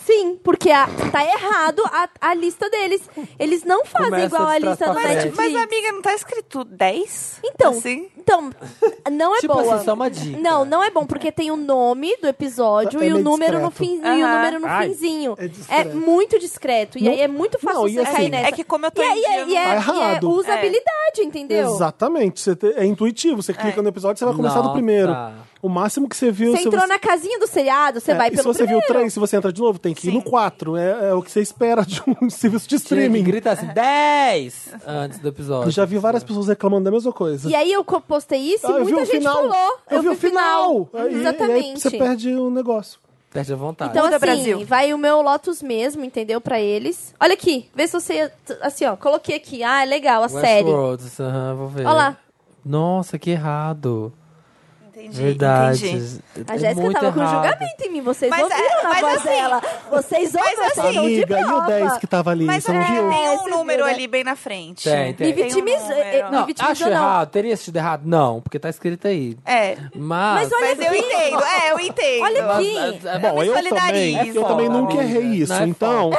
[SPEAKER 4] Sim, porque a- tá errado a, a lista deles. Eles não fazem
[SPEAKER 2] Começa
[SPEAKER 4] igual
[SPEAKER 2] de
[SPEAKER 4] a
[SPEAKER 2] trás
[SPEAKER 4] lista
[SPEAKER 2] pra
[SPEAKER 4] do
[SPEAKER 2] frente.
[SPEAKER 4] Netflix.
[SPEAKER 3] Mas, amiga, não tá escrito 10?
[SPEAKER 4] É Então,
[SPEAKER 3] Assim?
[SPEAKER 4] então, não é
[SPEAKER 2] Tipo
[SPEAKER 4] boa.
[SPEAKER 2] assim, só uma dica.
[SPEAKER 4] Não, não é bom, porque tem o nome do episódio
[SPEAKER 1] É
[SPEAKER 4] e o
[SPEAKER 1] meio
[SPEAKER 4] número no,
[SPEAKER 1] discreto.
[SPEAKER 4] fin... e o
[SPEAKER 3] Aham.
[SPEAKER 4] número no
[SPEAKER 2] Ai,
[SPEAKER 4] finzinho.
[SPEAKER 1] é
[SPEAKER 4] É,
[SPEAKER 1] discreto.
[SPEAKER 4] muito discreto. E aí é muito fácil
[SPEAKER 1] não, e
[SPEAKER 4] você
[SPEAKER 1] assim-
[SPEAKER 4] cair nessa.
[SPEAKER 3] É que como eu tô
[SPEAKER 4] E é,
[SPEAKER 3] em
[SPEAKER 4] e é,
[SPEAKER 3] dia,
[SPEAKER 4] e é-
[SPEAKER 1] Tá
[SPEAKER 4] e é
[SPEAKER 1] errado.
[SPEAKER 4] usabilidade, entendeu?
[SPEAKER 1] Exatamente, você te- é intuitivo, você clica no episódio, você vai começar do
[SPEAKER 2] Nossa.
[SPEAKER 1] primeiro. O máximo que você viu...
[SPEAKER 4] Você
[SPEAKER 1] se
[SPEAKER 4] entrou na casinha do seriado, você
[SPEAKER 1] É,
[SPEAKER 4] vai
[SPEAKER 1] e
[SPEAKER 4] pelo
[SPEAKER 1] se você
[SPEAKER 4] primeiro.
[SPEAKER 1] viu o 3, se você entra de novo, tem que ir no 4. É, é o que você espera de um serviço de
[SPEAKER 2] Streaming.
[SPEAKER 1] streaming.
[SPEAKER 2] Grita assim, 10! Antes do episódio.
[SPEAKER 1] Eu já vi
[SPEAKER 2] né?
[SPEAKER 1] várias pessoas reclamando da mesma coisa.
[SPEAKER 4] E aí eu co- postei isso
[SPEAKER 1] Ah,
[SPEAKER 4] e muita gente falou.
[SPEAKER 1] Eu, vi o final. Aí-
[SPEAKER 4] Exatamente.
[SPEAKER 1] E aí você perde o negócio.
[SPEAKER 2] Perde a vontade.
[SPEAKER 4] Então,
[SPEAKER 3] Muda,
[SPEAKER 4] assim,
[SPEAKER 3] Brasil.
[SPEAKER 4] vai o meu Lotus mesmo, entendeu? Pra eles. Olha aqui, vê se você. Assim, ó, coloquei aqui. Ah, é legal, a série.
[SPEAKER 2] Westworld, aham, vou ver.
[SPEAKER 4] Olha lá.
[SPEAKER 2] Nossa, que errado.
[SPEAKER 3] Entendi.
[SPEAKER 2] Verdade. É
[SPEAKER 3] entendi.
[SPEAKER 4] A Jéssica tava com um julgamento em mim, vocês
[SPEAKER 3] Mas é-
[SPEAKER 4] ouviram na
[SPEAKER 3] mas
[SPEAKER 4] voz
[SPEAKER 3] assim-
[SPEAKER 4] dela. Vocês ouviram, vocês estão de
[SPEAKER 1] Amiga, e o
[SPEAKER 4] prova.
[SPEAKER 1] 10 que tava ali,
[SPEAKER 3] Mas
[SPEAKER 1] você não
[SPEAKER 3] é,
[SPEAKER 1] viu?
[SPEAKER 3] tem
[SPEAKER 4] Você
[SPEAKER 3] um
[SPEAKER 4] viu,
[SPEAKER 3] número
[SPEAKER 4] né?
[SPEAKER 3] ali bem na frente.
[SPEAKER 2] Tem, tem.
[SPEAKER 4] Me
[SPEAKER 3] Tem um
[SPEAKER 4] vitimizou.
[SPEAKER 3] número.
[SPEAKER 4] Me
[SPEAKER 2] Não, acho
[SPEAKER 4] vitimizou, não.
[SPEAKER 2] errado. Teria sido errado? Não, porque tá escrito aí.
[SPEAKER 3] É.
[SPEAKER 2] Mas...
[SPEAKER 4] Mas olha
[SPEAKER 3] Mas eu
[SPEAKER 4] aqui.
[SPEAKER 3] entendo. É, eu entendo.
[SPEAKER 4] Olha aqui.
[SPEAKER 2] É
[SPEAKER 1] Bom,
[SPEAKER 3] me
[SPEAKER 1] eu também,
[SPEAKER 3] solidarizo.
[SPEAKER 1] eu também
[SPEAKER 2] Não é
[SPEAKER 1] nunca
[SPEAKER 2] foda,
[SPEAKER 1] errei
[SPEAKER 2] amiga.
[SPEAKER 1] isso,
[SPEAKER 2] Não é
[SPEAKER 1] então...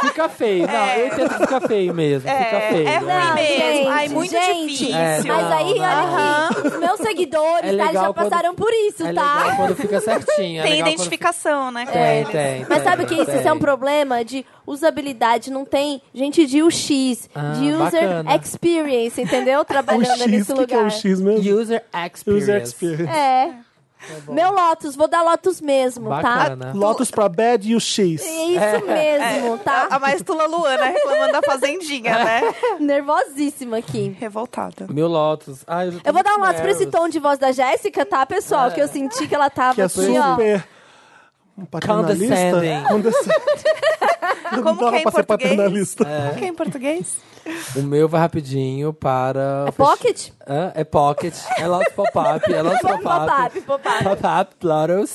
[SPEAKER 2] Fica feio. Não,
[SPEAKER 4] É.
[SPEAKER 2] eu entendo que fica feio mesmo. fica
[SPEAKER 3] É,
[SPEAKER 2] feio. né?
[SPEAKER 3] é ruim
[SPEAKER 4] Não,
[SPEAKER 3] mesmo. Ai,
[SPEAKER 4] gente,
[SPEAKER 3] muito
[SPEAKER 4] gente.
[SPEAKER 3] difícil.
[SPEAKER 2] É,
[SPEAKER 4] Mas
[SPEAKER 2] Não,
[SPEAKER 4] aí,
[SPEAKER 2] não.
[SPEAKER 4] olha aqui. Os meus seguidores,
[SPEAKER 2] É
[SPEAKER 4] tá? Eles já
[SPEAKER 2] legal quando-
[SPEAKER 4] passaram por isso,
[SPEAKER 2] É
[SPEAKER 4] tá?
[SPEAKER 2] legal quando fica certinho. é
[SPEAKER 3] Tem
[SPEAKER 2] legal quando É.
[SPEAKER 3] identificação, né? com
[SPEAKER 2] Tem,
[SPEAKER 3] eles.
[SPEAKER 2] tem.
[SPEAKER 4] É,
[SPEAKER 2] tem,
[SPEAKER 4] Mas sabe que isso
[SPEAKER 2] tem.
[SPEAKER 4] é um problema de usabilidade, não tem gente de UX,
[SPEAKER 2] Ah,
[SPEAKER 4] de user
[SPEAKER 2] bacana.
[SPEAKER 4] experience, entendeu?
[SPEAKER 1] O
[SPEAKER 4] Trabalhando
[SPEAKER 1] X,
[SPEAKER 4] nesse
[SPEAKER 1] o que, que é
[SPEAKER 4] lugar.
[SPEAKER 1] o X mesmo?
[SPEAKER 2] User experience.
[SPEAKER 1] User Experience.
[SPEAKER 4] É. Meu Lotus, vou dar Lotus mesmo, tá?
[SPEAKER 2] Bacana.
[SPEAKER 1] Lotus pra Bad e o X.
[SPEAKER 4] É isso
[SPEAKER 3] É.
[SPEAKER 4] mesmo, tá?
[SPEAKER 3] A mais Tula Luana reclamando da fazendinha, né?
[SPEAKER 4] Nervosíssima aqui.
[SPEAKER 3] Revoltada.
[SPEAKER 2] Meu Lotus. Ai, eu, já tô
[SPEAKER 4] Eu vou dar um
[SPEAKER 2] muito
[SPEAKER 4] Lotus pra esse
[SPEAKER 2] nervous.
[SPEAKER 4] tom de voz da Jéssica, tá, pessoal? Que eu senti que ela tava
[SPEAKER 1] Que é
[SPEAKER 4] aqui, ó.
[SPEAKER 1] super... Paternalista?
[SPEAKER 2] Condescending.
[SPEAKER 1] Condescending. Eu não
[SPEAKER 3] Como que
[SPEAKER 1] dava
[SPEAKER 3] é em
[SPEAKER 1] pra ser
[SPEAKER 3] português?
[SPEAKER 1] paternalista.
[SPEAKER 3] Como que é em português?
[SPEAKER 2] O meu vai rapidinho para...
[SPEAKER 4] É pocket?
[SPEAKER 2] Hã? É pocket. É Lotus pop-up. É Lotus pop-up.
[SPEAKER 4] Pop-up, pop-up.
[SPEAKER 2] Pop-up, Lotus.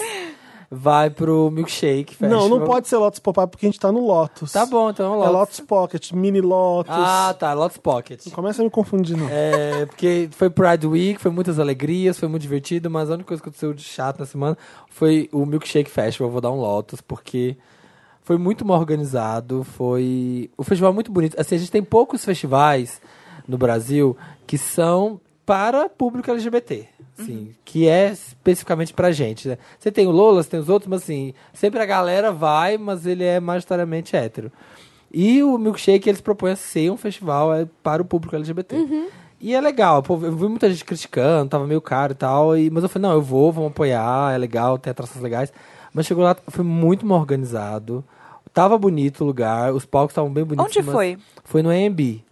[SPEAKER 2] Vai pro milkshake
[SPEAKER 1] Não,
[SPEAKER 2] festival.
[SPEAKER 1] não pode ser Lotus Pop-Up porque a gente tá no Lotus.
[SPEAKER 2] Tá bom, então é
[SPEAKER 1] É
[SPEAKER 2] Lotus.
[SPEAKER 1] Lotus Pocket, Mini Lotus.
[SPEAKER 2] Ah, tá. Lotus pocket.
[SPEAKER 1] Não começa a me confundir, não.
[SPEAKER 2] É, porque foi Pride Week, foi muitas alegrias, foi muito divertido, mas a única coisa que aconteceu de chato na semana foi o Milkshake Festival. Eu vou dar um Lotus, porque foi muito mal organizado, um foi. O festival é muito bonito. Assim, a gente tem poucos festivais no Brasil que são para público LGBT. Assim, Que é especificamente pra gente, né? Você tem o Lola, você tem os outros, mas assim, sempre a galera vai, mas ele é majoritariamente hétero. E o Milkshake, eles propõem a ser um festival é, para o público LGBT.
[SPEAKER 3] Uhum.
[SPEAKER 2] E é legal, pô, eu vi muita gente criticando, tava meio caro e tal, e, mas eu falei, não, eu vou, vamos apoiar, é legal, tem atrações legais. Mas chegou lá, foi muito mal organizado, tava bonito o lugar, os palcos estavam bem bonitos.
[SPEAKER 3] Onde
[SPEAKER 2] mas-
[SPEAKER 3] foi? Hum.
[SPEAKER 2] Foi no AMB.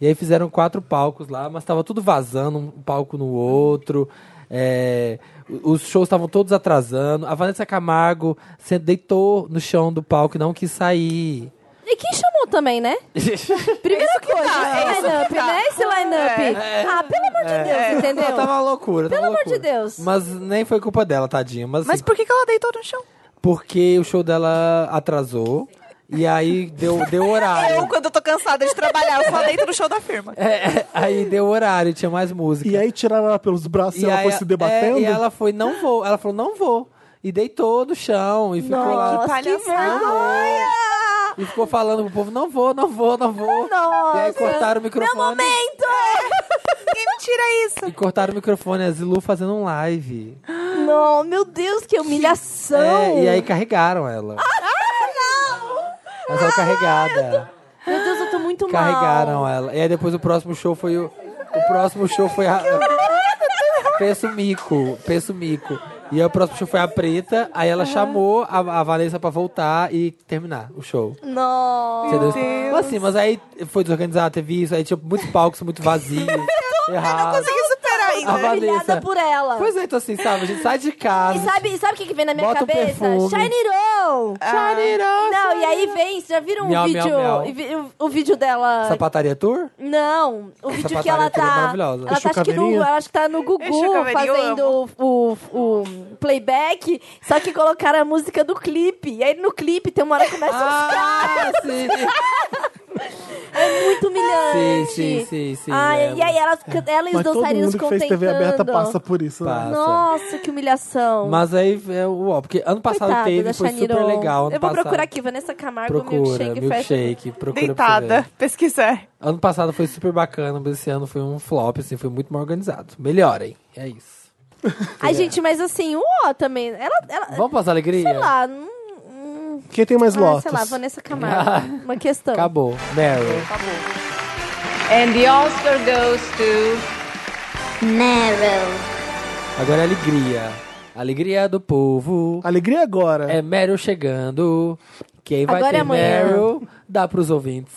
[SPEAKER 2] E aí fizeram quatro palcos lá, mas tava tudo vazando, um palco no outro. é, os shows estavam todos atrasando. A Vanessa Camargo se deitou no chão do palco e não quis sair.
[SPEAKER 4] E quem chamou também, né? Primeira coisa,
[SPEAKER 3] dá, é
[SPEAKER 4] esse
[SPEAKER 3] isso que
[SPEAKER 4] line-up,
[SPEAKER 3] dá.
[SPEAKER 4] né? Esse line-up. Ah, pelo amor de Deus, entendeu?
[SPEAKER 2] Não, tava uma loucura. tava
[SPEAKER 4] Pelo amor de
[SPEAKER 2] loucura.
[SPEAKER 4] Deus.
[SPEAKER 2] Mas nem foi culpa dela, tadinha. Mas,
[SPEAKER 3] Mas
[SPEAKER 2] assim,
[SPEAKER 3] por que, que ela deitou no chão?
[SPEAKER 2] porque o show dela atrasou. E aí deu, deu horário.
[SPEAKER 3] Eu, quando eu tô cansada de trabalhar, eu só deito no show da firma.
[SPEAKER 2] É, é, aí deu horário, tinha mais música.
[SPEAKER 1] E aí tiraram ela pelos braços e ela
[SPEAKER 2] aí-
[SPEAKER 1] foi se debatendo?
[SPEAKER 2] é, e ela foi, não vou. Ela falou, não vou. E deitou no chão e ficou lá.
[SPEAKER 4] Nossa, que
[SPEAKER 3] palhaçada.
[SPEAKER 4] vergonha!
[SPEAKER 2] E ficou falando pro povo, não vou, não vou, não vou. E aí cortaram o microfone. É.
[SPEAKER 4] Meu momento!
[SPEAKER 3] Ninguém me tira é isso.
[SPEAKER 2] E cortaram o microfone, a Zilu fazendo um live.
[SPEAKER 4] Não, meu Deus, que humilhação!
[SPEAKER 2] É, e aí carregaram ela.
[SPEAKER 4] Ah,
[SPEAKER 2] Ela tava carregada.
[SPEAKER 4] Meu Deus, eu tô muito mal.
[SPEAKER 2] Carregaram ela. E aí depois o próximo show foi o. O próximo show foi a.
[SPEAKER 4] tá?
[SPEAKER 2] Penso mico, penso mico. E aí o próximo show foi a preta, aí ela chamou a, a Vanessa pra voltar e terminar o show.
[SPEAKER 4] Não.
[SPEAKER 2] Entendeu? Mas assim, mas aí foi desorganizado, teve isso, aí tinha muitos palcos muito vazios. errado.
[SPEAKER 3] Consegui superar
[SPEAKER 2] A
[SPEAKER 3] ainda.
[SPEAKER 2] Vanessa.
[SPEAKER 4] Humilhada por ela.
[SPEAKER 2] Pois é, então assim, sabe? A gente sai de casa.
[SPEAKER 4] E sabe, sabe o que, que vem na minha
[SPEAKER 2] Bota um
[SPEAKER 4] cabeça?
[SPEAKER 2] perfume.
[SPEAKER 4] Shiny Roll!
[SPEAKER 2] Shiny Roll,
[SPEAKER 4] Não, e aí vem, vocês já viram
[SPEAKER 2] Miau,
[SPEAKER 4] o vídeo?
[SPEAKER 2] miau, miau.
[SPEAKER 4] e vi- O, o vídeo dela.
[SPEAKER 2] Sapataria Tour?
[SPEAKER 4] Não, o vídeo que
[SPEAKER 2] Sapataria
[SPEAKER 4] ela
[SPEAKER 2] toda é
[SPEAKER 4] tá.
[SPEAKER 2] maravilhosa.
[SPEAKER 4] Ela tá, acho que no,
[SPEAKER 1] Chucaveirinha?
[SPEAKER 4] ela acho que tá no Gugu
[SPEAKER 3] Chucaveirinha, eu
[SPEAKER 4] fazendo o, o, o playback, só que colocaram a música do clipe. E aí no clipe tem uma hora que começa uns
[SPEAKER 2] Ah, sim!
[SPEAKER 4] muito humilhante.
[SPEAKER 2] Sim, sim, sim, sim,
[SPEAKER 4] Ai,
[SPEAKER 2] lembro.
[SPEAKER 4] e aí ela, fica- ela e os
[SPEAKER 1] Mas todo
[SPEAKER 4] dançarinos
[SPEAKER 1] mundo que fez TV aberta
[SPEAKER 4] contentando.
[SPEAKER 1] passa por isso, né?
[SPEAKER 2] Passa. assim.
[SPEAKER 4] Nossa, que humilhação.
[SPEAKER 2] Mas aí é o ó, porque ano passado
[SPEAKER 4] Coitada
[SPEAKER 2] teve,
[SPEAKER 4] da
[SPEAKER 2] foi
[SPEAKER 4] Shani
[SPEAKER 2] super
[SPEAKER 4] Roll.
[SPEAKER 2] legal. Ano
[SPEAKER 4] Eu vou
[SPEAKER 2] passado,
[SPEAKER 4] procurar aqui, Vanessa Camargo,
[SPEAKER 2] Procura,
[SPEAKER 4] milkshake, festa.
[SPEAKER 2] milkshake, procura pra você
[SPEAKER 3] Deitada,
[SPEAKER 2] ver.
[SPEAKER 3] pesquisar.
[SPEAKER 2] Ano passado foi super bacana, mas esse ano foi um flop, assim, foi muito mal organizado. Melhorem, é isso. é.
[SPEAKER 4] Ai, gente, mas assim, o ó também. Ela, ela
[SPEAKER 2] Vamos passar alegria?
[SPEAKER 4] sei lá, hum, hum,
[SPEAKER 1] Quem tem mais
[SPEAKER 4] ah,
[SPEAKER 1] lotos?
[SPEAKER 4] sei lá, Vanessa Camargo. Uma questão.
[SPEAKER 2] Acabou. Meryl.
[SPEAKER 6] And the Oscar goes to.
[SPEAKER 5] Meryl.
[SPEAKER 2] Agora é alegria. Alegria do povo.
[SPEAKER 1] Alegria agora.
[SPEAKER 2] É Meryl chegando. Quem vai
[SPEAKER 4] Agora
[SPEAKER 2] ter
[SPEAKER 4] é amanhã.
[SPEAKER 2] Meryl, dá pros ouvintes.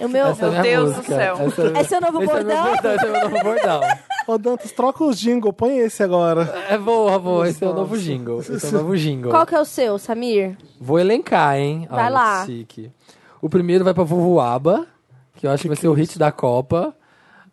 [SPEAKER 4] O meu,
[SPEAKER 2] Essa é a minha
[SPEAKER 3] Deus do
[SPEAKER 2] música.
[SPEAKER 3] céu.
[SPEAKER 2] Essa é-
[SPEAKER 4] Esse é o novo
[SPEAKER 2] esse É
[SPEAKER 4] bordão?
[SPEAKER 2] meu bordão, esse é meu novo bordão.
[SPEAKER 1] Ô, Dantas, troca o jingle, põe esse agora.
[SPEAKER 2] É boa, boa. Esse é o novo jingle. Esse é o novo jingle.
[SPEAKER 4] qual que é o seu, Samir?
[SPEAKER 2] Vou elencar, hein?
[SPEAKER 4] Vai
[SPEAKER 2] Olha,
[SPEAKER 4] lá.
[SPEAKER 2] que Chique. O primeiro vai pra Vovoaba, que eu acho que, vai ser
[SPEAKER 4] é
[SPEAKER 2] o hit da Copa.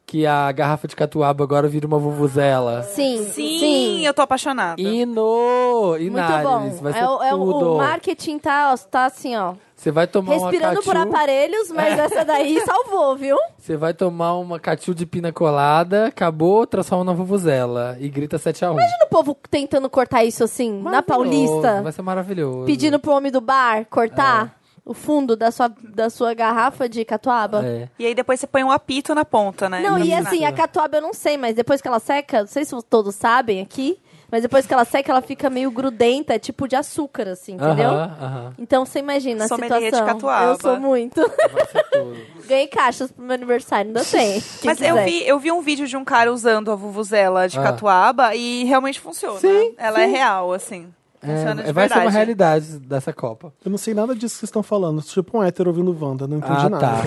[SPEAKER 2] Que a garrafa de catuaba agora vira uma vuvuzela.
[SPEAKER 4] Sim,
[SPEAKER 3] Sim,
[SPEAKER 4] sim.
[SPEAKER 3] eu tô apaixonada.
[SPEAKER 2] Ino!
[SPEAKER 4] Muito
[SPEAKER 2] Inares,
[SPEAKER 4] bom.
[SPEAKER 2] vai ser
[SPEAKER 4] É, o, é o-
[SPEAKER 2] tudo.
[SPEAKER 4] o marketing tá, ó, tá assim, ó.
[SPEAKER 2] Você vai tomar
[SPEAKER 4] Respirando
[SPEAKER 2] uma
[SPEAKER 4] por
[SPEAKER 2] cachu,
[SPEAKER 4] aparelhos, mas essa daí salvou, viu?
[SPEAKER 2] Você vai tomar uma cachu de pina colada, acabou, transforma na vuvuzela e grita 7x1.
[SPEAKER 4] Imagina o povo tentando cortar isso assim, na Paulista.
[SPEAKER 2] Vai ser É. maravilhoso. É.
[SPEAKER 4] pedindo pro homem do bar cortar o fundo da sua, da sua garrafa de catuaba.
[SPEAKER 2] É.
[SPEAKER 3] E aí depois você põe um apito na ponta, né?
[SPEAKER 4] Não, e assim, a catuaba eu não sei, mas depois que ela seca, não sei se todos sabem aqui, mas depois que ela seca, ela fica meio grudenta, é tipo de açúcar, assim, entendeu?
[SPEAKER 2] Aham, aham.
[SPEAKER 4] Então você imagina a
[SPEAKER 3] Sommelier de
[SPEAKER 4] situação.
[SPEAKER 3] catuaba.
[SPEAKER 4] Eu sou muito.
[SPEAKER 2] Vai ser tudo.
[SPEAKER 4] Ganhei caixas pro meu aniversário, ainda tem. quem
[SPEAKER 3] Mas eu
[SPEAKER 4] quiser.
[SPEAKER 3] vi, eu vi um vídeo de um cara usando a vuvuzela de
[SPEAKER 2] Ah.
[SPEAKER 3] catuaba e realmente funciona.
[SPEAKER 2] Sim,
[SPEAKER 3] Ela é real, assim. Funciona
[SPEAKER 2] É,
[SPEAKER 3] de
[SPEAKER 2] vai ser uma
[SPEAKER 3] verdade.
[SPEAKER 2] realidade dessa Copa.
[SPEAKER 1] Eu não sei nada disso que vocês estão falando. Tipo um hétero ouvindo Wanda, não entendi
[SPEAKER 2] Ah,
[SPEAKER 1] nada.
[SPEAKER 2] tá.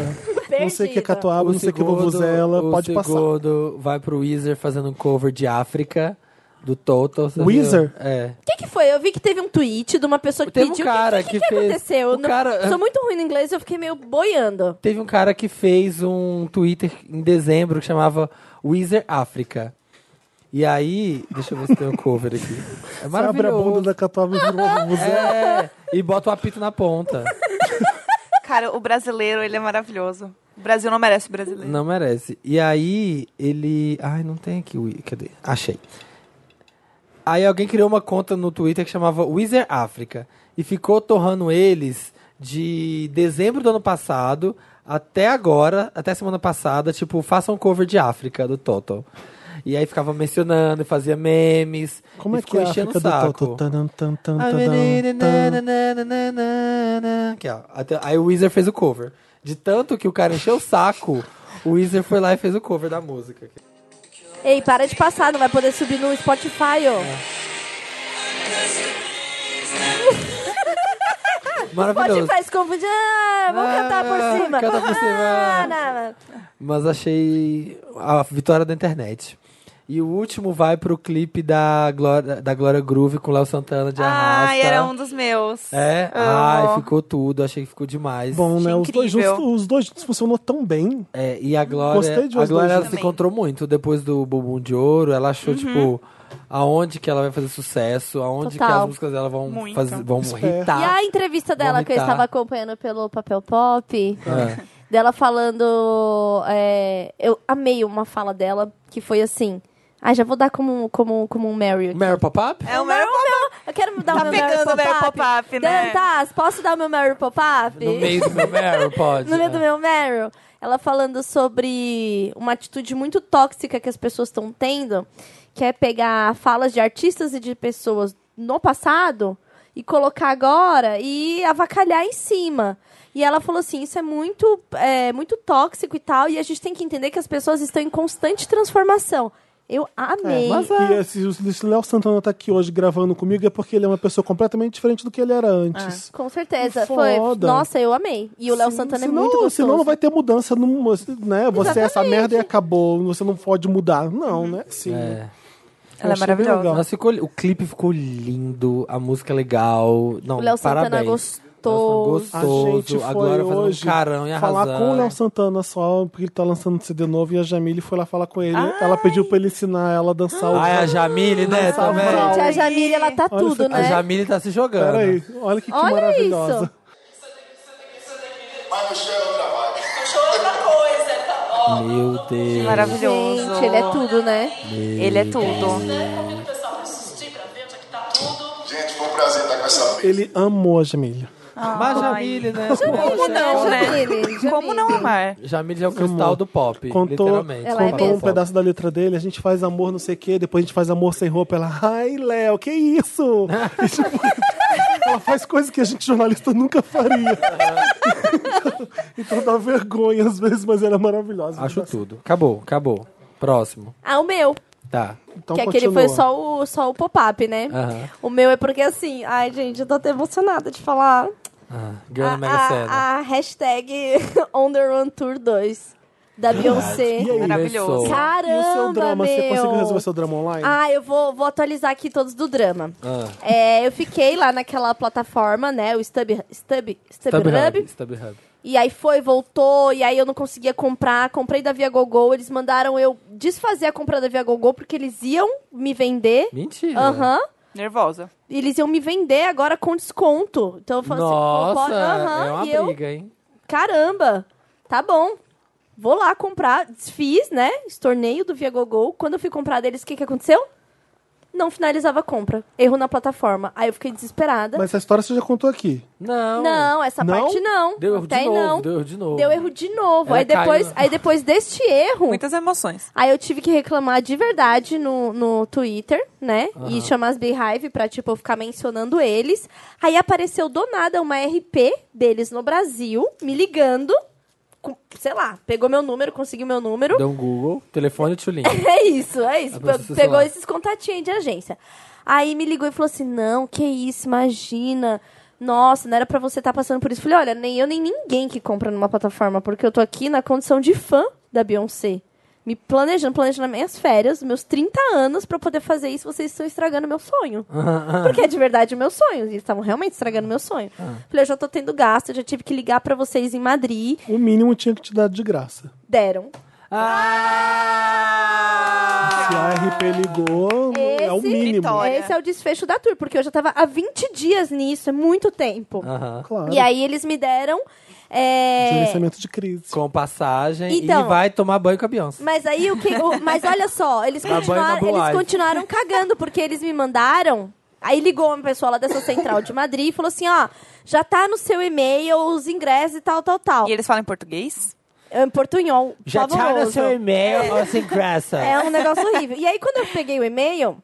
[SPEAKER 1] cara. Não sei o que é
[SPEAKER 4] Perdida.
[SPEAKER 1] catuaba, não sei o que é vuvuzela,
[SPEAKER 2] o
[SPEAKER 1] pode passar.
[SPEAKER 2] segundo vai pro Weezer fazendo um cover de África, do Toto. você
[SPEAKER 1] Weezer?
[SPEAKER 2] viu? É.
[SPEAKER 4] O que, que foi? Eu vi que teve um tweet de uma pessoa que
[SPEAKER 2] Teve um
[SPEAKER 4] pediu.
[SPEAKER 2] cara
[SPEAKER 4] o que, que,
[SPEAKER 2] que
[SPEAKER 4] que
[SPEAKER 2] fez-
[SPEAKER 4] aconteceu?
[SPEAKER 2] o
[SPEAKER 4] Eu não-
[SPEAKER 2] cara-
[SPEAKER 4] Sou muito ruim no inglês, eu fiquei meio boiando.
[SPEAKER 2] Teve um cara que fez um Twitter em dezembro que chamava Weezer África. E aí, deixa eu ver se tem um cover aqui. É
[SPEAKER 1] Você abre a bunda
[SPEAKER 2] maravilhoso.
[SPEAKER 1] da catuaba e vira uma vuvuzela.
[SPEAKER 2] É, e bota o apito na ponta.
[SPEAKER 3] Cara, o brasileiro, ele é maravilhoso. O Brasil não merece brasileiro.
[SPEAKER 2] Não merece. E aí, ele. Ai, não tem aqui o. Cadê? Achei. Aí alguém criou uma conta no Twitter que chamava Wizard África. E ficou torrando eles de dezembro do ano passado até agora, até semana passada, tipo, façam cover de África do Total. E aí ficava mencionando, fazia memes.
[SPEAKER 1] Como
[SPEAKER 2] e
[SPEAKER 1] é que
[SPEAKER 2] ficou
[SPEAKER 1] é a
[SPEAKER 2] enchendo
[SPEAKER 1] África
[SPEAKER 2] o
[SPEAKER 1] do Toto?
[SPEAKER 2] saco.
[SPEAKER 1] Tanam, tan, tan,
[SPEAKER 2] A
[SPEAKER 1] tadam,
[SPEAKER 2] menina,
[SPEAKER 1] tan.
[SPEAKER 2] nananana. Aqui, ó. Até- Aí o Weezer fez o cover. De tanto que o cara encheu o saco, o Weezer foi lá e fez o cover da música.
[SPEAKER 4] Ei, para de passar, não vai poder subir no Spotify,
[SPEAKER 2] É.
[SPEAKER 4] ó.
[SPEAKER 2] Maravilhoso.
[SPEAKER 4] Spotify se confunde. Ah, vamos
[SPEAKER 2] Ah,
[SPEAKER 4] cantar por cima.
[SPEAKER 2] canta por cima.
[SPEAKER 4] Ah, não.
[SPEAKER 2] Mas achei a vitória da internet. E o último vai pro clipe da Glória, da Glória Groove com o Léo Santana de Arrasta.
[SPEAKER 3] Ai, era um dos meus.
[SPEAKER 2] É?
[SPEAKER 3] Amo.
[SPEAKER 2] Ai, ficou tudo. Achei que ficou demais.
[SPEAKER 1] Bom,
[SPEAKER 4] é
[SPEAKER 1] né? Os dois,
[SPEAKER 3] Incrível.
[SPEAKER 1] juntos, os dois juntos funcionou tão bem.
[SPEAKER 2] É, e a Glória,
[SPEAKER 1] Gostei de
[SPEAKER 2] a
[SPEAKER 1] os dois
[SPEAKER 2] Glória ela se
[SPEAKER 3] também.
[SPEAKER 2] encontrou muito depois do Bumbum de Ouro. Ela
[SPEAKER 4] Uhum.
[SPEAKER 2] achou, tipo, aonde que ela vai fazer sucesso, aonde que
[SPEAKER 4] Total.
[SPEAKER 2] as músicas dela vão,
[SPEAKER 3] Muito.
[SPEAKER 2] fazer, vão
[SPEAKER 1] Espero.
[SPEAKER 4] E
[SPEAKER 2] hitar.
[SPEAKER 4] a entrevista dela
[SPEAKER 2] Vamos
[SPEAKER 4] que eu
[SPEAKER 2] irritar.
[SPEAKER 4] estava acompanhando pelo Papel Pop,
[SPEAKER 2] É.
[SPEAKER 4] dela falando. é, eu amei uma fala dela que foi assim. Ah, já vou dar como, como, como um Mary. aqui.
[SPEAKER 2] Mary Pop-Up?
[SPEAKER 3] É o meu.
[SPEAKER 4] Eu quero
[SPEAKER 3] Tá
[SPEAKER 4] dar o meu Mary
[SPEAKER 3] pegando o
[SPEAKER 4] Pop-Up.
[SPEAKER 3] Mary Pop-Up, né?
[SPEAKER 4] Dantas, posso dar o meu Mary Pop-Up?
[SPEAKER 2] No meio do meu Mary, pode.
[SPEAKER 4] no meio
[SPEAKER 2] É.
[SPEAKER 4] do meu Meryl, ela falando sobre uma atitude muito tóxica que as pessoas estão tendo, que é pegar falas de artistas e de pessoas no passado e colocar agora e avacalhar em cima. E ela falou assim, isso é muito, é, muito tóxico e tal, e a gente tem que entender que as pessoas estão em constante transformação. Eu
[SPEAKER 1] É,
[SPEAKER 4] amei.
[SPEAKER 1] E esse, esse Léo Santana tá aqui hoje gravando comigo é porque ele é uma pessoa completamente diferente do que ele era antes.
[SPEAKER 4] Com certeza.
[SPEAKER 1] Foda.
[SPEAKER 4] Foi. Nossa, eu amei. E É. o Léo
[SPEAKER 1] Sim,
[SPEAKER 4] Santana
[SPEAKER 1] senão,
[SPEAKER 4] é muito gostoso.
[SPEAKER 1] Senão não vai ter mudança, num, né? Você é essa
[SPEAKER 4] Exatamente.
[SPEAKER 1] merda e acabou, você não pode mudar. Não, né? Sim.
[SPEAKER 2] É.
[SPEAKER 3] Ela é
[SPEAKER 1] Achei bem
[SPEAKER 3] maravilhosa.
[SPEAKER 1] legal.
[SPEAKER 2] Nossa, ficou, o clipe ficou lindo, a música é legal. Não,
[SPEAKER 4] O Léo
[SPEAKER 2] parabéns.
[SPEAKER 4] Santana gostou.
[SPEAKER 2] Nossa,
[SPEAKER 1] A
[SPEAKER 2] gostoso.
[SPEAKER 1] gente foi
[SPEAKER 2] A Glória fazendo um
[SPEAKER 1] hoje
[SPEAKER 2] carão e
[SPEAKER 1] falar
[SPEAKER 2] arrasando.
[SPEAKER 1] com o Léo Santana só, porque ele tá lançando CD novo e a Jamile foi lá falar com ele. Ela pediu pra ele ensinar ela a dançar o
[SPEAKER 2] Ai, a Jamile, né,
[SPEAKER 1] Nossa,
[SPEAKER 2] também.
[SPEAKER 1] Paulo.
[SPEAKER 4] Gente, a Jamile, ela tá
[SPEAKER 1] Olha,
[SPEAKER 4] tudo,
[SPEAKER 1] fica-
[SPEAKER 4] né?
[SPEAKER 2] A Jamile tá se jogando.
[SPEAKER 1] Peraí, olha que, que
[SPEAKER 4] Olha
[SPEAKER 1] maravilhosa.
[SPEAKER 4] isso.
[SPEAKER 7] Mas o show é outra vibe.
[SPEAKER 2] Meu Deus.
[SPEAKER 3] Maravilhoso.
[SPEAKER 4] Gente, ele é tudo, né?
[SPEAKER 3] Ele é tudo.
[SPEAKER 7] Gente, foi um prazer estar com essa besta.
[SPEAKER 1] Ele amou a Jamile.
[SPEAKER 2] Mas Jamile, né?
[SPEAKER 3] Como não, né?
[SPEAKER 4] Jamile,
[SPEAKER 3] Como não amar?
[SPEAKER 2] Jamile é o cristal do pop,
[SPEAKER 1] Contou,
[SPEAKER 2] literalmente.
[SPEAKER 4] Ela é
[SPEAKER 1] contou um
[SPEAKER 4] mesmo.
[SPEAKER 1] pedaço da letra dele, a gente faz amor não sei o quê, depois a gente faz amor sem roupa. Ela, ai, Léo, que isso? E, tipo, ela faz coisas que a gente jornalista nunca faria. então dá vergonha às vezes, mas ela é maravilhosa.
[SPEAKER 2] Acho tudo. Acabou, acabou. Próximo.
[SPEAKER 4] Ah, o meu.
[SPEAKER 2] Tá.
[SPEAKER 1] Então
[SPEAKER 4] que aquele
[SPEAKER 1] continua.
[SPEAKER 4] foi só o, só o pop-up, né?
[SPEAKER 2] Aham.
[SPEAKER 4] O meu é porque assim... Ai, gente, eu tô até emocionada de falar
[SPEAKER 2] Ah,
[SPEAKER 4] a,
[SPEAKER 2] Girl na Mega Sena.
[SPEAKER 4] a, a hashtag On The Run Tour 2 da
[SPEAKER 1] E
[SPEAKER 4] Beyoncé.
[SPEAKER 1] aí?
[SPEAKER 3] Maravilhoso.
[SPEAKER 2] Começou.
[SPEAKER 1] E
[SPEAKER 4] Caramba,
[SPEAKER 1] o seu drama,
[SPEAKER 4] meu.
[SPEAKER 1] você conseguiu resolver seu drama online?
[SPEAKER 4] Ah, eu vou, vou atualizar aqui todos do drama.
[SPEAKER 2] Ah.
[SPEAKER 4] É, eu fiquei lá naquela plataforma, né? O Stub, Stub, StubHub.
[SPEAKER 2] StubHub. StubHub.
[SPEAKER 4] E aí foi, voltou, e aí eu não conseguia comprar. Comprei da Via Gogô, eles mandaram eu desfazer a compra da Via Gogô porque eles iam me vender.
[SPEAKER 2] Mentira.
[SPEAKER 4] Aham.
[SPEAKER 3] Nervosa.
[SPEAKER 4] E Eles iam me vender agora com desconto. Então eu falei assim,
[SPEAKER 2] Nossa,
[SPEAKER 4] pô, aham,
[SPEAKER 2] é uma
[SPEAKER 4] e eu,
[SPEAKER 2] briga, hein?
[SPEAKER 4] caramba, tá bom. Vou lá comprar, desfiz, né? Estorneio do Via Gogô. Quando eu fui comprar deles, o que, que aconteceu? Não finalizava a compra. Erro na plataforma. Aí eu fiquei desesperada.
[SPEAKER 1] Mas essa história você já contou aqui.
[SPEAKER 2] Não.
[SPEAKER 4] Não, essa
[SPEAKER 1] Não?
[SPEAKER 4] parte não.
[SPEAKER 2] Deu erro
[SPEAKER 4] Até
[SPEAKER 2] de
[SPEAKER 4] aí
[SPEAKER 2] novo.
[SPEAKER 4] não.
[SPEAKER 2] Deu erro de novo.
[SPEAKER 4] Deu erro de novo.
[SPEAKER 2] Ela
[SPEAKER 4] Aí depois,
[SPEAKER 2] caiu.
[SPEAKER 4] aí depois deste erro,
[SPEAKER 3] Muitas emoções.
[SPEAKER 4] aí eu tive que reclamar de verdade no, no Twitter, né? E chamar as Beehive pra, tipo, eu ficar mencionando eles. Aí apareceu do nada uma RP deles no Brasil, me ligando. com- sei lá, pegou meu número, conseguiu meu número.
[SPEAKER 2] Deu um Google, telefone e tchulin.
[SPEAKER 4] É isso, é isso.
[SPEAKER 2] Dá pra você
[SPEAKER 4] Pegou
[SPEAKER 2] falar.
[SPEAKER 4] esses contatinhos aí de agência. Aí me ligou e falou assim: não, que isso, imagina. Nossa, não era pra você estar passando por isso. Falei, olha, nem eu nem ninguém que compra numa plataforma, porque eu tô aqui na condição de fã da Beyoncé. Me planejando, planejando as minhas férias, meus 30 anos, pra eu poder fazer isso, vocês estão estragando meu sonho. Porque é de verdade o meu sonho. Eles estavam realmente estragando meu sonho. Falei, eu já tô tendo gasto, eu já tive que ligar pra vocês em Madrid.
[SPEAKER 1] O mínimo tinha que te dar de graça.
[SPEAKER 4] Deram.
[SPEAKER 2] ah!
[SPEAKER 1] Se a RP ligou, é o
[SPEAKER 4] Esse-
[SPEAKER 1] mínimo.
[SPEAKER 3] Vitória.
[SPEAKER 4] Esse é o desfecho da tour, porque eu já tava há 20 dias nisso, é muito tempo.
[SPEAKER 2] Aham.
[SPEAKER 1] Ah, Claro.
[SPEAKER 4] E aí eles me deram. É...
[SPEAKER 1] Gerenciamento de crise.
[SPEAKER 2] Com passagem e
[SPEAKER 4] Então.
[SPEAKER 2] vai tomar banho com a Beyoncé.
[SPEAKER 4] Mas aí o que. o- Mas olha só, eles
[SPEAKER 1] Tá é
[SPEAKER 2] Dá banho na
[SPEAKER 4] continuaram,
[SPEAKER 2] Blue
[SPEAKER 4] eles
[SPEAKER 2] Ivy.
[SPEAKER 4] continuaram cagando, porque eles me mandaram. Aí ligou uma pessoa lá dessa central de Madrid e falou assim: ó, já tá no seu e-mail os ingressos e tal, tal, tal.
[SPEAKER 3] E eles falam em português?
[SPEAKER 4] É um portunhol.
[SPEAKER 8] Já
[SPEAKER 2] tá
[SPEAKER 8] tira
[SPEAKER 4] pavoroso.
[SPEAKER 8] seu e-mail, ou sem graça.
[SPEAKER 4] É um negócio horrível. E aí, quando eu peguei o e-mail,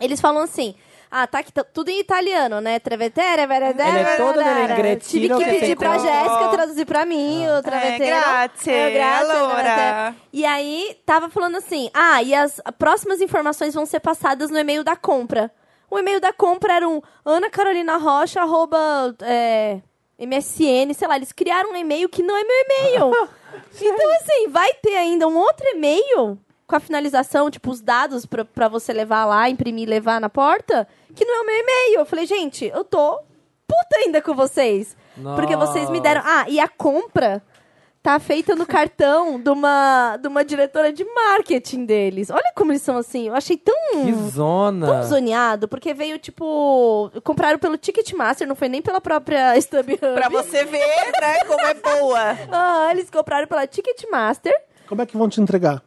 [SPEAKER 4] eles falam assim. Ah, tá aqui tá tudo em italiano, né? Trevetere, veredere,
[SPEAKER 8] Ele é todo
[SPEAKER 4] veredere.
[SPEAKER 8] negretino
[SPEAKER 4] Tive que
[SPEAKER 8] que tem
[SPEAKER 4] pedir pra
[SPEAKER 8] como.
[SPEAKER 4] Jéssica traduzir pra mim o trevetere.
[SPEAKER 3] grazie, allora.
[SPEAKER 4] E aí, tava falando assim, ah, e as próximas informações vão ser passadas no e-mail da compra. O e-mail da compra era um anacarolinarocha, arroba, é, MSN, sei lá, eles criaram um e-mail que não é meu e-mail. então, assim, vai ter ainda um outro e-mail com a finalização, tipo, os dados pra, pra você levar lá, imprimir e levar na porta, que não é o meu e-mail. Eu falei, gente, eu tô puta ainda com vocês. Porque vocês me deram. Ah, e a compra tá feita no cartão de uma, de uma diretora de marketing deles. Olha como eles são assim. Eu achei tão.
[SPEAKER 2] Que
[SPEAKER 4] Tão
[SPEAKER 2] zona.
[SPEAKER 4] zoneado, porque veio, tipo. Compraram pelo Ticketmaster, não foi nem pela própria StubHub.
[SPEAKER 3] Pra você ver, né, como é boa.
[SPEAKER 4] Ah, eles compraram pela Ticketmaster.
[SPEAKER 1] Como é que vão te entregar?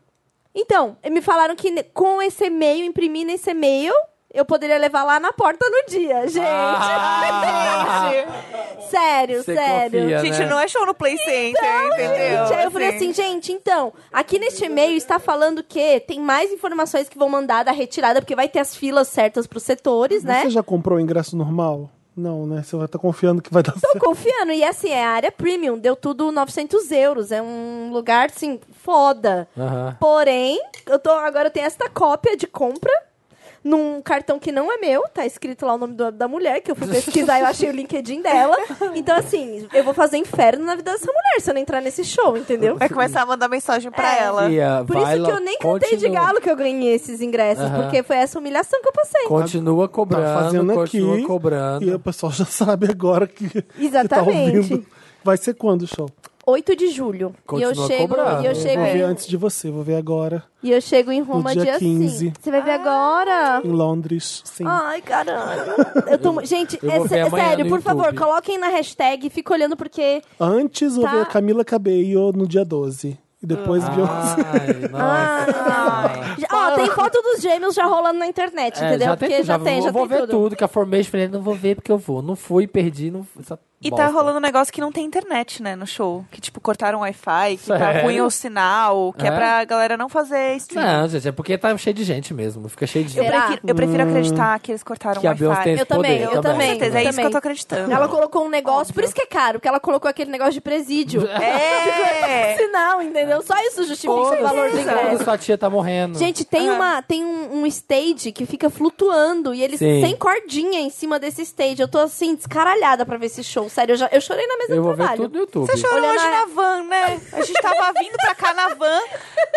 [SPEAKER 4] Então, me falaram que ne- com esse e-mail, imprimir nesse e-mail, eu poderia levar lá na porta no dia. Gente,
[SPEAKER 2] Ah,
[SPEAKER 4] sério,
[SPEAKER 2] Você
[SPEAKER 4] sério.
[SPEAKER 2] confia,
[SPEAKER 3] Gente,
[SPEAKER 2] né?
[SPEAKER 3] não é show no Play Center, entendeu?
[SPEAKER 4] Então, Gente, aí eu falei assim, gente, então, aqui neste e-mail está falando que tem mais informações que vão mandar da retirada, porque vai ter as filas certas para os setores, né?
[SPEAKER 1] Você já comprou o ingresso normal? Não, né? Você vai estar confiando que vai dar
[SPEAKER 4] Tô
[SPEAKER 1] certo.
[SPEAKER 4] confiando, e assim, é a área premium, deu tudo 900 euros, é um lugar, assim, foda.
[SPEAKER 2] Aham.
[SPEAKER 4] Porém, eu tô, agora eu tenho esta cópia de compra num cartão que não é meu, tá escrito lá o nome do- da mulher, que eu fui pesquisar e eu achei o LinkedIn dela. Então, assim, eu vou fazer inferno na vida dessa mulher se eu não entrar nesse show, entendeu?
[SPEAKER 3] Vai começar a mandar mensagem pra
[SPEAKER 4] É.
[SPEAKER 3] ela.
[SPEAKER 2] Fia,
[SPEAKER 4] Por
[SPEAKER 2] ah, vai
[SPEAKER 4] isso que
[SPEAKER 2] lá-
[SPEAKER 4] eu nem cantei de
[SPEAKER 2] É, continua.
[SPEAKER 4] galo que eu ganhei esses ingressos,
[SPEAKER 2] Aham.
[SPEAKER 4] porque foi essa humilhação que eu passei.
[SPEAKER 2] Continua cobrando,
[SPEAKER 1] tá fazendo
[SPEAKER 2] continua
[SPEAKER 1] aqui.
[SPEAKER 2] cobrando.
[SPEAKER 1] E o pessoal já sabe agora que, que tá
[SPEAKER 4] Exatamente.
[SPEAKER 1] ouvindo. Vai ser quando o show?
[SPEAKER 4] 8 de julho.
[SPEAKER 2] Continua
[SPEAKER 4] e eu chego,
[SPEAKER 2] cobrando.
[SPEAKER 4] e eu chego,
[SPEAKER 1] Vou ver
[SPEAKER 4] em,
[SPEAKER 1] antes de você, vou ver agora.
[SPEAKER 4] e eu chego em Roma
[SPEAKER 1] dia
[SPEAKER 4] dia,
[SPEAKER 1] 15.
[SPEAKER 4] 15. Você vai ver agora?
[SPEAKER 1] Em Londres, sim.
[SPEAKER 4] Ai, caralho. Eu tô, mu- gente,
[SPEAKER 2] eu
[SPEAKER 4] é
[SPEAKER 2] vou
[SPEAKER 4] sé-
[SPEAKER 2] ver amanhã
[SPEAKER 4] sério,
[SPEAKER 2] no
[SPEAKER 4] por favor,
[SPEAKER 2] YouTube.
[SPEAKER 4] coloquem na hashtag, fica olhando porque
[SPEAKER 1] Antes eu
[SPEAKER 4] Tá.
[SPEAKER 1] vi a Camila Cabello no dia 12. E
[SPEAKER 2] Ah.
[SPEAKER 1] depois Beyoncé.
[SPEAKER 2] Ai,
[SPEAKER 4] Ah,
[SPEAKER 2] nossa.
[SPEAKER 4] Já- Ó, tem foto dos gêmeos já rolando na internet,
[SPEAKER 2] Ah. É,
[SPEAKER 4] entendeu?
[SPEAKER 2] já tem,
[SPEAKER 4] porque
[SPEAKER 2] tudo,
[SPEAKER 4] já,
[SPEAKER 2] já
[SPEAKER 4] tem,
[SPEAKER 2] vou,
[SPEAKER 4] já
[SPEAKER 2] vou
[SPEAKER 4] tem
[SPEAKER 2] ver
[SPEAKER 4] tudo.
[SPEAKER 2] tudo. que a Formation falei, não vou ver porque eu vou. Não fui, perdi, não essa
[SPEAKER 3] E
[SPEAKER 2] bosta.
[SPEAKER 3] tá rolando um negócio que não tem internet, né, no show. Que, tipo, cortaram o Wi-Fi, que
[SPEAKER 2] Sério?
[SPEAKER 3] tá ruim o sinal, que é,
[SPEAKER 2] É?
[SPEAKER 3] pra galera não fazer stream.
[SPEAKER 2] Não, gente, é porque tá cheio de gente mesmo. Fica cheio de
[SPEAKER 3] Eu,
[SPEAKER 2] gente.
[SPEAKER 4] Será?
[SPEAKER 3] prefiro, eu prefiro acreditar que eles
[SPEAKER 2] Hum.
[SPEAKER 3] cortaram
[SPEAKER 2] Que
[SPEAKER 3] o
[SPEAKER 2] a Beyoncé
[SPEAKER 3] Wi-Fi.
[SPEAKER 2] tem esse
[SPEAKER 4] Eu também,
[SPEAKER 2] poder.
[SPEAKER 4] eu também.
[SPEAKER 3] Com certeza, é isso que eu tô acreditando.
[SPEAKER 4] Ela colocou um negócio, por isso que é caro, porque ela colocou aquele negócio de presídio.
[SPEAKER 3] É!
[SPEAKER 4] Sinal, entendeu? Só isso justifica o
[SPEAKER 2] Foda-se,
[SPEAKER 4] valor do ingresso.
[SPEAKER 2] foda-se, sua tia tá morrendo.
[SPEAKER 4] Gente, tem,
[SPEAKER 2] Ah.
[SPEAKER 4] uma, tem um, um stage que fica flutuando e eles
[SPEAKER 2] Sim.
[SPEAKER 4] têm cordinha em cima desse stage. Eu tô assim, descaralhada pra ver esse show. Sério, eu, já, eu chorei na mesa
[SPEAKER 2] eu
[SPEAKER 4] do
[SPEAKER 2] vou ver
[SPEAKER 4] trabalho.
[SPEAKER 2] tudo no YouTube.
[SPEAKER 3] Você chorou
[SPEAKER 4] Olha
[SPEAKER 3] Tá hoje
[SPEAKER 4] na-
[SPEAKER 3] na van, né? A gente tava vindo pra cá na van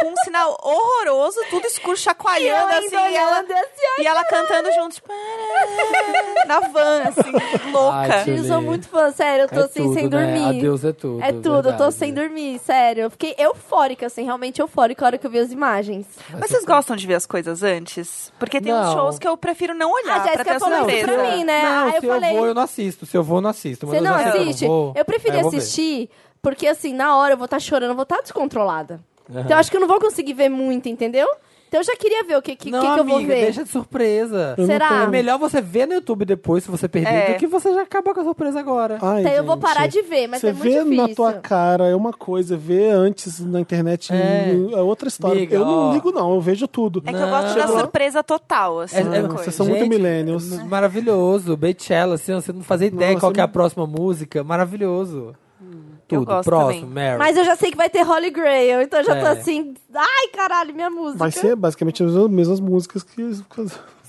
[SPEAKER 3] com um sinal horroroso, tudo escuro,
[SPEAKER 4] E eu
[SPEAKER 3] chacoalhando
[SPEAKER 4] ainda
[SPEAKER 3] assim. E ela,
[SPEAKER 4] olhando assim, ai,
[SPEAKER 3] e ela cantando junto, tipo, "Parará", na van, assim, louca.
[SPEAKER 2] Ai, tio.
[SPEAKER 4] Eu sou muito fã, sério, eu tô
[SPEAKER 2] é
[SPEAKER 4] assim,
[SPEAKER 2] tudo, né?
[SPEAKER 4] sem dormir.
[SPEAKER 2] Adeus é tudo.
[SPEAKER 4] É tudo, eu tô
[SPEAKER 2] verdade.
[SPEAKER 4] sem dormir, sério. Eu fiquei eufórica, assim, realmente eufórica a hora que eu vi as imagens.
[SPEAKER 3] Mas vocês gostam de ver as coisas antes? Porque tem uns
[SPEAKER 2] Não.
[SPEAKER 3] shows que eu prefiro não
[SPEAKER 4] A
[SPEAKER 3] olhar pra
[SPEAKER 4] Ah, Jéssica
[SPEAKER 3] ter a
[SPEAKER 4] falou isso
[SPEAKER 3] surpresa.
[SPEAKER 4] pra mim, né?
[SPEAKER 2] Não,
[SPEAKER 4] Aí eu
[SPEAKER 2] se eu,
[SPEAKER 4] falei-
[SPEAKER 2] vou, eu não assisto. Se eu vou, eu não assisto. Mas
[SPEAKER 4] Você
[SPEAKER 2] eu já
[SPEAKER 4] não
[SPEAKER 2] sei que eu
[SPEAKER 4] assiste?
[SPEAKER 2] vou.
[SPEAKER 4] Eu preferi
[SPEAKER 2] Aí vou ver.
[SPEAKER 4] assistir, porque assim, na hora eu vou estar chorando, eu vou estar descontrolada. Então eu acho que eu não vou conseguir ver muito, entendeu? Então eu já queria ver o que, que,
[SPEAKER 2] não,
[SPEAKER 4] que que eu
[SPEAKER 2] amiga,
[SPEAKER 4] vou ver.
[SPEAKER 2] deixa de surpresa.
[SPEAKER 1] Eu não
[SPEAKER 4] Será?
[SPEAKER 1] tenho-
[SPEAKER 2] É melhor você ver no YouTube depois, se você perder,
[SPEAKER 3] É.
[SPEAKER 2] do que você já acaba com a surpresa agora.
[SPEAKER 1] Ai,
[SPEAKER 4] Então eu vou
[SPEAKER 1] gente.
[SPEAKER 4] parar de ver, mas
[SPEAKER 1] Você
[SPEAKER 4] é muito
[SPEAKER 1] vê
[SPEAKER 4] difícil.
[SPEAKER 1] na tua cara é uma coisa, ver antes na internet
[SPEAKER 2] É.
[SPEAKER 1] é, outra história.
[SPEAKER 2] Amiga,
[SPEAKER 1] eu não
[SPEAKER 2] ó.
[SPEAKER 1] ligo, não, eu vejo tudo. Tipo,
[SPEAKER 3] É que eu gosto da
[SPEAKER 2] Chegou.
[SPEAKER 3] surpresa total, assim.
[SPEAKER 2] É- é-
[SPEAKER 3] da
[SPEAKER 1] Vocês
[SPEAKER 3] coisa.
[SPEAKER 1] são muito
[SPEAKER 2] Gente,
[SPEAKER 1] millennials.
[SPEAKER 2] m- Maravilhoso. Beychella, assim, ó, você não fazia ideia
[SPEAKER 1] Nossa,
[SPEAKER 2] qual que é a
[SPEAKER 1] eu-
[SPEAKER 2] próxima música. Maravilhoso.
[SPEAKER 4] Hum,
[SPEAKER 2] Tudo.
[SPEAKER 3] gosto
[SPEAKER 2] Próximo,
[SPEAKER 3] também.
[SPEAKER 2] Mary.
[SPEAKER 4] Mas eu já sei que vai ter Holy Grail, então eu já tô
[SPEAKER 2] É.
[SPEAKER 4] assim, ai caralho, minha música.
[SPEAKER 1] Vai ser basicamente as mesmas músicas que.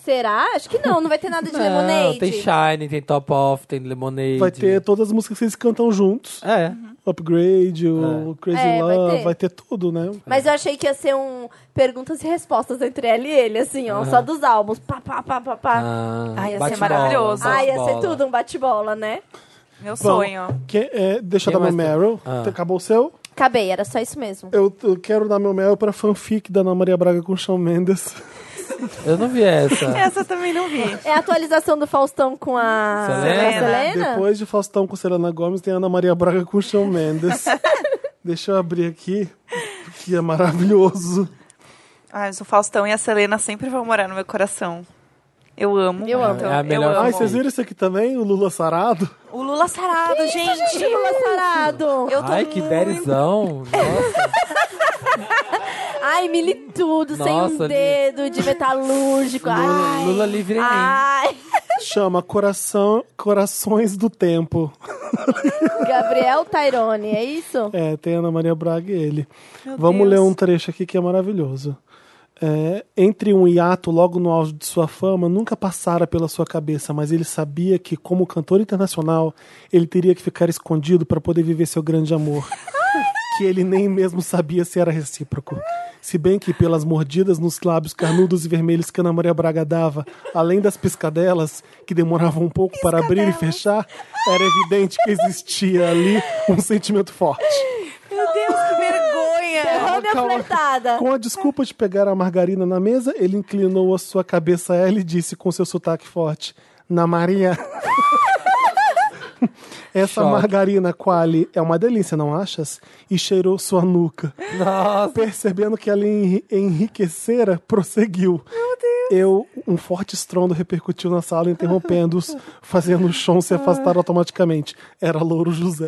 [SPEAKER 4] Será? Acho que não, não vai ter nada de
[SPEAKER 2] Não,
[SPEAKER 4] Lemonade.
[SPEAKER 2] tem Shine, tem Top Off, tem Lemonade.
[SPEAKER 1] Vai ter todas as músicas que eles cantam juntos.
[SPEAKER 2] É.
[SPEAKER 4] Uhum.
[SPEAKER 1] Upgrade, o Crazy
[SPEAKER 4] É, vai
[SPEAKER 1] Love,
[SPEAKER 4] ter.
[SPEAKER 1] vai ter tudo, né?
[SPEAKER 4] Mas eu achei que ia ser um perguntas e respostas entre ela e ele, assim, ó, só dos álbuns. Pá, pá, pá, pá, pá.
[SPEAKER 2] Ah,
[SPEAKER 3] Ai, ia ser
[SPEAKER 2] bate-bola,
[SPEAKER 3] maravilhoso.
[SPEAKER 4] Ah, ia ser
[SPEAKER 2] bate-bola.
[SPEAKER 4] tudo um bate-bola, né?
[SPEAKER 3] Meu sonho.
[SPEAKER 1] Que- é, deixa eu
[SPEAKER 2] Quem
[SPEAKER 1] dar meu
[SPEAKER 2] mais tem?
[SPEAKER 1] Meryl.
[SPEAKER 2] Ah.
[SPEAKER 1] Acabou o seu?
[SPEAKER 4] Acabei, era só isso mesmo.
[SPEAKER 1] Eu, eu quero dar meu Meryl pra fanfic da Ana Maria Braga com o Shawn Mendes.
[SPEAKER 2] Eu não vi essa.
[SPEAKER 3] Essa eu também não vi.
[SPEAKER 4] É a atualização do Faustão com a
[SPEAKER 2] Selena?
[SPEAKER 4] com a Selena?
[SPEAKER 1] Depois de Faustão com Selena Gomes, tem Ana Maria Braga com o Shawn Mendes. Deixa eu abrir aqui, que é maravilhoso.
[SPEAKER 3] Ah, mas o Faustão e a Selena sempre vão morar no meu coração. Eu amo.
[SPEAKER 4] Eu amo.
[SPEAKER 3] Então,
[SPEAKER 2] É a melhor
[SPEAKER 3] eu amo.
[SPEAKER 1] Ai, vocês viram isso aqui também? O Lula sarado?
[SPEAKER 3] O Lula sarado, gente.
[SPEAKER 4] Lula sarado.
[SPEAKER 3] Eu tô
[SPEAKER 2] Ai, que
[SPEAKER 3] muito-
[SPEAKER 2] derizão. Nossa,
[SPEAKER 4] Ai, mili tudo, sem um
[SPEAKER 2] Nossa, Li.
[SPEAKER 4] dedo de metalúrgico.
[SPEAKER 2] Lula,
[SPEAKER 4] Ai.
[SPEAKER 2] Lula livre em mim.
[SPEAKER 4] Ai,
[SPEAKER 1] Chama Coração, Corações do Tempo.
[SPEAKER 4] Gabriel Tairone, é isso?
[SPEAKER 1] É, tem Ana Maria Braga e ele.
[SPEAKER 3] Meu
[SPEAKER 1] Vamos
[SPEAKER 3] Deus.
[SPEAKER 1] ler um trecho aqui que é maravilhoso. É, entre um hiato logo no auge de sua fama, nunca passara pela sua cabeça, mas ele sabia que, como cantor internacional, ele teria que ficar escondido para poder viver seu grande amor. que ele nem mesmo sabia se era recíproco. Se bem que, pelas mordidas nos lábios carnudos e vermelhos que Ana Maria Braga dava, além das piscadelas, que demoravam um pouco para abrir e fechar, era evidente que existia ali um sentimento forte.
[SPEAKER 3] Meu Deus, que vergonha.
[SPEAKER 4] Errou minha
[SPEAKER 1] Calma.
[SPEAKER 4] flertada.
[SPEAKER 1] Com a desculpa de pegar a margarina na mesa, ele inclinou a sua cabeça a ela e disse com seu sotaque forte: Na Maria. Essa
[SPEAKER 2] Choque.
[SPEAKER 1] margarina quali é uma delícia, não achas? E cheirou sua nuca.
[SPEAKER 2] Nossa.
[SPEAKER 1] Percebendo que ela enri- enriquecera, prosseguiu. Meu Deus. Eu, um forte estrondo repercutiu na sala, interrompendo-os, fazendo o chão se afastar automaticamente. Era Louro José.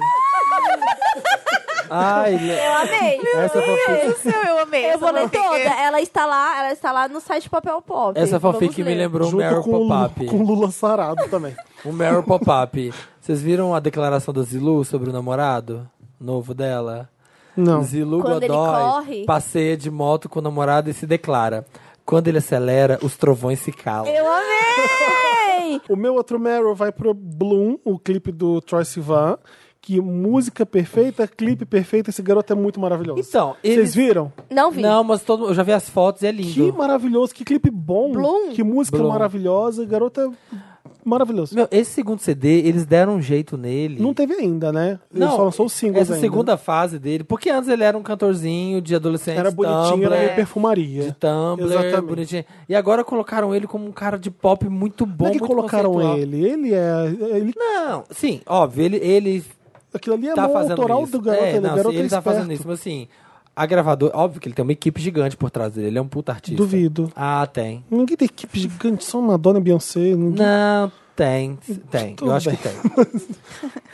[SPEAKER 2] Ai, le-
[SPEAKER 4] Eu amei.
[SPEAKER 2] essa fanfic,
[SPEAKER 3] Meu Deus do céu, eu amei.
[SPEAKER 4] Eu
[SPEAKER 3] essa
[SPEAKER 4] vou ler
[SPEAKER 3] fanfic.
[SPEAKER 4] toda. é. Ela está lá, ela está lá no site Papel Pop.
[SPEAKER 2] essa
[SPEAKER 4] Vamos
[SPEAKER 2] fanfic me
[SPEAKER 4] ler.
[SPEAKER 2] lembrou o
[SPEAKER 1] Junto
[SPEAKER 2] Meryl
[SPEAKER 1] com o Lu-
[SPEAKER 2] Pop-Up.
[SPEAKER 1] com o Lula Sarado também.
[SPEAKER 2] O Meryl Pop-Up. Vocês viram a declaração da Zilu sobre o namorado novo dela?
[SPEAKER 1] Não.
[SPEAKER 2] Zilu
[SPEAKER 4] Quando ele
[SPEAKER 2] Godoy
[SPEAKER 4] corre.
[SPEAKER 2] passeia de moto com o namorado e se declara. Quando ele acelera, os trovões se calam.
[SPEAKER 4] Eu amei!
[SPEAKER 1] O meu outro Meryl vai pro Bloom, o clipe do Troy Sivan. Que música perfeita, clipe perfeito. Esse garoto é muito maravilhoso.
[SPEAKER 2] Então, eles-
[SPEAKER 1] Vocês viram?
[SPEAKER 4] Não vi.
[SPEAKER 2] Não, mas todo... eu já vi as fotos e é lindo.
[SPEAKER 1] Que maravilhoso, que clipe bom.
[SPEAKER 4] Bloom?
[SPEAKER 1] Que música
[SPEAKER 2] Bloom.
[SPEAKER 1] maravilhosa. Garota é maravilhoso.
[SPEAKER 2] Meu, esse segundo CD, eles deram um jeito nele.
[SPEAKER 1] Não teve ainda, né? Ele só lançou os singles
[SPEAKER 2] Essa
[SPEAKER 1] ainda. né?
[SPEAKER 2] segunda fase dele, porque antes ele era um cantorzinho de adolescente.
[SPEAKER 1] Era bonitinho, né?
[SPEAKER 2] Tumblr,
[SPEAKER 1] era meio
[SPEAKER 2] De
[SPEAKER 1] perfumaria. é
[SPEAKER 2] Tumblr,
[SPEAKER 1] Exatamente.
[SPEAKER 2] bonitinho. E agora colocaram ele como um cara de pop muito bom.
[SPEAKER 1] Como é que
[SPEAKER 2] muito
[SPEAKER 1] colocaram
[SPEAKER 2] conceitual.
[SPEAKER 1] ele? Ele é. Ele,
[SPEAKER 2] Não, sim, óbvio, ele, ele
[SPEAKER 1] aquilo ali é
[SPEAKER 2] tá
[SPEAKER 1] mão
[SPEAKER 2] fazendo
[SPEAKER 1] autoral
[SPEAKER 2] isso.
[SPEAKER 1] do garoto.
[SPEAKER 2] é,
[SPEAKER 1] ele
[SPEAKER 2] não,
[SPEAKER 1] o garoto
[SPEAKER 2] ele
[SPEAKER 1] é
[SPEAKER 2] tá
[SPEAKER 1] esperto.
[SPEAKER 2] fazendo isso, mas assim, a gravadora, óbvio que ele tem uma equipe gigante por trás dele, ele é um puta artista.
[SPEAKER 1] Duvido.
[SPEAKER 2] Ah, tem.
[SPEAKER 1] Ninguém tem equipe gigante, só Madonna e Beyoncé. Ninguém...
[SPEAKER 2] Não, tem, tem.
[SPEAKER 1] Tudo
[SPEAKER 2] eu acho que
[SPEAKER 1] bem.
[SPEAKER 2] tem.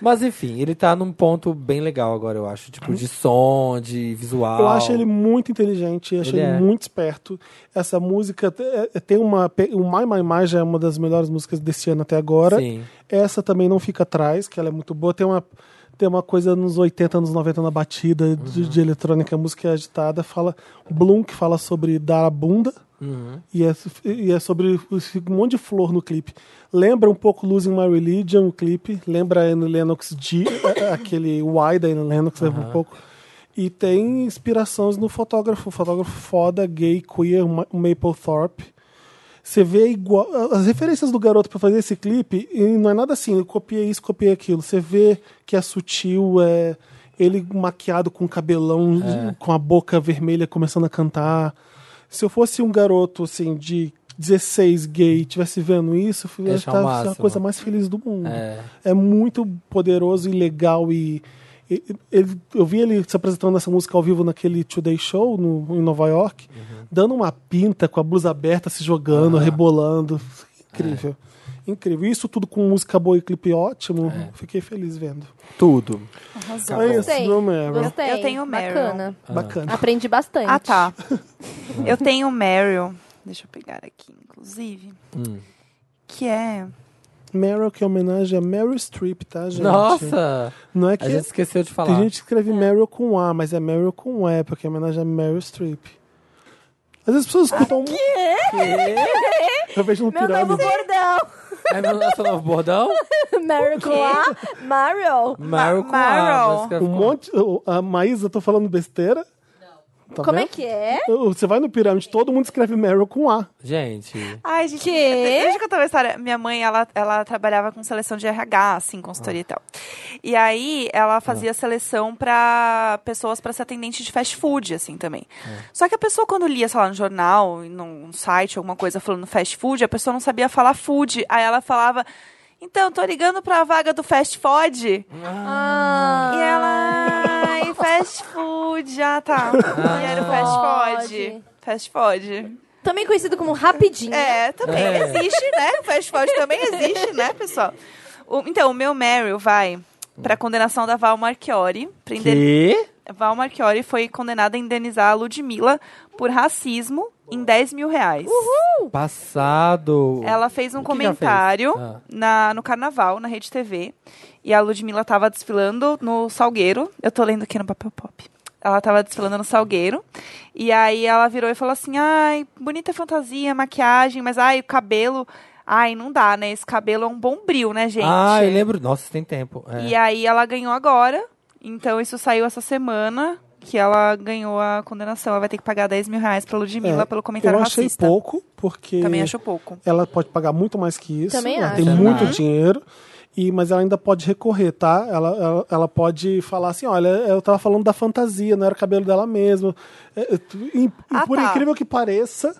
[SPEAKER 2] Mas enfim, ele tá num ponto bem legal agora, eu acho. Tipo, de som, de visual.
[SPEAKER 1] Eu acho ele muito inteligente, acho
[SPEAKER 2] Ele
[SPEAKER 1] ele,
[SPEAKER 2] é.
[SPEAKER 1] muito esperto. Essa música te- é- tem uma. pe- O My My My já é uma das melhores músicas desse ano até agora.
[SPEAKER 2] Sim.
[SPEAKER 1] Essa também não fica atrás, que ela é muito boa. Tem uma, tem uma coisa nos 80, nos 90 na batida de, de eletrônica, música é agitada. Fala. Bloom, que fala sobre dar a bunda. E, é, e é sobre um monte de flor no clipe. Lembra um pouco Losing My Religion, o clipe. Lembra a Annie Lennox G, a- a- aquele Why da Annie Lennox, lembra um pouco. E tem inspirações no fotógrafo, fotógrafo foda, gay, queer, Ma- Mapplethorpe. Você vê igual. As referências do garoto pra fazer esse clipe, e não é nada assim, eu copiei isso, copiei aquilo. Você vê que é sutil, é ele maquiado com cabelão,
[SPEAKER 2] É.
[SPEAKER 1] com a boca vermelha começando a cantar. Se eu fosse um garoto assim de 16 gay e tivesse vendo isso, eu ia
[SPEAKER 2] Ia achar é o
[SPEAKER 1] estar a
[SPEAKER 2] máximo.
[SPEAKER 1] coisa mais feliz do mundo.
[SPEAKER 2] É.
[SPEAKER 1] É muito poderoso e legal e e- ele- eu vi ele se apresentando essa música ao vivo naquele Today Show no- em Nova York,
[SPEAKER 2] Uhum.
[SPEAKER 1] dando uma pinta com a blusa aberta, se jogando, rebolando. Incrível.
[SPEAKER 2] É.
[SPEAKER 1] Incrível. Isso tudo com música boa e clipe ótimo. Fiquei feliz vendo.
[SPEAKER 2] Tudo.
[SPEAKER 1] É isso,
[SPEAKER 4] Gostei.
[SPEAKER 1] meu Meryl.
[SPEAKER 4] Gostei.
[SPEAKER 3] Eu tenho Meryl.
[SPEAKER 4] Bacana.
[SPEAKER 2] Ah.
[SPEAKER 1] Bacana.
[SPEAKER 4] Aprendi bastante.
[SPEAKER 3] Ah, tá. eu tenho um Meryl. Deixa eu pegar aqui, inclusive. Que é...
[SPEAKER 1] Meryl que é homenagem a Meryl Streep, tá, gente?
[SPEAKER 2] Nossa!
[SPEAKER 1] Não é
[SPEAKER 2] A
[SPEAKER 1] que
[SPEAKER 2] gente esqueceu de falar.
[SPEAKER 1] tem gente que escreve Meryl com A, mas é Meryl com E, porque é homenagem a Meryl Streep. Às vezes as pessoas escutam um. Eu vejo um
[SPEAKER 4] Meu novo
[SPEAKER 1] pirâmide.
[SPEAKER 4] bordão.
[SPEAKER 2] É meu nosso novo bordão?
[SPEAKER 4] Meryl com A. Mario.
[SPEAKER 2] Meryl com A.
[SPEAKER 3] Meryl.
[SPEAKER 2] mas escreve
[SPEAKER 1] Um
[SPEAKER 2] com A.
[SPEAKER 1] monte. oh, A Maísa, eu tô falando besteira? Não.
[SPEAKER 4] Como é que é?
[SPEAKER 1] Você vai no pirâmide, todo mundo escreve Meryl com A.
[SPEAKER 2] Gente,
[SPEAKER 3] Ai, gente,
[SPEAKER 4] Quê?
[SPEAKER 3] deixa eu contar uma história. Minha mãe, ela, ela trabalhava com seleção de RH, assim, consultoria e tal. E aí, ela fazia seleção pra pessoas pra ser atendente de fast food, assim, também. Só que a pessoa, quando lia, sei lá, no jornal, num site, alguma coisa falando fast food, a pessoa não sabia falar food. Aí ela falava... Então, tô ligando pra vaga do fast food.
[SPEAKER 4] Ah.
[SPEAKER 3] E ela. Ah,
[SPEAKER 2] Ah.
[SPEAKER 3] Ai, fast food, já tá. E era o fast food. Fast food.
[SPEAKER 4] também conhecido como Rapidinho.
[SPEAKER 3] É, também
[SPEAKER 2] É.
[SPEAKER 3] existe, né? O fast food também existe, né, pessoal? O- então, o meu Meryl vai pra condenação da Val Marchiori. pra inden-
[SPEAKER 2] Que?
[SPEAKER 3] Val Marchiori foi condenada a indenizar a Ludmilla por racismo em 10 mil reais.
[SPEAKER 2] Passado.
[SPEAKER 3] Ela fez um
[SPEAKER 2] Tipo, O que que ela
[SPEAKER 3] comentário
[SPEAKER 2] fez? Ah.
[SPEAKER 3] na, no carnaval, na Rede TV. E a Ludmilla tava desfilando no Salgueiro. Eu tô lendo aqui no papel pop. Ela tava desfilando no Salgueiro. E aí ela virou e falou assim: ai, bonita fantasia, maquiagem, mas ai, o cabelo. Ai, não dá, né? Esse cabelo é um bombril, né, gente?
[SPEAKER 2] Ah, eu lembro. Nossa, tem tempo. É.
[SPEAKER 3] E aí ela ganhou agora. Então isso saiu essa semana. Que ela ganhou a condenação. Ela vai ter que pagar 10 mil reais pra Ludmilla
[SPEAKER 1] É,
[SPEAKER 3] pelo comentário
[SPEAKER 1] Eu achei
[SPEAKER 3] Então racista.
[SPEAKER 1] pouco, porque
[SPEAKER 3] Também acho pouco.
[SPEAKER 1] ela pode pagar muito mais que isso.
[SPEAKER 4] Também
[SPEAKER 1] ela
[SPEAKER 4] acho.
[SPEAKER 1] tem
[SPEAKER 2] Também
[SPEAKER 1] muito
[SPEAKER 2] acho.
[SPEAKER 1] dinheiro. E, mas ela ainda pode recorrer, tá? Ela, ela, ela pode falar assim: olha, eu tava falando da fantasia, não era o cabelo dela mesmo. É, é, tu- E, e
[SPEAKER 3] Ah,
[SPEAKER 1] por
[SPEAKER 3] tá.
[SPEAKER 1] incrível que pareça,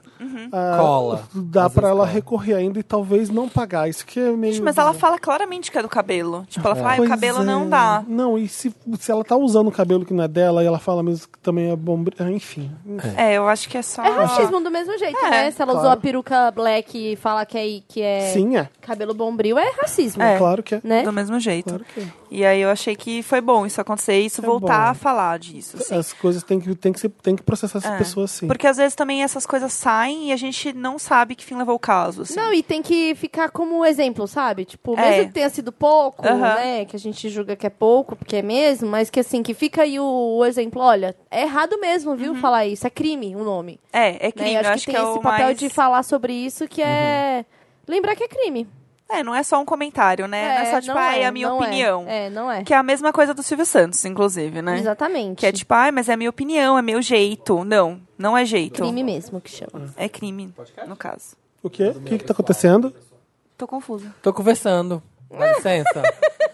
[SPEAKER 1] ah,
[SPEAKER 2] Cola.
[SPEAKER 1] dá
[SPEAKER 2] Às
[SPEAKER 1] pra
[SPEAKER 2] vezes
[SPEAKER 1] ela
[SPEAKER 2] cola.
[SPEAKER 1] recorrer ainda e talvez não pagar. Isso que é meio.
[SPEAKER 3] Gente, mas
[SPEAKER 4] Uhum.
[SPEAKER 3] ela fala claramente que é do cabelo. Tipo, ela fala, ai, o
[SPEAKER 1] Pois
[SPEAKER 3] cabelo
[SPEAKER 1] é.
[SPEAKER 3] não dá.
[SPEAKER 1] Não, e se, se ela tá usando o cabelo que não é dela e ela fala mesmo que também é bom. Enfim.
[SPEAKER 3] É, eu acho que é só.
[SPEAKER 4] É racismo do mesmo jeito,
[SPEAKER 3] É,
[SPEAKER 4] né? Se ela usou
[SPEAKER 1] claro.
[SPEAKER 4] a peruca black e fala que é, que é
[SPEAKER 1] Sim, é.
[SPEAKER 4] cabelo bombril, é racismo.
[SPEAKER 3] É.
[SPEAKER 1] Claro que é.
[SPEAKER 4] Né?
[SPEAKER 3] Do mesmo jeito.
[SPEAKER 1] Claro que é.
[SPEAKER 3] E aí eu achei que foi bom isso acontecer e isso
[SPEAKER 1] É
[SPEAKER 3] voltar
[SPEAKER 1] bom.
[SPEAKER 3] a falar disso. assim.
[SPEAKER 1] As coisas tem que, tem que, ser, tem que processar essas
[SPEAKER 3] É.
[SPEAKER 1] pessoas sim.
[SPEAKER 3] Porque às vezes também essas coisas saem e a gente não sabe que fim levou o caso. Assim.
[SPEAKER 4] Não, e tem que ficar como exemplo, sabe? Tipo,
[SPEAKER 3] É.
[SPEAKER 4] mesmo que tenha sido pouco,
[SPEAKER 3] Aham.
[SPEAKER 4] né? Que a gente julga que é pouco, porque é mesmo, mas que assim, que fica aí o, o exemplo, olha, é errado mesmo, viu, falar isso. É crime o nome.
[SPEAKER 3] É, é
[SPEAKER 4] né?
[SPEAKER 3] Uhum. crime.
[SPEAKER 4] Eu
[SPEAKER 3] Eu
[SPEAKER 4] acho, que, tem
[SPEAKER 3] é
[SPEAKER 4] esse
[SPEAKER 3] o
[SPEAKER 4] papel
[SPEAKER 3] mais...
[SPEAKER 4] de falar sobre isso que é. Lembrar que é crime.
[SPEAKER 3] É, não é só um comentário, né? não é só tipo,
[SPEAKER 4] não
[SPEAKER 3] ai, é, a minha
[SPEAKER 4] não
[SPEAKER 3] opinião.
[SPEAKER 4] É, não é.
[SPEAKER 3] Que é a mesma coisa do Silvio Santos, inclusive, né?
[SPEAKER 4] Exatamente.
[SPEAKER 3] Que é tipo, ai, mas é a minha opinião, é meu jeito. Não, não é jeito.
[SPEAKER 4] crime mesmo que chama.
[SPEAKER 3] É crime, no caso.
[SPEAKER 1] O quê? O que, que tá acontecendo?
[SPEAKER 3] Tô confusa.
[SPEAKER 2] Tô conversando. Dá licença.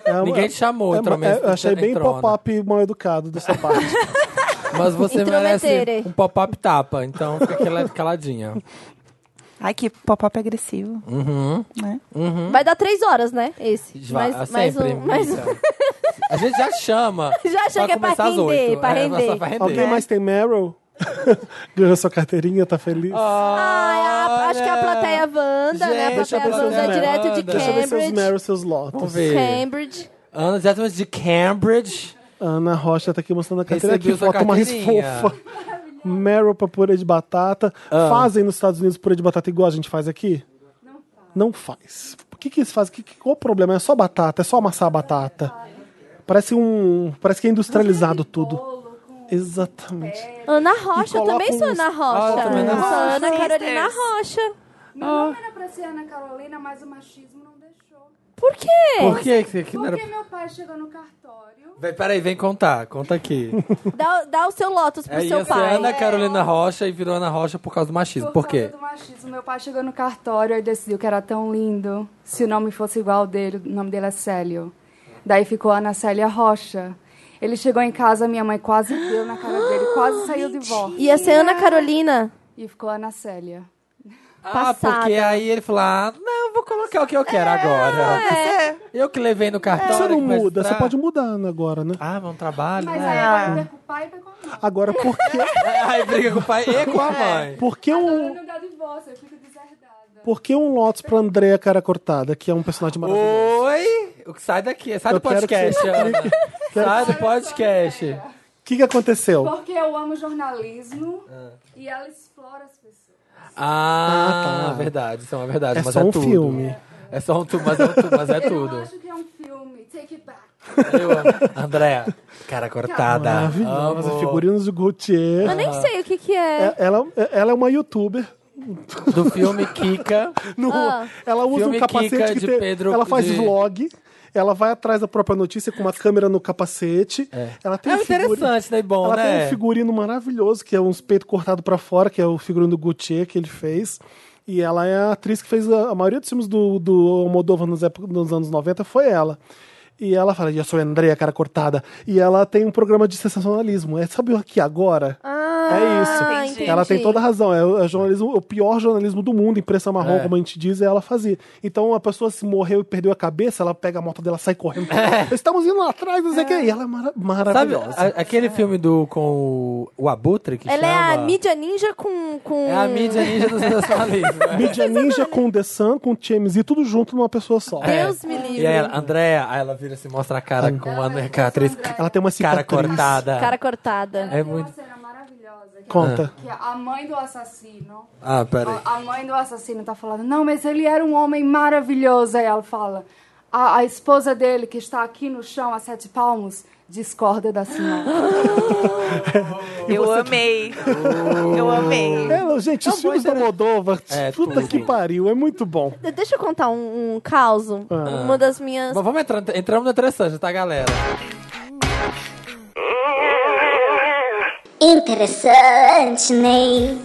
[SPEAKER 1] É,
[SPEAKER 2] Ninguém te chamou,
[SPEAKER 1] é,
[SPEAKER 2] entrou
[SPEAKER 1] é,
[SPEAKER 2] mesmo, É
[SPEAKER 1] eu achei bem
[SPEAKER 2] entrona.
[SPEAKER 1] pop-up mal educado da sua parte.
[SPEAKER 2] Mas você merece
[SPEAKER 4] Intrometere.
[SPEAKER 2] um pop-up tapa, então fica aquela- caladinha.
[SPEAKER 3] Ai, que pop-up agressivo.
[SPEAKER 2] Uhum.
[SPEAKER 3] Né?
[SPEAKER 4] Vai dar três horas, né? Esse.
[SPEAKER 2] Vai- ah,
[SPEAKER 4] Mais- mais
[SPEAKER 2] sempre.
[SPEAKER 4] um- mais um.
[SPEAKER 2] Isso. A gente já chama.
[SPEAKER 4] Já chama que é pra
[SPEAKER 2] começar às
[SPEAKER 4] render,
[SPEAKER 2] oito.
[SPEAKER 4] pra
[SPEAKER 2] É,
[SPEAKER 4] render.
[SPEAKER 2] só pra render.
[SPEAKER 1] Alguém mais tem Meryl? Ganhou sua carteirinha, tá feliz?
[SPEAKER 2] Ah,
[SPEAKER 4] Ai, a- acho que a plateia Wanda, né? A
[SPEAKER 2] Gente, a
[SPEAKER 4] plateia Wanda
[SPEAKER 2] plateia
[SPEAKER 4] direto de
[SPEAKER 2] Wanda.
[SPEAKER 1] Deixa eu ver seus
[SPEAKER 4] Cambridge.
[SPEAKER 1] Meryl, seus
[SPEAKER 2] Vamos
[SPEAKER 1] lotos.
[SPEAKER 2] ver.
[SPEAKER 4] Cambridge.
[SPEAKER 2] Ana, exatamente de Cambridge.
[SPEAKER 1] Ana Rocha tá aqui mostrando a carteira.
[SPEAKER 2] Recebeu
[SPEAKER 1] que
[SPEAKER 2] sua
[SPEAKER 1] foto mais
[SPEAKER 2] carteirinha. Ah.
[SPEAKER 1] fofa. Meryl pra purê de batata. Fazem nos Estados Unidos purê de batata igual a gente faz aqui? Não faz. O que, que eles fazem? Que, que- qual o problema? É só batata, é só amassar a batata. Parece um. Parece que é industrializado tudo. Exatamente.
[SPEAKER 4] Ana
[SPEAKER 1] E
[SPEAKER 4] Rocha, eu
[SPEAKER 1] coloca
[SPEAKER 4] também sou
[SPEAKER 1] uns-
[SPEAKER 2] Ah,
[SPEAKER 4] Ana
[SPEAKER 2] eu
[SPEAKER 4] Rocha.
[SPEAKER 2] também
[SPEAKER 4] sou
[SPEAKER 3] Rocha.
[SPEAKER 4] Ana Carolina
[SPEAKER 3] Sisters.
[SPEAKER 4] Rocha.
[SPEAKER 9] Meu
[SPEAKER 2] Ah.
[SPEAKER 9] nome era pra ser Ana Carolina, mas o machismo não deixou.
[SPEAKER 4] Por quê?
[SPEAKER 2] Por que que que não era...
[SPEAKER 9] Porque meu pai chegou no cartório.
[SPEAKER 2] Vem, peraí, vem contar. Conta aqui.
[SPEAKER 4] Dá, dá o seu Lotus pro
[SPEAKER 2] É,
[SPEAKER 4] seu
[SPEAKER 2] ia ser
[SPEAKER 4] pai.
[SPEAKER 2] Ana Carolina Rocha e virou Ana Rocha por causa do machismo. Por quê?
[SPEAKER 9] causa do machismo. Meu pai chegou no cartório e decidiu que era tão lindo. Se o nome fosse igual ao dele, o nome dele é Célio. Daí ficou Ana Célia Rocha. Ele chegou em casa, minha mãe quase deu na cara dele, quase saiu de vó.
[SPEAKER 4] Ia ser Ana Carolina.
[SPEAKER 9] E ficou Ana Célia.
[SPEAKER 2] Ah,
[SPEAKER 4] Passada.
[SPEAKER 2] porque aí ele falou, ah, não, vou colocar o que eu quero agora. Eu que levei no cartório.
[SPEAKER 1] É, Você não
[SPEAKER 2] que vai
[SPEAKER 1] muda, você
[SPEAKER 2] entrar.
[SPEAKER 1] pode mudar Ana, agora, né?
[SPEAKER 2] Ah, mas um trabalho,
[SPEAKER 9] Mas
[SPEAKER 2] né?
[SPEAKER 9] aí agora vai com o pai e vai com a mãe.
[SPEAKER 1] Agora, por que,
[SPEAKER 2] Aí briga com o pai e
[SPEAKER 1] É.
[SPEAKER 2] com a mãe.
[SPEAKER 1] por que
[SPEAKER 9] Agora
[SPEAKER 1] um,
[SPEAKER 9] não dá divórcio, eu fico deserdada.
[SPEAKER 1] por que um Lotus pra Andréa Cara Cortada, que é um personagem maravilhoso?
[SPEAKER 2] Oi! O que Sai daqui, sai
[SPEAKER 1] Eu
[SPEAKER 2] do
[SPEAKER 1] quero que
[SPEAKER 2] podcast,
[SPEAKER 1] você
[SPEAKER 2] Ana.
[SPEAKER 1] explique.
[SPEAKER 2] Sai do podcast.
[SPEAKER 1] O que, que aconteceu?
[SPEAKER 9] Porque eu amo jornalismo e ela explora as pessoas.
[SPEAKER 2] Ah, verdade, isso é uma verdade.
[SPEAKER 1] tá. É
[SPEAKER 2] mas
[SPEAKER 1] só
[SPEAKER 2] é
[SPEAKER 1] um
[SPEAKER 2] tudo.
[SPEAKER 1] filme.
[SPEAKER 2] É só um tu, mas é, um tu, mas é
[SPEAKER 9] eu não
[SPEAKER 2] tudo.
[SPEAKER 9] acho que é um filme. Take it back.
[SPEAKER 2] Eu amo. Andréa, cara cortada.
[SPEAKER 1] Maravilhosa,
[SPEAKER 2] Amo.
[SPEAKER 1] figurinos de Gaultier.
[SPEAKER 4] Eu nem sei o que que é.
[SPEAKER 1] É- Ela, ela é uma youtuber.
[SPEAKER 2] Do filme Kika.
[SPEAKER 1] No-
[SPEAKER 2] Ah.
[SPEAKER 1] Ela usa
[SPEAKER 2] Filme
[SPEAKER 1] um capacete
[SPEAKER 2] Kika
[SPEAKER 1] que
[SPEAKER 2] de
[SPEAKER 1] tem.
[SPEAKER 2] Pedro-
[SPEAKER 1] ela faz
[SPEAKER 2] de-
[SPEAKER 1] vlog. Ela vai atrás da própria notícia com uma câmera no capacete. Ela tem
[SPEAKER 2] É
[SPEAKER 1] um figurino-
[SPEAKER 2] interessante, né? E Bom,
[SPEAKER 1] ela
[SPEAKER 2] né?
[SPEAKER 1] tem um figurino maravilhoso, que é uns peitos cortados pra fora, que é o figurino do Gaultier que ele fez. E ela é a atriz que fez a, a maioria dos filmes do, do Almodóvar nos, épo- nos anos 90, foi ela. E ela fala, eu sou a Andrea, cara cortada. E ela tem um programa de sensacionalismo. É, sabe o que agora?
[SPEAKER 4] Ah,
[SPEAKER 1] É isso.
[SPEAKER 4] Ah, entendi.
[SPEAKER 1] Ela tem toda a razão. É o, é o jornalismo, o pior jornalismo do mundo, imprensa marrom,
[SPEAKER 2] É.
[SPEAKER 1] como a gente diz, é ela fazia. Então a pessoa se morreu e perdeu a cabeça, ela pega a moto dela, sai correndo. Estamos indo lá atrás, não sei o que. E ela é mara-
[SPEAKER 2] Sabe
[SPEAKER 1] maravilhosa.
[SPEAKER 2] a- aquele filme do com o, o Abutre que
[SPEAKER 4] Ela
[SPEAKER 2] chama?
[SPEAKER 4] é a mídia ninja com. com...
[SPEAKER 2] É a mídia ninja do sensacionalismo. é.
[SPEAKER 1] Mídia Ninja com The Sun, com James e tudo junto numa pessoa só.
[SPEAKER 2] É.
[SPEAKER 4] Deus me
[SPEAKER 2] E
[SPEAKER 4] livre.
[SPEAKER 2] aí, ela, Andréia, aí ela vira e se mostra a cara com uma com a atriz
[SPEAKER 1] Ela tem uma
[SPEAKER 2] cara
[SPEAKER 1] cicatriz.
[SPEAKER 2] cortada.
[SPEAKER 4] Cara cortada.
[SPEAKER 2] É
[SPEAKER 9] Tem
[SPEAKER 2] muito.
[SPEAKER 9] uma cena maravilhosa. que- é
[SPEAKER 1] Conta.
[SPEAKER 9] Que a mãe do assassino.
[SPEAKER 2] Ah, peraí.
[SPEAKER 9] A a mãe do assassino tá falando, não, mas ele era um homem maravilhoso. Aí ela fala, a, a esposa dele, que está aqui no chão a sete palmos, discorda da senhora.
[SPEAKER 3] Eu amei. Eu amei.
[SPEAKER 1] Ela, É, gente, os filmes da Moldova,
[SPEAKER 2] É,
[SPEAKER 1] puta
[SPEAKER 2] tudo.
[SPEAKER 1] que pariu, é muito bom.
[SPEAKER 4] De- Deixa eu contar um, um caos. Uma das minhas.
[SPEAKER 2] Mas Ah. vamos entrar, entramos no interessante, tá, galera?
[SPEAKER 5] Interessante, Ney.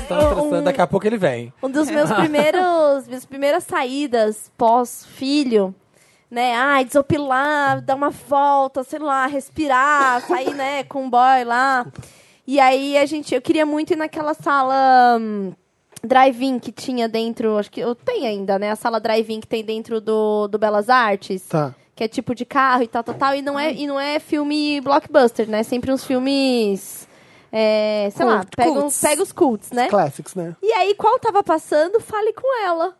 [SPEAKER 2] Tá interessante,
[SPEAKER 4] um,
[SPEAKER 2] daqui a pouco ele vem.
[SPEAKER 4] um dos meus primeiros. minhas primeiras saídas pós-filho. Né? Ai, desopilar, dar uma volta, sei lá, respirar, sair, né, com o boy lá. E aí a gente. Eu queria muito ir naquela sala. hum, Drive-in que tinha dentro, acho que eu tenho ainda, né? A sala drive-in que tem dentro do, do Belas Artes.
[SPEAKER 1] Tá.
[SPEAKER 4] que é tipo de carro e tal, tal, tal, e não é, e não é filme blockbuster, né? Sempre uns filmes. é, sei lá,
[SPEAKER 3] Cult-
[SPEAKER 4] pega,
[SPEAKER 3] cults.
[SPEAKER 4] uns- pega os cults, né?
[SPEAKER 1] Classics, né?
[SPEAKER 4] E aí, qual tava passando, fale com ela.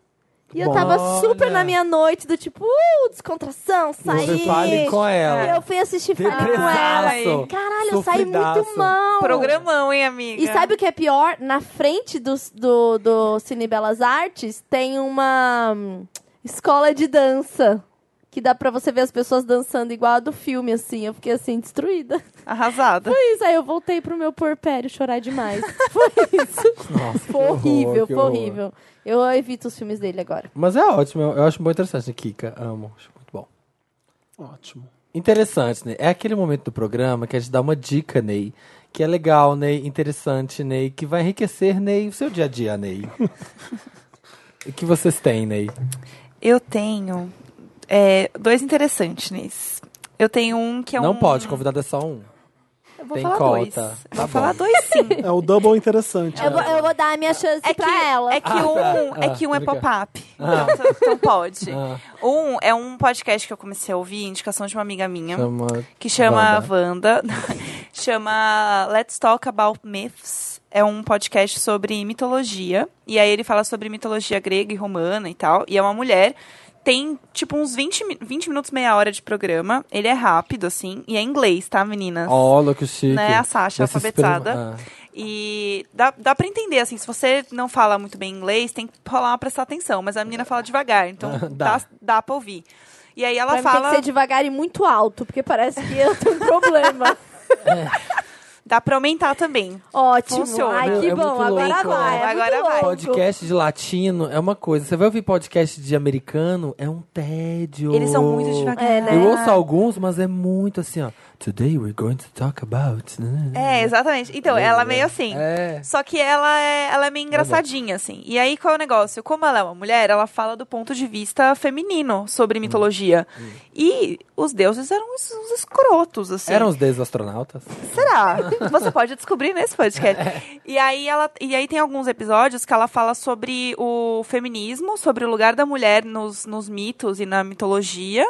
[SPEAKER 4] E eu
[SPEAKER 1] Bom.
[SPEAKER 4] tava super
[SPEAKER 2] Olha.
[SPEAKER 4] na minha noite, do tipo, uh, descontração, saí.
[SPEAKER 2] Você fale com ela.
[SPEAKER 4] Eu fui assistir Fale com ela.
[SPEAKER 2] Depressaço.
[SPEAKER 4] Caralho, eu saí muito
[SPEAKER 2] Sofridaço.
[SPEAKER 3] Oh.
[SPEAKER 4] mal.
[SPEAKER 3] Programão, hein, amiga?
[SPEAKER 4] E sabe o que é pior? Na frente dos- do, do, Cine Belas Artes tem uma hum, escola de dança. Que dá pra você ver as pessoas dançando igual a do filme, assim. Eu fiquei assim, destruída.
[SPEAKER 3] Arrasada.
[SPEAKER 4] Foi isso. Aí eu voltei pro meu porpério chorar demais. Foi isso.
[SPEAKER 2] Nossa, que
[SPEAKER 4] Foi horrível,
[SPEAKER 2] horror, que
[SPEAKER 4] foi
[SPEAKER 2] horror.
[SPEAKER 4] horrível. Eu evito os filmes dele agora.
[SPEAKER 2] Mas é ótimo, eu, eu acho muito interessante, Kika. Amo, acho muito bom.
[SPEAKER 1] Ótimo.
[SPEAKER 2] Interessante, né? É aquele momento do programa que a gente dá uma dica, Ney, que é legal, Ney, interessante, Ney, que vai enriquecer, Ney, o seu dia a dia, Ney. O que vocês têm, Ney?
[SPEAKER 3] Eu tenho é, dois interessantes nisso. Eu tenho um que é um.
[SPEAKER 2] Não pode, convidado é só um.
[SPEAKER 3] Eu vou
[SPEAKER 2] tem
[SPEAKER 3] falar
[SPEAKER 2] cota.
[SPEAKER 3] dois.
[SPEAKER 2] Tá
[SPEAKER 3] Eu vou
[SPEAKER 2] bom.
[SPEAKER 3] falar dois sim.
[SPEAKER 1] É o double interessante.
[SPEAKER 4] É, Eu vou, eu vou dar a minha chance
[SPEAKER 3] É que,
[SPEAKER 4] pra ela.
[SPEAKER 3] é que um é,
[SPEAKER 2] Ah,
[SPEAKER 3] que um é
[SPEAKER 2] obrigado.
[SPEAKER 3] pop-up. Então, então pode.
[SPEAKER 2] Ah.
[SPEAKER 3] Um é um podcast que eu comecei a ouvir, indicação de uma amiga minha,
[SPEAKER 2] Chama...
[SPEAKER 3] que chama Wanda. chama Let's Talk About Myths. É um podcast sobre mitologia. E aí ele fala sobre mitologia grega e romana e tal. E é uma mulher. Tem, tipo, uns 20, mi- 20 minutos, meia hora de programa. Ele é rápido, assim. E é em inglês, tá, meninas?
[SPEAKER 2] Olha que chique. Ah.
[SPEAKER 3] né, a Sasha
[SPEAKER 2] Esses
[SPEAKER 3] alfabetizada.
[SPEAKER 2] prima-
[SPEAKER 3] E dá, dá pra entender, assim, se você não fala muito bem inglês, tem que rolar uma prestar atenção. Mas a menina fala devagar, então
[SPEAKER 2] Dá.
[SPEAKER 3] dá, dá, pra ouvir. E aí ela
[SPEAKER 4] Pra mim
[SPEAKER 3] fala.
[SPEAKER 4] tem que ser devagar e muito alto, porque parece que eu tenho um problema.
[SPEAKER 3] Dá pra aumentar também.
[SPEAKER 4] Ótimo.
[SPEAKER 3] Funciona. né?
[SPEAKER 4] Ai, que
[SPEAKER 2] É
[SPEAKER 4] bom.
[SPEAKER 2] muito
[SPEAKER 4] Agora
[SPEAKER 2] louco,
[SPEAKER 4] vai.
[SPEAKER 2] né?
[SPEAKER 4] é muito
[SPEAKER 3] Agora vai.
[SPEAKER 4] louco.
[SPEAKER 2] Podcast de latino é uma coisa. Você vai ouvir podcast de americano, é um tédio.
[SPEAKER 3] Eles são muito devagar.
[SPEAKER 4] É, né?
[SPEAKER 2] Eu ouço alguns, mas é muito assim, ó. Today we're going to talk about. né,
[SPEAKER 3] É, exatamente. Então, ela é meio assim.
[SPEAKER 2] É. Tá
[SPEAKER 3] Só que ela é, ela é meio engraçadinha, assim. E aí, qual é o negócio? Como ela é uma mulher, ela fala do ponto de vista feminino sobre
[SPEAKER 2] Hum.
[SPEAKER 3] mitologia. E os deuses eram uns, uns escrotos, assim.
[SPEAKER 2] Eram os deuses astronautas?
[SPEAKER 3] Será? Você pode descobrir nesse podcast. E aí, ela, e aí tem alguns episódios que ela fala sobre o feminismo, sobre o lugar da mulher nos, nos mitos e na mitologia,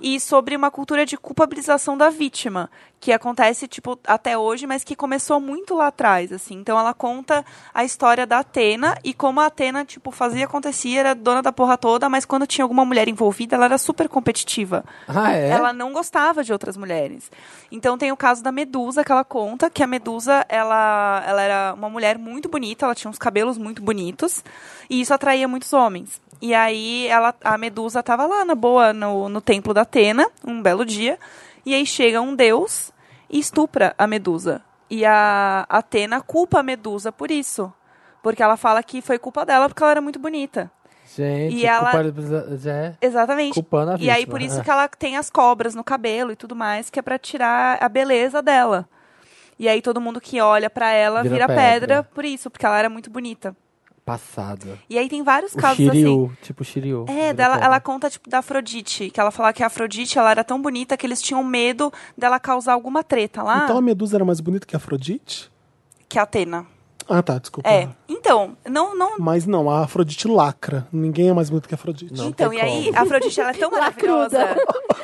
[SPEAKER 3] e sobre uma cultura de culpabilização da vítima, que acontece, tipo, até hoje, mas que começou muito lá atrás, assim. Então ela conta a história da Atena e como a Atena, tipo, fazia, acontecia, era dona da porra toda, mas quando tinha alguma mulher envolvida, ela era super competitiva.
[SPEAKER 2] Ah, é?
[SPEAKER 3] Ela não gostava de outras mulheres. Então tem o caso da Medusa que ela conta, que a Medusa, ela, ela era uma mulher muito bonita, ela tinha uns cabelos muito bonitos, e isso atraía muitos homens. E aí ela, a Medusa estava lá na boa, no, no templo da Atena, um belo dia, e aí chega um deus e estupra a Medusa. E a Atena culpa a Medusa por isso. Porque ela fala que foi culpa dela porque ela era muito bonita.
[SPEAKER 2] Gente,
[SPEAKER 3] E ela-
[SPEAKER 2] culpabiliza- já é
[SPEAKER 3] Exatamente.
[SPEAKER 2] culpando a
[SPEAKER 3] E
[SPEAKER 2] vítima. é. né?
[SPEAKER 3] aí, por isso que ela tem as cobras no cabelo e tudo mais, que é pra tirar a beleza dela. E aí, todo mundo que olha pra ela
[SPEAKER 2] Vira
[SPEAKER 3] vira, pedra.
[SPEAKER 2] pedra.
[SPEAKER 3] por isso, porque ela era muito bonita.
[SPEAKER 2] Passado.
[SPEAKER 3] E aí tem vários
[SPEAKER 2] O
[SPEAKER 3] casos assim.
[SPEAKER 2] Shiryu, tipo Shiryu.
[SPEAKER 3] É, dela, ela conta tipo da Afrodite, que ela fala que a Afrodite ela era tão bonita que eles tinham medo dela causar alguma treta lá,
[SPEAKER 1] Então a Medusa era mais bonita que a Afrodite?
[SPEAKER 3] que é a Atena.
[SPEAKER 1] Ah, tá, desculpa.
[SPEAKER 3] É. Então, não não
[SPEAKER 1] Mas não, a Afrodite lacra. Ninguém é mais bonito que a Afrodite.
[SPEAKER 2] Não
[SPEAKER 3] então,
[SPEAKER 2] tem
[SPEAKER 3] e aí, a Afrodite, ela é tão maravilhosa.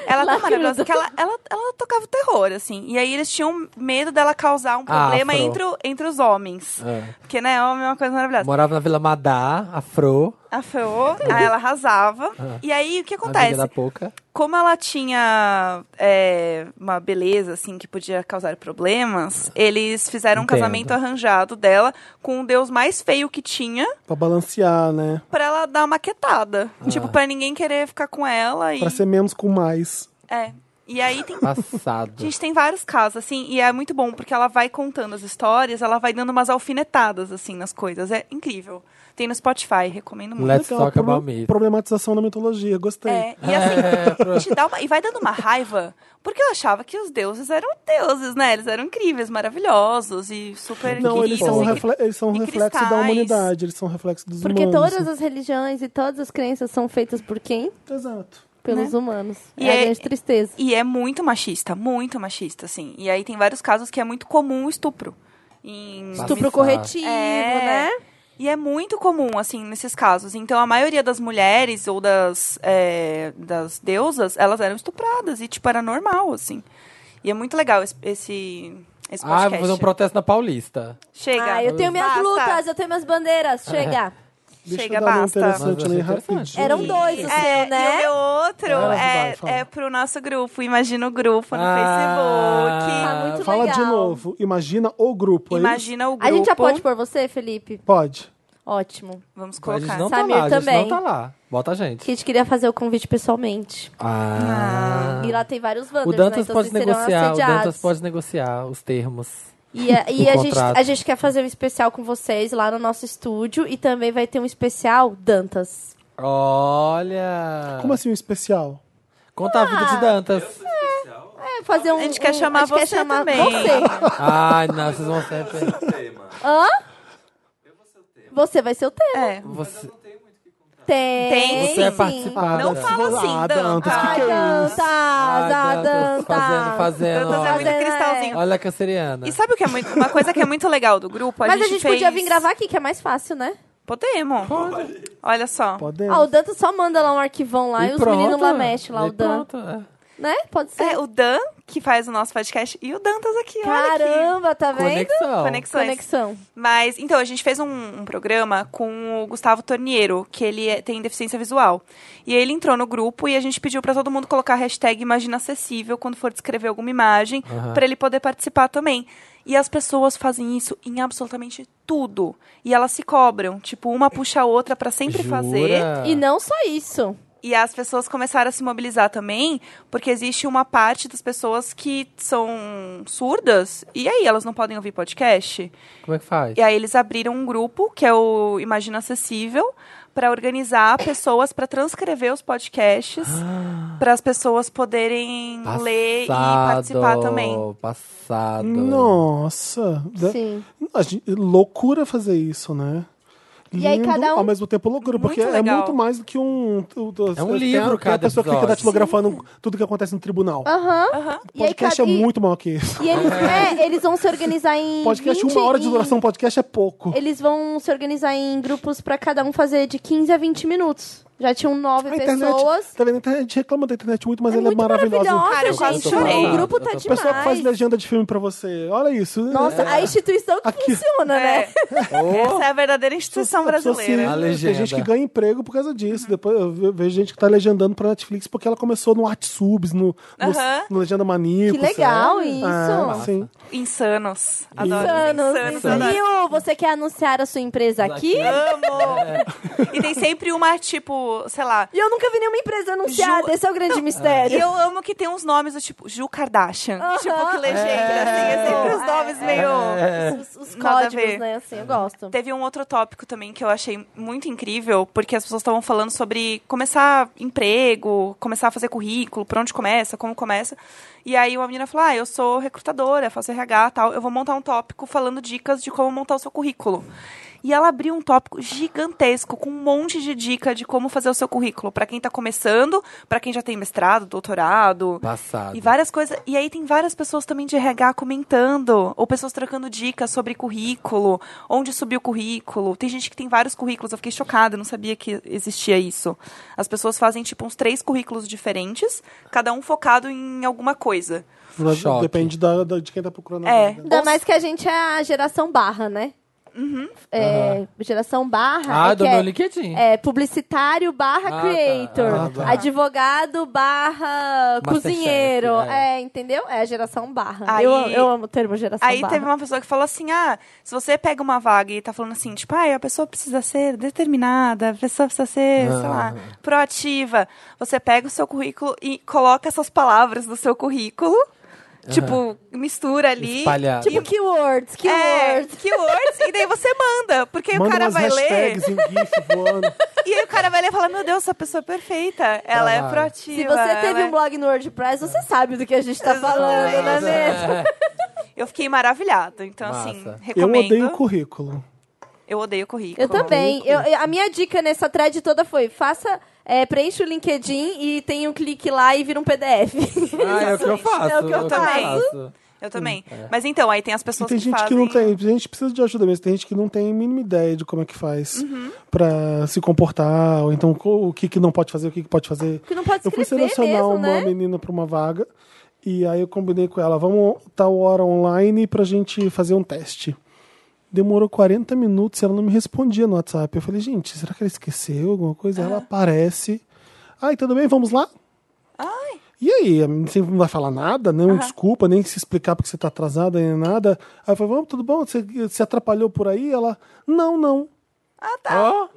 [SPEAKER 3] Ela é tão maravilhosa que ela, ela, ela tocava o terror, assim. E aí eles tinham medo dela causar um problema
[SPEAKER 2] Ah, Afro.
[SPEAKER 3] entre, o- entre os homens.
[SPEAKER 2] É.
[SPEAKER 3] Porque, né, homem é uma coisa maravilhosa.
[SPEAKER 2] Morava na Vila Madá, Afro,
[SPEAKER 3] A Feô, aí ela arrasava. E aí, o que
[SPEAKER 2] Ah. amiga
[SPEAKER 3] acontece?
[SPEAKER 2] da Poca.
[SPEAKER 3] Como ela tinha é, uma beleza, assim, que podia causar problemas, eles fizeram um
[SPEAKER 2] Entendo.
[SPEAKER 3] casamento arranjado dela com o deus mais feio que tinha
[SPEAKER 1] Pra balancear, né?
[SPEAKER 3] pra ela dar uma quietada.
[SPEAKER 2] Ah.
[SPEAKER 3] Tipo, pra ninguém querer ficar com ela e...
[SPEAKER 1] Pra ser menos com mais.
[SPEAKER 3] É. E aí tem
[SPEAKER 2] Passado.
[SPEAKER 3] Gente, tem vários casos, assim, e é muito bom, porque ela vai contando as histórias, ela vai dando umas alfinetadas, assim, nas coisas. É incrível. Tem no Spotify, recomendo muito.
[SPEAKER 2] Let's
[SPEAKER 1] Legal,
[SPEAKER 2] talk about
[SPEAKER 1] pro-
[SPEAKER 2] me.
[SPEAKER 1] problematização da mitologia, gostei.
[SPEAKER 3] É, e assim, te dá uma, e vai dando uma raiva, porque eu achava que os deuses eram deuses, né? Eles eram incríveis, maravilhosos e super
[SPEAKER 1] Não, eles são, um
[SPEAKER 3] queridos e-
[SPEAKER 1] refle- eles são um
[SPEAKER 3] e
[SPEAKER 1] reflexo da
[SPEAKER 3] cristais.
[SPEAKER 1] humanidade, eles são um reflexo dos
[SPEAKER 4] Porque
[SPEAKER 1] humanos.
[SPEAKER 4] todas as religiões e todas as crenças são feitas por quem?
[SPEAKER 1] Exato.
[SPEAKER 4] Pelos humanos.
[SPEAKER 3] E
[SPEAKER 4] é a
[SPEAKER 3] é-
[SPEAKER 4] grande tristeza.
[SPEAKER 3] E é muito machista, muito machista, assim. E aí tem vários casos que é muito comum o estupro. Em
[SPEAKER 4] Estupro corretivo,
[SPEAKER 3] É.
[SPEAKER 4] né?
[SPEAKER 3] E é muito comum, assim, nesses casos. Então, a maioria das mulheres ou das, é, das deusas, elas eram estupradas. E, tipo, era normal, assim. E é muito legal esse, esse, esse
[SPEAKER 2] Ah, vou
[SPEAKER 3] podcast.
[SPEAKER 2] fazer um protesto na Paulista.
[SPEAKER 3] Chega.
[SPEAKER 4] Ah, eu tenho minhas
[SPEAKER 3] Basta.
[SPEAKER 4] lutas, eu tenho minhas bandeiras.
[SPEAKER 1] É.
[SPEAKER 4] Chega.
[SPEAKER 1] Deixa
[SPEAKER 3] Chega,
[SPEAKER 1] eu dar um
[SPEAKER 3] basta.
[SPEAKER 1] interessante
[SPEAKER 2] Mas é
[SPEAKER 1] ali
[SPEAKER 2] vai ser
[SPEAKER 1] rapidinho.
[SPEAKER 4] Eram dois o
[SPEAKER 3] É,
[SPEAKER 4] seu, né?
[SPEAKER 3] e o meu outro
[SPEAKER 1] Vai, vai,
[SPEAKER 3] é,
[SPEAKER 1] fala.
[SPEAKER 3] é pro nosso grupo, Imagina o Grupo, no
[SPEAKER 2] Ah.
[SPEAKER 3] Facebook.
[SPEAKER 4] Tá muito
[SPEAKER 1] Fala
[SPEAKER 4] legal.
[SPEAKER 1] de novo. Imagina o grupo, é isso?
[SPEAKER 3] Imagina o Grupo.
[SPEAKER 4] A gente já pode pôr você, Felipe?
[SPEAKER 2] Tá.
[SPEAKER 1] Pode.
[SPEAKER 4] Ótimo.
[SPEAKER 3] Vamos
[SPEAKER 2] A gente
[SPEAKER 3] colocar.
[SPEAKER 2] não
[SPEAKER 4] Samir
[SPEAKER 2] tá lá, a
[SPEAKER 4] também.
[SPEAKER 2] gente não tá lá. Bota a gente.
[SPEAKER 4] Que a gente queria fazer o convite pessoalmente.
[SPEAKER 2] Ah.
[SPEAKER 4] E lá tem vários Wanders,
[SPEAKER 2] O Dantas
[SPEAKER 4] né? Então
[SPEAKER 2] pode
[SPEAKER 4] vocês serão
[SPEAKER 2] negociar, o
[SPEAKER 4] assediados.
[SPEAKER 2] Dantas pode negociar os termos.
[SPEAKER 4] E, a, e
[SPEAKER 2] o
[SPEAKER 4] a gente,
[SPEAKER 2] contrato.
[SPEAKER 4] a gente quer fazer um especial com vocês lá no nosso estúdio. E também vai ter um especial Dantas.
[SPEAKER 2] Olha!
[SPEAKER 1] Como assim um especial?
[SPEAKER 2] Conta a vida
[SPEAKER 4] Ah!
[SPEAKER 2] de Dantas.
[SPEAKER 4] É, fazer um,
[SPEAKER 3] A gente quer
[SPEAKER 4] um-
[SPEAKER 3] chamar
[SPEAKER 4] a gente quer
[SPEAKER 3] você
[SPEAKER 4] chamar
[SPEAKER 3] também.
[SPEAKER 4] Você.
[SPEAKER 2] Ai, não, vocês vão ser...
[SPEAKER 4] Hã? Você vai ser o tema.
[SPEAKER 3] É.
[SPEAKER 2] Você,
[SPEAKER 4] Tem.
[SPEAKER 3] Tem
[SPEAKER 2] você é
[SPEAKER 4] sim.
[SPEAKER 2] participada.
[SPEAKER 3] Não fala assim,
[SPEAKER 1] Ah,
[SPEAKER 3] Dantas.
[SPEAKER 1] Dantas, que
[SPEAKER 4] Ai,
[SPEAKER 1] que é isso?
[SPEAKER 4] Dantas, ah, Dantas.
[SPEAKER 2] Fazendo, fazendo.
[SPEAKER 3] Dantas é
[SPEAKER 2] olha,
[SPEAKER 3] muito
[SPEAKER 4] Fazendo,
[SPEAKER 3] cristalzinho.
[SPEAKER 2] né? olha a canceriana.
[SPEAKER 3] E sabe o que é muito, uma coisa que é muito legal do grupo? A
[SPEAKER 4] Mas
[SPEAKER 3] gente
[SPEAKER 4] a gente
[SPEAKER 3] fez...
[SPEAKER 4] podia vir gravar aqui, que é mais fácil, né?
[SPEAKER 3] Podemos. Olha só.
[SPEAKER 1] Podemos?
[SPEAKER 4] Ah, o Dantas só manda lá um arquivão lá e, os
[SPEAKER 2] pronto.
[SPEAKER 4] meninos lá mexem lá,
[SPEAKER 2] E
[SPEAKER 4] o Dan.
[SPEAKER 2] pronto, é.
[SPEAKER 4] Né? Pode ser.
[SPEAKER 3] É o Dan, que faz o nosso podcast, e o Dantas aqui, olha
[SPEAKER 4] Caramba, tá vendo?
[SPEAKER 3] aqui.
[SPEAKER 2] Conexão.
[SPEAKER 3] Conexões.
[SPEAKER 4] Conexão.
[SPEAKER 3] Mas, então, a gente fez um, um programa com o Gustavo Torniero, que ele é- tem deficiência visual. E ele entrou no grupo e a gente pediu pra todo mundo colocar a hashtag Imagina Acessível quando for descrever alguma imagem, pra ele poder participar também. E as pessoas fazem isso em absolutamente tudo. E elas se cobram. Tipo, uma puxa a outra pra sempre
[SPEAKER 2] Jura?
[SPEAKER 3] fazer.
[SPEAKER 4] E não só isso.
[SPEAKER 3] E as pessoas começaram a se mobilizar também, porque existe uma parte das pessoas que são surdas, e aí elas não podem ouvir podcast.
[SPEAKER 2] Como é que faz?
[SPEAKER 3] E aí eles abriram um grupo, que é o Imagina Acessível, para organizar pessoas para transcrever os podcasts, para as pessoas poderem ler e participar também.
[SPEAKER 2] Passado.
[SPEAKER 1] Nossa. Da-
[SPEAKER 4] Sim.
[SPEAKER 1] A gente- loucura fazer isso, né?
[SPEAKER 4] E aí
[SPEAKER 1] Lindo,
[SPEAKER 4] cada um-
[SPEAKER 1] ao mesmo tempo loucura, porque é
[SPEAKER 3] legal.
[SPEAKER 1] muito mais do que um... o- o-
[SPEAKER 2] É um
[SPEAKER 1] tem a-
[SPEAKER 2] livro
[SPEAKER 1] tem a
[SPEAKER 2] cada
[SPEAKER 1] pessoa que fica
[SPEAKER 2] episódio.
[SPEAKER 1] datilografando tudo que acontece no tribunal.
[SPEAKER 4] Aham.
[SPEAKER 1] O
[SPEAKER 4] E aí,
[SPEAKER 1] podcast
[SPEAKER 4] cada-
[SPEAKER 1] é
[SPEAKER 4] e-
[SPEAKER 1] muito maior que isso.
[SPEAKER 4] E eles, é, eles vão se organizar em.
[SPEAKER 1] Podcast,
[SPEAKER 4] 20
[SPEAKER 1] uma hora de
[SPEAKER 4] e-
[SPEAKER 1] duração, podcast é pouco.
[SPEAKER 4] Eles vão se organizar em grupos pra cada um fazer de 15 a 20 minutos. Já tinham nove
[SPEAKER 1] A internet,
[SPEAKER 4] pessoas.
[SPEAKER 1] tá vendo? A internet reclama da internet muito, mas
[SPEAKER 4] é
[SPEAKER 1] ela é
[SPEAKER 4] muito
[SPEAKER 1] maravilhosa.
[SPEAKER 4] maravilhosa,
[SPEAKER 3] Cara, eu quase
[SPEAKER 4] gente.
[SPEAKER 2] chorei.
[SPEAKER 4] O grupo tá
[SPEAKER 2] Eu tô-
[SPEAKER 1] O pessoal que faz
[SPEAKER 4] demais.
[SPEAKER 1] legenda de filme pra você. Olha isso. É,
[SPEAKER 4] Nossa, a instituição que
[SPEAKER 1] Aqui.
[SPEAKER 4] funciona,
[SPEAKER 3] É.
[SPEAKER 4] né?
[SPEAKER 3] Essa é a verdadeira instituição
[SPEAKER 1] A pessoa
[SPEAKER 3] brasileira.
[SPEAKER 2] A
[SPEAKER 1] se-
[SPEAKER 2] legenda.
[SPEAKER 1] Tem gente que ganha emprego por causa disso. Depois eu ve- vejo gente que tá legendando pra Netflix porque ela começou no Art Subs, no, no,
[SPEAKER 3] Aham.
[SPEAKER 1] no Legenda Maníaco.
[SPEAKER 4] Que legal
[SPEAKER 1] sabe?
[SPEAKER 4] isso.
[SPEAKER 1] Ah, sim.
[SPEAKER 3] Insanos. Adoro.
[SPEAKER 4] Insanos,
[SPEAKER 3] adoro.
[SPEAKER 4] Nil, você quer anunciar a sua empresa aqui?
[SPEAKER 1] é-
[SPEAKER 3] Amo!
[SPEAKER 2] É.
[SPEAKER 3] E tem sempre uma, tipo, sei lá.
[SPEAKER 4] E eu nunca vi nenhuma empresa anunciada,
[SPEAKER 3] Ju-
[SPEAKER 4] esse é o grande
[SPEAKER 3] E
[SPEAKER 4] mistério.
[SPEAKER 3] eu amo que tem uns nomes do tipo Ju Kardashian.
[SPEAKER 4] Aham.
[SPEAKER 3] Tipo, que legenda, assim. É sempre os nomes meio.
[SPEAKER 1] É.
[SPEAKER 4] Os, os
[SPEAKER 3] Nada a
[SPEAKER 4] códigos,
[SPEAKER 3] ver.
[SPEAKER 4] né? Assim, eu gosto.
[SPEAKER 3] Teve um outro tópico também que eu achei muito incrível, porque as pessoas estavam falando sobre começar emprego, começar a fazer currículo, por onde começa, como começa. E aí uma menina falou: Ah, eu sou recrutadora, faço RH e tal, eu vou montar um tópico falando dicas de como montar o seu currículo. E ela abriu um tópico gigantesco com um monte de dica de como fazer o seu currículo para quem tá começando, para quem já tem mestrado, doutorado,
[SPEAKER 2] Passado.
[SPEAKER 3] e várias coisas. E aí tem várias pessoas também de RH comentando, ou pessoas trocando dicas sobre currículo, onde subir o currículo. Tem gente que tem vários currículos, eu fiquei chocada, eu não sabia que existia isso. As pessoas fazem tipo uns três currículos diferentes, cada um focado em alguma coisa.
[SPEAKER 1] Mas
[SPEAKER 2] Choque.
[SPEAKER 1] Depende da, da- de quem tá procurando.
[SPEAKER 3] É.
[SPEAKER 1] agora, né?
[SPEAKER 4] Ainda mais que a gente é a geração barra, né?
[SPEAKER 3] Uhum.
[SPEAKER 4] É, Geração barra.
[SPEAKER 2] Ah,
[SPEAKER 4] é
[SPEAKER 2] do
[SPEAKER 4] que
[SPEAKER 2] meu
[SPEAKER 4] é,
[SPEAKER 2] LinkedIn.
[SPEAKER 4] é publicitário barra
[SPEAKER 2] Ah, tá.
[SPEAKER 4] creator.
[SPEAKER 1] Ah, tá.
[SPEAKER 4] Advogado barra
[SPEAKER 2] Masterchef,
[SPEAKER 4] cozinheiro.
[SPEAKER 2] é.
[SPEAKER 4] É. entendeu? É a geração barra.
[SPEAKER 3] Aí-
[SPEAKER 4] eu, eu amo o termo geração
[SPEAKER 3] Aí
[SPEAKER 4] barra.
[SPEAKER 3] teve uma pessoa que falou assim: ah, se você pega uma vaga e tá falando assim, tipo, ah, a pessoa precisa ser determinada, a pessoa precisa ser, sei lá,
[SPEAKER 1] Ah.
[SPEAKER 3] proativa. Você pega o seu currículo e coloca essas palavras no seu currículo, tipo, mistura ali.
[SPEAKER 2] Espalhado.
[SPEAKER 4] Tipo keywords,
[SPEAKER 3] É,
[SPEAKER 4] keywords.
[SPEAKER 3] keywords, e daí você manda, porque aí o
[SPEAKER 1] Manda
[SPEAKER 3] cara
[SPEAKER 1] umas
[SPEAKER 3] vai ler,
[SPEAKER 1] hashtags e um gif voando.
[SPEAKER 3] e aí o cara vai ler e fala, meu Deus, essa pessoa é perfeita, ela é
[SPEAKER 2] Trabalho.
[SPEAKER 3] proativa.
[SPEAKER 4] Se você teve
[SPEAKER 3] ela é-
[SPEAKER 4] um blog no WordPress, você sabe do que a gente tá falando, não é mesmo?
[SPEAKER 3] Eu fiquei maravilhado, então
[SPEAKER 2] Massa.
[SPEAKER 3] assim,
[SPEAKER 2] Eu
[SPEAKER 1] Eu
[SPEAKER 3] recomendo.
[SPEAKER 1] odeio currículo.
[SPEAKER 3] Eu odeio currículo.
[SPEAKER 4] Eu também. Eu- eu- a minha dica nessa thread toda foi: faça, é, preencha o LinkedIn e tem um clique lá e vira um PDF.
[SPEAKER 2] Ah, é o que eu faço.
[SPEAKER 4] É o que eu
[SPEAKER 2] é
[SPEAKER 3] também.
[SPEAKER 2] faço.
[SPEAKER 3] Eu também. Mas então, aí tem as
[SPEAKER 1] é. E
[SPEAKER 3] pessoas
[SPEAKER 1] tem
[SPEAKER 3] que
[SPEAKER 1] gente
[SPEAKER 3] fazem...
[SPEAKER 1] que é. não tem, a gente precisa de ajuda mesmo. Tem gente que não tem a mínima ideia de como é que faz
[SPEAKER 4] Uhum.
[SPEAKER 1] pra se comportar, ou então co- o que, que não pode fazer, o que, que pode fazer.
[SPEAKER 4] Que não pode
[SPEAKER 1] eu fui
[SPEAKER 4] escrever
[SPEAKER 1] selecionar um
[SPEAKER 4] mesmo,
[SPEAKER 1] uma
[SPEAKER 4] né?
[SPEAKER 1] menina pra uma vaga, e aí eu combinei com ela, vamos tal hora online pra gente fazer um teste. Demorou 40 minutos e ela não me respondia no WhatsApp. Eu falei, gente, será que ela esqueceu alguma coisa? Ela aparece. Ai, tudo bem? Vamos lá? E aí, a menina sempre não vai falar nada, nem desculpa, nem se explicar porque você tá atrasada, nem nada. Aí eu falei, vamos, tudo bom? Você se atrapalhou por aí? Ela, não, não.
[SPEAKER 3] ah, tá.
[SPEAKER 2] Ó,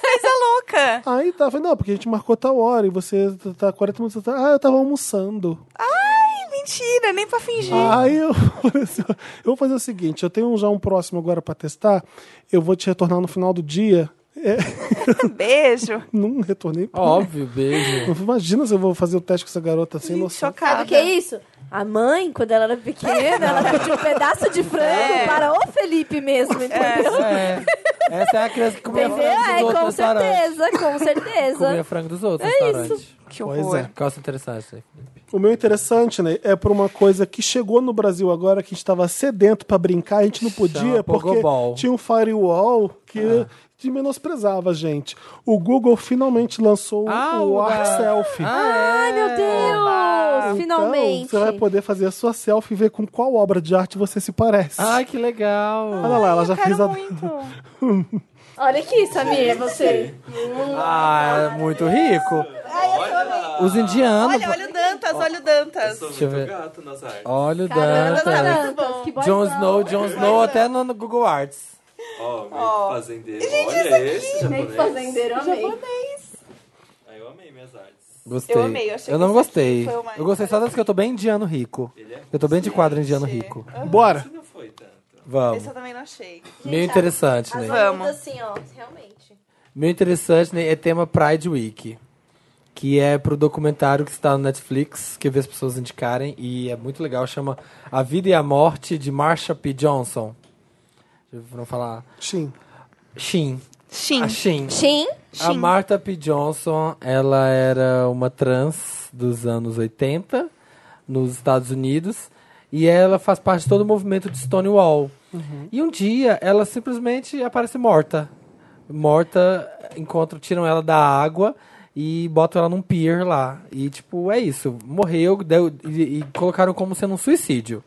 [SPEAKER 3] Coisa louca!
[SPEAKER 1] Aí tá, eu falei, não, porque a gente marcou tal hora e você tá 40 minutos atrás. Ah, eu tava almoçando.
[SPEAKER 3] Ai, mentira, nem pra fingir.
[SPEAKER 1] Aí eu falei assim, ó, eu vou fazer o seguinte, eu tenho já um próximo agora pra testar, eu vou te retornar no final do dia. É,
[SPEAKER 3] Beijo.
[SPEAKER 1] não retornei.
[SPEAKER 2] óbvio, beijo.
[SPEAKER 1] Imagina se eu vou fazer o teste com essa garota sem
[SPEAKER 3] Gente,
[SPEAKER 1] noção.
[SPEAKER 3] chocada.
[SPEAKER 4] Sabe o que é isso? A mãe, quando ela era pequena, ela pediu um pedaço de frango para o Felipe mesmo, entendeu?
[SPEAKER 2] É. Essa é a criança que comia
[SPEAKER 4] Entendeu?
[SPEAKER 2] frango dos
[SPEAKER 4] É,
[SPEAKER 2] outros
[SPEAKER 4] com
[SPEAKER 2] no restaurante.
[SPEAKER 4] certeza, com
[SPEAKER 2] Comia
[SPEAKER 4] certeza.
[SPEAKER 2] frango dos
[SPEAKER 3] É
[SPEAKER 2] outros no restaurante.
[SPEAKER 3] Que
[SPEAKER 1] Pois
[SPEAKER 3] horror.
[SPEAKER 1] é.
[SPEAKER 2] Calça interessante.
[SPEAKER 1] O meu interessante, né, é por uma coisa que chegou no Brasil agora, que a gente tava sedento pra brincar, a gente não podia,
[SPEAKER 2] Chama
[SPEAKER 1] porque
[SPEAKER 2] Pogobol. Ah.
[SPEAKER 1] tinha um firewall que te menosprezava a gente. O Google finalmente lançou
[SPEAKER 2] Ah,
[SPEAKER 1] o
[SPEAKER 2] o Ah.
[SPEAKER 1] Ar
[SPEAKER 2] da-
[SPEAKER 1] Selfie.
[SPEAKER 3] Ah, é.
[SPEAKER 2] é.
[SPEAKER 4] Ai, meu Deus! Finalmente.
[SPEAKER 1] Então, você vai poder fazer a sua selfie e ver com qual obra de arte você se parece.
[SPEAKER 2] Ai, que legal.
[SPEAKER 3] Ah.
[SPEAKER 1] Olha lá, ela já fez a...
[SPEAKER 3] Quero muito.
[SPEAKER 4] Olha aqui, Samir, você.
[SPEAKER 2] Ah, é muito rico. Os indianos.
[SPEAKER 3] Olha, olha o Dantas, olha o Dantas.
[SPEAKER 2] Deixa eu ver.
[SPEAKER 10] Gato nas artes.
[SPEAKER 2] Olha
[SPEAKER 4] Tá
[SPEAKER 2] o
[SPEAKER 4] é
[SPEAKER 2] Dantas.
[SPEAKER 4] Caramba, que
[SPEAKER 2] Jon
[SPEAKER 4] boizão.
[SPEAKER 2] Snow, Jon Snow, até no no Google Arts.
[SPEAKER 10] Ó, meio que fazendeiro. Olha esse japonês.
[SPEAKER 4] Fazendeiro, amei.
[SPEAKER 10] Aí eu amei minhas artes.
[SPEAKER 2] Gostei.
[SPEAKER 3] Eu amei, eu achei
[SPEAKER 2] não
[SPEAKER 3] que esse
[SPEAKER 2] gostei.
[SPEAKER 3] foi o mais-
[SPEAKER 2] Eu gostei só das que eu tô bem indiano rico. Eu tô bem de quadro indiano rico.
[SPEAKER 1] Bora!
[SPEAKER 10] Não foi tanto.
[SPEAKER 2] Vamos.
[SPEAKER 3] Esse é eu também não achei.
[SPEAKER 2] Meio interessante,
[SPEAKER 4] As
[SPEAKER 2] né?
[SPEAKER 3] Vamos.
[SPEAKER 4] ondas assim, ó, realmente.
[SPEAKER 2] Meio interessante, né? É tema Pride Week. Que é pro documentário que está no Netflix, que eu vi as pessoas indicarem, e é muito legal, chama A Vida e a Morte de Marsha P. Johnson. Vamos falar.
[SPEAKER 1] Sim.
[SPEAKER 2] Shin.
[SPEAKER 3] Sim.
[SPEAKER 2] A Shin.
[SPEAKER 4] Sim.
[SPEAKER 2] A Martha P. Johnson, ela era uma trans dos anos 80 nos Estados Unidos e ela faz parte de todo o movimento de Stonewall. E um dia ela simplesmente aparece morta. Morta, encontram, tiram ela da água e botam ela num pier lá. E tipo, é isso, morreu deu- e- e colocaram como sendo um suicídio.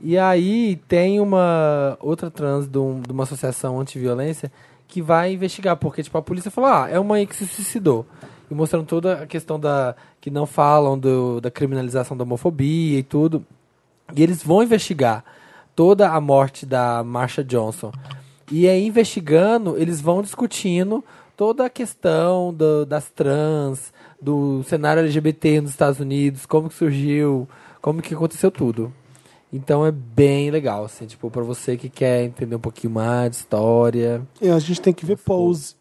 [SPEAKER 2] E aí tem uma outra trans de, um- de uma associação antiviolência que vai investigar, porque tipo, a polícia falou, ah, é uma aí que se suicidou. E mostrando toda a questão da. que não falam do- da criminalização da homofobia e tudo. E eles vão investigar toda a morte da Marsha Johnson. E aí, investigando, eles vão discutindo toda a questão do- das trans, do cenário LGBT nos Estados Unidos, como que surgiu, como que aconteceu tudo. Então é bem legal, assim, tipo, pra você que quer entender um pouquinho mais de história.
[SPEAKER 1] E a gente tem que ver Pose.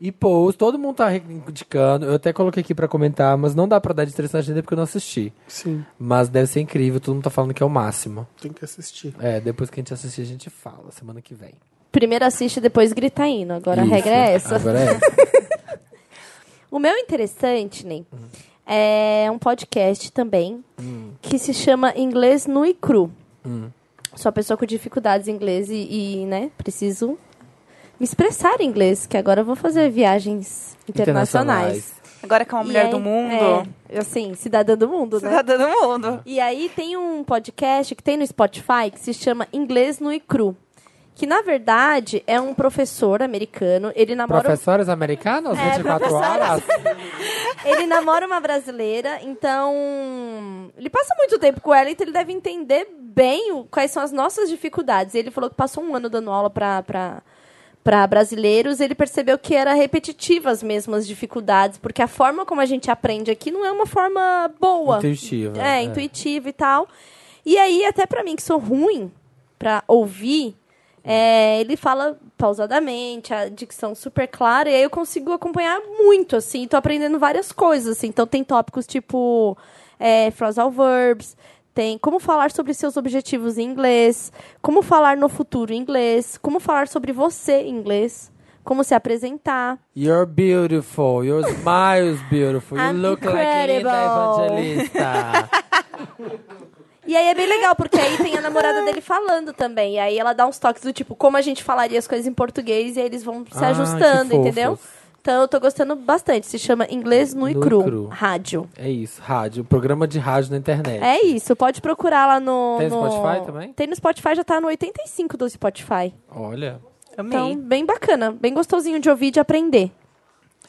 [SPEAKER 2] E Pose, todo mundo tá indicando. Eu até coloquei aqui pra comentar, mas não dá pra dar de três na agenda porque eu não assisti.
[SPEAKER 1] Sim.
[SPEAKER 2] Mas deve ser incrível, todo mundo tá falando que é o máximo.
[SPEAKER 1] Tem que assistir.
[SPEAKER 2] É, depois que a gente assistir, a gente fala, semana que vem.
[SPEAKER 4] Primeiro assiste, depois grita hino. Agora
[SPEAKER 2] Isso.
[SPEAKER 4] a regra é essa.
[SPEAKER 2] Agora é essa.
[SPEAKER 4] o meu interessante, Ney, é um podcast também que se chama Inglês Nu e Cru. Sou uma pessoa com dificuldades em inglês e, e, né, preciso me expressar em inglês, que agora eu vou fazer viagens internacionais.
[SPEAKER 3] Agora que é uma
[SPEAKER 4] E
[SPEAKER 3] mulher
[SPEAKER 4] aí-
[SPEAKER 3] do mundo.
[SPEAKER 4] É, assim, cidadã do mundo, né?
[SPEAKER 3] Cidadã do mundo.
[SPEAKER 4] E aí tem um podcast que tem no Spotify que se chama Inglês Nu e Cru. Que, na verdade, é um professor americano. Ele namora...
[SPEAKER 2] Professores americanos?
[SPEAKER 4] É,
[SPEAKER 2] 24 horas?
[SPEAKER 4] Ele namora uma brasileira, então. Ele passa muito tempo com ela, então ele deve entender bem o- quais são as nossas dificuldades. Ele falou que passou um ano dando aula pra. pra para brasileiros, ele percebeu que era repetitivas mesmo as dificuldades, porque a forma como a gente aprende aqui não é uma forma boa.
[SPEAKER 2] Intuitiva,
[SPEAKER 4] É,
[SPEAKER 2] é.
[SPEAKER 4] intuitiva e tal. E aí, até pra mim, que sou ruim pra ouvir, é, ele fala pausadamente, a dicção super clara, e aí eu consigo acompanhar muito, assim, tô aprendendo várias coisas, assim. Então tem tópicos tipo é, phrasal verbs, tem como falar sobre seus objetivos em inglês, como falar no futuro em inglês, como falar sobre você em inglês, como se apresentar.
[SPEAKER 2] You're beautiful, your smile's beautiful, you
[SPEAKER 4] I'm
[SPEAKER 2] look
[SPEAKER 4] incredible.
[SPEAKER 2] like Linda Evangelista.
[SPEAKER 4] E aí é bem legal, porque aí tem a namorada dele falando também. E aí ela dá uns toques do tipo, como a gente falaria as coisas em português, e aí eles vão se
[SPEAKER 2] Ah,
[SPEAKER 4] ajustando,
[SPEAKER 2] que
[SPEAKER 4] entendeu?
[SPEAKER 2] fofos.
[SPEAKER 4] Então eu tô gostando bastante. Se chama Inglês Nu e
[SPEAKER 2] Nu e
[SPEAKER 4] Cru,
[SPEAKER 2] Cru.
[SPEAKER 4] Rádio.
[SPEAKER 2] É isso, rádio, programa de rádio na internet.
[SPEAKER 4] É isso, pode procurar lá no.
[SPEAKER 2] Tem no
[SPEAKER 4] no-
[SPEAKER 2] Spotify também?
[SPEAKER 4] Tem no Spotify, já tá no 85 do Spotify.
[SPEAKER 2] Olha.
[SPEAKER 3] Amei.
[SPEAKER 4] Então, bem bacana, bem gostosinho de ouvir e de aprender.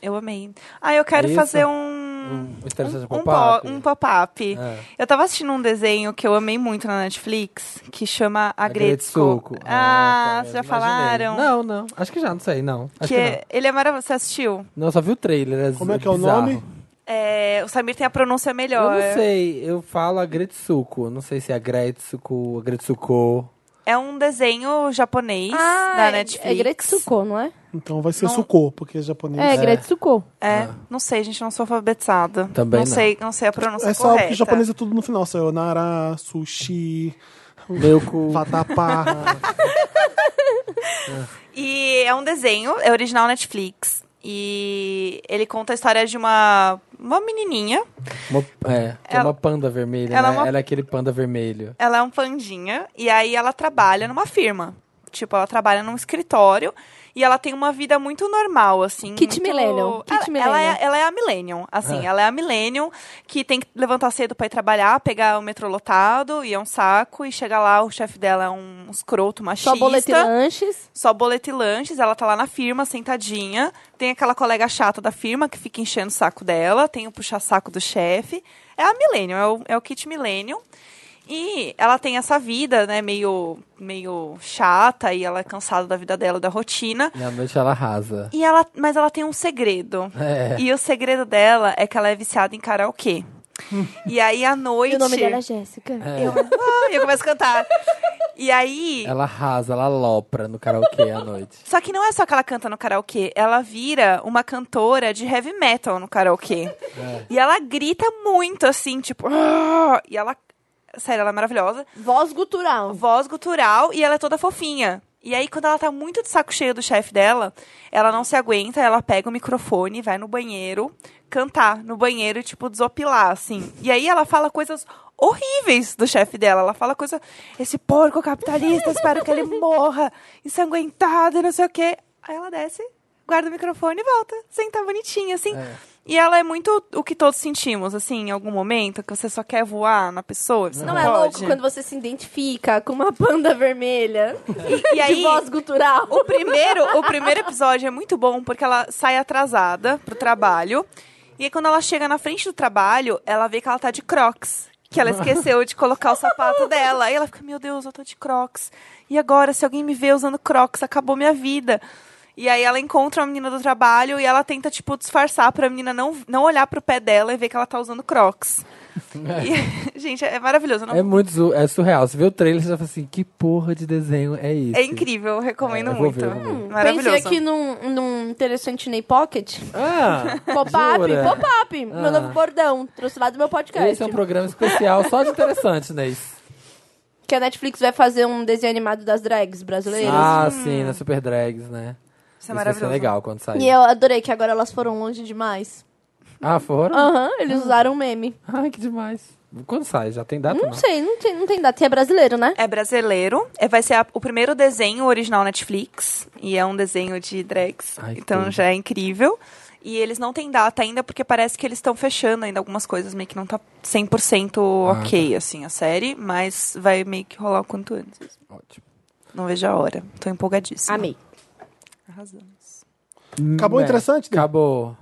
[SPEAKER 3] Eu amei. Ah, eu quero
[SPEAKER 2] Isso.
[SPEAKER 3] fazer um.
[SPEAKER 4] Hum.
[SPEAKER 2] Um interessante
[SPEAKER 3] Um
[SPEAKER 2] pop-up.
[SPEAKER 3] po- um pop-up.
[SPEAKER 2] É.
[SPEAKER 3] Eu tava assistindo um desenho que eu amei muito na Netflix, que chama Agretsuko.
[SPEAKER 2] Agretsuko.
[SPEAKER 3] Ah,
[SPEAKER 2] Ah, tá,
[SPEAKER 3] vocês
[SPEAKER 2] eu
[SPEAKER 3] já
[SPEAKER 2] imaginei.
[SPEAKER 3] falaram?
[SPEAKER 2] Não, não. Acho que já, não sei, não. Acho
[SPEAKER 3] Que
[SPEAKER 2] que, não.
[SPEAKER 3] ele é maravilhoso. Você assistiu?
[SPEAKER 2] Não, só vi o trailer. né?
[SPEAKER 1] Como é que é o
[SPEAKER 2] bizarro.
[SPEAKER 1] nome?
[SPEAKER 3] É, o Samir tem a pronúncia
[SPEAKER 2] Eu
[SPEAKER 3] melhor.
[SPEAKER 4] É.
[SPEAKER 2] não sei, eu falo Agretsuko. Não sei se é Agretsuko, Agretsuko.
[SPEAKER 3] É um desenho japonês da Netflix.
[SPEAKER 4] é Gretsuko, não é?
[SPEAKER 1] Então vai ser
[SPEAKER 3] Não.
[SPEAKER 1] Suko, porque é japonês.
[SPEAKER 4] É, Gretsuko.
[SPEAKER 3] É, não sei, gente, não sou alfabetizada.
[SPEAKER 2] Ah. Também
[SPEAKER 3] não,
[SPEAKER 2] não.
[SPEAKER 3] sei, não sei a pronúncia
[SPEAKER 1] É só
[SPEAKER 3] correta.
[SPEAKER 1] porque japonês é tudo no final. Saiu Nara, Sushi,
[SPEAKER 2] Meu cu. Ah,
[SPEAKER 1] Vatapá.
[SPEAKER 3] E é um desenho, é original Netflix. E ele conta a história de uma, uma menininha.
[SPEAKER 2] Uma, é, que é
[SPEAKER 3] Ela-
[SPEAKER 2] uma panda vermelha,
[SPEAKER 3] ela é
[SPEAKER 2] né?
[SPEAKER 3] uma-
[SPEAKER 2] Ela é aquele panda vermelho.
[SPEAKER 3] Ela é um pandinha. E aí ela trabalha numa firma. Tipo, ela trabalha num escritório. E ela tem uma vida muito normal, assim.
[SPEAKER 4] Kit
[SPEAKER 3] muito...
[SPEAKER 4] millennial, kit
[SPEAKER 3] ela,
[SPEAKER 4] millennial.
[SPEAKER 3] Ela é, ela é a millennium, assim. Ela é a millennium que tem que levantar cedo pra ir trabalhar, pegar o metrô lotado, e é um saco. E chega lá, o chefe dela é um escroto machista.
[SPEAKER 4] Só boleto e lanches.
[SPEAKER 3] Só boleto e lanches, ela tá lá na firma, sentadinha. Tem aquela colega chata da firma que fica enchendo o saco dela. Tem o puxa-saco do chefe. É a Millennium, é o, é o Kit Millennium. E ela tem essa vida, né, meio, meio chata, e ela é cansada da vida dela, da rotina.
[SPEAKER 2] E à noite ela arrasa.
[SPEAKER 3] E ela, mas ela tem um segredo.
[SPEAKER 2] É.
[SPEAKER 3] E o segredo dela é que ela é viciada em karaokê. e aí, à noite...
[SPEAKER 4] E o nome dela é Jéssica.
[SPEAKER 2] É.
[SPEAKER 3] Ah, e eu começo a cantar. E aí...
[SPEAKER 2] Ela arrasa, ela lopra no karaokê à noite.
[SPEAKER 3] Só que não é só que ela canta no karaokê, ela vira uma cantora de heavy metal no karaokê. E ela grita muito, assim, tipo. "Ah!" E ela. Sério, ela é maravilhosa.
[SPEAKER 4] Voz gutural.
[SPEAKER 3] Voz gutural e ela é toda fofinha. E aí, quando ela tá muito de saco cheio do chefe dela, ela não se aguenta, ela pega o microfone, vai no banheiro, cantar no banheiro e, tipo, desopilar, assim. E aí ela fala coisas horríveis do chefe dela. Ela fala coisa. Esse porco capitalista, espero que ele morra, ensanguentado, não sei o quê. Aí ela desce, guarda o microfone e volta. Senta bonitinha, assim. E ela é muito o que todos sentimos, assim, em algum momento, que você só quer voar na pessoa. Você
[SPEAKER 4] Não é
[SPEAKER 3] pode.
[SPEAKER 4] louco quando você se identifica com uma banda vermelha
[SPEAKER 3] E aí,
[SPEAKER 4] de voz gutural?
[SPEAKER 3] O primeiro, o primeiro episódio é muito bom porque ela sai atrasada pro trabalho. E aí, quando ela chega na frente do trabalho, ela vê que ela tá de crocs. Que ela esqueceu de colocar o sapato dela. E ela fica, meu Deus, eu tô de crocs. E agora, se alguém me vê usando crocs, acabou minha vida. E aí ela encontra a menina do trabalho e ela tenta, tipo, disfarçar pra menina não, não olhar pro pé dela e ver que ela tá usando crocs. E- gente, é maravilhoso. eu não-
[SPEAKER 2] É muito su- é surreal. Você vê o trailer e você fala assim, que porra de desenho é isso?
[SPEAKER 3] É incrível, eu
[SPEAKER 2] É,
[SPEAKER 3] recomendo
[SPEAKER 2] eu vou
[SPEAKER 3] muito.
[SPEAKER 2] ver, eu vou ver.
[SPEAKER 3] Maravilhoso.
[SPEAKER 4] Pensei aqui num, num interessante Ney Pocket.
[SPEAKER 2] Ah,
[SPEAKER 4] Pop-up,
[SPEAKER 2] jura?
[SPEAKER 4] pop-up.
[SPEAKER 2] Ah.
[SPEAKER 4] Meu novo bordão. Trouxe lá do meu podcast.
[SPEAKER 2] Esse é um programa especial só de interessante, né? Neis.
[SPEAKER 4] Que a Netflix vai fazer um desenho animado das drags brasileiras.
[SPEAKER 2] Ah, sim, na Super Drags, né?
[SPEAKER 4] Isso
[SPEAKER 3] é
[SPEAKER 2] vai ser legal quando sair.
[SPEAKER 4] E eu adorei que agora elas foram longe demais.
[SPEAKER 2] Ah, foram?
[SPEAKER 4] Aham, eles
[SPEAKER 2] Ah.
[SPEAKER 4] usaram um meme.
[SPEAKER 2] Ai, que demais. Quando sai? Já tem data?
[SPEAKER 4] Não sei, não tem, não tem data. E é brasileiro, né?
[SPEAKER 3] É brasileiro. É, vai ser a- o primeiro desenho original Netflix. E é um desenho de drags.
[SPEAKER 2] Ai, que
[SPEAKER 3] então
[SPEAKER 2] tudo.
[SPEAKER 3] já é incrível. E eles não têm data ainda, porque parece que eles estão fechando ainda algumas coisas. Meio que não tá 100%
[SPEAKER 2] Ah,
[SPEAKER 3] ok,
[SPEAKER 2] tá.
[SPEAKER 3] assim, a série. Mas vai meio que rolar o quanto antes.
[SPEAKER 2] Ótimo.
[SPEAKER 3] Não vejo a hora. Tô
[SPEAKER 1] Ah,
[SPEAKER 3] empolgadíssima.
[SPEAKER 4] Amei.
[SPEAKER 3] Arrasamos.
[SPEAKER 1] Acabou
[SPEAKER 2] Mer-
[SPEAKER 1] interessante, né?
[SPEAKER 2] Acabou.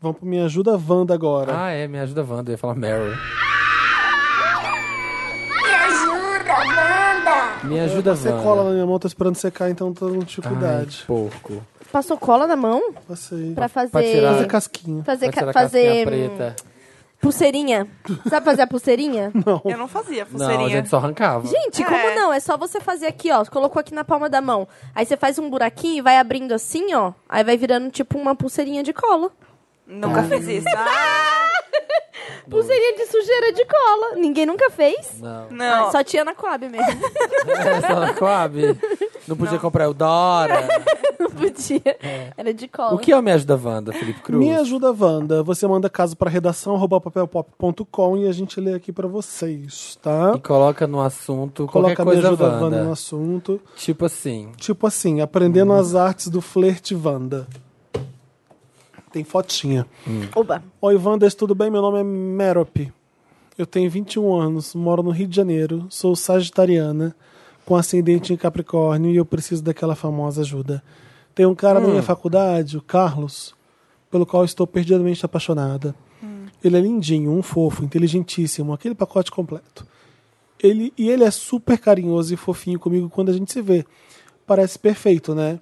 [SPEAKER 1] Vamos pro Me Ajuda Wanda agora.
[SPEAKER 2] Ah, é, me ajuda Wanda, eu ia falar Mary.
[SPEAKER 5] Me ajuda, Wanda!
[SPEAKER 2] Me ajuda
[SPEAKER 1] É, Você
[SPEAKER 2] Wanda.
[SPEAKER 1] cola na minha mão, tô esperando secar, então tô com dificuldade.
[SPEAKER 2] Ai, porco.
[SPEAKER 4] Passou cola na mão
[SPEAKER 1] Passei.
[SPEAKER 4] pra Tá fazer.
[SPEAKER 2] Pra tirar-
[SPEAKER 1] Fazer casquinha.
[SPEAKER 4] Fazer,
[SPEAKER 2] Vai tirar
[SPEAKER 4] ca-
[SPEAKER 2] a
[SPEAKER 4] fazer hum,
[SPEAKER 2] casquinha preta.
[SPEAKER 4] pulseirinha. Sabe fazer a pulseirinha?
[SPEAKER 3] Eu não fazia
[SPEAKER 2] Não, a
[SPEAKER 3] pulseirinha.
[SPEAKER 2] gente só arrancava.
[SPEAKER 4] Gente, como
[SPEAKER 3] É.
[SPEAKER 4] não? É só você fazer aqui, ó. Colocou aqui na palma da mão. Aí você faz um buraquinho e vai abrindo assim, ó. Aí vai virando tipo uma pulseirinha de cola.
[SPEAKER 3] Nunca fiz isso. Ah,
[SPEAKER 4] Pulseirinha de sujeira de cola. Ninguém nunca fez.
[SPEAKER 2] Não.
[SPEAKER 3] não.
[SPEAKER 4] Ah, Só tinha na Coab mesmo.
[SPEAKER 2] É, só na Coab. Não podia comprar Eudora.
[SPEAKER 4] Não podia. Era de cola.
[SPEAKER 2] O que é o Me Ajuda Wanda, Felipe Cruz?
[SPEAKER 1] Me ajuda, Wanda. Você manda caso para redação arroba papelpop.com e a gente lê aqui para vocês, tá?
[SPEAKER 2] E coloca no assunto
[SPEAKER 1] Coloca
[SPEAKER 2] qualquer
[SPEAKER 1] Me
[SPEAKER 2] coisa
[SPEAKER 1] ajuda,
[SPEAKER 2] Wanda. Hum.
[SPEAKER 1] Wanda no assunto.
[SPEAKER 2] Tipo assim.
[SPEAKER 1] Tipo assim, aprendendo as artes do flerte Wanda. Tem fotinha.
[SPEAKER 4] Oba.
[SPEAKER 1] Oi, Wanders, tudo bem? Meu nome é Merope. Eu tenho 21 anos, moro no Rio de Janeiro, sou sagitariana, com ascendente em Capricórnio e eu preciso daquela famosa ajuda. Tem um cara na minha faculdade, o Carlos, pelo qual estou perdidamente apaixonada. Ele é lindinho, um fofo, inteligentíssimo, aquele pacote completo. Ele, e ele é super carinhoso e fofinho comigo quando a gente se vê. Parece perfeito, né?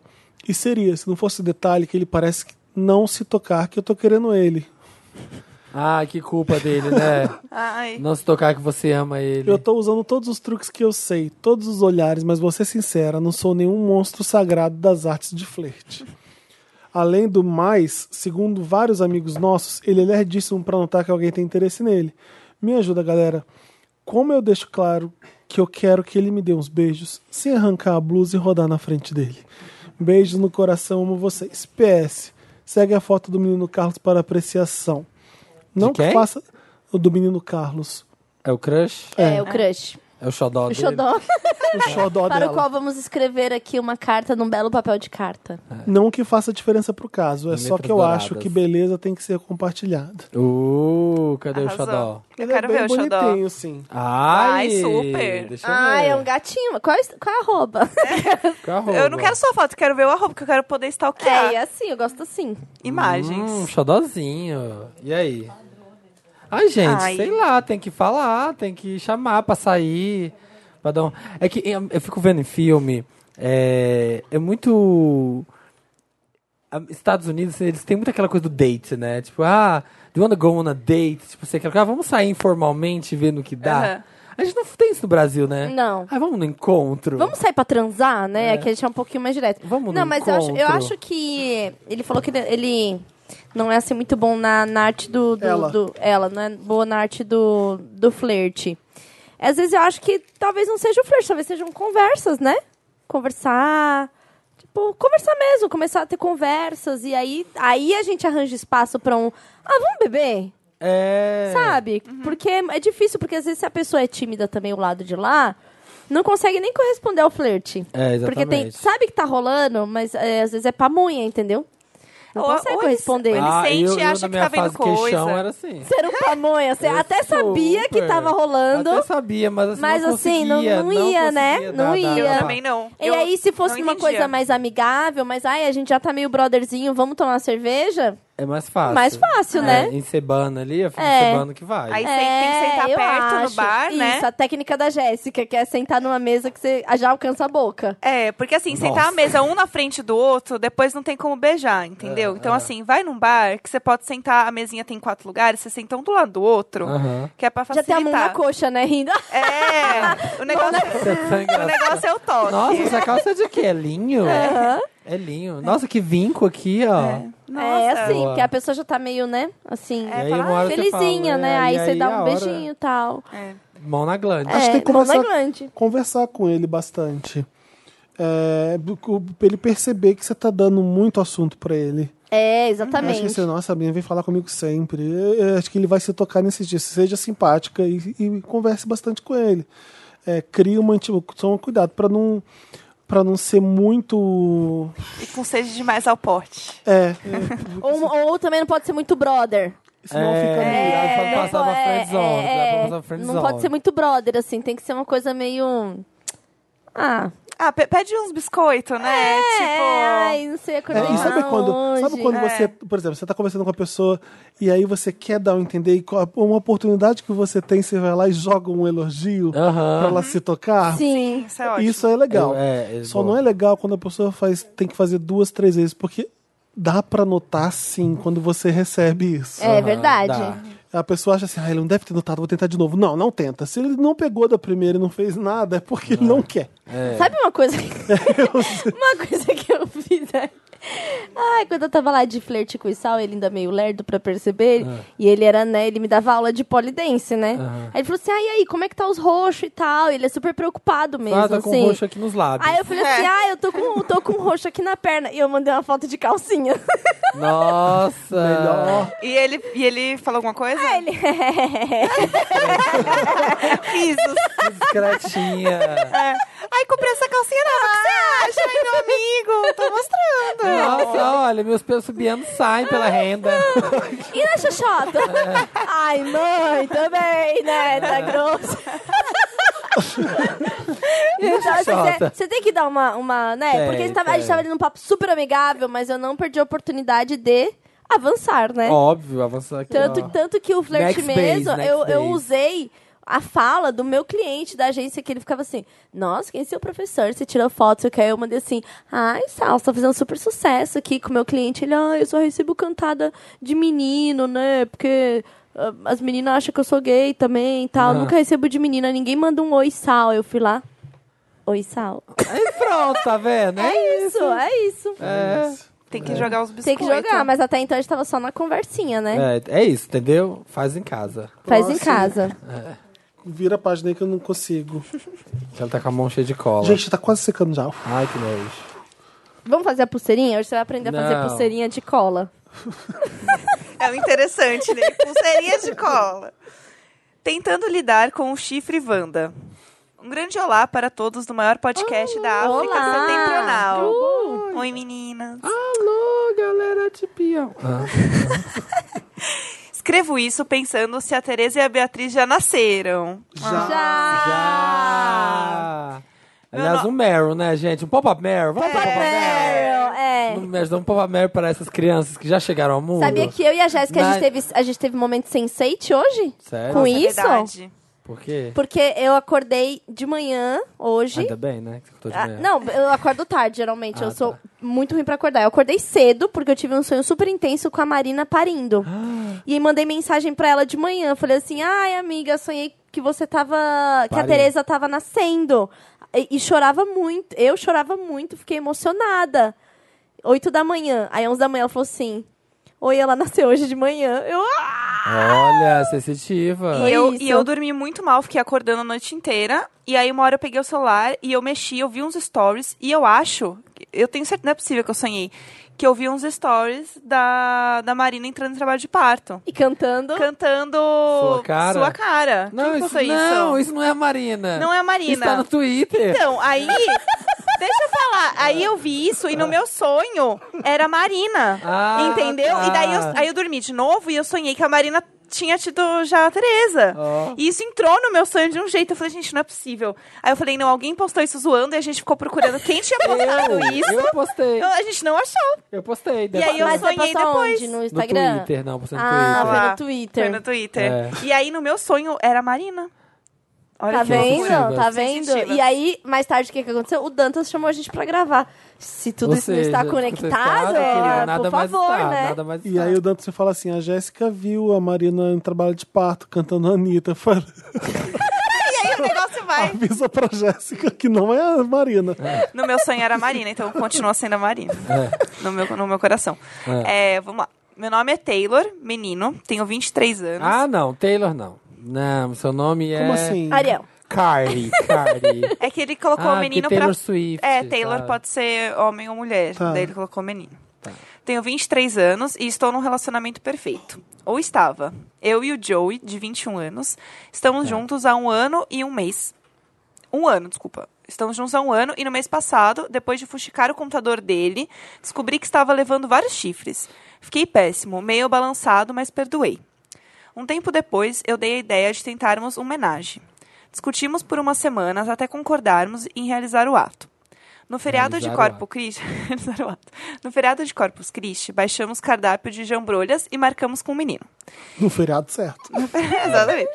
[SPEAKER 1] E seria, se não fosse o detalhe que ele parece que não se tocar que eu tô querendo ele.
[SPEAKER 2] Ah, que culpa dele, né?
[SPEAKER 3] Ai.
[SPEAKER 2] Não se tocar que você ama ele.
[SPEAKER 1] Eu tô usando todos os truques que eu sei, todos os olhares, mas vou ser sincera, não sou nenhum monstro sagrado das artes de flerte. Além do mais, segundo vários amigos nossos, ele é lerdíssimo pra notar que alguém tem interesse nele. Me ajuda, galera. Como eu deixo claro que eu quero que ele me dê uns beijos, sem arrancar a blusa e rodar na frente dele. Beijos no coração, amo vocês. PS. Segue a foto do menino Carlos para apreciação. Não
[SPEAKER 2] quem?
[SPEAKER 1] faça o do menino Carlos.
[SPEAKER 2] É o crush?
[SPEAKER 4] É, o crush.
[SPEAKER 2] É o xodó
[SPEAKER 4] O
[SPEAKER 2] dele?
[SPEAKER 4] xodó.
[SPEAKER 1] O xodó
[SPEAKER 4] Para o
[SPEAKER 1] dela.
[SPEAKER 4] qual vamos escrever aqui uma carta num belo papel de carta.
[SPEAKER 1] É. Não que faça diferença pro caso, é
[SPEAKER 2] Em
[SPEAKER 1] só
[SPEAKER 2] letras
[SPEAKER 1] que eu
[SPEAKER 2] douradas.
[SPEAKER 1] acho que beleza tem que ser compartilhada.
[SPEAKER 2] Uh, cadê o
[SPEAKER 3] Arrasou.
[SPEAKER 2] xodó?
[SPEAKER 3] Eu
[SPEAKER 1] Ele
[SPEAKER 3] quero
[SPEAKER 1] é bem
[SPEAKER 3] ver o xodó.
[SPEAKER 1] bonitinho, sim.
[SPEAKER 2] Ai,
[SPEAKER 3] Ai, super.
[SPEAKER 2] Deixa eu
[SPEAKER 4] Ah,
[SPEAKER 2] ver.
[SPEAKER 4] é um gatinho. Qual, é- qual é a arroba?
[SPEAKER 2] Carro.
[SPEAKER 3] Eu não quero só foto, quero ver o arroba, porque eu quero poder stalkear
[SPEAKER 4] É, e assim, eu gosto assim.
[SPEAKER 3] imagens.
[SPEAKER 2] Hum, xodózinho. E aí? Ai, gente,
[SPEAKER 3] Ai.
[SPEAKER 2] sei lá, tem que falar, tem que chamar pra sair. Pra dar um... É que eu, eu fico vendo em filme, é, é muito. a- Estados Unidos, eles têm muito aquela coisa do date, né? Tipo, ah, do you wanna go on a date? Tipo, você quer, ah, vamos sair informalmente e ver no que dá.
[SPEAKER 3] Aham.
[SPEAKER 2] A gente não tem isso no Brasil, né?
[SPEAKER 4] Não.
[SPEAKER 2] Ah, vamos no encontro.
[SPEAKER 4] Vamos sair pra transar, né? Que a gente é um pouquinho mais direto.
[SPEAKER 2] Vamos no
[SPEAKER 4] Não, mas eu acho, eu
[SPEAKER 2] encontro.
[SPEAKER 4] acho que. Ele falou que ele- ele não é assim muito bom na, na arte do, do-
[SPEAKER 1] Ela.
[SPEAKER 4] do- Ela, não é boa na arte do, do flerte. Às vezes eu acho que talvez não seja o flerte, talvez sejam conversas, né? Conversar. Tipo, conversar mesmo, começar a ter conversas. E aí, aí a gente arranja espaço pra um. Ah, vamos beber?
[SPEAKER 2] É.
[SPEAKER 4] Sabe?
[SPEAKER 3] Uhum.
[SPEAKER 4] Porque é difícil, porque às vezes se a pessoa é tímida também, o lado de lá, não consegue nem corresponder ao flerte.
[SPEAKER 2] É, exatamente.
[SPEAKER 4] Porque tem, sabe que tá rolando, mas é, às vezes é pamonha, entendeu? Não
[SPEAKER 3] Ou-
[SPEAKER 4] consegue
[SPEAKER 3] ou ele-
[SPEAKER 4] corresponder.
[SPEAKER 3] ou ele-
[SPEAKER 2] ah,
[SPEAKER 3] sente e
[SPEAKER 2] eu, eu,
[SPEAKER 3] acha
[SPEAKER 2] na
[SPEAKER 3] que
[SPEAKER 2] minha
[SPEAKER 3] tá vendo
[SPEAKER 2] fase queixão,
[SPEAKER 3] coisa.
[SPEAKER 2] era assim.
[SPEAKER 4] Ser
[SPEAKER 3] Ah,
[SPEAKER 4] um pamonha, você
[SPEAKER 2] Eu
[SPEAKER 4] até sabia que
[SPEAKER 2] super.
[SPEAKER 4] tava rolando.
[SPEAKER 2] Até sabia, mas assim,
[SPEAKER 4] Mas,
[SPEAKER 2] não
[SPEAKER 4] assim, não-
[SPEAKER 2] conseguia,
[SPEAKER 4] não ia, né?
[SPEAKER 2] conseguia
[SPEAKER 4] Não
[SPEAKER 2] dar-
[SPEAKER 4] ia.
[SPEAKER 2] dar-
[SPEAKER 3] Eu
[SPEAKER 2] dar-
[SPEAKER 3] também não.
[SPEAKER 4] E
[SPEAKER 3] Eu
[SPEAKER 4] aí, se fosse
[SPEAKER 3] não
[SPEAKER 4] uma
[SPEAKER 3] entendia.
[SPEAKER 4] coisa mais amigável, mas ai, a gente já tá meio brotherzinho, vamos tomar uma cerveja?
[SPEAKER 2] É mais fácil.
[SPEAKER 4] Mais fácil,
[SPEAKER 2] É,
[SPEAKER 4] né?
[SPEAKER 2] Em Sebana ali, é fim de
[SPEAKER 4] É.
[SPEAKER 2] Sebana que vai.
[SPEAKER 3] Aí você tem que sentar
[SPEAKER 4] eu
[SPEAKER 3] perto no
[SPEAKER 4] acho.
[SPEAKER 3] bar, né?
[SPEAKER 4] Isso, a técnica da Jéssica, que é sentar numa mesa que você já alcança a boca.
[SPEAKER 3] É, porque assim, sentar
[SPEAKER 4] Nossa.
[SPEAKER 3] a mesa um na frente do outro, depois não tem como beijar, entendeu? então, assim, vai num bar que você pode sentar, a mesinha tem quatro lugares, você senta um do lado do outro,
[SPEAKER 2] Aham.
[SPEAKER 3] que é pra
[SPEAKER 4] Já tem
[SPEAKER 3] facilitar.
[SPEAKER 4] a mão na coxa, né, rindo?
[SPEAKER 3] É, o negócio, o negócio é o toque.
[SPEAKER 2] Nossa, essa calça é de quê? É linho?
[SPEAKER 4] Aham.
[SPEAKER 2] É linho. Nossa, que vinco aqui, ó.
[SPEAKER 4] É assim,
[SPEAKER 2] Boa.
[SPEAKER 4] porque a pessoa já tá meio, né, assim,
[SPEAKER 1] É,
[SPEAKER 2] aí, uma hora você
[SPEAKER 4] felizinha,
[SPEAKER 2] fala,
[SPEAKER 4] né?
[SPEAKER 2] é,
[SPEAKER 4] aí
[SPEAKER 2] e
[SPEAKER 4] você
[SPEAKER 2] aí
[SPEAKER 4] dá
[SPEAKER 2] a
[SPEAKER 4] um
[SPEAKER 2] hora-
[SPEAKER 4] beijinho e tal.
[SPEAKER 2] Mão na glande.
[SPEAKER 4] É.
[SPEAKER 1] Acho que tem que
[SPEAKER 4] mão na
[SPEAKER 1] conversar,
[SPEAKER 4] glande.
[SPEAKER 1] conversar com ele bastante. É, bu- cu- pra ele perceber que você tá dando muito assunto pra ele.
[SPEAKER 4] É,
[SPEAKER 1] Acho que
[SPEAKER 4] exatamente.
[SPEAKER 1] você, nossa, a minha vem falar comigo sempre. Eu- eu acho que ele vai se tocar nesses dias. Seja simpática e, e converse bastante com ele. É, crie uma intimidade. Toma cuidado pra não, pra não ser muito.
[SPEAKER 3] E com sede demais ao porte.
[SPEAKER 1] É,
[SPEAKER 4] Ou, um, ou também não pode ser muito brother.
[SPEAKER 2] É.
[SPEAKER 1] senão fica meio.
[SPEAKER 2] pode passar
[SPEAKER 4] não,
[SPEAKER 2] pra
[SPEAKER 4] é,
[SPEAKER 1] né?
[SPEAKER 2] friendzone,
[SPEAKER 4] é,
[SPEAKER 2] vai
[SPEAKER 4] é.
[SPEAKER 2] passar pra friendzone.
[SPEAKER 4] Não pode ser muito brother, assim. Tem que ser uma coisa meio... Ah,
[SPEAKER 3] Ah, pe- pede uns biscoitos, né? tipo.
[SPEAKER 4] é, ai, não sei,
[SPEAKER 1] É, e sabe
[SPEAKER 4] coordenar
[SPEAKER 1] quando, sabe
[SPEAKER 4] hoje. é.
[SPEAKER 1] quando você, por exemplo, você tá conversando com a pessoa e aí você quer dar um entender e co- uma oportunidade que você tem, você vai lá e joga um elogio
[SPEAKER 2] Aham.
[SPEAKER 1] pra ela se
[SPEAKER 4] Ah,
[SPEAKER 1] tocar?
[SPEAKER 4] Sim.
[SPEAKER 3] Isso é ótimo.
[SPEAKER 1] Isso é legal.
[SPEAKER 2] Eu- é, é
[SPEAKER 1] Só
[SPEAKER 2] boa.
[SPEAKER 1] não é legal quando a pessoa faz, tem que fazer duas, três vezes, porque dá pra notar sim quando você recebe isso.
[SPEAKER 4] É verdade.
[SPEAKER 2] dá.
[SPEAKER 1] A pessoa acha assim, ah, ele não deve ter notado, vou tentar de novo. Não, não tenta. Se ele não pegou da primeira e não fez nada, é porque ele não quer.
[SPEAKER 2] É.
[SPEAKER 4] Sabe uma coisa? uma coisa que eu fiz. né? Ai, quando eu tava lá de flerte com o Sal, ele ainda meio lerdo pra perceber. E ele era, né? Ele me dava aula de polidense, né? Aí ele falou assim: ai, e aí, como é que tá os roxos e tal? E ele é super preocupado mesmo.
[SPEAKER 2] Ah, tá com
[SPEAKER 4] assim.
[SPEAKER 2] roxo aqui nos lábios.
[SPEAKER 4] Aí eu falei assim: ah, eu tô com, tô com roxo aqui na perna. E eu mandei uma foto de calcinha.
[SPEAKER 2] Nossa!
[SPEAKER 1] Melhor.
[SPEAKER 3] E ele, e ele falou alguma coisa?
[SPEAKER 4] É.
[SPEAKER 3] Ah, ele. Risos.
[SPEAKER 2] Discretinha.
[SPEAKER 3] É. Ai, comprei essa calcinha nova.
[SPEAKER 4] Ah.
[SPEAKER 3] O que você acha? Ai, meu amigo, tô mostrando.
[SPEAKER 2] Nossa, olha, meus pelos subiando saem pela renda.
[SPEAKER 4] E na xoxota? Ai, mãe, também, né? Tá
[SPEAKER 2] É.
[SPEAKER 4] grosso. Então, assim,
[SPEAKER 2] Xoxota?
[SPEAKER 4] você- Você tem que dar uma, uma né?
[SPEAKER 2] Tem,
[SPEAKER 4] Porque a gente, tava, a gente
[SPEAKER 2] tem.
[SPEAKER 4] tava ali num papo super amigável, mas eu não perdi a oportunidade de avançar, né?
[SPEAKER 2] Óbvio, avançando aqui.
[SPEAKER 4] tanto,
[SPEAKER 2] ó.
[SPEAKER 4] tanto que o
[SPEAKER 2] Next
[SPEAKER 4] flerte
[SPEAKER 2] base,
[SPEAKER 4] mesmo,
[SPEAKER 2] next
[SPEAKER 4] eu, eu
[SPEAKER 2] base.
[SPEAKER 4] usei a fala do meu cliente da agência, que ele ficava assim, nossa, quem é seu professor? Você tirou foto, você quer? Eu mandei assim, ai, Sal, você tá fazendo super sucesso aqui com o meu cliente. Ele, ah, eu só recebo cantada de menino, né? Porque... ah, As meninas acham que eu sou gay também e tal.
[SPEAKER 2] Ah.
[SPEAKER 4] Nunca recebo de menina. Ninguém manda um oi, Sal. Eu fui lá. Oi, Sal.
[SPEAKER 2] Aí pronto, tá vendo?
[SPEAKER 4] É isso, é isso.
[SPEAKER 2] É.
[SPEAKER 3] Tem que jogar os biscoitos.
[SPEAKER 4] Tem que jogar, mas até então a gente tava só na conversinha, né?
[SPEAKER 2] É, é isso, entendeu? Faz em casa.
[SPEAKER 4] Faz em
[SPEAKER 1] Próximo.
[SPEAKER 4] casa.
[SPEAKER 1] Vira a página aí que eu não consigo.
[SPEAKER 2] Ela tá com a mão cheia de cola.
[SPEAKER 1] Gente, tá quase secando já.
[SPEAKER 2] Ai, que nojo.
[SPEAKER 4] Vamos fazer a pulseirinha? Hoje você vai aprender a fazer
[SPEAKER 2] Não.
[SPEAKER 4] pulseirinha de cola.
[SPEAKER 3] É o interessante, né? Pulseirinha de cola. Tentando lidar com o chifre Wanda. Um grande olá para todos do maior podcast da África
[SPEAKER 4] olá.
[SPEAKER 3] Setentrional. Oi, meninas.
[SPEAKER 2] Alô, galera de peão.
[SPEAKER 3] Escrevo isso pensando se a Tereza e a Beatriz já nasceram.
[SPEAKER 1] Já.
[SPEAKER 2] Já! Aliás,
[SPEAKER 3] Não, não.
[SPEAKER 2] um Meryl, né, gente? Um pop-up Meryl. Vamos pro pop-up Meryl.
[SPEAKER 4] Meryl, é.
[SPEAKER 2] Não, Mas dá um pop-up Meryl para essas crianças que já chegaram ao mundo.
[SPEAKER 4] Sabia que eu e a Jéssica, a,
[SPEAKER 2] Mas-
[SPEAKER 4] gente teve, a gente teve um momento sensate hoje?
[SPEAKER 2] Sério?
[SPEAKER 4] Com
[SPEAKER 3] É
[SPEAKER 4] isso?
[SPEAKER 3] verdade.
[SPEAKER 2] Por quê?
[SPEAKER 4] Porque eu acordei de manhã hoje.
[SPEAKER 2] Ainda bem, né? Que eu tô de
[SPEAKER 4] Ah,
[SPEAKER 2] manhã.
[SPEAKER 4] não, eu acordo tarde, geralmente.
[SPEAKER 2] Ah,
[SPEAKER 4] eu sou
[SPEAKER 2] tá.
[SPEAKER 4] muito ruim pra acordar. Eu acordei cedo, porque eu tive um sonho super intenso com a Marina
[SPEAKER 2] Ah,
[SPEAKER 4] parindo. E aí mandei mensagem pra ela de manhã. Falei assim, ai, amiga, sonhei que você tava... Que a
[SPEAKER 2] Parindo.
[SPEAKER 4] Tereza tava nascendo. E, e chorava muito. Eu chorava muito, fiquei emocionada. Oito da manhã. Aí, 11 da manhã, ela falou assim... Oi, ela nasceu hoje de manhã. Eu... "Ah!"
[SPEAKER 2] Olha, sensitiva.
[SPEAKER 4] Foi
[SPEAKER 3] E eu,
[SPEAKER 4] isso.
[SPEAKER 3] e eu dormi muito mal, fiquei acordando a noite inteira. E aí, uma hora eu peguei o celular e eu mexi, eu vi uns stories. E eu acho, eu tenho certeza, não é possível que eu sonhei, que eu vi uns stories da, da Marina entrando em trabalho de parto.
[SPEAKER 4] E cantando...
[SPEAKER 3] Cantando.
[SPEAKER 2] Sua cara?
[SPEAKER 3] Sua cara.
[SPEAKER 2] Não,
[SPEAKER 3] Quem
[SPEAKER 2] isso,
[SPEAKER 3] postou isso?
[SPEAKER 2] não, isso não é a Marina.
[SPEAKER 3] Não é a Marina.
[SPEAKER 2] Isso tá no Twitter.
[SPEAKER 3] Então, aí. Deixa eu falar. Aí eu vi isso e no meu sonho era a Marina.
[SPEAKER 2] Ah,
[SPEAKER 3] entendeu?
[SPEAKER 2] tá.
[SPEAKER 3] E daí eu, aí eu dormi de novo e eu sonhei que a Marina tinha tido já a Tereza. E isso entrou no meu sonho de um jeito. Eu falei, gente, não é possível. Aí eu falei, não, alguém postou isso zoando e a gente ficou procurando quem tinha postado
[SPEAKER 2] Eu,
[SPEAKER 3] isso.
[SPEAKER 2] eu postei.
[SPEAKER 3] Então, a gente não achou.
[SPEAKER 2] Eu postei.
[SPEAKER 3] E aí eu
[SPEAKER 4] Mas você
[SPEAKER 3] sonhei
[SPEAKER 4] postou
[SPEAKER 3] depois.
[SPEAKER 4] onde? No
[SPEAKER 2] No
[SPEAKER 4] Instagram?
[SPEAKER 2] Twitter, não, postei no
[SPEAKER 4] Ah,
[SPEAKER 2] Twitter.
[SPEAKER 4] foi
[SPEAKER 3] lá.
[SPEAKER 4] no Twitter.
[SPEAKER 3] Foi no Twitter.
[SPEAKER 2] É.
[SPEAKER 3] E aí no meu sonho era a Marina. Olha
[SPEAKER 4] Tá
[SPEAKER 3] que loucura.
[SPEAKER 4] vendo?
[SPEAKER 3] Sem
[SPEAKER 4] Tá vendo?
[SPEAKER 3] sentido.
[SPEAKER 4] E aí, mais tarde, o que, que aconteceu? O Dantas chamou a gente pra gravar. Se tudo
[SPEAKER 2] Ou
[SPEAKER 4] isso não está
[SPEAKER 2] seja,
[SPEAKER 4] conectado,
[SPEAKER 2] querido,
[SPEAKER 4] é,
[SPEAKER 2] nada
[SPEAKER 4] por
[SPEAKER 2] mais
[SPEAKER 4] favor,
[SPEAKER 2] está,
[SPEAKER 4] né?
[SPEAKER 2] Nada mais
[SPEAKER 1] E
[SPEAKER 2] está.
[SPEAKER 1] aí o Dante fala assim: a Jéssica viu a Marina em trabalho de parto cantando a Anitta. Fala,
[SPEAKER 3] E aí o negócio vai.
[SPEAKER 1] avisa pra Jéssica que não é a Marina.
[SPEAKER 3] No meu sonho era a Marina, então continua sendo a Marina. No, meu, no meu coração. É, vamos lá. Meu nome é Taylor, menino, tenho 23 anos.
[SPEAKER 2] Ah, não, Taylor não. Não, seu nome é.
[SPEAKER 1] Como assim?
[SPEAKER 4] Ariel.
[SPEAKER 2] Carly, Carly.
[SPEAKER 3] É que ele colocou
[SPEAKER 2] Ah,
[SPEAKER 3] o menino
[SPEAKER 2] porque Taylor
[SPEAKER 3] pra.
[SPEAKER 2] Swift,
[SPEAKER 3] é, Taylor
[SPEAKER 2] tá.
[SPEAKER 3] pode ser homem ou mulher.
[SPEAKER 1] Tá.
[SPEAKER 3] Daí ele colocou menino. Tenho 23 anos e estou num relacionamento perfeito. Ou estava. Eu e o Joey, de 21 anos,
[SPEAKER 2] Tá.
[SPEAKER 3] estamos juntos há um ano e um mês. Um ano, desculpa. Estamos juntos há um ano e no mês passado, depois de fuxicar o computador dele, descobri que estava levando vários chifres. Fiquei péssimo, meio balançado, mas perdoei. Um tempo depois, eu dei a ideia de tentarmos uma homenagem. Discutimos por umas semanas até concordarmos em realizar o ato. No feriado
[SPEAKER 2] Realizar
[SPEAKER 3] de
[SPEAKER 2] o
[SPEAKER 3] Corpus
[SPEAKER 2] ato.
[SPEAKER 3] Christi, realizar o ato. No feriado de Corpus Christi, baixamos cardápio de jambrolhas e marcamos com o menino.
[SPEAKER 1] No feriado certo.
[SPEAKER 3] Exatamente.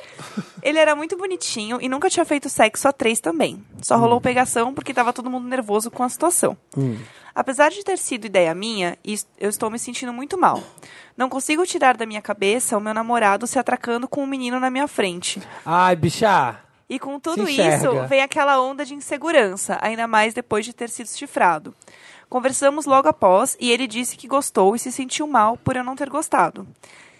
[SPEAKER 3] Ele era muito bonitinho e nunca tinha feito sexo a três também. Só rolou pegação porque tava todo mundo nervoso com a situação. Apesar de ter sido ideia minha, is- eu estou me sentindo muito mal. Não consigo tirar da minha cabeça o meu namorado se atracando com um menino na minha frente.
[SPEAKER 2] Ai, bicha.
[SPEAKER 3] E com tudo
[SPEAKER 2] Se enxerga.
[SPEAKER 3] isso, vem aquela onda de insegurança, ainda mais depois de ter sido chifrado. Conversamos logo após e ele disse que gostou e se sentiu mal por eu não ter gostado.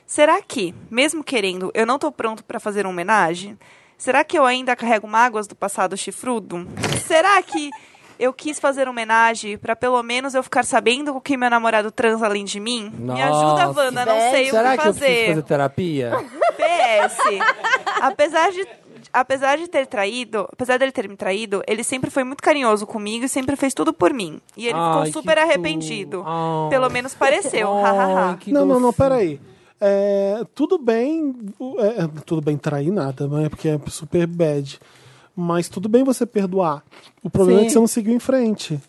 [SPEAKER 3] Será que, mesmo querendo, eu não estou pronto para fazer uma homenagem? Será que eu ainda carrego mágoas do passado chifrudo? Será que eu quis fazer homenagem para pelo menos eu ficar sabendo com quem meu namorado transa além de mim? Me ajuda,
[SPEAKER 2] Nossa.
[SPEAKER 3] Wanda, não sei
[SPEAKER 2] Será
[SPEAKER 3] o
[SPEAKER 2] que eu preciso fazer terapia?
[SPEAKER 3] PS. Apesar de. Apesar de ter traído, apesar dele ter me traído, ele sempre foi muito carinhoso comigo e sempre fez tudo por mim. E ele
[SPEAKER 2] Ai, que
[SPEAKER 3] ficou super
[SPEAKER 2] tu-
[SPEAKER 3] arrependido.
[SPEAKER 2] Ai.
[SPEAKER 3] Pelo menos pareceu, hahaha.
[SPEAKER 2] Ai, que
[SPEAKER 1] não, não, não,
[SPEAKER 2] doce.
[SPEAKER 1] peraí. É, tudo bem. o- é, é, tudo bem trair nada, né? Porque é super bad. Mas tudo bem você perdoar. O problema é que
[SPEAKER 2] Sim.
[SPEAKER 1] você não seguiu em frente.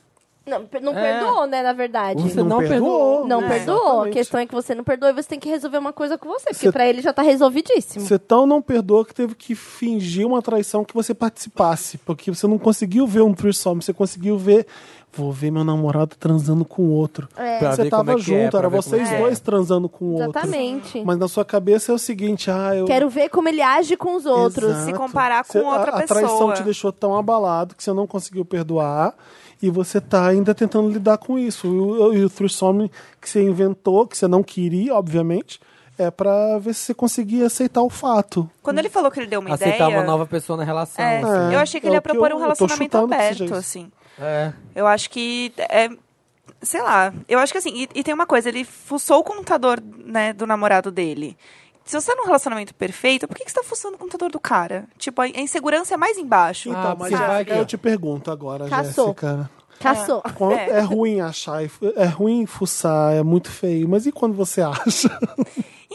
[SPEAKER 4] Não, per- não
[SPEAKER 2] É.
[SPEAKER 4] perdoou, né, na verdade.
[SPEAKER 2] Você não perdoou.
[SPEAKER 4] Não
[SPEAKER 1] né?
[SPEAKER 4] perdoou. A
[SPEAKER 1] Exatamente.
[SPEAKER 4] questão é que você não perdoou e você tem que resolver uma coisa com você. Porque
[SPEAKER 1] Você-
[SPEAKER 4] pra ele já tá resolvidíssimo.
[SPEAKER 1] Você tão não perdoa que teve que fingir uma traição que você participasse. Porque você não conseguiu ver um threesome, você conseguiu ver. Vou ver meu namorado transando com outro.
[SPEAKER 4] É.
[SPEAKER 2] Pra
[SPEAKER 1] Você
[SPEAKER 2] ver como
[SPEAKER 1] tava
[SPEAKER 2] é que é,
[SPEAKER 1] junto,
[SPEAKER 2] pra
[SPEAKER 1] era
[SPEAKER 2] ver como
[SPEAKER 1] vocês
[SPEAKER 2] é que é.
[SPEAKER 1] dois transando com o outro.
[SPEAKER 4] Exatamente.
[SPEAKER 1] Mas na sua cabeça é o seguinte, ah, eu.
[SPEAKER 4] Quero ver como ele age com os outros.
[SPEAKER 1] Exato.
[SPEAKER 3] se comparar com
[SPEAKER 1] Você-
[SPEAKER 3] outra
[SPEAKER 1] a, A traição
[SPEAKER 3] pessoa.
[SPEAKER 1] te deixou tão abalado que você não conseguiu perdoar e você tá ainda tentando lidar com isso. E o, e o threesome que você inventou, que você não queria, obviamente, é pra ver se você conseguia aceitar o fato.
[SPEAKER 3] Quando ele falou que ele deu uma
[SPEAKER 2] Aceitar
[SPEAKER 3] ideia.
[SPEAKER 2] uma nova pessoa na relação.
[SPEAKER 3] É,
[SPEAKER 2] assim.
[SPEAKER 1] É,
[SPEAKER 3] eu achei que ele
[SPEAKER 1] é
[SPEAKER 3] ia
[SPEAKER 1] o que
[SPEAKER 3] propor
[SPEAKER 1] eu-
[SPEAKER 3] um
[SPEAKER 1] eu tô
[SPEAKER 3] relacionamento
[SPEAKER 1] chutando que seja
[SPEAKER 3] aberto,
[SPEAKER 1] isso.
[SPEAKER 3] assim.
[SPEAKER 2] É.
[SPEAKER 3] Eu acho que é. Sei lá. Eu acho que assim. E, e tem uma coisa, ele fuçou o computador né, do namorado dele. Se você tá num relacionamento perfeito, por que, que você tá fuçando o computador do cara? Tipo, a a insegurança é mais embaixo.
[SPEAKER 2] Ah,
[SPEAKER 1] Então, mas
[SPEAKER 2] você vai
[SPEAKER 1] Jéssica,
[SPEAKER 2] que-
[SPEAKER 1] eu te pergunto agora,
[SPEAKER 4] Caçou.
[SPEAKER 1] Jéssica.
[SPEAKER 4] Caçou.
[SPEAKER 1] Quando- É. ruim achar, e fu- é ruim fuçar, é muito feio. Mas e quando você acha?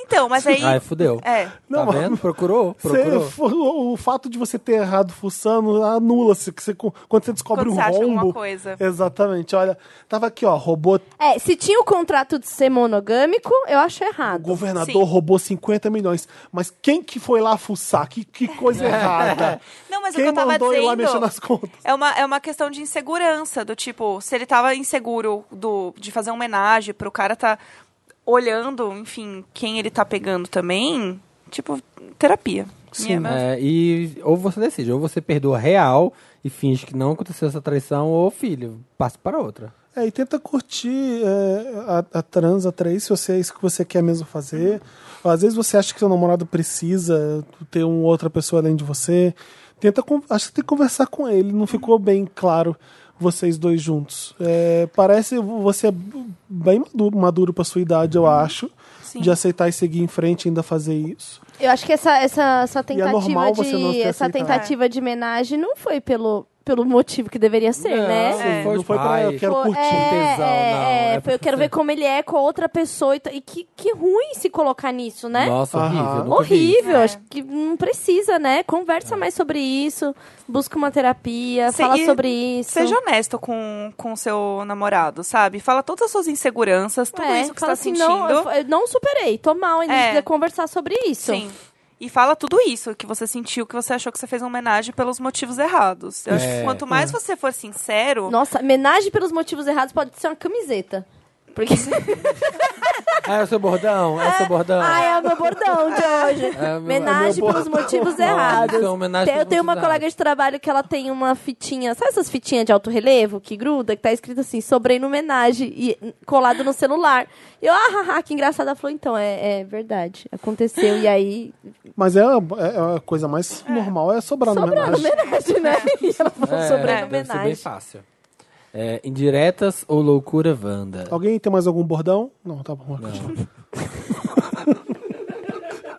[SPEAKER 3] Então, mas aí.
[SPEAKER 2] Ai, fudeu.
[SPEAKER 3] É.
[SPEAKER 1] Não,
[SPEAKER 2] tá
[SPEAKER 1] mas-
[SPEAKER 2] vendo? Procurou?
[SPEAKER 1] Você-
[SPEAKER 2] Procurou.
[SPEAKER 1] o, o fato de você ter errado fuçando anula-se. que você- Quando você descobre
[SPEAKER 3] Quando
[SPEAKER 1] um
[SPEAKER 3] você acha alguma
[SPEAKER 1] rombo.
[SPEAKER 3] coisa.
[SPEAKER 1] Exatamente. Olha, tava aqui, ó, robô
[SPEAKER 4] É, se tinha o contrato de ser monogâmico, eu acho
[SPEAKER 1] O
[SPEAKER 4] errado.
[SPEAKER 1] governador
[SPEAKER 3] Sim.
[SPEAKER 1] roubou 50 milhões. Mas quem que foi lá fuçar? Que, que coisa errada.
[SPEAKER 3] Não, É. mas é
[SPEAKER 1] quem
[SPEAKER 3] o que eu tava
[SPEAKER 1] mandou
[SPEAKER 3] dizendo.
[SPEAKER 1] ir lá mexer nas contas?
[SPEAKER 3] É uma, é uma questão de insegurança, do tipo, se ele tava inseguro do, de fazer uma homenagem pro cara tá olhando, enfim, quem ele tá pegando também, tipo, terapia. Sim,
[SPEAKER 4] Né?
[SPEAKER 2] É, e ou você decide, ou você perdoa real e finge que não aconteceu essa traição, ou filho, passa para outra.
[SPEAKER 1] É, e tenta curtir é, a, a transa três, se você é isso que você quer mesmo fazer. Às vezes você acha que seu namorado precisa ter uma outra pessoa além de você. Tenta, con- acho que tem que conversar com ele. Não ficou bem claro vocês dois juntos. É, parece você é bem maduro, maduro pra sua idade, eu acho.
[SPEAKER 3] Sim.
[SPEAKER 1] De aceitar e seguir em frente e ainda fazer isso.
[SPEAKER 4] Eu acho que essa, essa, essa
[SPEAKER 1] é normal
[SPEAKER 4] tentativa
[SPEAKER 1] você não
[SPEAKER 4] de.
[SPEAKER 1] ter
[SPEAKER 4] essa
[SPEAKER 1] aceitado.
[SPEAKER 4] tentativa de homenagem não foi pelo, pelo motivo que deveria ser,
[SPEAKER 2] Não,
[SPEAKER 4] né?
[SPEAKER 2] não É. foi, tipo, ah, eu quero
[SPEAKER 4] Foi-
[SPEAKER 2] curtir um tesão, não,
[SPEAKER 4] É,
[SPEAKER 2] é
[SPEAKER 4] foi, eu
[SPEAKER 2] porque-
[SPEAKER 4] quero ver como ele é com a outra pessoa. E, t- e que, que ruim se colocar nisso, né?
[SPEAKER 2] Nossa, horrível, Aham. nunca vi isso.
[SPEAKER 3] É.
[SPEAKER 4] Horrível, acho que não precisa, né? Conversa mais sobre isso, busca uma terapia,
[SPEAKER 3] Se-
[SPEAKER 4] fala
[SPEAKER 3] e
[SPEAKER 4] sobre isso. É,
[SPEAKER 3] Seja honesto com com o seu namorado, sabe? Fala todas as suas inseguranças, tudo
[SPEAKER 4] É,
[SPEAKER 3] isso que você
[SPEAKER 4] fala
[SPEAKER 3] tá
[SPEAKER 4] assim,
[SPEAKER 3] sentindo.
[SPEAKER 4] não, eu, eu não superei, tô mal, ainda
[SPEAKER 3] É.
[SPEAKER 4] precisa conversar sobre isso.
[SPEAKER 3] Sim. E fala tudo isso que você sentiu, que você achou que você fez uma homenagem pelos motivos errados. Eu acho
[SPEAKER 4] É.
[SPEAKER 3] que quanto mais
[SPEAKER 4] É.
[SPEAKER 3] você for sincero,
[SPEAKER 4] Nossa, homenagem pelos motivos errados pode ser uma camiseta. Porque...
[SPEAKER 2] Ah, é o seu bordão? É o seu bordão?
[SPEAKER 4] Ah, é o meu bordão de hoje.
[SPEAKER 2] É o meu-
[SPEAKER 4] homenagem
[SPEAKER 2] é o meu
[SPEAKER 4] pelos
[SPEAKER 2] bordão.
[SPEAKER 4] motivos
[SPEAKER 2] Nossa,
[SPEAKER 4] errados.
[SPEAKER 2] isso é uma homenagem
[SPEAKER 4] Tem- eu
[SPEAKER 2] pelos
[SPEAKER 4] tenho uma
[SPEAKER 2] motivos
[SPEAKER 4] colega de trabalho que ela tem uma fitinha, sabe essas fitinhas de alto relevo que gruda, que tá escrito assim, sobrei no homenagem, e colado no celular. E eu, ah, haha, que engraçada. Ela falou, então, é, é verdade, aconteceu. E aí,
[SPEAKER 1] Mas é, é- é a coisa mais normal é sobrar no
[SPEAKER 4] sobrou no
[SPEAKER 1] homenagem.
[SPEAKER 4] homenagem, né? E ela falou,
[SPEAKER 2] É,
[SPEAKER 4] sobrei no
[SPEAKER 2] deve ser
[SPEAKER 4] homenagem.
[SPEAKER 2] bem fácil. É, indiretas ou loucura Wanda?
[SPEAKER 1] Alguém tem mais algum bordão? Não, tá bom.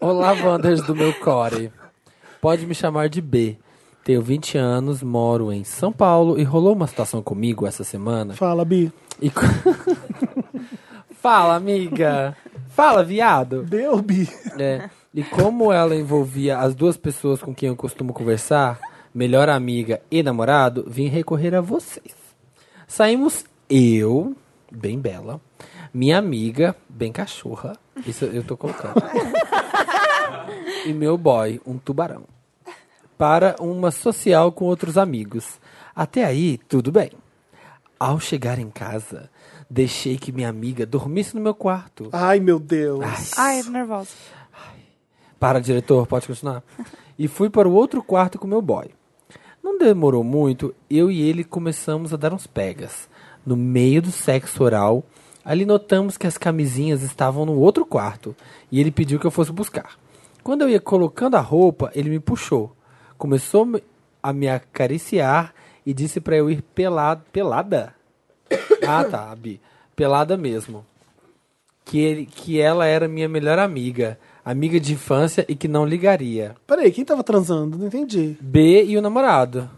[SPEAKER 2] Olá, Wanders do meu core. Pode me chamar de B. Tenho 20 anos, moro em São Paulo e rolou uma situação comigo essa semana.
[SPEAKER 1] Fala, Bi.
[SPEAKER 2] E co- Fala, amiga. Fala, viado.
[SPEAKER 1] Deu, Bi.
[SPEAKER 2] É. E como ela envolvia as duas pessoas com quem eu costumo conversar, melhor amiga e namorado, vim recorrer a vocês. Saímos eu, bem bela, minha amiga, bem cachorra, isso eu tô colocando, e meu boy, um tubarão, para uma social com outros amigos. Até aí, tudo bem. Ao chegar em casa, deixei que minha amiga dormisse no meu quarto.
[SPEAKER 1] Ai, meu Deus.
[SPEAKER 3] Ai, nervosa.
[SPEAKER 2] Para, diretor, pode continuar. E fui para o outro quarto com meu boy. Não demorou muito, eu e ele começamos a dar uns pegas. No meio do sexo oral, ali notamos que as camisinhas estavam no outro quarto e ele pediu que eu fosse buscar. Quando eu ia colocando a roupa, ele me puxou. Começou me- a me acariciar e disse para eu ir pelado, pelada. Ah, tá, Bi. Pelada mesmo que, ele, que ela era minha melhor amiga, amiga de infância e que não ligaria.
[SPEAKER 1] Peraí, quem tava transando? Não entendi.
[SPEAKER 2] B e o namorado.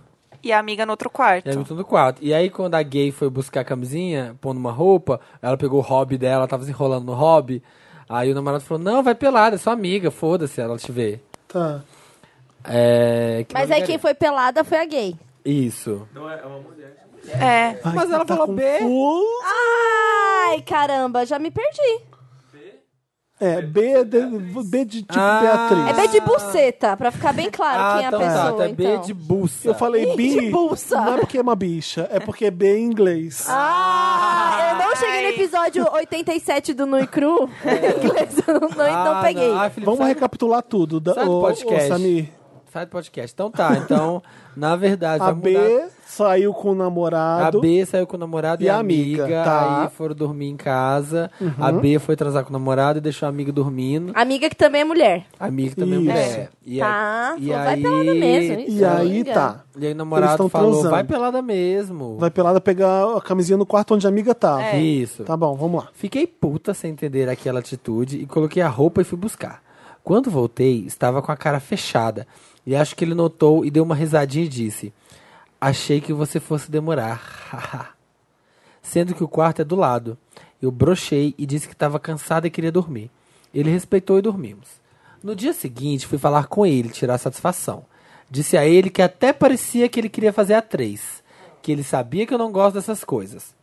[SPEAKER 3] E a amiga no outro quarto.
[SPEAKER 2] E
[SPEAKER 1] Tá.
[SPEAKER 2] aí, tudo quatro. E aí, quando a gay foi buscar a camisinha, pondo uma roupa, ela pegou o hobby dela, tava se enrolando no hobby. Aí o namorado falou: Não, vai pelada, é sua amiga, foda-se, ela te vê.
[SPEAKER 1] Tá.
[SPEAKER 2] É, que
[SPEAKER 4] Mas
[SPEAKER 2] não
[SPEAKER 4] aí
[SPEAKER 2] ligaria.
[SPEAKER 4] quem foi pelada foi a gay.
[SPEAKER 2] Isso.
[SPEAKER 3] É.
[SPEAKER 2] Mas
[SPEAKER 1] tá
[SPEAKER 2] ela falou B.
[SPEAKER 4] Ai, caramba, já me perdi.
[SPEAKER 1] É, B de, B de tipo Beatriz.
[SPEAKER 4] É B
[SPEAKER 2] Ah.
[SPEAKER 4] de buceta, pra ficar bem claro quem é a pessoa.
[SPEAKER 1] tá, é
[SPEAKER 2] B
[SPEAKER 4] então.
[SPEAKER 2] de buça.
[SPEAKER 1] Eu falei
[SPEAKER 4] Ih,
[SPEAKER 1] bi,
[SPEAKER 4] de bolsa.
[SPEAKER 1] não é porque é uma bicha, é porque é B em inglês.
[SPEAKER 4] Ah, eu não cheguei no episódio 87 do Nui Cru. Inglês, eu não, não, então
[SPEAKER 2] É. Ah,
[SPEAKER 4] peguei.
[SPEAKER 2] não. Ah, Felipe,
[SPEAKER 1] Vamos
[SPEAKER 2] sai-
[SPEAKER 1] recapitular tudo. Da,
[SPEAKER 2] sai do
[SPEAKER 1] ô, ô,
[SPEAKER 2] podcast.
[SPEAKER 1] Samir.
[SPEAKER 2] Sai do podcast. Então tá, então, na verdade,
[SPEAKER 1] A
[SPEAKER 2] vai
[SPEAKER 1] B
[SPEAKER 2] mudar-
[SPEAKER 1] saiu com o
[SPEAKER 2] A
[SPEAKER 1] namorado.
[SPEAKER 2] B saiu com o namorado e, a amiga.
[SPEAKER 1] tá. Uhum.
[SPEAKER 2] Aí foram dormir em casa. A B foi transar com o namorado e deixou a amiga dormindo.
[SPEAKER 4] Amiga que também é mulher.
[SPEAKER 2] A amiga também é
[SPEAKER 1] Isso.
[SPEAKER 2] mulher. E
[SPEAKER 4] Tá,
[SPEAKER 2] aí, e
[SPEAKER 4] falou, vai
[SPEAKER 2] aí-
[SPEAKER 4] pelada mesmo, isso,
[SPEAKER 1] E aí
[SPEAKER 4] amiga.
[SPEAKER 1] tá.
[SPEAKER 2] E aí o
[SPEAKER 1] Eles
[SPEAKER 2] namorado
[SPEAKER 1] tão
[SPEAKER 2] falou,
[SPEAKER 1] transando.
[SPEAKER 2] vai pelada mesmo.
[SPEAKER 1] Vai pelada pegar a camisinha no quarto onde a amiga tava.
[SPEAKER 2] Isso.
[SPEAKER 1] Tá bom, vamos lá.
[SPEAKER 2] Fiquei puta sem entender aquela atitude e coloquei a roupa e fui buscar. Quando voltei, estava com a cara fechada. E acho que ele notou e deu uma risadinha e disse: Achei que você fosse demorar. Sendo que o quarto é do lado. Eu brochei e disse que estava cansada e queria dormir. Ele respeitou e dormimos. No dia seguinte, fui falar com ele, tirar satisfação. Disse a ele que até parecia que ele queria fazer a três. Que ele sabia que eu não gosto dessas coisas.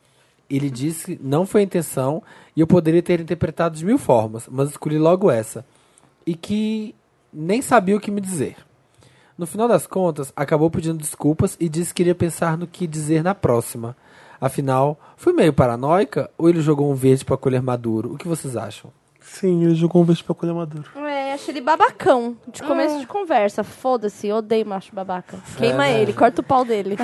[SPEAKER 2] Ele disse que não foi a intenção e eu poderia ter interpretado de mil formas, mas escolhi logo essa. E que nem sabia o que me dizer. No final das contas, acabou pedindo desculpas e disse que iria pensar no que dizer na próxima. Afinal, fui meio paranoica ou ele jogou um verde pra colher maduro? O que vocês acham?
[SPEAKER 1] Sim, ele jogou um beijo pra colher maduro.
[SPEAKER 4] É, achei ele babacão.
[SPEAKER 2] Ah.
[SPEAKER 4] De começo de conversa. Foda-se, odeio macho babaca. Queima
[SPEAKER 2] né?
[SPEAKER 4] ele, corta o pau dele.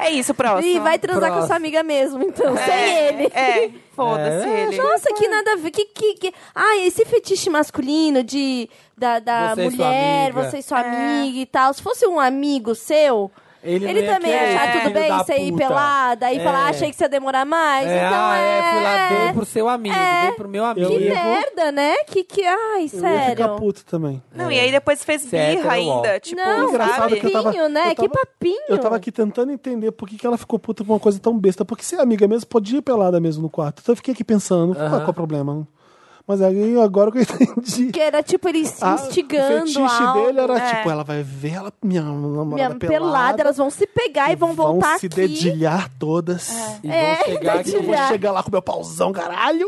[SPEAKER 3] É isso, próximo.
[SPEAKER 4] Ih, vai transar com
[SPEAKER 2] Próximo.
[SPEAKER 4] sua amiga mesmo, então, sem
[SPEAKER 3] É,
[SPEAKER 4] ele.
[SPEAKER 3] É, foda-se
[SPEAKER 2] É.
[SPEAKER 3] ele.
[SPEAKER 4] Nossa, que nada a ver. Que, que, que... Ah, esse fetiche masculino de da, da
[SPEAKER 2] Você e sua
[SPEAKER 4] mulher,
[SPEAKER 2] amiga. É.
[SPEAKER 4] você e sua amiga e tal. Se fosse um amigo seu, Ele,
[SPEAKER 2] não ia
[SPEAKER 4] também ia
[SPEAKER 1] é
[SPEAKER 2] querer,
[SPEAKER 4] achar
[SPEAKER 2] filho
[SPEAKER 4] tudo bem
[SPEAKER 2] da
[SPEAKER 4] você ir
[SPEAKER 2] puta.
[SPEAKER 4] pelada, aí
[SPEAKER 2] É.
[SPEAKER 4] falar, achei que você ia demorar mais.
[SPEAKER 2] É,
[SPEAKER 4] então
[SPEAKER 2] ah,
[SPEAKER 4] é.
[SPEAKER 2] é, fui lá bem pro seu amigo, bem pro meu amigo.
[SPEAKER 4] Que merda, né? Que que. Ai,
[SPEAKER 1] Eu ia ficar
[SPEAKER 4] sério.
[SPEAKER 1] puto também.
[SPEAKER 3] Não, e aí depois fez
[SPEAKER 1] Se é
[SPEAKER 3] birra
[SPEAKER 1] hétero, ó.
[SPEAKER 3] ainda. Tipo,
[SPEAKER 4] Não,
[SPEAKER 1] Engraçado é
[SPEAKER 3] sabe?
[SPEAKER 1] que eu tava-
[SPEAKER 4] Papinho, né?
[SPEAKER 1] eu tava-
[SPEAKER 4] que papinho.
[SPEAKER 1] Eu tava aqui tentando entender por que, que ela ficou puta por uma coisa tão besta. Porque se é amiga mesmo, podia ir pelada mesmo no quarto. Então eu fiquei aqui pensando,
[SPEAKER 2] Aham.
[SPEAKER 1] qual é o problema? Mas aí agora que eu entendi.
[SPEAKER 4] Que era tipo ele
[SPEAKER 1] Ah,
[SPEAKER 4] instigando.
[SPEAKER 1] O fetiche
[SPEAKER 4] algo.
[SPEAKER 1] dele era
[SPEAKER 4] É.
[SPEAKER 1] tipo, ela vai ver ela, minha namorada
[SPEAKER 4] Minha pelada,
[SPEAKER 1] pelada,
[SPEAKER 4] elas vão se pegar e vão,
[SPEAKER 1] vão
[SPEAKER 4] voltar
[SPEAKER 1] se
[SPEAKER 4] aqui.
[SPEAKER 1] dedilhar todas.
[SPEAKER 4] E vão É, chegar aqui.
[SPEAKER 1] Eu vou
[SPEAKER 4] dedilhar.
[SPEAKER 1] chegar lá com meu pauzão, caralho.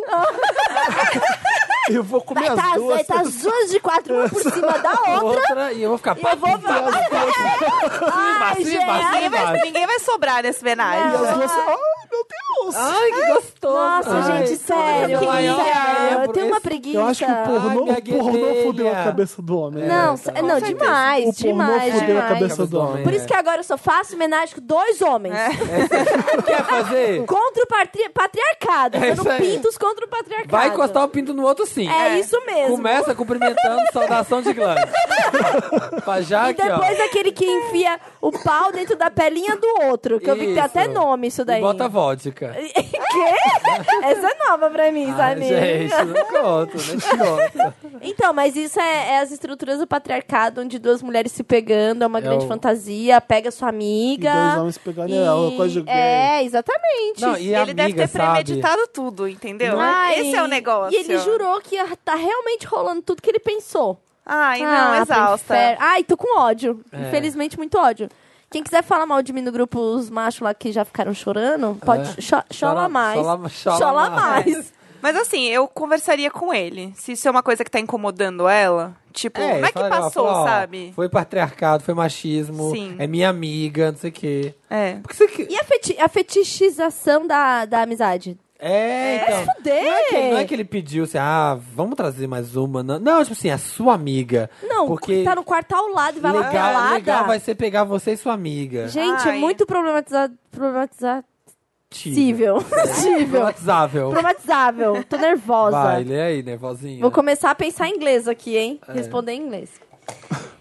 [SPEAKER 1] eu vou comer
[SPEAKER 4] Vai
[SPEAKER 1] as
[SPEAKER 4] tá,
[SPEAKER 1] duas.
[SPEAKER 4] vai tá as duas de quatro, uma por cima da outra.
[SPEAKER 2] e eu vou ficar.
[SPEAKER 4] E eu vou
[SPEAKER 2] Ai,
[SPEAKER 3] Ninguém
[SPEAKER 2] gente, vai,
[SPEAKER 3] vai-
[SPEAKER 2] vai.
[SPEAKER 3] Ninguém vai sobrar nesse
[SPEAKER 1] E
[SPEAKER 3] venagem.
[SPEAKER 1] as duas. Ai, meu Deus!
[SPEAKER 2] Ai, que gostoso.
[SPEAKER 4] Nossa,
[SPEAKER 2] Ai,
[SPEAKER 4] gente, sério.
[SPEAKER 2] que é
[SPEAKER 4] sério,
[SPEAKER 2] maior.
[SPEAKER 4] eu tenho uma preguiça.
[SPEAKER 1] Eu acho que o pornô,
[SPEAKER 2] minha
[SPEAKER 1] o pornô
[SPEAKER 2] guedelha.
[SPEAKER 1] fudeu a cabeça do homem.
[SPEAKER 4] Então,
[SPEAKER 1] É.
[SPEAKER 4] Não, sé- não, demais,
[SPEAKER 1] O pornô
[SPEAKER 4] demais,
[SPEAKER 1] fudeu a
[SPEAKER 4] demais.
[SPEAKER 1] cabeça do homem.
[SPEAKER 4] Por isso que agora eu só faço homenagem com dois homens.
[SPEAKER 2] É. Quer fazer?
[SPEAKER 4] Contra o patri- patriarcado.
[SPEAKER 2] É
[SPEAKER 4] Eu não
[SPEAKER 2] isso aí.
[SPEAKER 4] pintos contra o patriarcado.
[SPEAKER 2] Vai encostar o pinto no outro sim.
[SPEAKER 4] É isso mesmo.
[SPEAKER 2] Começa cumprimentando, saudação de glândula. Pra já
[SPEAKER 4] E
[SPEAKER 2] aqui, ó.
[SPEAKER 4] depois aquele que enfia o pau dentro da pelinha do outro. Que eu vi que tem
[SPEAKER 2] Isso.
[SPEAKER 4] até nome isso daí.
[SPEAKER 2] E bota vodka.
[SPEAKER 4] Quê? Essa é nova pra mim,
[SPEAKER 2] Ai,
[SPEAKER 4] sabe?
[SPEAKER 2] gente, não conto, não te conto.
[SPEAKER 4] Então, mas isso é, é as estruturas do patriarcado, onde duas mulheres se pegando, é uma
[SPEAKER 2] É
[SPEAKER 4] grande
[SPEAKER 2] o-
[SPEAKER 4] fantasia, pega sua
[SPEAKER 1] E
[SPEAKER 4] amiga.
[SPEAKER 1] dois homens pegarem ela, coisa de gay.
[SPEAKER 4] É, exatamente.
[SPEAKER 2] Não, e a
[SPEAKER 3] Ele deve
[SPEAKER 2] amiga,
[SPEAKER 3] ter
[SPEAKER 2] sabe?
[SPEAKER 3] premeditado tudo, entendeu?
[SPEAKER 4] Ai,
[SPEAKER 3] Esse é o negócio.
[SPEAKER 4] E ele jurou que ia tá realmente rolando tudo que ele pensou.
[SPEAKER 3] Ai, não,
[SPEAKER 4] Ah,
[SPEAKER 3] exausta.
[SPEAKER 4] pro inferno. Ai, tô com ódio.
[SPEAKER 2] É.
[SPEAKER 4] Infelizmente, muito ódio. Quem quiser falar mal de mim no grupo, os machos lá que já ficaram chorando, pode cho chola, mais.
[SPEAKER 2] É. Chola, chola mais.
[SPEAKER 4] mais.
[SPEAKER 3] Mas assim, eu conversaria com ele. Se isso é uma coisa que tá incomodando ela, tipo,
[SPEAKER 2] É,
[SPEAKER 3] como é que
[SPEAKER 2] fala, ó,
[SPEAKER 3] passou,
[SPEAKER 2] fala, ó,
[SPEAKER 3] sabe?
[SPEAKER 2] Foi patriarcado, foi machismo,
[SPEAKER 3] Sim.
[SPEAKER 2] é minha amiga, não sei o quê.
[SPEAKER 3] É.
[SPEAKER 2] Porque você que...
[SPEAKER 4] E a, feti- a fetichização da, da amizade?
[SPEAKER 2] É, então.
[SPEAKER 4] Fudeu!
[SPEAKER 2] Não é, que, não é que ele pediu assim, ah, vamos trazer mais uma. Não, não tipo assim, a sua amiga.
[SPEAKER 4] Não,
[SPEAKER 2] porque
[SPEAKER 4] tá no quarto ao lado e vai lá
[SPEAKER 2] legal,
[SPEAKER 4] pelada.
[SPEAKER 2] legal vai ser pegar você e sua amiga.
[SPEAKER 4] Gente, é
[SPEAKER 3] Ai.
[SPEAKER 4] muito problematizado. Problematizado. Possível.
[SPEAKER 2] Privatizável.
[SPEAKER 4] Problematizável. Tô nervosa.
[SPEAKER 2] Vai, lê aí, né, nervosinha.
[SPEAKER 4] Vou começar a pensar em inglês aqui, hein? Responder em inglês.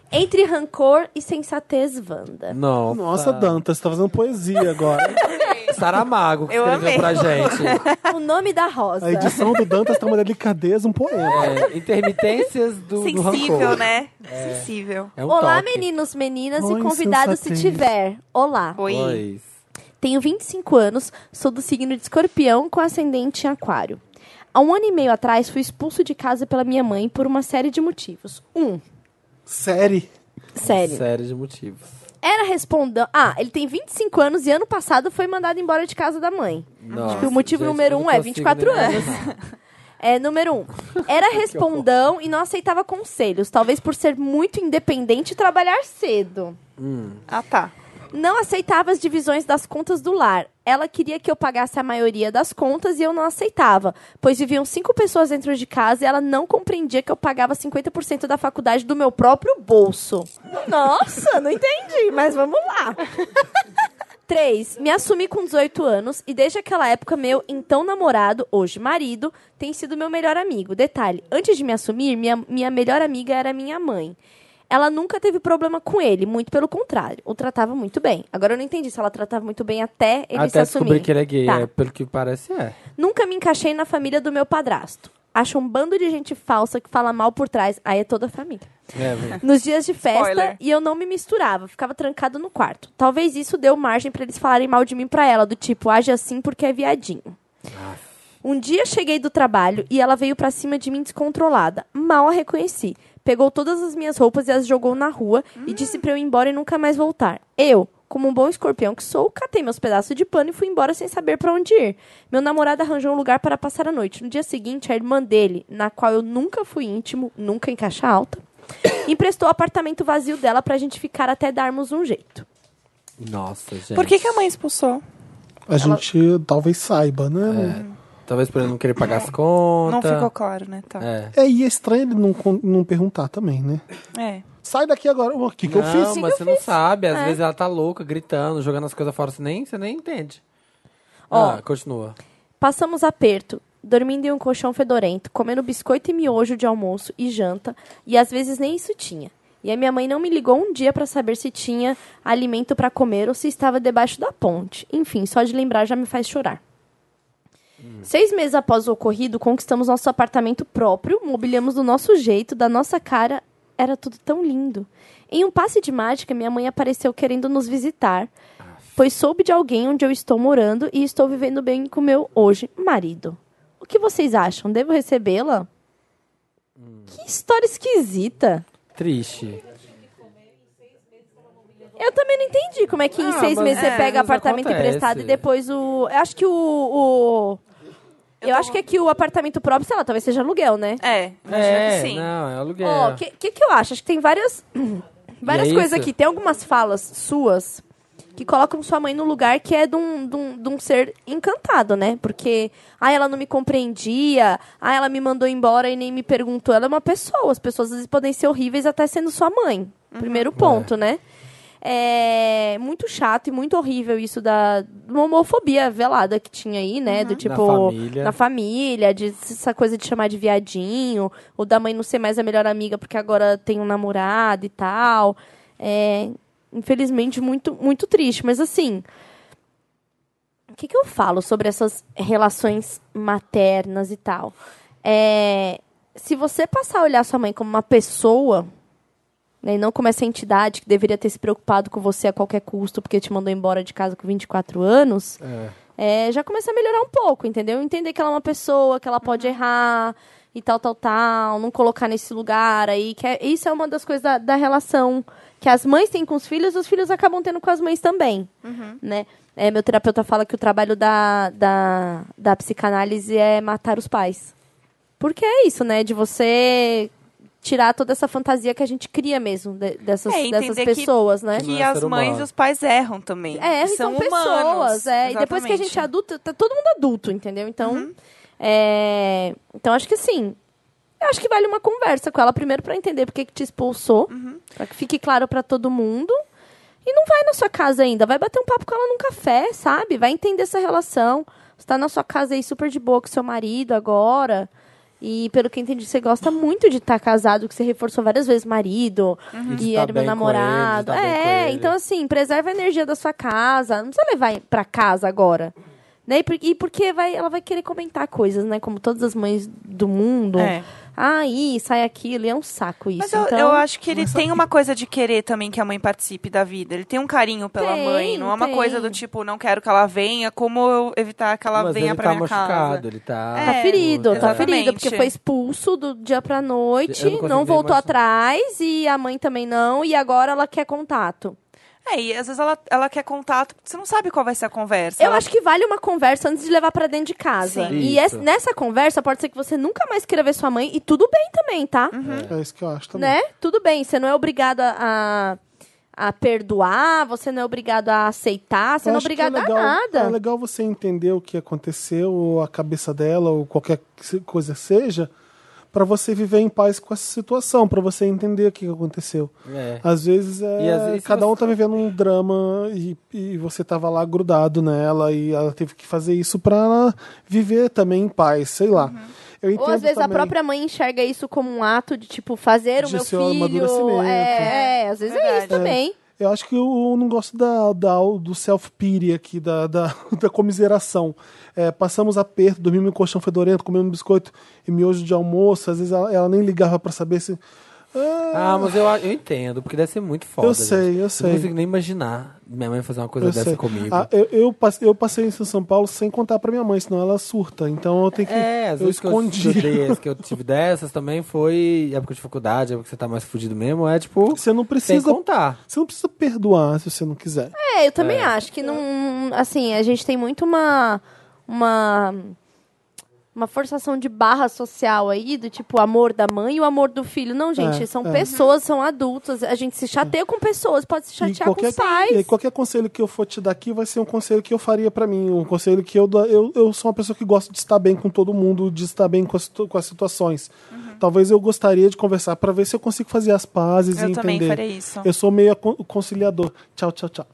[SPEAKER 4] Entre rancor e sensatez, Wanda.
[SPEAKER 2] Não.
[SPEAKER 1] Nossa, Dantas, você tá fazendo poesia agora.
[SPEAKER 2] Saramago que
[SPEAKER 3] Eu
[SPEAKER 2] escreveu
[SPEAKER 3] amei.
[SPEAKER 2] pra gente.
[SPEAKER 4] O nome da rosa.
[SPEAKER 1] A edição do Dantas tá uma delicadeza, um poema.
[SPEAKER 2] É, intermitências do, do
[SPEAKER 3] Sensível,
[SPEAKER 2] rancor.
[SPEAKER 3] né? Sensível.
[SPEAKER 2] É um
[SPEAKER 4] Olá,
[SPEAKER 2] toque.
[SPEAKER 4] meninos, meninas
[SPEAKER 1] Oi,
[SPEAKER 4] e convidados se
[SPEAKER 1] sensatez.
[SPEAKER 4] tiver. Olá.
[SPEAKER 3] Oi.
[SPEAKER 2] Pois.
[SPEAKER 4] Tenho 25 anos, sou do signo de escorpião com ascendente em aquário. Há um ano e meio atrás, fui expulso de casa pela minha mãe por uma série de motivos. Um,
[SPEAKER 1] Série.
[SPEAKER 4] sério.
[SPEAKER 2] Série de motivos.
[SPEAKER 4] Era respondão. Ah, ele tem 25 anos e ano passado foi mandado embora de casa da mãe.
[SPEAKER 2] Nossa,
[SPEAKER 4] Tipo, o motivo
[SPEAKER 2] gente,
[SPEAKER 4] número
[SPEAKER 2] eu não
[SPEAKER 4] um é
[SPEAKER 2] consigo
[SPEAKER 4] 24
[SPEAKER 2] nem
[SPEAKER 4] anos.
[SPEAKER 2] imaginar.
[SPEAKER 4] É, número um. Era respondão e não aceitava conselhos, talvez por ser muito independente e trabalhar cedo.
[SPEAKER 3] Ah, tá.
[SPEAKER 4] Não aceitava as divisões das contas do lar. Ela queria que eu pagasse a maioria das contas e eu não aceitava, pois viviam cinco pessoas dentro de casa e ela não compreendia que eu pagava 50% da faculdade do meu próprio bolso. Nossa, não entendi, mas vamos lá. 3. Me assumi com 18 anos e desde aquela época meu então namorado, hoje marido, tem sido meu melhor amigo. Detalhe, antes de me assumir, minha, minha melhor amiga era minha mãe. Ela nunca teve problema com ele, muito pelo contrário. O tratava muito bem. Agora eu não entendi se ela tratava muito bem até ele se
[SPEAKER 2] Até
[SPEAKER 4] assumir.
[SPEAKER 2] descobrir que ele é gay,
[SPEAKER 4] Tá.
[SPEAKER 2] é, pelo que parece é.
[SPEAKER 4] Nunca me encaixei na família do meu padrasto. Acho um bando de gente falsa que fala mal por trás. Aí é toda a família
[SPEAKER 2] É, velho.
[SPEAKER 4] nos dias de festa
[SPEAKER 3] Spoiler.
[SPEAKER 4] e eu não me misturava, ficava trancado no quarto. Talvez isso deu margem pra eles falarem mal de mim pra ela, do tipo, age assim porque é viadinho. Um dia cheguei do trabalho e ela veio pra cima de mim descontrolada. Mal a reconheci. Pegou todas as minhas roupas e as jogou na rua e disse pra eu ir embora e nunca mais voltar. Eu, como um bom escorpião que sou, catei meus pedaços de pano e fui embora sem saber pra onde ir. Meu namorado arranjou um lugar para passar a noite. No dia seguinte, a irmã dele, na qual eu nunca fui íntimo, nunca em caixa alta, emprestou o apartamento vazio dela pra gente ficar até darmos um jeito.
[SPEAKER 2] Nossa, gente.
[SPEAKER 3] Por que, que a mãe expulsou?
[SPEAKER 1] A gente talvez saiba, né?
[SPEAKER 2] Talvez por ele não querer pagar as contas.
[SPEAKER 3] Não ficou claro, né? Tá.
[SPEAKER 2] É.
[SPEAKER 1] É. e é estranho ele não, con- não perguntar também, né?
[SPEAKER 3] É.
[SPEAKER 1] Sai daqui agora. O que, que eu
[SPEAKER 2] não,
[SPEAKER 1] fiz?
[SPEAKER 2] mas você não sabe. Às vezes ela tá louca, gritando, jogando as coisas fora. Você nem, você nem entende.
[SPEAKER 4] Ó.
[SPEAKER 2] ah, continua.
[SPEAKER 4] Passamos aperto, dormindo em um colchão fedorento, comendo biscoito e miojo de almoço e janta, e às vezes nem isso tinha. E a minha mãe não me ligou um dia pra saber se tinha alimento pra comer ou se estava debaixo da ponte. Enfim, só de lembrar já me faz chorar. Seis meses após o ocorrido, conquistamos nosso apartamento próprio, mobiliamos do nosso jeito, da nossa cara. Era tudo tão lindo. Em um passe de mágica, minha mãe apareceu querendo nos visitar, pois soube de alguém onde eu estou morando e estou vivendo bem com meu hoje marido. O que vocês acham? Devo recebê-la? Que história esquisita.
[SPEAKER 2] Triste.
[SPEAKER 4] Eu também não entendi como é que em
[SPEAKER 2] Ah,
[SPEAKER 4] seis
[SPEAKER 2] mas
[SPEAKER 4] meses
[SPEAKER 2] é,
[SPEAKER 4] você pega
[SPEAKER 2] mas
[SPEAKER 4] apartamento
[SPEAKER 2] acontece.
[SPEAKER 4] emprestado e depois o. Eu acho que o. o- Eu, acho que aqui o apartamento próprio, sei lá, talvez seja aluguel, né?
[SPEAKER 3] É,
[SPEAKER 2] É, não, é aluguel.
[SPEAKER 4] Ó, o que, que que eu acho? Acho que tem várias, várias
[SPEAKER 2] é
[SPEAKER 4] coisas
[SPEAKER 2] isso?
[SPEAKER 4] aqui. Tem algumas falas suas que colocam sua mãe no lugar que é de um, de um, de um ser encantado, né? Porque, ah, ela não me compreendia, ah, ela me mandou embora e nem me perguntou. Ela é uma pessoa, as pessoas às vezes podem ser horríveis até sendo sua mãe.
[SPEAKER 2] Uhum.
[SPEAKER 4] Primeiro ponto, né? É muito chato e muito horrível isso da de uma homofobia velada que tinha aí, né?
[SPEAKER 2] Uhum.
[SPEAKER 4] Do tipo.
[SPEAKER 2] família.
[SPEAKER 4] na família, de essa coisa de chamar de viadinho, ou da mãe não ser mais a melhor amiga porque agora tem um namorado e tal. É, infelizmente, muito, muito triste. Mas assim. O que, que eu falo sobre essas relações maternas e tal? É, se você passar a olhar sua mãe como uma pessoa, né, e não como essa entidade que deveria ter se preocupado com você a qualquer custo porque te mandou embora de casa com 24 anos, é, já começa a melhorar um pouco, entendeu? Entender que ela é uma pessoa, que ela pode
[SPEAKER 3] Uhum.
[SPEAKER 4] errar e tal, tal, tal, não colocar nesse lugar aí, que é- isso é uma das coisas da, da relação que as mães têm com os filhos, os filhos acabam tendo com as mães também,
[SPEAKER 3] Uhum.
[SPEAKER 4] né? É, meu terapeuta fala que o trabalho da, da, da psicanálise é matar os pais. Porque é isso, né? De você tirar toda essa fantasia que a gente cria mesmo de- dessas,
[SPEAKER 3] É, entender
[SPEAKER 4] dessas
[SPEAKER 3] que-
[SPEAKER 4] pessoas, né?
[SPEAKER 3] Que
[SPEAKER 2] é
[SPEAKER 3] as
[SPEAKER 2] ser humano.
[SPEAKER 3] mães e os pais erram também.
[SPEAKER 4] É,
[SPEAKER 3] E
[SPEAKER 4] são,
[SPEAKER 3] humanos.
[SPEAKER 4] pessoas. É. E depois que a gente é
[SPEAKER 3] Exatamente. Uhum.
[SPEAKER 4] adulto, tá todo mundo adulto, entendeu? Então, é, então acho que assim, eu acho que vale uma conversa com ela primeiro pra entender por que que te expulsou, pra que fique claro pra todo mundo. E não vai na sua casa ainda, vai bater um papo com ela num café, sabe? Vai entender essa relação. Você tá na sua casa aí super de boa com seu marido agora. E pelo que eu entendi, você gosta muito de estar casado, que você reforçou várias vezes marido,
[SPEAKER 2] De
[SPEAKER 4] e
[SPEAKER 2] tá
[SPEAKER 4] era meu
[SPEAKER 2] bem com
[SPEAKER 4] namorado.
[SPEAKER 2] ele, de tá bem com
[SPEAKER 4] é,
[SPEAKER 2] ele.
[SPEAKER 4] então assim, preserva a energia da sua casa. Não precisa levar pra casa agora. Né? E por- E porque vai, ela vai querer comentar coisas, né? Como todas as mães do mundo.
[SPEAKER 3] É.
[SPEAKER 4] Ah, Aí, sai aquilo, e é um saco isso.
[SPEAKER 3] Mas eu,
[SPEAKER 4] então,
[SPEAKER 3] eu acho que ele tem uma coisa de querer também que a mãe participe da vida. Ele tem um carinho pela
[SPEAKER 4] Tem,
[SPEAKER 3] mãe. Não é uma
[SPEAKER 4] tem.
[SPEAKER 3] coisa do tipo, não quero que ela venha, como eu evitar que ela
[SPEAKER 2] Mas
[SPEAKER 3] venha
[SPEAKER 2] ele
[SPEAKER 3] pra
[SPEAKER 2] tá
[SPEAKER 3] minha
[SPEAKER 2] machucado,
[SPEAKER 3] casa.
[SPEAKER 2] ele tá...
[SPEAKER 4] Tá
[SPEAKER 3] É,
[SPEAKER 4] ferido, tá
[SPEAKER 3] exatamente.
[SPEAKER 4] ferido, porque foi expulso do dia pra noite,
[SPEAKER 2] Eu não consigo
[SPEAKER 4] não,
[SPEAKER 2] nem
[SPEAKER 4] voltou
[SPEAKER 2] imaginar.
[SPEAKER 4] atrás, e a mãe também não, e agora ela quer contato.
[SPEAKER 3] É, e às vezes ela, ela quer contato, você não sabe qual vai ser a conversa.
[SPEAKER 4] Eu
[SPEAKER 3] Ela-
[SPEAKER 4] acho que vale uma conversa antes de levar pra dentro de casa.
[SPEAKER 2] Sim.
[SPEAKER 4] E
[SPEAKER 2] Isso.
[SPEAKER 4] es- nessa conversa pode ser que você nunca mais queira ver sua mãe e tudo bem também, tá?
[SPEAKER 2] Uhum.
[SPEAKER 1] É isso que eu acho também.
[SPEAKER 4] Né? Tudo bem, você não é obrigado a, a perdoar, você não é obrigado a aceitar, você
[SPEAKER 1] Eu
[SPEAKER 4] não é
[SPEAKER 1] acho que
[SPEAKER 4] obrigado
[SPEAKER 1] legal-
[SPEAKER 4] a
[SPEAKER 1] É
[SPEAKER 4] nada.
[SPEAKER 1] legal você entender o que aconteceu, ou a cabeça dela, ou qualquer que se- coisa seja, pra você viver em paz com essa situação, pra você entender o que que aconteceu.
[SPEAKER 2] É.
[SPEAKER 1] Às vezes, é,
[SPEAKER 2] E às vezes
[SPEAKER 1] cada um
[SPEAKER 2] você-
[SPEAKER 1] tá vivendo um drama e, e você tava lá grudado nela e ela teve que fazer isso pra viver também em paz, sei lá. Eu entendo
[SPEAKER 4] Uhum. Ou às vezes a
[SPEAKER 1] também.
[SPEAKER 4] própria mãe enxerga isso como um ato de tipo fazer o
[SPEAKER 1] De
[SPEAKER 4] meu
[SPEAKER 1] seu
[SPEAKER 4] filho.
[SPEAKER 1] amadurecimento.
[SPEAKER 4] É, é, às vezes é isso
[SPEAKER 3] Verdade.
[SPEAKER 4] também.
[SPEAKER 1] Eu acho que eu não gosto da, da- do self-pity aqui, da, da, da comiseração. É, passamos aperto, dormimos em um colchão fedorento, comemos biscoito e miojo de almoço. Às vezes ela, ela nem ligava pra saber se. Ah,
[SPEAKER 2] Ah, mas eu, eu entendo, porque deve ser muito foda.
[SPEAKER 1] Eu sei,
[SPEAKER 2] gente.
[SPEAKER 1] eu sei.
[SPEAKER 2] Não consigo nem imaginar minha mãe fazer uma coisa
[SPEAKER 1] eu
[SPEAKER 2] dessa
[SPEAKER 1] sei.
[SPEAKER 2] comigo.
[SPEAKER 1] Ah, eu, eu passe- eu passei isso em São Paulo sem contar pra minha mãe, senão ela surta. Então eu tenho que.
[SPEAKER 2] É, as
[SPEAKER 1] eu
[SPEAKER 2] vezes que eu,
[SPEAKER 1] escondi.
[SPEAKER 2] estudei, as que eu tive dessas também foi época de dificuldade, época que você tá mais fudido mesmo, é tipo,
[SPEAKER 1] Você não
[SPEAKER 2] sem
[SPEAKER 1] precisa.
[SPEAKER 2] contar.
[SPEAKER 1] Você não precisa perdoar se você não quiser.
[SPEAKER 4] É, eu também acho que não. Assim, a gente tem muito uma. Uma. Uma forçação de barra social aí, do tipo o amor da mãe e o amor do filho. Não, gente,
[SPEAKER 1] É,
[SPEAKER 4] são
[SPEAKER 1] é.
[SPEAKER 4] pessoas, são adultos. A gente se chateia com pessoas, pode se
[SPEAKER 1] E
[SPEAKER 4] chatear com
[SPEAKER 1] qualquer,
[SPEAKER 4] os pais.
[SPEAKER 1] e qualquer conselho que eu for te dar aqui vai ser um conselho que eu faria pra mim. Um conselho que eu, dou- eu. Eu sou uma pessoa que gosta de estar bem com todo mundo, de estar bem com as, situ- com as situações.
[SPEAKER 3] Uhum.
[SPEAKER 1] Talvez eu gostaria de conversar pra ver se eu consigo fazer as pazes
[SPEAKER 3] Eu
[SPEAKER 1] e
[SPEAKER 3] também
[SPEAKER 1] entender.
[SPEAKER 3] faria isso.
[SPEAKER 1] Eu sou meio acon- conciliador. Tchau, tchau, tchau.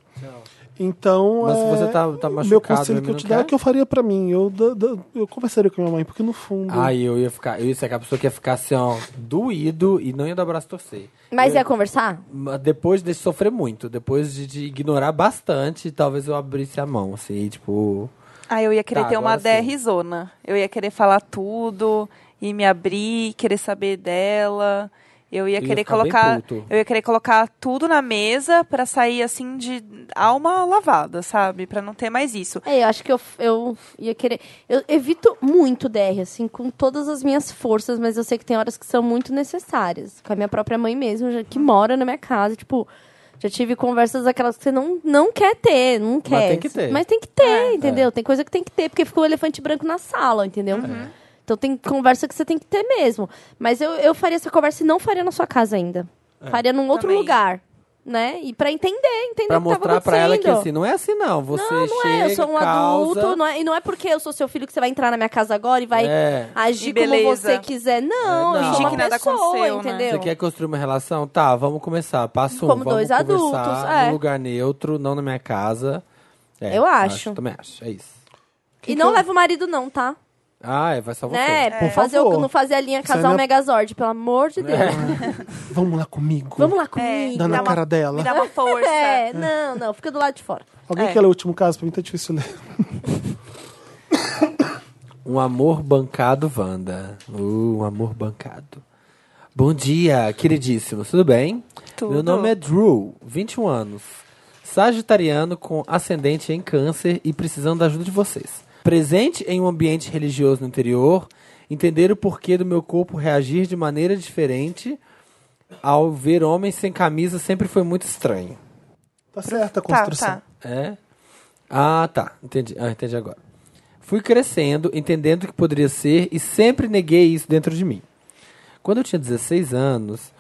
[SPEAKER 1] Então,
[SPEAKER 2] Mas se
[SPEAKER 1] é,
[SPEAKER 2] você tá- tá
[SPEAKER 1] meu
[SPEAKER 2] machucado,
[SPEAKER 1] conselho que
[SPEAKER 2] mesmo,
[SPEAKER 1] eu te
[SPEAKER 2] não
[SPEAKER 1] dar é
[SPEAKER 2] quer?
[SPEAKER 1] que eu faria pra mim. Eu, da- da- eu conversaria com a minha mãe, porque no fundo...
[SPEAKER 2] Ai, eu ia ficar. Eu ia ser aquela pessoa que ia ficar assim, ó, doído e não ia dar braço a torcer.
[SPEAKER 4] Mas ia conversar?
[SPEAKER 2] Mas Depois de sofrer muito, depois de, de ignorar bastante, talvez eu abrisse a mão, assim, tipo.
[SPEAKER 3] Ah, eu ia querer
[SPEAKER 2] Tá,
[SPEAKER 3] ter uma
[SPEAKER 2] agora
[SPEAKER 3] DR zona. Eu ia querer falar tudo e me abrir, querer saber dela. Eu ia
[SPEAKER 2] Ele ia
[SPEAKER 3] querer
[SPEAKER 2] ficar bem
[SPEAKER 3] colocar,
[SPEAKER 2] puto.
[SPEAKER 3] eu ia querer colocar tudo na mesa pra sair assim de alma lavada, sabe? Pra não ter mais isso.
[SPEAKER 4] É, eu acho que eu, eu ia querer. Eu evito muito DR, assim, com todas as minhas forças, mas eu sei que tem horas que são muito necessárias. Com a minha própria mãe mesmo, já- que mora na minha casa, tipo. Já tive conversas daquelas que você não, não quer ter, não quer.
[SPEAKER 2] tem que ter. É.
[SPEAKER 4] Mas tem que ter,
[SPEAKER 3] É.
[SPEAKER 4] entendeu? Tem coisa que tem que ter, porque ficou o elefante branco na sala, entendeu?
[SPEAKER 3] Uhum.
[SPEAKER 4] Então tem conversa que você tem que ter mesmo. Mas eu, eu faria essa conversa e não faria na sua casa ainda.
[SPEAKER 2] É.
[SPEAKER 4] Faria num outro
[SPEAKER 3] Também.
[SPEAKER 4] lugar, né? E pra entender, entender
[SPEAKER 2] Pra
[SPEAKER 4] o que tava
[SPEAKER 2] mostrar pra ela que
[SPEAKER 4] acontecendo.
[SPEAKER 2] assim, não é assim, não. Você
[SPEAKER 4] Não, não
[SPEAKER 2] chega,
[SPEAKER 4] é, eu sou um
[SPEAKER 2] causa,
[SPEAKER 4] adulto, não é- e não é porque eu sou seu filho que você vai entrar na minha casa agora e vai
[SPEAKER 2] É.
[SPEAKER 4] agir
[SPEAKER 3] E
[SPEAKER 4] como
[SPEAKER 3] beleza.
[SPEAKER 4] você quiser. Não,
[SPEAKER 2] É, não.
[SPEAKER 4] eu sou
[SPEAKER 2] Fingir
[SPEAKER 4] uma
[SPEAKER 2] que
[SPEAKER 3] nada
[SPEAKER 4] pessoa,
[SPEAKER 3] aconteceu, né?
[SPEAKER 4] entendeu?
[SPEAKER 2] Você quer construir uma relação? Tá, vamos começar. Passo um,
[SPEAKER 4] Como
[SPEAKER 2] vamos
[SPEAKER 4] dois
[SPEAKER 2] conversar
[SPEAKER 4] adultos, é.
[SPEAKER 2] num lugar neutro, não na minha casa. É,
[SPEAKER 4] Eu acho.
[SPEAKER 2] Também acho, é isso.
[SPEAKER 4] E não leva o marido não, tá?
[SPEAKER 2] Ah, é, vai só você.
[SPEAKER 4] Né?
[SPEAKER 1] Por
[SPEAKER 4] Fazer o,
[SPEAKER 1] favor.
[SPEAKER 4] não fazer a linha
[SPEAKER 1] Isso é
[SPEAKER 4] casal
[SPEAKER 1] minha-
[SPEAKER 4] Megazord, pelo amor
[SPEAKER 2] É.
[SPEAKER 4] de Deus.
[SPEAKER 1] Vamos lá comigo.
[SPEAKER 4] Vamos lá
[SPEAKER 3] me
[SPEAKER 4] comigo.
[SPEAKER 1] Dá na
[SPEAKER 3] É, dá uma-
[SPEAKER 1] cara dela.
[SPEAKER 3] Me dá uma força.
[SPEAKER 4] É, não, não, fica do lado de fora.
[SPEAKER 1] Alguém
[SPEAKER 3] É.
[SPEAKER 1] que é o último caso, pra mim tá difícil ler.
[SPEAKER 2] Um amor bancado, Wanda. Uh, um amor bancado. Bom dia, queridíssimos. Tudo bem?
[SPEAKER 3] Tudo.
[SPEAKER 2] Meu nome é Drew, 21 anos. Sagitariano com ascendente em câncer e precisando da ajuda de vocês. Presente em um ambiente religioso no interior, entender o porquê do meu corpo reagir de maneira diferente ao ver homens sem camisa sempre foi muito estranho.
[SPEAKER 1] Tá certa a
[SPEAKER 3] Tá,
[SPEAKER 1] construção.
[SPEAKER 3] tá.
[SPEAKER 2] É? Ah, tá. Entendi. Ah, entendi agora. Fui crescendo, entendendo o que poderia ser e sempre neguei isso dentro de mim. Quando eu tinha 16 anos,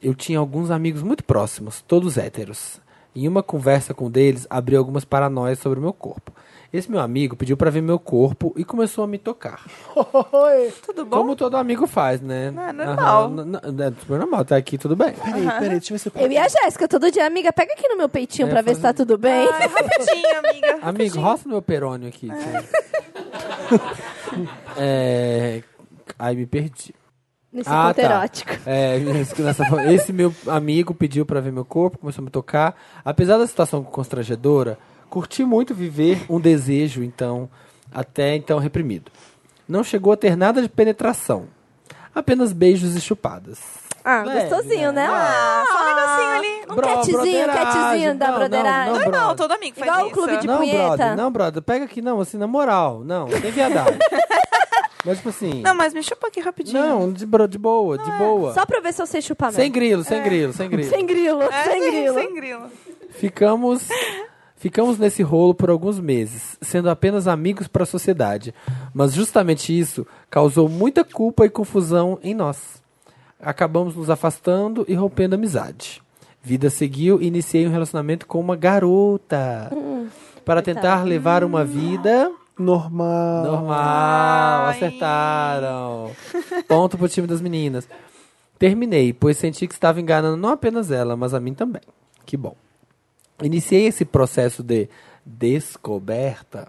[SPEAKER 2] eu tinha alguns amigos muito próximos, todos héteros. Em uma conversa com um deles, abri algumas paranoias sobre o meu corpo. Esse meu amigo pediu pra ver meu corpo e começou a me tocar.
[SPEAKER 1] Oi.
[SPEAKER 3] Tudo bom?
[SPEAKER 2] Como todo amigo faz, né?
[SPEAKER 3] É, normal.
[SPEAKER 2] Aham, n- n- é super normal, tá aqui tudo bem.
[SPEAKER 1] Peraí, peraí, deixa eu ver se
[SPEAKER 4] Eu e a Jéssica, todo dia, amiga, pega aqui no meu peitinho
[SPEAKER 2] É,
[SPEAKER 4] pra ver se tá tudo bem.
[SPEAKER 3] Ai, rapidinho, amiga.
[SPEAKER 2] Amigo,
[SPEAKER 3] rapidinho.
[SPEAKER 2] roça no meu perônio aqui. é... Aí me perdi.
[SPEAKER 4] Nesse
[SPEAKER 2] Ah,
[SPEAKER 4] conto
[SPEAKER 2] tá.
[SPEAKER 4] erótico.
[SPEAKER 2] É, isso que nessa- esse meu amigo pediu pra ver meu corpo, começou a me tocar. Apesar da situação constrangedora, curti muito viver um desejo, então, até então reprimido. Não chegou a ter nada de penetração. Apenas beijos e chupadas.
[SPEAKER 4] Ah,
[SPEAKER 2] Leve,
[SPEAKER 4] gostosinho, né?
[SPEAKER 2] né?
[SPEAKER 4] Ah,
[SPEAKER 3] Só um negocinho ali.
[SPEAKER 4] Um
[SPEAKER 2] Bro-
[SPEAKER 4] catzinho, um
[SPEAKER 2] broderagem.
[SPEAKER 4] catzinho da
[SPEAKER 2] Não, não,
[SPEAKER 4] broderagem.
[SPEAKER 2] não,
[SPEAKER 3] Normal,
[SPEAKER 2] brother.
[SPEAKER 3] todo amigo faz
[SPEAKER 4] Igual o
[SPEAKER 3] isso.
[SPEAKER 4] clube de-
[SPEAKER 2] não,
[SPEAKER 4] punheta.
[SPEAKER 2] brother, não, brother, pega aqui, não, assim, na moral. Não, sem viadagem. Mas, tipo assim...
[SPEAKER 3] Não, mas me chupa aqui rapidinho.
[SPEAKER 2] Não, de, bro- de boa, de boa.
[SPEAKER 4] é Só pra ver se eu sei chupar
[SPEAKER 2] Sem
[SPEAKER 4] mesmo.
[SPEAKER 2] grilo, sem grilo, sem grilo.
[SPEAKER 4] Sem grilo,
[SPEAKER 3] É,
[SPEAKER 4] sem
[SPEAKER 3] sim,
[SPEAKER 4] grilo.
[SPEAKER 3] Sem grilo.
[SPEAKER 2] Ficamos, ficamos nesse rolo por alguns meses, sendo apenas amigos para a sociedade. Mas justamente isso causou muita culpa e confusão em nós. Acabamos nos afastando e rompendo a amizade. Vida seguiu e iniciei um relacionamento com uma garota.
[SPEAKER 4] Hum.
[SPEAKER 2] para tentar levar uma vida
[SPEAKER 1] Normal.
[SPEAKER 2] normal.
[SPEAKER 3] Ai.
[SPEAKER 2] Acertaram. Ponto pro time das meninas. Terminei, pois senti que estava enganando não apenas ela, mas a mim também. Que bom. Iniciei esse processo de descoberta,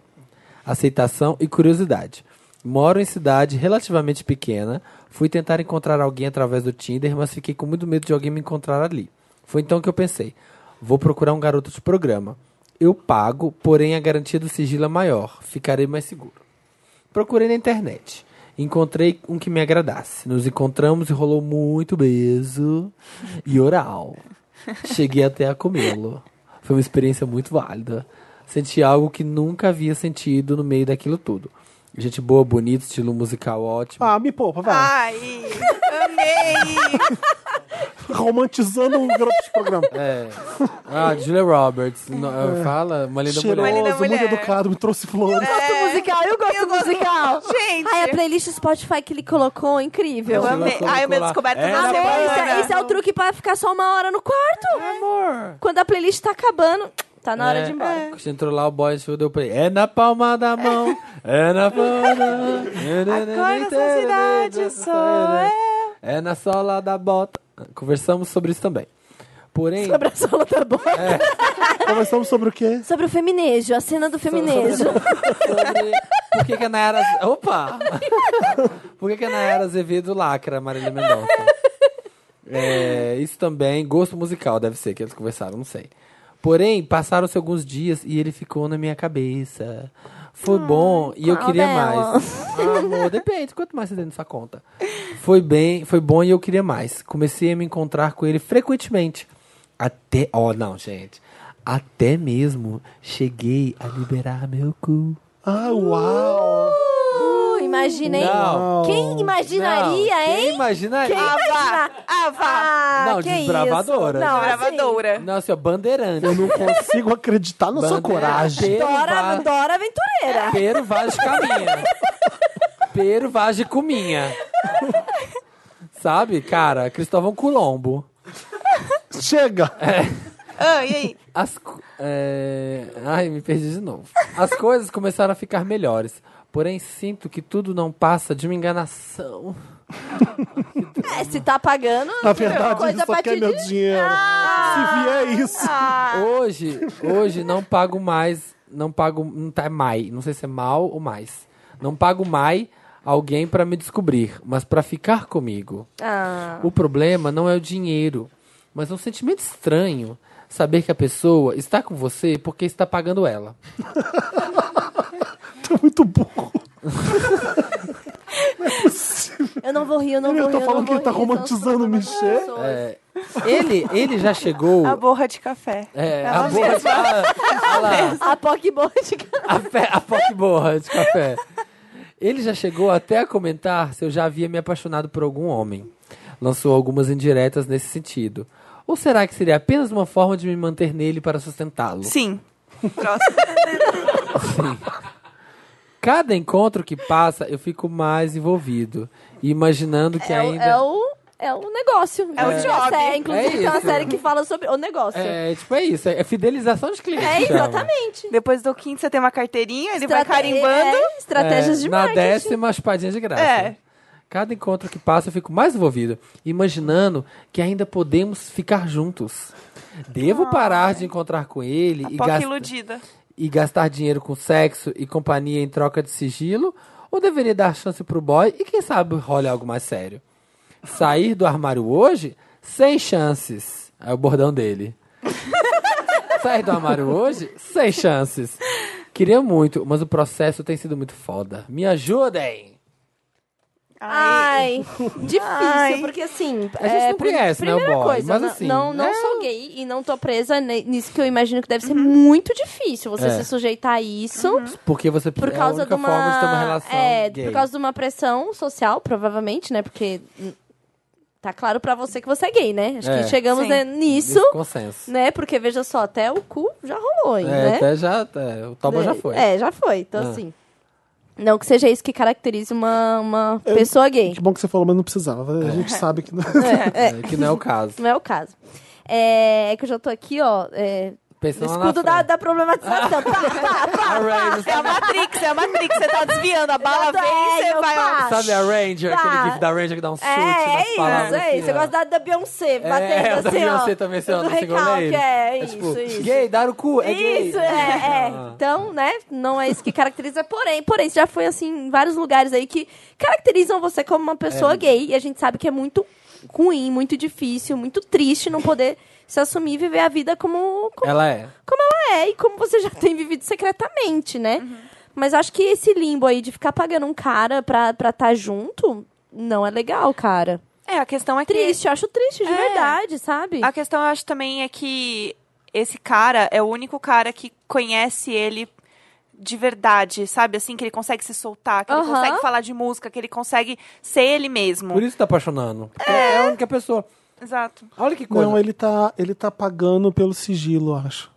[SPEAKER 2] aceitação e curiosidade. Moro em cidade relativamente pequena. Fui tentar encontrar alguém através do Tinder, mas fiquei com muito medo de alguém me encontrar ali. Foi então que eu pensei: vou procurar um garoto de programa. Eu pago, porém a garantia do sigilo é maior. Ficarei mais seguro. Procurei na internet. Encontrei um que me agradasse. Nos encontramos e rolou muito beijo e oral. Cheguei até a comê-lo. Foi uma experiência muito válida. Senti algo que nunca havia sentido no meio daquilo tudo. Gente boa, bonita, estilo musical ótimo.
[SPEAKER 1] Ah, me poupa, vai.
[SPEAKER 3] Ai, amei.
[SPEAKER 1] Romantizando um garoto de programa.
[SPEAKER 2] É. Ah, Julia Roberts. No- fala, uma linda
[SPEAKER 1] Cheiroso,
[SPEAKER 2] mulher.
[SPEAKER 3] linda
[SPEAKER 1] muito
[SPEAKER 3] mulher.
[SPEAKER 1] educado, me trouxe flores.
[SPEAKER 4] gosto
[SPEAKER 3] É,
[SPEAKER 4] musical, eu gosto musical.
[SPEAKER 3] Gente.
[SPEAKER 4] Ai, é a playlist do Spotify que ele colocou, é incrível.
[SPEAKER 3] Eu
[SPEAKER 2] Ela
[SPEAKER 3] amei.
[SPEAKER 2] colocou
[SPEAKER 3] Ai, o meu
[SPEAKER 2] lá,
[SPEAKER 3] descoberto
[SPEAKER 2] "Essa
[SPEAKER 3] na
[SPEAKER 4] Amor, isso
[SPEAKER 3] semana.
[SPEAKER 4] é, esse é o truque pra ficar só uma hora no quarto.
[SPEAKER 2] Amor.
[SPEAKER 4] Quando a playlist tá acabando, tá na hora de ir embora.
[SPEAKER 2] É. Entrou lá o boy show, deu pra ele. É na palma da mão, é na palma da mão.
[SPEAKER 3] Agora essa cidade sou eu.
[SPEAKER 2] É na sola da bota. Conversamos sobre isso também. Porém.
[SPEAKER 4] Sobre a sola da boca.
[SPEAKER 1] É. Conversamos sobre o quê?
[SPEAKER 4] tá Sobre o feminejo, a cena do feminejo.
[SPEAKER 2] Sobre por que, que a Nayara. Opa! por que, que a Nayara Azevedo lacra a Marília Mendonça? É, isso também, gosto musical, deve ser que eles conversaram, não sei. Porém, passaram-se alguns dias e ele ficou na minha cabeça. Foi bom e eu
[SPEAKER 4] Ah, qual
[SPEAKER 2] queria
[SPEAKER 4] dela?
[SPEAKER 2] mais. Ah, amor, depende, quanto mais você tem na sua conta. Foi bem, foi bom e eu queria mais. Comecei a me encontrar com ele frequentemente. Até, ó, não, gente. Até mesmo cheguei a liberar meu cu.
[SPEAKER 1] Ah, uau!
[SPEAKER 4] Uh, imagina, hein?
[SPEAKER 2] Não.
[SPEAKER 4] Quem imaginaria,
[SPEAKER 2] Não,
[SPEAKER 4] hein?
[SPEAKER 2] Quem imaginaria?
[SPEAKER 4] Quem imagina?
[SPEAKER 3] Ah, vá.
[SPEAKER 4] Ah,
[SPEAKER 2] Não,
[SPEAKER 4] que
[SPEAKER 2] desbravadora.
[SPEAKER 4] Isso? Não, assim,
[SPEAKER 3] Desbravadora.
[SPEAKER 2] Não, assim, ó, bandeirante.
[SPEAKER 1] Eu não consigo acreditar na sua
[SPEAKER 2] Bandeira-
[SPEAKER 1] coragem.
[SPEAKER 2] Pero
[SPEAKER 4] Dora,
[SPEAKER 2] Vaz-
[SPEAKER 4] Dora Aventureira.
[SPEAKER 2] Pero Vaz de Caminha. Pero Vaz de Cuminha. Sabe, cara? Cristóvão Colombo.
[SPEAKER 1] Chega!
[SPEAKER 2] É.
[SPEAKER 3] Ah, e aí?
[SPEAKER 2] As, co- é, Ai, me perdi de novo. As coisas começaram a ficar melhores. Porém, sinto que tudo não passa de uma enganação.
[SPEAKER 4] É, se tá pagando,
[SPEAKER 1] Na verdade,
[SPEAKER 4] coisa
[SPEAKER 1] ele
[SPEAKER 4] pra
[SPEAKER 1] só
[SPEAKER 4] te
[SPEAKER 1] quer meu
[SPEAKER 4] dizer.
[SPEAKER 1] dinheiro. Se vier isso.
[SPEAKER 2] Hoje, hoje não pago mais. Não pago. Não tá é mai. Não sei se é mal ou mais. Não pago mais alguém pra me descobrir, mas pra ficar comigo.
[SPEAKER 4] Ah,
[SPEAKER 2] O problema não é o dinheiro, mas é um sentimento estranho saber que a pessoa está com você porque está pagando ela.
[SPEAKER 1] Tá muito burro.
[SPEAKER 4] eu não vou rir, eu não
[SPEAKER 1] Eu
[SPEAKER 4] vou rir.
[SPEAKER 1] tô
[SPEAKER 4] não
[SPEAKER 1] falando que
[SPEAKER 4] vou
[SPEAKER 1] ele tá
[SPEAKER 4] rir, senão
[SPEAKER 1] romantizando
[SPEAKER 4] sou
[SPEAKER 1] o Michel.
[SPEAKER 4] pessoa.
[SPEAKER 2] É, ele, ele já chegou.
[SPEAKER 3] A borra de café.
[SPEAKER 2] É,
[SPEAKER 3] Ela
[SPEAKER 2] a borra de a, a, lá,
[SPEAKER 1] É.
[SPEAKER 4] A Pokémon de
[SPEAKER 2] a, fe- a poque borra de café. Ele já chegou até a comentar se eu já havia me apaixonado por algum homem. Lançou algumas indiretas nesse sentido. Ou será que seria apenas uma forma de me manter nele para sustentá-lo?
[SPEAKER 3] Sim. Próximo.
[SPEAKER 2] Cada encontro que passa, eu fico mais envolvido. E imaginando que
[SPEAKER 4] é, o-
[SPEAKER 2] ainda.
[SPEAKER 4] é o é o negócio.
[SPEAKER 3] É o job.
[SPEAKER 4] Série, inclusive,
[SPEAKER 2] É
[SPEAKER 4] tem uma
[SPEAKER 2] isso.
[SPEAKER 4] série que fala sobre o negócio. É,
[SPEAKER 2] É, tipo, é isso. É fidelização de clientes.
[SPEAKER 4] exatamente.
[SPEAKER 3] Depois do quinto, você tem uma carteirinha, ele vai
[SPEAKER 4] Estrate-
[SPEAKER 3] carimbando.
[SPEAKER 4] é, estratégias de
[SPEAKER 2] Na
[SPEAKER 4] marketing.
[SPEAKER 2] décima, a espadinha de graça.
[SPEAKER 3] É.
[SPEAKER 2] Cada encontro que passa, eu fico mais envolvido, imaginando que ainda podemos ficar juntos. Devo parar de encontrar com
[SPEAKER 4] Ah,
[SPEAKER 2] ele e,
[SPEAKER 3] Poca
[SPEAKER 2] gas-
[SPEAKER 3] iludida.
[SPEAKER 2] e gastar dinheiro com sexo e companhia em troca de sigilo? Ou deveria dar chance pro boy e quem sabe rola algo mais sério? Sair do armário hoje? Sem chances. É o bordão dele. Sair do armário hoje? Sem chances. Queria muito, mas o processo tem sido muito foda. Me ajudem!
[SPEAKER 4] Ai, difícil,
[SPEAKER 3] Ai.
[SPEAKER 4] porque assim.
[SPEAKER 2] A gente não conhece, né, o
[SPEAKER 4] primeira
[SPEAKER 2] boy,
[SPEAKER 4] coisa,
[SPEAKER 2] mas
[SPEAKER 4] não-
[SPEAKER 2] assim,
[SPEAKER 4] Não, não
[SPEAKER 2] é-
[SPEAKER 4] sou gay e não tô presa ne- nisso que eu imagino que deve
[SPEAKER 3] Uhum.
[SPEAKER 4] ser muito difícil você
[SPEAKER 2] É.
[SPEAKER 4] se sujeitar a isso.
[SPEAKER 2] Porque você
[SPEAKER 4] Por
[SPEAKER 2] é a
[SPEAKER 4] causa
[SPEAKER 2] única
[SPEAKER 4] de uma.
[SPEAKER 2] forma de ter uma relação.
[SPEAKER 4] é,
[SPEAKER 2] gay.
[SPEAKER 4] por causa de uma pressão social, provavelmente, né? Porque. hum, Tá claro pra você que você é gay, né? Acho
[SPEAKER 2] É.
[SPEAKER 4] que chegamos
[SPEAKER 3] Sim.
[SPEAKER 4] né,
[SPEAKER 2] Desse
[SPEAKER 4] nisso,
[SPEAKER 2] Consenso.
[SPEAKER 4] né? Porque veja só, até o cu já rolou, hein,
[SPEAKER 2] É,
[SPEAKER 4] né?
[SPEAKER 2] até já. é, o Toba já foi.
[SPEAKER 4] É, já foi. Então,
[SPEAKER 2] Ah.
[SPEAKER 4] assim. Não que seja isso que caracterize uma, uma pessoa gay.
[SPEAKER 1] Que bom que você falou, mas não precisava. A gente sabe que não.
[SPEAKER 4] É, é,
[SPEAKER 2] É, Que não é o caso.
[SPEAKER 4] não é o caso. É, é que eu já tô aqui, ó. É, no
[SPEAKER 2] Pensando lá na
[SPEAKER 4] escudo da,
[SPEAKER 2] frente.
[SPEAKER 4] da problematização. Pá, pá, pá,
[SPEAKER 2] A Ranger,
[SPEAKER 3] É a Matrix, é a Matrix. Você tá desviando, a bala
[SPEAKER 4] Eu tô-
[SPEAKER 3] vem,
[SPEAKER 4] é,
[SPEAKER 3] você
[SPEAKER 4] eu
[SPEAKER 3] vai... ó.
[SPEAKER 4] faço.
[SPEAKER 2] Sabe a Ranger,
[SPEAKER 4] Tá.
[SPEAKER 2] aquele gif da Ranger que dá um chute
[SPEAKER 4] É,
[SPEAKER 2] nas
[SPEAKER 4] é
[SPEAKER 2] palavras,
[SPEAKER 4] isso, é
[SPEAKER 2] assim,
[SPEAKER 4] isso. Eu
[SPEAKER 2] ó.
[SPEAKER 4] gosto da, da Beyoncé, batendo
[SPEAKER 2] é,
[SPEAKER 4] assim,
[SPEAKER 2] da Beyoncé
[SPEAKER 4] ó.
[SPEAKER 2] também, assim, ó,
[SPEAKER 4] do
[SPEAKER 2] no
[SPEAKER 4] recalque,
[SPEAKER 2] singoleiro.
[SPEAKER 4] é, isso,
[SPEAKER 2] tipo,
[SPEAKER 4] isso.
[SPEAKER 2] Gay, dar o cu, é gay. Ah.
[SPEAKER 4] Isso, é, é. Então, né, não é isso que caracteriza. Porém, porém, isso já foi assim em vários lugares aí que caracterizam você como uma pessoa gay. E a gente sabe que é muito ruim, muito difícil, muito triste não poder se assumir e viver a vida como, como,
[SPEAKER 2] Ela é.
[SPEAKER 4] como ela é e como você já tem vivido secretamente, né? Mas acho que esse limbo aí de ficar pagando um cara pra estar tá junto não é legal, cara.
[SPEAKER 3] É, a questão é que...
[SPEAKER 4] Triste, eu acho triste de
[SPEAKER 3] É.
[SPEAKER 4] verdade, sabe?
[SPEAKER 3] A questão, eu acho, também é que esse cara é o único cara que conhece ele de verdade, sabe? Assim, que ele consegue se soltar, que ele
[SPEAKER 4] Aham.
[SPEAKER 3] consegue falar de música, que ele consegue ser ele mesmo.
[SPEAKER 2] Por isso tá apaixonando. Porque é a única pessoa.
[SPEAKER 3] Exato.
[SPEAKER 2] Olha que coisa.
[SPEAKER 1] Não, ele tá, ele tá pagando pelo sigilo, eu acho.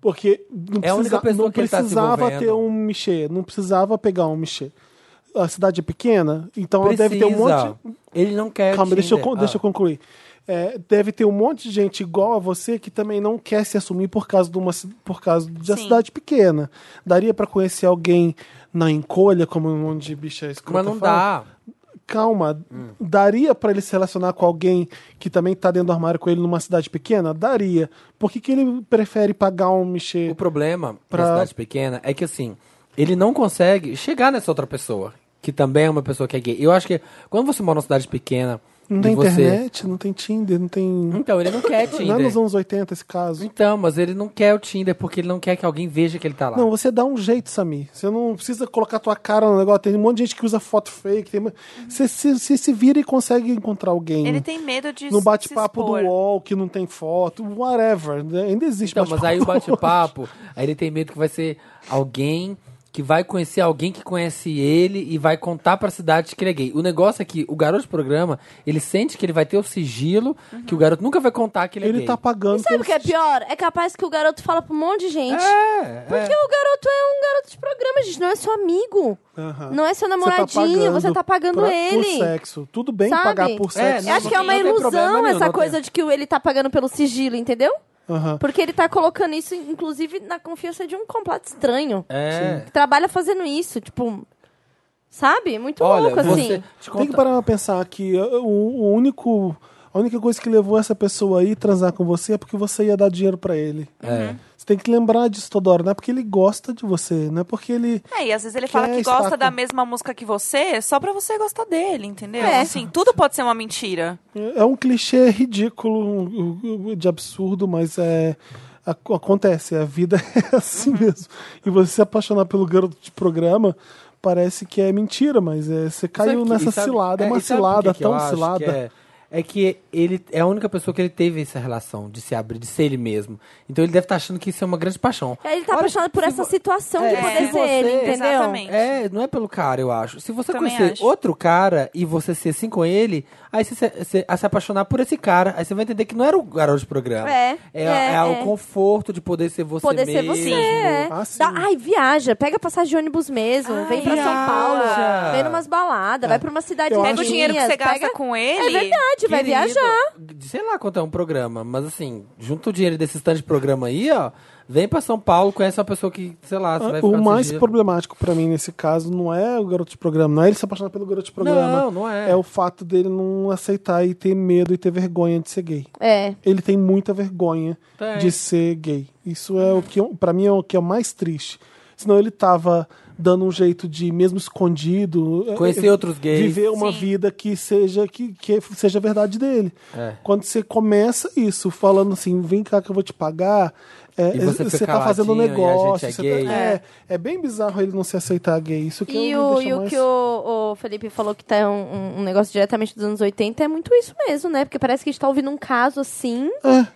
[SPEAKER 1] Porque não,
[SPEAKER 2] É a única
[SPEAKER 1] precisa-
[SPEAKER 2] pessoa
[SPEAKER 1] não
[SPEAKER 2] que ele tá se
[SPEAKER 1] precisava
[SPEAKER 2] envolvendo.
[SPEAKER 1] ter um Michê, não precisava pegar um Michê. A cidade é pequena, então ela deve ter um monte.
[SPEAKER 2] Precisa. Ele não quer.
[SPEAKER 1] Calma, deixa eu,
[SPEAKER 2] Tinder.
[SPEAKER 1] con- deixa eu
[SPEAKER 2] Ah.
[SPEAKER 1] concluir. É, deve ter um monte de gente igual a você que também não quer se assumir por causa de uma ci- por causa de uma
[SPEAKER 3] Sim.
[SPEAKER 1] cidade pequena. Daria pra conhecer alguém na encolha, como um monte de bicha escrota
[SPEAKER 2] Mas não
[SPEAKER 1] fala?
[SPEAKER 2] dá.
[SPEAKER 1] calma, daria pra ele se relacionar com alguém que também tá dentro do armário com ele numa cidade pequena? Daria. Por que, que ele prefere pagar um Michê?
[SPEAKER 2] O problema pra cidade pequena é que assim, ele não consegue chegar nessa outra pessoa, que também é uma pessoa que é gay. Eu acho que quando você mora numa cidade pequena,
[SPEAKER 1] Não
[SPEAKER 2] e
[SPEAKER 1] tem
[SPEAKER 2] você...
[SPEAKER 1] internet, não tem Tinder, não tem.
[SPEAKER 2] Então, ele não quer
[SPEAKER 1] Não é
[SPEAKER 2] Tinder.
[SPEAKER 1] nos anos 80 esse caso.
[SPEAKER 2] Então, mas ele não quer o Tinder porque ele não quer que alguém veja que ele tá lá.
[SPEAKER 1] Não, você dá um jeito, Samir. Você não precisa colocar tua cara no negócio. Tem um monte de gente que usa foto fake. Tem... um Você, se- se se vira e consegue encontrar alguém.
[SPEAKER 3] Ele tem medo de
[SPEAKER 1] No
[SPEAKER 3] se
[SPEAKER 1] bate-papo do
[SPEAKER 3] expor.
[SPEAKER 1] UOL, que não tem foto, whatever. né? Ainda existe
[SPEAKER 2] Então, mas aí o
[SPEAKER 1] do UOL.
[SPEAKER 2] bate-papo, aí ele tem medo que vai ser alguém que vai conhecer alguém que conhece ele e vai contar pra cidade que ele é gay. O negócio é que o garoto de programa, ele sente que ele vai ter o sigilo,
[SPEAKER 4] Uhum.
[SPEAKER 2] que o garoto nunca vai contar que ele, é
[SPEAKER 1] Ele
[SPEAKER 2] gay.
[SPEAKER 1] tá pagando
[SPEAKER 4] Sabe o
[SPEAKER 1] pelo-
[SPEAKER 4] que é pior? É capaz que o garoto fala pra um monte de gente.
[SPEAKER 2] É,
[SPEAKER 4] Porque o garoto é um garoto de programa, gente. Não é seu amigo.
[SPEAKER 1] Aham.
[SPEAKER 4] Não é
[SPEAKER 1] Você tá
[SPEAKER 4] seu namoradinho, você tá pagando
[SPEAKER 1] pra- Por
[SPEAKER 4] ele.
[SPEAKER 1] sexo. Tudo bem
[SPEAKER 4] Sabe?
[SPEAKER 1] pagar por sexo.
[SPEAKER 4] Eu acho que é uma
[SPEAKER 2] não tem problema
[SPEAKER 4] ilusão
[SPEAKER 2] nenhum,
[SPEAKER 4] essa
[SPEAKER 2] não
[SPEAKER 4] coisa
[SPEAKER 2] tem.
[SPEAKER 4] de que ele tá pagando pelo sigilo, entendeu?
[SPEAKER 1] Aham.
[SPEAKER 4] Porque ele tá colocando isso, inclusive, na confiança de um completo estranho.
[SPEAKER 2] É.
[SPEAKER 4] Que trabalha fazendo isso, tipo. Sabe? Muito
[SPEAKER 2] Olha,
[SPEAKER 4] louco,
[SPEAKER 2] você...
[SPEAKER 4] assim.
[SPEAKER 2] te
[SPEAKER 1] Tem que
[SPEAKER 2] contar-
[SPEAKER 1] parar pra pensar que uh, o, o único. A única coisa que levou essa pessoa aí transar com você é porque você ia dar dinheiro pra ele.
[SPEAKER 4] Uhum.
[SPEAKER 2] É.
[SPEAKER 1] Você tem que lembrar disso toda hora. Não é porque ele gosta de você, não é porque ele.
[SPEAKER 3] É, e às vezes ele fala
[SPEAKER 1] Quer
[SPEAKER 3] que gosta
[SPEAKER 1] estar
[SPEAKER 3] da
[SPEAKER 1] com-
[SPEAKER 3] mesma música que você só pra você gostar dele, entendeu?
[SPEAKER 4] É.
[SPEAKER 3] Assim, tudo pode ser uma mentira.
[SPEAKER 1] É um clichê ridículo, um- um- de absurdo, mas é. ac- Acontece, a vida é assim
[SPEAKER 2] Uhum.
[SPEAKER 1] mesmo. E você se apaixonar pelo garoto de programa parece que é mentira, mas é, você caiu
[SPEAKER 2] Sabe que-
[SPEAKER 1] nessa
[SPEAKER 2] e sabe-
[SPEAKER 1] cilada. É
[SPEAKER 2] e
[SPEAKER 1] uma
[SPEAKER 2] sabe por
[SPEAKER 1] cilada,
[SPEAKER 2] que que eu
[SPEAKER 1] tão
[SPEAKER 2] acho
[SPEAKER 1] cilada.
[SPEAKER 2] que é? É que ele é a única pessoa que ele teve essa relação de se abrir, de ser ele mesmo. Então ele deve estar achando que isso é uma grande paixão.
[SPEAKER 4] Aí Ele tá
[SPEAKER 2] Olha,
[SPEAKER 4] apaixonado por
[SPEAKER 2] se
[SPEAKER 4] essa
[SPEAKER 2] vo-
[SPEAKER 4] situação de
[SPEAKER 2] É,
[SPEAKER 4] poder
[SPEAKER 2] se
[SPEAKER 4] ser ele,
[SPEAKER 2] você-
[SPEAKER 4] entendeu?
[SPEAKER 3] Exatamente.
[SPEAKER 2] É, não é pelo cara, eu acho. Se você
[SPEAKER 3] Também
[SPEAKER 2] conhecer
[SPEAKER 3] acho.
[SPEAKER 2] outro cara e você ser assim com ele, aí você se, se- a se apaixonar por esse cara, aí você vai entender que não era o garoto de programa.
[SPEAKER 4] É,
[SPEAKER 2] É,
[SPEAKER 4] é,
[SPEAKER 2] é o
[SPEAKER 4] é.
[SPEAKER 2] conforto de poder ser você
[SPEAKER 4] Poder ser
[SPEAKER 2] mesmo.
[SPEAKER 4] você. é.
[SPEAKER 1] Ah, sim.
[SPEAKER 4] Dá- ai, viaja. Pega passagem de ônibus mesmo. vem pra São
[SPEAKER 2] viaja.
[SPEAKER 4] Paulo. Vem numas baladas. Vai pra uma cidade
[SPEAKER 1] Eu
[SPEAKER 3] Pega o dinheiro que você gasta com
[SPEAKER 4] É
[SPEAKER 3] ele.
[SPEAKER 4] verdade, vai
[SPEAKER 2] Querido,
[SPEAKER 4] viajar.
[SPEAKER 2] Sei lá quanto é um programa, mas assim, junta o dinheiro desse stand de programa aí, ó. Vem pra São Paulo, conhece uma pessoa que, sei lá, você vai ficar
[SPEAKER 1] Ah, O
[SPEAKER 2] no
[SPEAKER 1] mais
[SPEAKER 2] sigilo.
[SPEAKER 1] problemático pra mim nesse caso não é o garoto de programa, não é ele se apaixonar pelo garoto de programa.
[SPEAKER 2] Não, não é.
[SPEAKER 1] É o fato dele não aceitar e ter medo e ter vergonha de ser gay.
[SPEAKER 4] É.
[SPEAKER 1] Ele tem muita vergonha
[SPEAKER 2] Tem.
[SPEAKER 1] de ser gay. Isso é o que eu- pra mim é o que é o mais triste. Senão ele tava dando um jeito de mesmo escondido é,
[SPEAKER 2] Conhecer
[SPEAKER 1] é,
[SPEAKER 2] outros gays.
[SPEAKER 1] viver uma
[SPEAKER 3] Sim.
[SPEAKER 1] vida que seja que, que seja a verdade dele.
[SPEAKER 2] É.
[SPEAKER 1] Quando você começa isso falando assim, vem cá que eu vou te pagar, é,
[SPEAKER 2] E você fica
[SPEAKER 1] tá fazendo um
[SPEAKER 2] caladinho e a gente
[SPEAKER 1] negócio,
[SPEAKER 2] é
[SPEAKER 1] você
[SPEAKER 2] gay.
[SPEAKER 1] Tá, é, é bem bizarro ele não se aceitar gay. Isso que
[SPEAKER 4] E,
[SPEAKER 1] eu me
[SPEAKER 4] o,
[SPEAKER 1] deixa
[SPEAKER 4] e o
[SPEAKER 1] mais...
[SPEAKER 4] que o, o Felipe falou que tá um- um, um negócio diretamente dos anos 80 é muito isso mesmo, né? Porque parece que a gente tá ouvindo um caso assim.
[SPEAKER 1] Ah,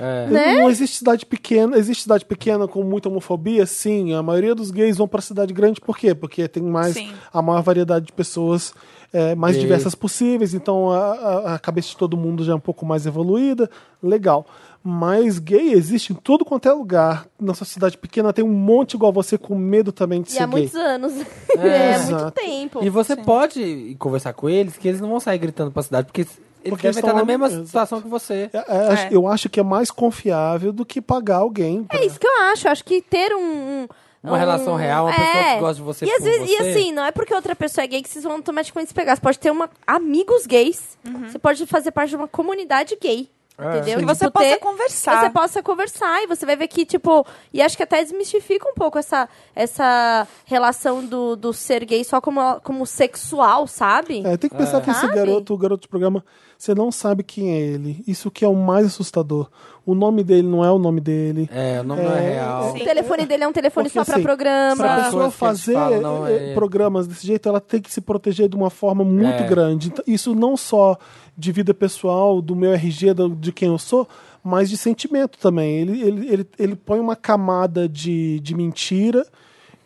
[SPEAKER 2] É.
[SPEAKER 4] né?
[SPEAKER 1] Não existe cidade pequena, existe cidade pequena com muita homofobia, sim. A maioria dos gays vão pra cidade grande, por quê? Porque tem mais
[SPEAKER 3] Sim.
[SPEAKER 1] a maior variedade de pessoas é, mais
[SPEAKER 2] Gays.
[SPEAKER 1] diversas possíveis, então a, a- a cabeça de todo mundo já é um pouco mais evoluída, legal. Mas gay existe em tudo quanto é lugar. Na sua cidade pequena tem um monte igual você com medo também de
[SPEAKER 4] E
[SPEAKER 1] ser
[SPEAKER 4] há
[SPEAKER 1] gay.
[SPEAKER 4] muitos anos. É, há muito
[SPEAKER 1] Exato.
[SPEAKER 4] tempo.
[SPEAKER 2] E você pode ir conversar com eles, que eles não vão sair gritando pra cidade, porque eles
[SPEAKER 1] Porque eles
[SPEAKER 2] devem estar
[SPEAKER 1] estão
[SPEAKER 2] na
[SPEAKER 1] lá
[SPEAKER 2] mesma
[SPEAKER 1] mesmo.
[SPEAKER 2] situação que você.
[SPEAKER 1] É, é, acho-
[SPEAKER 3] É.
[SPEAKER 1] Eu acho que é mais confiável do que pagar alguém. pra-
[SPEAKER 4] É isso que eu acho. Eu acho que ter um. um- é.
[SPEAKER 2] Uma relação real, uma pessoa que gosta de você
[SPEAKER 4] E, às
[SPEAKER 2] por
[SPEAKER 4] vezes- e
[SPEAKER 2] você.
[SPEAKER 4] assim, não é porque outra pessoa é gay que vocês vão automaticamente se pegar. Você pode ter uma, amigos gays.
[SPEAKER 1] Uhum.
[SPEAKER 4] Você pode fazer parte de uma comunidade gay.
[SPEAKER 2] É.
[SPEAKER 4] Entendeu?
[SPEAKER 3] Que você
[SPEAKER 4] Tipo,
[SPEAKER 3] possa
[SPEAKER 4] ter-
[SPEAKER 3] conversar.
[SPEAKER 4] Você possa conversar e você vai ver que, tipo. E acho que até desmistifica um pouco essa, essa relação do, do ser gay só como, como sexual, sabe?
[SPEAKER 1] É, tem que pensar que esse
[SPEAKER 4] Sabe?
[SPEAKER 1] garoto, o garoto de programa, você não sabe quem é ele. Isso que é o mais assustador. O nome dele não é o nome dele.
[SPEAKER 2] É, o nome não é real.
[SPEAKER 4] O telefone dele é um telefone
[SPEAKER 1] Porque,
[SPEAKER 4] só pra
[SPEAKER 1] assim, Pra
[SPEAKER 4] programa.
[SPEAKER 2] Sabe-
[SPEAKER 1] pessoa
[SPEAKER 2] Coisas que eles
[SPEAKER 1] fazer
[SPEAKER 2] falam, não
[SPEAKER 1] eh,
[SPEAKER 2] é-
[SPEAKER 1] programas desse jeito, ela tem que se proteger de uma forma muito
[SPEAKER 2] É.
[SPEAKER 1] grande. Então, Isso não só de vida pessoal, do meu RG, do- de quem eu sou, mas de sentimento também. Ele, ele, ele, ele põe uma camada de, de mentira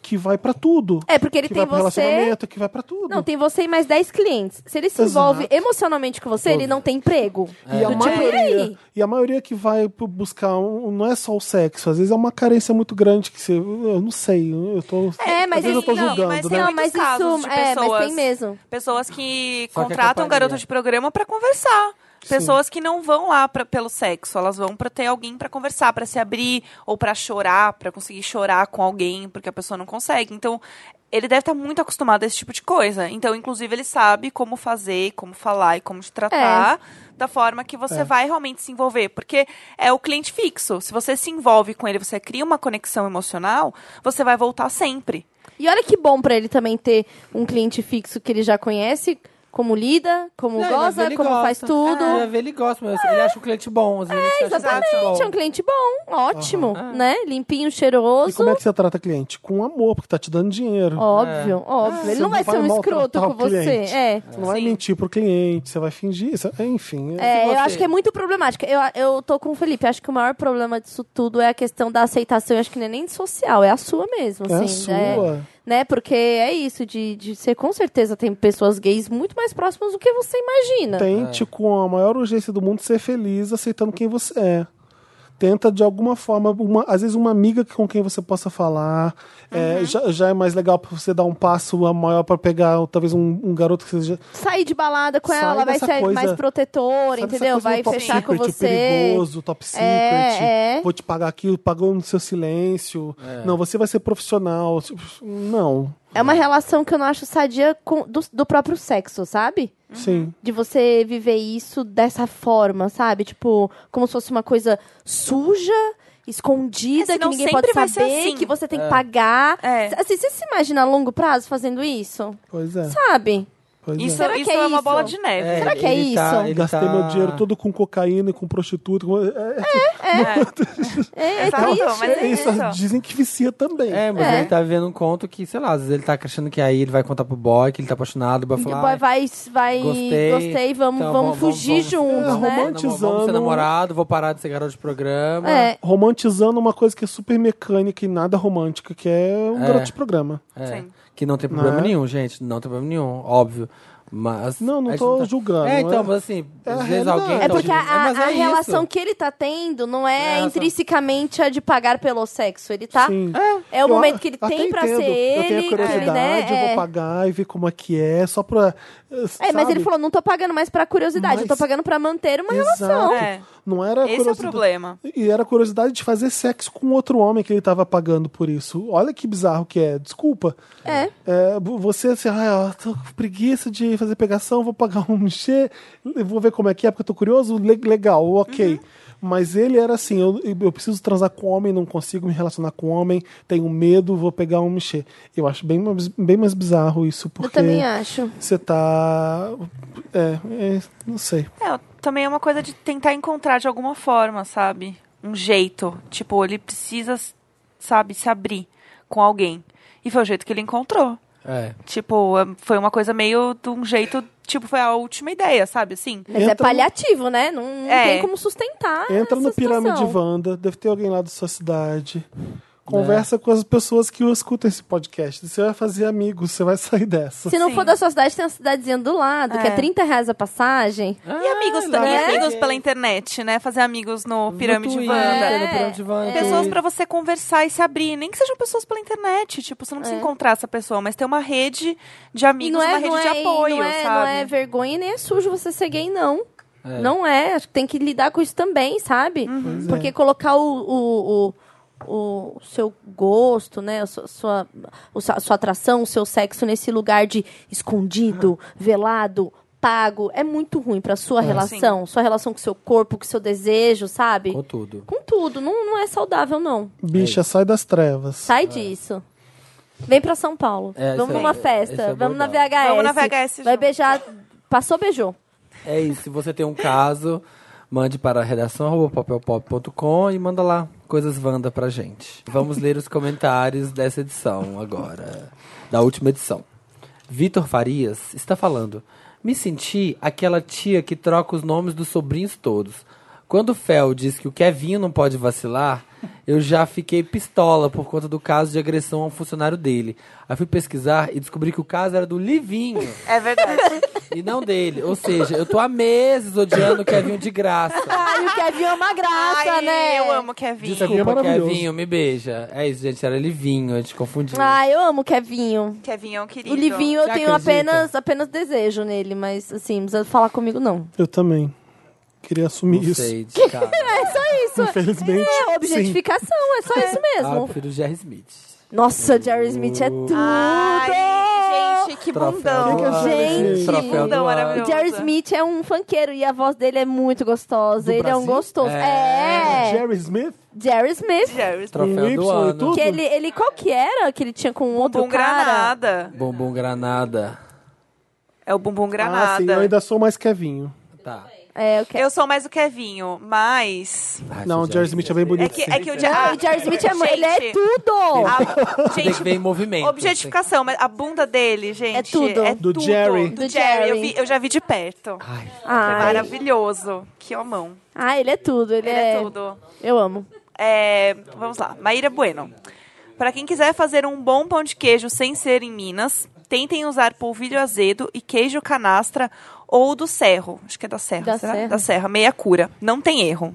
[SPEAKER 1] que vai pra tudo.
[SPEAKER 4] É, porque ele
[SPEAKER 1] que
[SPEAKER 4] tem
[SPEAKER 1] vai pro
[SPEAKER 4] você.
[SPEAKER 1] relacionamento, que vai pra tudo.
[SPEAKER 4] Não, tem você e mais 10 clientes. Se ele se
[SPEAKER 1] Exato.
[SPEAKER 4] envolve emocionalmente com você, ele não tem emprego.
[SPEAKER 1] E é a,
[SPEAKER 4] Do tipo, e
[SPEAKER 1] maioria,
[SPEAKER 4] aí?
[SPEAKER 1] e a maioria que vai pro- buscar um, não é só o sexo, às vezes é uma carência muito grande que você. Eu não sei, eu tô.
[SPEAKER 4] É, mas
[SPEAKER 1] às vezes eu tô
[SPEAKER 4] assim, não,
[SPEAKER 1] julgando,
[SPEAKER 3] mas
[SPEAKER 1] né?
[SPEAKER 3] tem
[SPEAKER 4] Não,
[SPEAKER 3] muitos
[SPEAKER 4] mas
[SPEAKER 3] casos
[SPEAKER 4] isso.
[SPEAKER 3] de
[SPEAKER 4] É, mas
[SPEAKER 3] pessoas-
[SPEAKER 4] tem mesmo.
[SPEAKER 3] Pessoas que
[SPEAKER 2] Só que
[SPEAKER 3] contratam
[SPEAKER 2] acompanha.
[SPEAKER 3] garoto de programa pra conversar.
[SPEAKER 1] Sim.
[SPEAKER 3] Pessoas que não vão lá pra- pelo sexo, elas vão pra ter alguém pra conversar, pra se abrir ou pra chorar, pra conseguir chorar com alguém, porque a pessoa não consegue. Então, ele deve estar muito acostumado a esse tipo de coisa. Então, inclusive, ele sabe como fazer, como falar e como te tratar da forma que você
[SPEAKER 11] É.
[SPEAKER 3] vai realmente se envolver. Porque é o cliente fixo. Se você se envolve com ele, você cria uma conexão emocional, você vai voltar sempre.
[SPEAKER 4] E olha que bom pra ele também ter um cliente fixo que ele já conhece, como lida, como
[SPEAKER 1] é
[SPEAKER 2] Não, ele vai ver,
[SPEAKER 4] goza,
[SPEAKER 2] ele
[SPEAKER 4] como
[SPEAKER 2] gosta.
[SPEAKER 4] faz tudo.
[SPEAKER 2] É, ele vai ver, ele gosta, mas ele acha o cliente bom. Às vezes
[SPEAKER 4] É,
[SPEAKER 2] ele acha o cliente
[SPEAKER 4] exatamente,
[SPEAKER 2] bom.
[SPEAKER 4] é um cliente bom, ótimo, né? Limpinho, cheiroso.
[SPEAKER 1] E como é que você trata cliente? Com amor, porque tá te dando dinheiro.
[SPEAKER 4] Óbvio, É. óbvio.
[SPEAKER 1] Ah,
[SPEAKER 4] Ele não vai ser um
[SPEAKER 1] maltratar
[SPEAKER 4] escroto
[SPEAKER 1] o
[SPEAKER 4] com você,
[SPEAKER 1] cliente.
[SPEAKER 4] é.
[SPEAKER 1] Você não vai mentir pro cliente, você vai fingir. Isso, enfim.
[SPEAKER 4] É, eu acho que é muito problemática. Eu, eu tô com o Felipe, acho que o maior problema disso tudo é a questão da aceitação, eu acho que não é nem social, é a sua mesmo,
[SPEAKER 1] É a
[SPEAKER 4] assim. né?
[SPEAKER 1] sua.
[SPEAKER 4] Né? Porque é isso, de, de você com certeza tem pessoas gays muito mais próximas do que você imagina.
[SPEAKER 1] Tente, com a maior urgência do mundo, ser feliz aceitando quem você é. Tenta, de alguma forma, uma- às vezes uma amiga com quem você possa falar. É,
[SPEAKER 4] Uhum.
[SPEAKER 1] já, já é mais legal pra você dar um passo a maior pra pegar, talvez, um, um garoto que seja.
[SPEAKER 4] Sair de balada com
[SPEAKER 1] Sai
[SPEAKER 4] ela, vai
[SPEAKER 1] dessa
[SPEAKER 4] ser
[SPEAKER 1] coisa-
[SPEAKER 4] mais
[SPEAKER 1] Sabe
[SPEAKER 4] protetora,
[SPEAKER 1] essa
[SPEAKER 4] entendeu?
[SPEAKER 1] coisa do
[SPEAKER 4] Vai
[SPEAKER 1] top
[SPEAKER 4] fechar com
[SPEAKER 1] secret, tipo,
[SPEAKER 4] você.
[SPEAKER 1] perigoso, top secret.
[SPEAKER 4] É, é.
[SPEAKER 1] Vou te pagar aquilo, pagou no seu silêncio.
[SPEAKER 2] É.
[SPEAKER 1] Não, você vai ser profissional. Tipo, Não.
[SPEAKER 4] É uma relação que eu não acho sadia com- do, do próprio sexo, sabe?
[SPEAKER 1] Sim.
[SPEAKER 4] De você viver isso dessa forma, sabe? Tipo, como se fosse uma coisa suja, escondida,
[SPEAKER 3] É,
[SPEAKER 4] que
[SPEAKER 3] senão
[SPEAKER 4] ninguém pode
[SPEAKER 3] sempre vai
[SPEAKER 4] saber,
[SPEAKER 3] ser assim.
[SPEAKER 4] que você tem que
[SPEAKER 3] É.
[SPEAKER 4] pagar. Assim, você se imagina a longo prazo fazendo isso?
[SPEAKER 1] Pois é.
[SPEAKER 4] Sabe?
[SPEAKER 1] Pois é.
[SPEAKER 3] Isso, isso é, uma bola de neve.
[SPEAKER 4] Será que é isso?
[SPEAKER 2] tá,
[SPEAKER 1] Gastei meu dinheiro todo com cocaína e com prostituta. com- É,
[SPEAKER 4] É, é
[SPEAKER 3] Exato,
[SPEAKER 4] triste.
[SPEAKER 3] mas é
[SPEAKER 1] isso.
[SPEAKER 3] isso.
[SPEAKER 1] Dizem que vicia também.
[SPEAKER 2] É, mas
[SPEAKER 4] É.
[SPEAKER 2] ele tá vivendo um conto que, sei lá, às vezes ele tá achando que aí ele vai contar pro boy, que ele tá apaixonado, o boy
[SPEAKER 4] Que
[SPEAKER 2] falar.
[SPEAKER 4] vai, vai, vai-
[SPEAKER 2] Gostei.
[SPEAKER 4] gostei, vamos,
[SPEAKER 2] Então,
[SPEAKER 4] vamos,
[SPEAKER 2] vamos-
[SPEAKER 4] fugir juntos,
[SPEAKER 1] vamos-
[SPEAKER 4] né?
[SPEAKER 2] "Não, Vamos ser
[SPEAKER 1] romantizando-
[SPEAKER 2] namorado, vou parar de ser garoto de programa.
[SPEAKER 4] É.
[SPEAKER 1] Romantizando uma coisa que é super mecânica e nada romântica, que é um
[SPEAKER 2] É.
[SPEAKER 1] garoto de programa.
[SPEAKER 2] É, Que não tem problema
[SPEAKER 1] Né?
[SPEAKER 2] nenhum, gente. Não tem problema nenhum, óbio. Mas.
[SPEAKER 1] Não, não
[SPEAKER 2] a gente
[SPEAKER 1] tô julgando,
[SPEAKER 2] É, então,
[SPEAKER 1] é-
[SPEAKER 2] mas assim,
[SPEAKER 1] é a
[SPEAKER 2] às vezes alguém.
[SPEAKER 1] realidade.
[SPEAKER 4] É
[SPEAKER 2] tá
[SPEAKER 4] porque a,
[SPEAKER 2] ouvindo- mas
[SPEAKER 4] a
[SPEAKER 2] é isso.
[SPEAKER 4] relação que ele tá tendo não é,
[SPEAKER 2] É, só-
[SPEAKER 4] intrinsecamente a de pagar pelo sexo. Ele tá.
[SPEAKER 1] Sim.
[SPEAKER 4] É,
[SPEAKER 1] Eu
[SPEAKER 4] o momento
[SPEAKER 1] a-
[SPEAKER 4] que ele
[SPEAKER 1] até
[SPEAKER 4] tem pra
[SPEAKER 1] entendo.
[SPEAKER 4] ser
[SPEAKER 1] Eu tenho
[SPEAKER 4] ele.
[SPEAKER 1] a
[SPEAKER 4] que ele,
[SPEAKER 1] curiosidade,
[SPEAKER 4] né,
[SPEAKER 1] eu
[SPEAKER 4] é.
[SPEAKER 1] vou pagar e ver como é que é, só pra. É,
[SPEAKER 4] É, mas ele falou, não tô pagando mais pra curiosidade, eu tô pagando pra manter uma relação.
[SPEAKER 3] É.
[SPEAKER 1] Não era
[SPEAKER 3] Esse é o
[SPEAKER 1] curiosidade-
[SPEAKER 3] problema.
[SPEAKER 1] E era curiosidade de fazer sexo com outro homem que ele tava pagando por isso. Olha que bizarro que é. Desculpa.
[SPEAKER 4] É.
[SPEAKER 1] É, bu- você assim, ah, eu tô com preguiça de fazer pegação, vou pagar um mexer, vou ver como é que é, porque eu tô curioso. Le- legal,
[SPEAKER 3] Uhum.
[SPEAKER 1] ok. Mas ele era assim, eu, eu preciso transar com homem, não consigo me relacionar com homem, tenho medo, vou pegar um mexer. Eu acho bem, mais- bem mais bizarro isso, porque...
[SPEAKER 4] também acho.
[SPEAKER 1] Você tá... É, é, não sei.
[SPEAKER 3] É, também é uma coisa de tentar encontrar de alguma forma, sabe? Um jeito. Tipo, ele precisa, sabe, se abrir com alguém. E foi o jeito que ele encontrou.
[SPEAKER 2] É.
[SPEAKER 3] Tipo, é, foi uma coisa meio de um jeito. Tipo, foi a última ideia, sabe? Assim.
[SPEAKER 4] Mas é paliativo, né? Não, não
[SPEAKER 3] É.
[SPEAKER 4] tem como sustentar.
[SPEAKER 1] Entra no
[SPEAKER 4] essa situação.
[SPEAKER 1] Pirâmide Wanda, deve ter alguém lá da sua cidade. Conversa
[SPEAKER 4] Né?
[SPEAKER 1] com as pessoas que escutam esse podcast. Você vai fazer amigos, você vai sair dessa.
[SPEAKER 4] Se não for da sua cidade, tem uma cidadezinha do lado, que é
[SPEAKER 3] É.
[SPEAKER 4] 30 reais a passagem.
[SPEAKER 3] E
[SPEAKER 2] Ah,
[SPEAKER 3] amigos,
[SPEAKER 4] lá
[SPEAKER 3] e
[SPEAKER 4] na
[SPEAKER 3] amigos
[SPEAKER 4] internet.
[SPEAKER 1] É.
[SPEAKER 3] pela internet, né? Fazer amigos no Pirâmide
[SPEAKER 2] Twitter,
[SPEAKER 3] Wanda.
[SPEAKER 2] no Pirâmide Wanda,
[SPEAKER 4] É.
[SPEAKER 3] Pessoas
[SPEAKER 2] Twitter.
[SPEAKER 3] pra você conversar e se abrir. Nem que sejam pessoas pela internet. Tipo, você não precisa encontrar essa pessoa, mas ter uma rede de
[SPEAKER 4] E
[SPEAKER 3] amigos,
[SPEAKER 4] não é,
[SPEAKER 3] uma rede
[SPEAKER 4] não,
[SPEAKER 3] de
[SPEAKER 4] é,
[SPEAKER 3] apoio,
[SPEAKER 4] não, é,
[SPEAKER 3] sabe?
[SPEAKER 4] não é vergonha nem é sujo você ser gay, não.
[SPEAKER 2] É.
[SPEAKER 4] Não é, acho que tem que lidar com isso também, sabe?
[SPEAKER 3] Uhum. é.
[SPEAKER 4] Porque colocar o, o, o, o seu gosto, né? a Sua, sua, o sa- sua atração, o seu sexo nesse lugar de
[SPEAKER 3] Uhum.
[SPEAKER 4] escondido, velado, pago, é muito ruim pra sua
[SPEAKER 2] É.
[SPEAKER 4] relação. Sua relação com seu corpo, com seu desejo, sabe?
[SPEAKER 2] Com tudo.
[SPEAKER 4] Com tudo, não, não é saudável, não.
[SPEAKER 1] Bicha, sai das trevas.
[SPEAKER 4] Sai disso. Vem pra São Paulo.
[SPEAKER 1] É,
[SPEAKER 4] vamos
[SPEAKER 1] isso
[SPEAKER 4] numa
[SPEAKER 1] aí.
[SPEAKER 4] festa.
[SPEAKER 2] Isso é
[SPEAKER 4] vamos na
[SPEAKER 2] verdade.
[SPEAKER 4] VHS.
[SPEAKER 3] Vamos na VHS
[SPEAKER 4] Vai beijar. Passou, beijou.
[SPEAKER 2] É isso. Se você tem um caso, mande para redação.papelpop.com e manda lá coisas Wanda pra gente. Vamos ler os comentários dessa edição agora. Da última edição. Vitor Farias está falando. Me senti aquela tia que troca os nomes dos sobrinhos todos. Quando o Fel diz que o Kevinho não pode vacilar, eu já fiquei pistola por conta do caso de agressão a um funcionário dele. Aí fui pesquisar e descobri que o caso era do Livinho.
[SPEAKER 3] É verdade.
[SPEAKER 2] E não dele. Ou seja, eu tô há meses odiando o Kevinho de graça.
[SPEAKER 4] Ai, o Kevin é uma graça,
[SPEAKER 3] Ai,
[SPEAKER 4] né?
[SPEAKER 3] Eu amo Kevin.
[SPEAKER 2] Desculpa,
[SPEAKER 1] é maravilhoso.
[SPEAKER 2] Kevinho, me beija. É isso, gente. Era Livinho, a gente confundiu.
[SPEAKER 4] Ah, eu amo o Kevinho.
[SPEAKER 3] Kevin é um querido.
[SPEAKER 4] O Livinho eu
[SPEAKER 2] Você
[SPEAKER 4] tenho
[SPEAKER 2] acredita?
[SPEAKER 4] apenas, apenas desejo nele, mas assim, não precisa falar comigo, não.
[SPEAKER 1] Eu também. Queria assumir
[SPEAKER 2] Não
[SPEAKER 1] isso.
[SPEAKER 2] sei, de cara.
[SPEAKER 4] É só isso.
[SPEAKER 1] Infelizmente,
[SPEAKER 4] É
[SPEAKER 1] sim.
[SPEAKER 4] objetificação, é só isso
[SPEAKER 2] Ah, tá. eu
[SPEAKER 4] mesmo.
[SPEAKER 2] prefiro o Jerry Smith.
[SPEAKER 4] Nossa, Jerry Smith é tudo!
[SPEAKER 3] Ai, gente, que
[SPEAKER 2] Troféu.
[SPEAKER 3] bundão.
[SPEAKER 1] é
[SPEAKER 2] Quem que achou
[SPEAKER 4] Gente,
[SPEAKER 2] desse troféu do ar?
[SPEAKER 4] O Jerry Smith é um funkeiro e a voz dele é muito gostosa.
[SPEAKER 2] Do
[SPEAKER 4] ele é um
[SPEAKER 2] Brasil?
[SPEAKER 4] gostoso.
[SPEAKER 2] É.
[SPEAKER 4] É!
[SPEAKER 1] Jerry Smith?
[SPEAKER 4] Jerry Smith.
[SPEAKER 3] Jerry Smith.
[SPEAKER 1] Com
[SPEAKER 2] Troféu do
[SPEAKER 1] Y e
[SPEAKER 2] ano.
[SPEAKER 1] tudo?
[SPEAKER 4] Que ele, ele, qual que era que ele tinha com um outro
[SPEAKER 3] Bumbum
[SPEAKER 4] cara?
[SPEAKER 3] Granada.
[SPEAKER 2] Bombom Granada.
[SPEAKER 3] É o Bumbum
[SPEAKER 1] Ah, sim,
[SPEAKER 3] Granada.
[SPEAKER 1] eu ainda sou mais Kevinho.
[SPEAKER 2] Tá.
[SPEAKER 4] É, eu quero.
[SPEAKER 3] Eu sou mais o Kevinho, mas...
[SPEAKER 2] Ah,
[SPEAKER 1] Não, o
[SPEAKER 2] esse
[SPEAKER 1] Jerry Smith é bem
[SPEAKER 3] É
[SPEAKER 1] bonito.
[SPEAKER 3] que, é que o
[SPEAKER 4] Ah,
[SPEAKER 3] Jerry...
[SPEAKER 4] o Jerry Smith é, mu- ele é
[SPEAKER 3] Gente,
[SPEAKER 4] tudo!
[SPEAKER 3] a-
[SPEAKER 2] Tem que ver em
[SPEAKER 3] Gente,
[SPEAKER 2] movimento.
[SPEAKER 3] objetificação, mas a bunda dele, gente...
[SPEAKER 4] É tudo.
[SPEAKER 1] Do
[SPEAKER 3] tudo.
[SPEAKER 1] Jerry.
[SPEAKER 3] Do,
[SPEAKER 4] Do
[SPEAKER 3] Jerry. Eu,
[SPEAKER 4] Jerry.
[SPEAKER 3] vi- eu já vi de perto.
[SPEAKER 2] Ai,
[SPEAKER 3] É
[SPEAKER 4] Ai.
[SPEAKER 3] maravilhoso. Que homão.
[SPEAKER 4] Ah, ele é tudo. Ele,
[SPEAKER 3] Ele é tudo.
[SPEAKER 4] Eu amo.
[SPEAKER 3] É, vamos lá, Maíra Bueno. Para quem quiser fazer um bom pão de queijo sem ser em Minas, tentem usar polvilho azedo e queijo canastra ou do serro. Acho que é da serra,
[SPEAKER 4] Da
[SPEAKER 3] será?
[SPEAKER 4] Serra.
[SPEAKER 3] Da serra, meia cura. Não tem erro.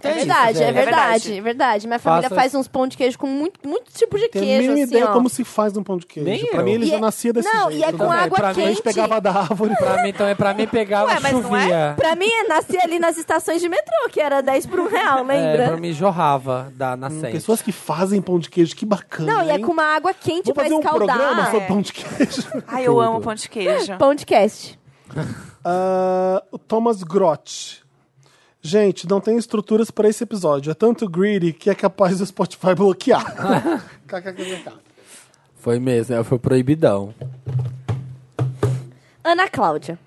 [SPEAKER 4] É verdade, é
[SPEAKER 2] gente.
[SPEAKER 4] verdade,
[SPEAKER 3] É
[SPEAKER 4] é verdade. Minha família
[SPEAKER 2] Faça-
[SPEAKER 4] faz uns pão de queijo com muito, muito tipo de
[SPEAKER 1] Tenho a
[SPEAKER 4] queijo,
[SPEAKER 1] mínima
[SPEAKER 4] assim,
[SPEAKER 1] ideia
[SPEAKER 4] ó.
[SPEAKER 1] como se faz um pão de queijo.
[SPEAKER 2] Nem
[SPEAKER 1] pra
[SPEAKER 2] eu.
[SPEAKER 1] mim ele
[SPEAKER 4] E
[SPEAKER 1] já
[SPEAKER 4] é-
[SPEAKER 1] nascia desse
[SPEAKER 4] Não,
[SPEAKER 1] jeito. né?
[SPEAKER 4] e é com
[SPEAKER 2] também.
[SPEAKER 4] água
[SPEAKER 2] Pra mim,
[SPEAKER 1] A
[SPEAKER 4] quente.
[SPEAKER 1] gente pegava da árvore.
[SPEAKER 2] Pra mim, então, é pra mim pegava
[SPEAKER 3] Ué, mas não é?
[SPEAKER 2] chovia.
[SPEAKER 4] Pra mim, é nascer ali nas estações de metrô, que era 10 por um real, lembra?
[SPEAKER 2] É, pra mim jorrava da nascente.
[SPEAKER 1] Pessoas Hum, que fazem pão de queijo, que bacana.
[SPEAKER 4] Não, e é
[SPEAKER 1] hein?
[SPEAKER 4] com uma água quente
[SPEAKER 1] Vamos
[SPEAKER 4] pra
[SPEAKER 1] fazer um programa
[SPEAKER 4] escaldar.
[SPEAKER 1] sobre pão de queijo.
[SPEAKER 3] Ai, eu amo pão de queijo.
[SPEAKER 4] Pão de cast.
[SPEAKER 1] Ah, o Thomas Grotti. Gente, não tem estruturas para esse episódio. É tanto greedy que é capaz do Spotify bloquear. KKKK.
[SPEAKER 2] Foi mesmo, é, foi proibidão.
[SPEAKER 3] Hum,
[SPEAKER 4] Ana Cláudia.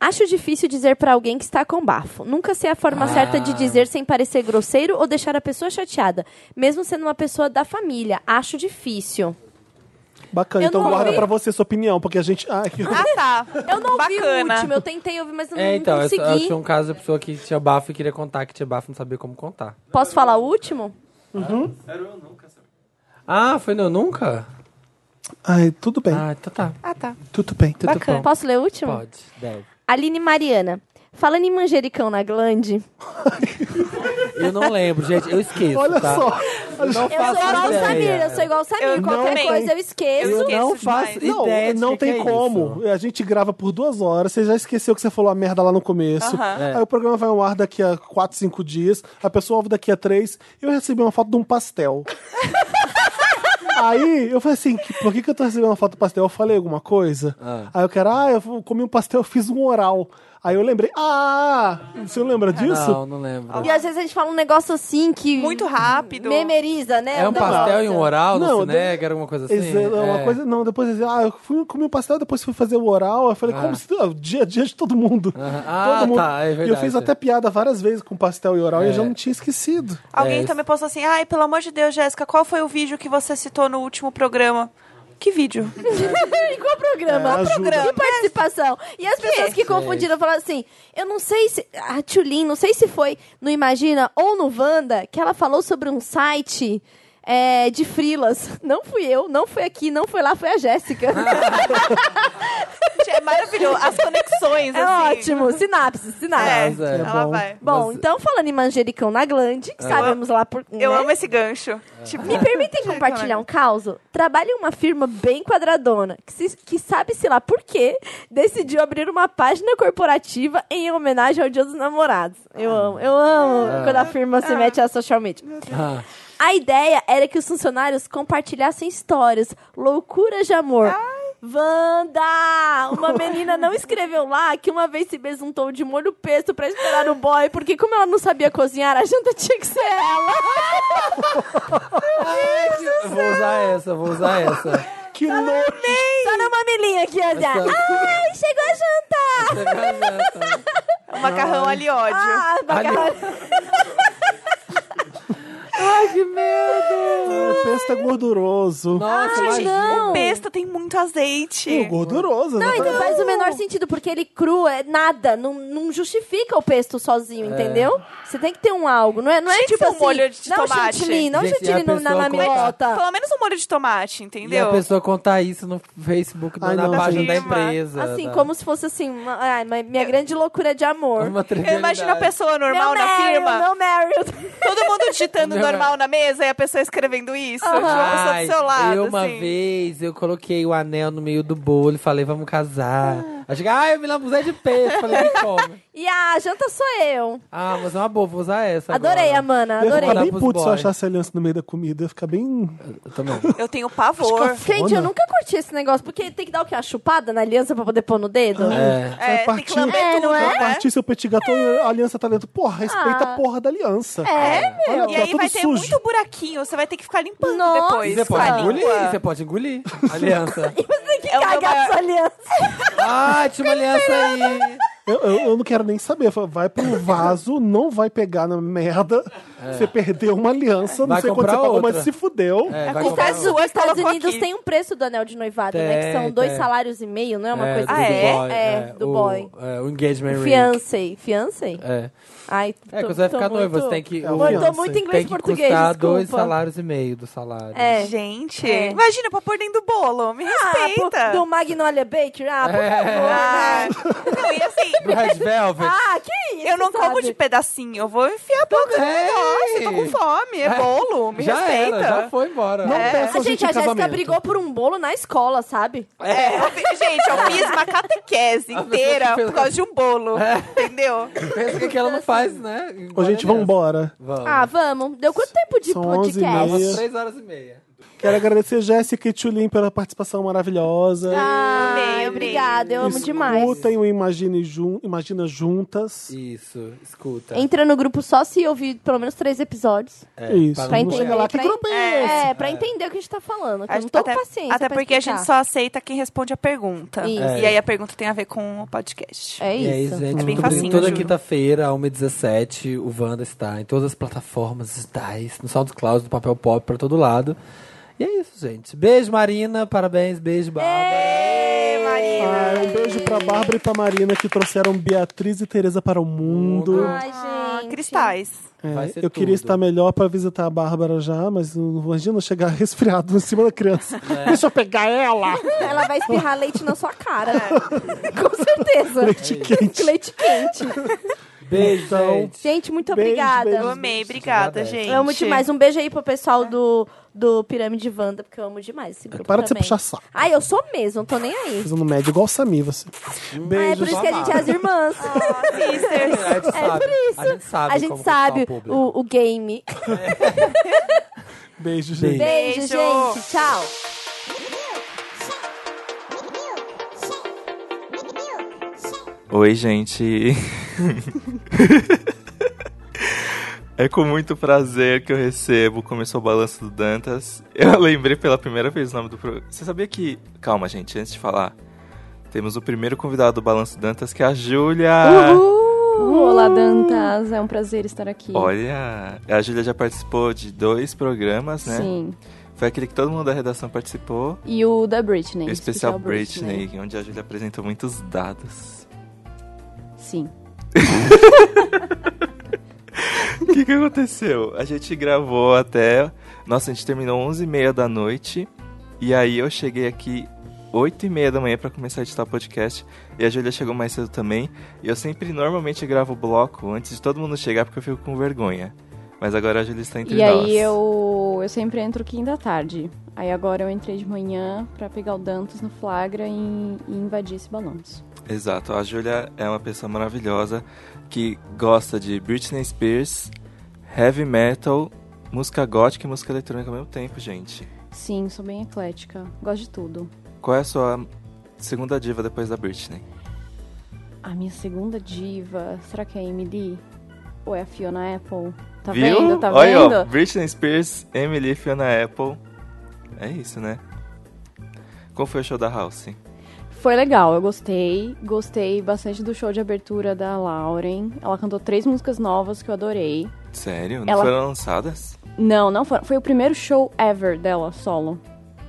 [SPEAKER 4] Acho difícil dizer pra alguém que está com bafo. Nunca sei a
[SPEAKER 2] Ah.
[SPEAKER 4] forma certa de dizer sem parecer grosseiro ou deixar a pessoa chateada, mesmo sendo uma pessoa da família. Acho difícil.
[SPEAKER 1] Bacana,
[SPEAKER 4] Eu
[SPEAKER 1] então
[SPEAKER 4] não
[SPEAKER 1] guarda
[SPEAKER 4] ouvi.
[SPEAKER 1] pra você sua opinião, porque a gente. Ah, que-
[SPEAKER 3] Ah, tá.
[SPEAKER 4] Eu não ouvi o
[SPEAKER 3] Bacana.
[SPEAKER 4] último, eu tentei ouvir, mas eu não,
[SPEAKER 2] É, então, eu,
[SPEAKER 4] consegui.
[SPEAKER 2] eu tinha um caso de pessoa que tinha bafo e queria contar que tinha bafo e não sabia como contar.
[SPEAKER 4] Posso falar o último?
[SPEAKER 10] Era eu nunca, sabe?
[SPEAKER 2] Ah, foi não nunca?
[SPEAKER 1] Ai, tudo bem,
[SPEAKER 2] Ah, então tá.
[SPEAKER 3] Ah, tá.
[SPEAKER 1] tudo bem.
[SPEAKER 2] Tudo
[SPEAKER 3] Bacana.
[SPEAKER 2] bom.
[SPEAKER 4] Posso ler o último?
[SPEAKER 2] Pode, deve.
[SPEAKER 4] Aline Mariana. Falando em manjericão na glande,
[SPEAKER 2] Eu não lembro, gente, eu esqueço,
[SPEAKER 1] Olha
[SPEAKER 2] tá?
[SPEAKER 1] só.
[SPEAKER 2] Não
[SPEAKER 4] eu sou
[SPEAKER 2] faço
[SPEAKER 4] igual o
[SPEAKER 2] ideia.
[SPEAKER 4] Samir, eu sou igual o Samir.
[SPEAKER 3] Eu
[SPEAKER 4] Qualquer
[SPEAKER 3] também.
[SPEAKER 4] coisa eu esqueço.
[SPEAKER 3] Eu
[SPEAKER 2] Eu não
[SPEAKER 3] esqueço demais.
[SPEAKER 2] faço
[SPEAKER 1] Não,
[SPEAKER 2] ideia de
[SPEAKER 1] não
[SPEAKER 2] que
[SPEAKER 1] tem
[SPEAKER 2] que é
[SPEAKER 1] como.
[SPEAKER 2] isso.
[SPEAKER 1] A gente grava por duas horas, você já esqueceu que você falou a merda lá no começo.
[SPEAKER 3] Aham.
[SPEAKER 2] É.
[SPEAKER 1] Aí o programa vai ao ar daqui a quatro, cinco dias, a pessoa ouve daqui a três. Eu recebi uma foto de um pastel. Aí eu falei assim, que- por que, que eu tô recebendo uma foto do pastel? Eu falei alguma coisa? Aí eu quero, ah, eu comi um pastel, eu fiz um oral. Aí eu lembrei, ah! Você não lembra disso?
[SPEAKER 2] Não, não lembro.
[SPEAKER 4] E às vezes a gente fala um negócio assim que.
[SPEAKER 3] Muito rápido.
[SPEAKER 4] Memeriza, né?
[SPEAKER 2] É um
[SPEAKER 4] negócio.
[SPEAKER 2] pastel e um oral,
[SPEAKER 1] Não,
[SPEAKER 2] não se
[SPEAKER 1] de-
[SPEAKER 2] nega, alguma coisa assim?
[SPEAKER 1] Exa- uma
[SPEAKER 2] É.
[SPEAKER 1] coisa, não, depois assim, ah, eu fui comi um pastel, depois fui fazer o oral. Eu falei, como se. ah, o dia a dia de todo mundo.
[SPEAKER 2] Aham. Ah,
[SPEAKER 1] todo mundo.
[SPEAKER 2] tá, é
[SPEAKER 1] E eu
[SPEAKER 2] verdade.
[SPEAKER 1] fiz até piada várias vezes com pastel e oral e eu já
[SPEAKER 2] É.
[SPEAKER 1] não tinha esquecido.
[SPEAKER 3] Alguém
[SPEAKER 2] É,
[SPEAKER 3] também postou assim, ai, pelo amor de Deus, Jéssica, qual foi o vídeo que você citou no último programa? Que vídeo?
[SPEAKER 4] em qual programa?
[SPEAKER 1] É, ajuda.
[SPEAKER 4] Que participação? E as pessoas que confundiram falaram assim: eu não sei se. A Tulin, não sei se foi no Imagina ou no Wanda, que ela falou sobre um site. é, de frilas. Não fui eu, não foi aqui, não foi lá, foi a Jéssica.
[SPEAKER 3] Gente, é maravilhoso. As conexões,
[SPEAKER 4] é
[SPEAKER 3] assim.
[SPEAKER 4] ótimo. Sinapses,
[SPEAKER 3] É,
[SPEAKER 4] sinapses.
[SPEAKER 2] Mas é
[SPEAKER 3] ela
[SPEAKER 1] bom.
[SPEAKER 3] vai.
[SPEAKER 4] Bom,
[SPEAKER 2] Mas-
[SPEAKER 4] então falando em manjericão na glande, que sabemos lá por.
[SPEAKER 3] Eu
[SPEAKER 4] né?
[SPEAKER 3] amo esse gancho. Tipo,
[SPEAKER 4] Me permitem compartilhar um caos? Trabalho em uma firma bem quadradona, que, se- que sabe, se lá por quê, decidiu abrir uma página corporativa em homenagem ao Dia dos Namorados. Eu amo, eu amo quando a firma se mete a social media.
[SPEAKER 2] Ah,
[SPEAKER 4] A ideia era que os funcionários compartilhassem histórias, loucuras de amor. Wanda! Uma menina não escreveu lá que uma vez se besuntou de molho pesto pra esperar o boy, porque como ela não sabia cozinhar, a janta tinha que ser ela.
[SPEAKER 2] eu vou usar essa, vou usar essa.
[SPEAKER 1] Que nojo!
[SPEAKER 4] Só no mamilinho aqui, ó. já. Ai, chegou a janta!
[SPEAKER 2] Você vai usar essa.
[SPEAKER 3] o um macarrão ali ódio.
[SPEAKER 4] Ah, macarrão.
[SPEAKER 1] O pesto é gorduroso.
[SPEAKER 2] Nossa, imagina.
[SPEAKER 3] O pesto tem muito azeite.
[SPEAKER 1] É gorduroso,
[SPEAKER 4] Não,
[SPEAKER 1] né?
[SPEAKER 4] então faz o menor sentido, porque ele cru é nada. Não, não justifica o pesto sozinho, entendeu? Você tem que ter um algo. Não é, não é
[SPEAKER 3] É. Tinha que
[SPEAKER 4] tipo
[SPEAKER 3] ser um
[SPEAKER 4] assim,
[SPEAKER 3] molho de
[SPEAKER 4] não
[SPEAKER 3] tomate.
[SPEAKER 4] chantilly, não
[SPEAKER 2] Gente, e
[SPEAKER 4] chantilly
[SPEAKER 2] a
[SPEAKER 4] no- na
[SPEAKER 2] pessoa com-
[SPEAKER 4] mamilota.
[SPEAKER 3] Pelo menos um molho de
[SPEAKER 2] E
[SPEAKER 3] tomate,
[SPEAKER 2] a
[SPEAKER 3] entendeu?
[SPEAKER 2] pessoa contar isso no Facebook,
[SPEAKER 1] Ai,
[SPEAKER 2] na
[SPEAKER 1] não,
[SPEAKER 2] página
[SPEAKER 1] gente.
[SPEAKER 2] da empresa. né?
[SPEAKER 4] Assim,
[SPEAKER 3] né?
[SPEAKER 2] da-
[SPEAKER 4] como se fosse assim, uma, ai, mas minha grande loucura de amor.
[SPEAKER 2] Uma
[SPEAKER 3] Eu imagino a pessoa normal
[SPEAKER 4] meu
[SPEAKER 3] na
[SPEAKER 4] Meryl,
[SPEAKER 3] firma.
[SPEAKER 4] meu Meryl.
[SPEAKER 3] Todo mundo digitando
[SPEAKER 2] Meu
[SPEAKER 3] normal na mesa e a pessoa escrevendo isso.
[SPEAKER 4] é
[SPEAKER 3] Tipo, a pessoa do seu lado.
[SPEAKER 2] eu uma
[SPEAKER 3] assim.
[SPEAKER 2] vez, eu coloquei o anel no meio do bolo e falei, vamos casar. Aí chega, ah, eu me lambuzei de peixe. Falei, me come.
[SPEAKER 4] E a janta sou eu.
[SPEAKER 2] Ah, mas é uma boa, vou usar essa.
[SPEAKER 4] Adorei,
[SPEAKER 2] agora.
[SPEAKER 4] Amanda,
[SPEAKER 1] Eu ia
[SPEAKER 4] adorei.
[SPEAKER 1] ficar bem
[SPEAKER 2] Pros
[SPEAKER 1] puto se eu
[SPEAKER 2] boys.
[SPEAKER 1] achasse a aliança no meio da comida. Eu ia ficar bem.
[SPEAKER 2] Eu também.
[SPEAKER 3] Eu tenho pavor.
[SPEAKER 4] Gente, eu nunca curti esse negócio, porque tem que dar o quê? Uma chupada na aliança pra poder pôr no dedo?
[SPEAKER 2] É.
[SPEAKER 3] É, tem que
[SPEAKER 1] partir.
[SPEAKER 3] lamber tudo,
[SPEAKER 4] É,
[SPEAKER 3] Né?
[SPEAKER 4] não é?
[SPEAKER 1] Vai partir seu petit gâteau, a aliança tá dentro. Porra, respeita
[SPEAKER 4] Ah.
[SPEAKER 1] a porra da aliança.
[SPEAKER 4] É,
[SPEAKER 1] Olha aqui, ó,
[SPEAKER 3] E aí
[SPEAKER 1] tá tudo
[SPEAKER 3] vai ter
[SPEAKER 1] sujo.
[SPEAKER 3] muito buraquinho, você vai ter que ficar limpando
[SPEAKER 4] Nossa.
[SPEAKER 3] depois.
[SPEAKER 2] E você
[SPEAKER 3] com a
[SPEAKER 2] pode engolir,
[SPEAKER 3] língua.
[SPEAKER 2] você pode engolir. Aliança.
[SPEAKER 4] E você tem que
[SPEAKER 3] É o meu
[SPEAKER 4] cagar
[SPEAKER 3] maior-
[SPEAKER 4] sua aliança.
[SPEAKER 2] Ah, tinha uma aliança aí.
[SPEAKER 1] Eu, eu- eu não quero nem saber. Eu falo, Vai pro vaso, não vai pegar na merda. Você perdeu uma aliança, não
[SPEAKER 2] É. Vai
[SPEAKER 1] sei quanto
[SPEAKER 2] comprar
[SPEAKER 1] você pagou,
[SPEAKER 2] outra.
[SPEAKER 1] mas se fudeu.
[SPEAKER 2] É, vai
[SPEAKER 3] culpa
[SPEAKER 2] comprar
[SPEAKER 3] é
[SPEAKER 2] um.
[SPEAKER 3] sua.
[SPEAKER 4] Os Estados
[SPEAKER 3] colocou
[SPEAKER 4] Unidos
[SPEAKER 3] aqui.
[SPEAKER 4] tem um preço do anel de noivado, né? Que
[SPEAKER 2] Tem,
[SPEAKER 4] são dois
[SPEAKER 2] tem.
[SPEAKER 4] salários e meio, não é uma coisa
[SPEAKER 2] É, um. do
[SPEAKER 3] Ah,
[SPEAKER 4] assim?
[SPEAKER 3] é?
[SPEAKER 2] boy,
[SPEAKER 4] É, do
[SPEAKER 2] o-
[SPEAKER 4] boy.
[SPEAKER 2] É, o engagement ring.
[SPEAKER 4] Fiancé. Fiancé?
[SPEAKER 2] É.
[SPEAKER 4] Ai,
[SPEAKER 2] É,
[SPEAKER 4] tô-
[SPEAKER 2] quando você vai
[SPEAKER 4] tô
[SPEAKER 2] ficar noivo,
[SPEAKER 4] muito-
[SPEAKER 2] você tem que.
[SPEAKER 1] É
[SPEAKER 2] o-
[SPEAKER 1] um
[SPEAKER 4] Oi, tô
[SPEAKER 1] Fiancé.
[SPEAKER 4] muito inglês
[SPEAKER 2] tem
[SPEAKER 4] e
[SPEAKER 2] que
[SPEAKER 4] português,
[SPEAKER 2] custar
[SPEAKER 4] desculpa.
[SPEAKER 2] dois salários e meio do salário.
[SPEAKER 4] É.
[SPEAKER 3] Gente,
[SPEAKER 4] É.
[SPEAKER 3] imagina pra pôr dentro do bolo. Me
[SPEAKER 4] Ah, pô,
[SPEAKER 3] respeita.
[SPEAKER 4] do Magnolia Baker? Ah, por
[SPEAKER 2] É.
[SPEAKER 4] favor.
[SPEAKER 3] Ah,
[SPEAKER 4] né?
[SPEAKER 3] não, e assim,
[SPEAKER 2] Do Red Velvet.
[SPEAKER 4] Ah, que isso,
[SPEAKER 3] eu não como
[SPEAKER 4] sabe?
[SPEAKER 3] de pedacinho, eu vou enfiar a boca no
[SPEAKER 2] Também.
[SPEAKER 3] negócio. Eu tô com fome, é
[SPEAKER 2] É.
[SPEAKER 3] bolo, me
[SPEAKER 2] já
[SPEAKER 3] respeita.
[SPEAKER 2] era, já foi embora.
[SPEAKER 1] Não
[SPEAKER 3] É.
[SPEAKER 1] peça
[SPEAKER 4] Ah, gente,
[SPEAKER 1] gente em
[SPEAKER 4] a Jéssica
[SPEAKER 1] casamento.
[SPEAKER 4] brigou por um bolo na escola, sabe?
[SPEAKER 3] É, eu fi- gente, eu fiz uma catequese
[SPEAKER 2] pessoa
[SPEAKER 3] inteira
[SPEAKER 2] que fez-
[SPEAKER 3] por causa de um bolo,
[SPEAKER 4] É.
[SPEAKER 3] entendeu?
[SPEAKER 2] Pensa que aquilo não faz, né? é
[SPEAKER 1] Ô, gente, vambora.
[SPEAKER 2] Vamos.
[SPEAKER 4] Ah, vamos. Deu quanto tempo de
[SPEAKER 1] São onze e
[SPEAKER 4] podcast?
[SPEAKER 1] meia.
[SPEAKER 2] Umas três horas e meia.
[SPEAKER 1] Quero agradecer Jéssica e Tulin pela participação maravilhosa.
[SPEAKER 4] Ai,
[SPEAKER 3] Amei,
[SPEAKER 4] obrigada, Ah, eu amo demais.
[SPEAKER 1] Escutem o Imagine Jun- Imagina Juntas.
[SPEAKER 2] Isso, escuta.
[SPEAKER 4] Entra no grupo só se ouvir pelo menos três episódios.
[SPEAKER 2] É,
[SPEAKER 1] Isso.
[SPEAKER 4] Pra
[SPEAKER 1] não
[SPEAKER 4] entender.
[SPEAKER 1] chega lá, que
[SPEAKER 4] pra
[SPEAKER 1] grupo é esse?
[SPEAKER 4] é, pra entender o que a gente tá falando. que eu não tô
[SPEAKER 3] até
[SPEAKER 4] com paciência.
[SPEAKER 3] até
[SPEAKER 4] pra
[SPEAKER 3] porque a
[SPEAKER 4] explicar.
[SPEAKER 3] gente só aceita quem responde a pergunta.
[SPEAKER 4] Isso.
[SPEAKER 3] E aí a pergunta tem a ver com o podcast.
[SPEAKER 4] É
[SPEAKER 2] E é isso,
[SPEAKER 4] isso.
[SPEAKER 2] gente.
[SPEAKER 3] É bem
[SPEAKER 2] Tudo-
[SPEAKER 3] facinho,
[SPEAKER 2] Toda
[SPEAKER 3] juro.
[SPEAKER 2] quinta-feira, 1h17, o Wanda está em todas as plataformas digitais, no SoundCloud, no Papel Pop, pra todo lado. E é isso, gente. Beijo, Marina. Parabéns. Beijo, Bárbara.
[SPEAKER 1] É.
[SPEAKER 3] Ei, Marina.
[SPEAKER 1] Ah, um beijo pra Bárbara e pra Marina que trouxeram Beatriz e Tereza para o mundo.
[SPEAKER 4] Ai, gente.
[SPEAKER 3] Cristais.
[SPEAKER 1] É,
[SPEAKER 2] Vai ser
[SPEAKER 1] eu queria
[SPEAKER 2] tudo.
[SPEAKER 1] estar melhor pra visitar a Bárbara já, mas não imagina chegar resfriado em cima da criança.
[SPEAKER 2] É.
[SPEAKER 1] Deixa eu pegar ela!
[SPEAKER 4] Ela vai espirrar leite na sua cara.
[SPEAKER 3] É.
[SPEAKER 4] com certeza.
[SPEAKER 1] Leite quente.
[SPEAKER 4] Leite quente.
[SPEAKER 2] Beijo,
[SPEAKER 1] Então,
[SPEAKER 2] gente.
[SPEAKER 4] Gente, muito
[SPEAKER 1] Beijo,
[SPEAKER 4] obrigada.
[SPEAKER 1] beijo.
[SPEAKER 3] Eu amei, obrigada,
[SPEAKER 2] Obrigada.
[SPEAKER 3] gente.
[SPEAKER 4] Eu amo demais. Um beijo aí pro pessoal do, do Pirâmide Wanda, porque eu amo demais esse grupo
[SPEAKER 1] É Para de você
[SPEAKER 4] também.
[SPEAKER 1] puxar saco.
[SPEAKER 4] Ai, eu sou mesmo, não tô nem aí.
[SPEAKER 1] Fazendo médio igual o Samir, você.
[SPEAKER 4] Ah, é
[SPEAKER 1] Beijo.
[SPEAKER 4] por isso que a gente é as irmãs.
[SPEAKER 2] A gente
[SPEAKER 4] É
[SPEAKER 2] sabe.
[SPEAKER 4] por isso.
[SPEAKER 2] A gente sabe
[SPEAKER 4] A gente
[SPEAKER 2] como
[SPEAKER 4] sabe
[SPEAKER 2] conquistar o público.
[SPEAKER 4] o, o game.
[SPEAKER 1] Beijo, gente.
[SPEAKER 2] Beijo.
[SPEAKER 3] Beijo.
[SPEAKER 4] Beijo, gente. Tchau.
[SPEAKER 11] Oi, gente. é com muito prazer que eu recebo. Começou o balanço do Dantas. Eu lembrei pela primeira vez o nome do programa. Você sabia que. Calma, gente, antes de falar. Temos o primeiro convidado do Balanço Dantas, que é a Júlia!
[SPEAKER 12] Olá, Dantas. É um prazer estar aqui.
[SPEAKER 11] Olha, a Júlia já participou de dois programas, né?
[SPEAKER 12] Sim.
[SPEAKER 11] Foi aquele que todo mundo da redação participou.
[SPEAKER 12] E o da Britney.
[SPEAKER 11] o especial Britney, onde a Júlia apresentou muitos dados.
[SPEAKER 12] Sim.
[SPEAKER 11] O que, que aconteceu? A gente gravou até. Nossa, a gente terminou 11h30 da noite. E aí eu cheguei aqui 8h30 da manhã pra começar a editar o podcast. E a Júlia chegou mais cedo também. E eu sempre normalmente gravo o bloco antes de todo mundo chegar porque eu fico com vergonha. Mas agora a Júlia está entre
[SPEAKER 12] E
[SPEAKER 11] nós.
[SPEAKER 12] aí eu, eu sempre entro quinta à tarde. Aí agora eu entrei de manhã pra pegar o Dantas no flagra e, e invadir esse balanço.
[SPEAKER 11] Exato, a Júlia é uma pessoa maravilhosa que gosta de Britney Spears, heavy metal, música gótica e música eletrônica ao mesmo tempo, gente.
[SPEAKER 12] Sim, sou bem eclética. Gosto de tudo.
[SPEAKER 11] Qual é a sua segunda diva depois da Britney?
[SPEAKER 12] A minha segunda diva, será que é a Emily? Ou é a Fiona Apple? Tá
[SPEAKER 11] Viu?
[SPEAKER 12] vendo? Tá
[SPEAKER 11] Olha,
[SPEAKER 12] vendo?
[SPEAKER 11] ó, Britney Spears, Emily, Fiona Apple. É isso, né? Qual foi o show da House?
[SPEAKER 12] Foi legal, eu gostei. Gostei bastante do show de abertura da Lauren. Ela cantou três músicas novas que eu adorei.
[SPEAKER 11] Sério? Não
[SPEAKER 12] Ela-
[SPEAKER 11] foram lançadas?
[SPEAKER 12] Não, não foi. Foi o primeiro show ever dela, solo.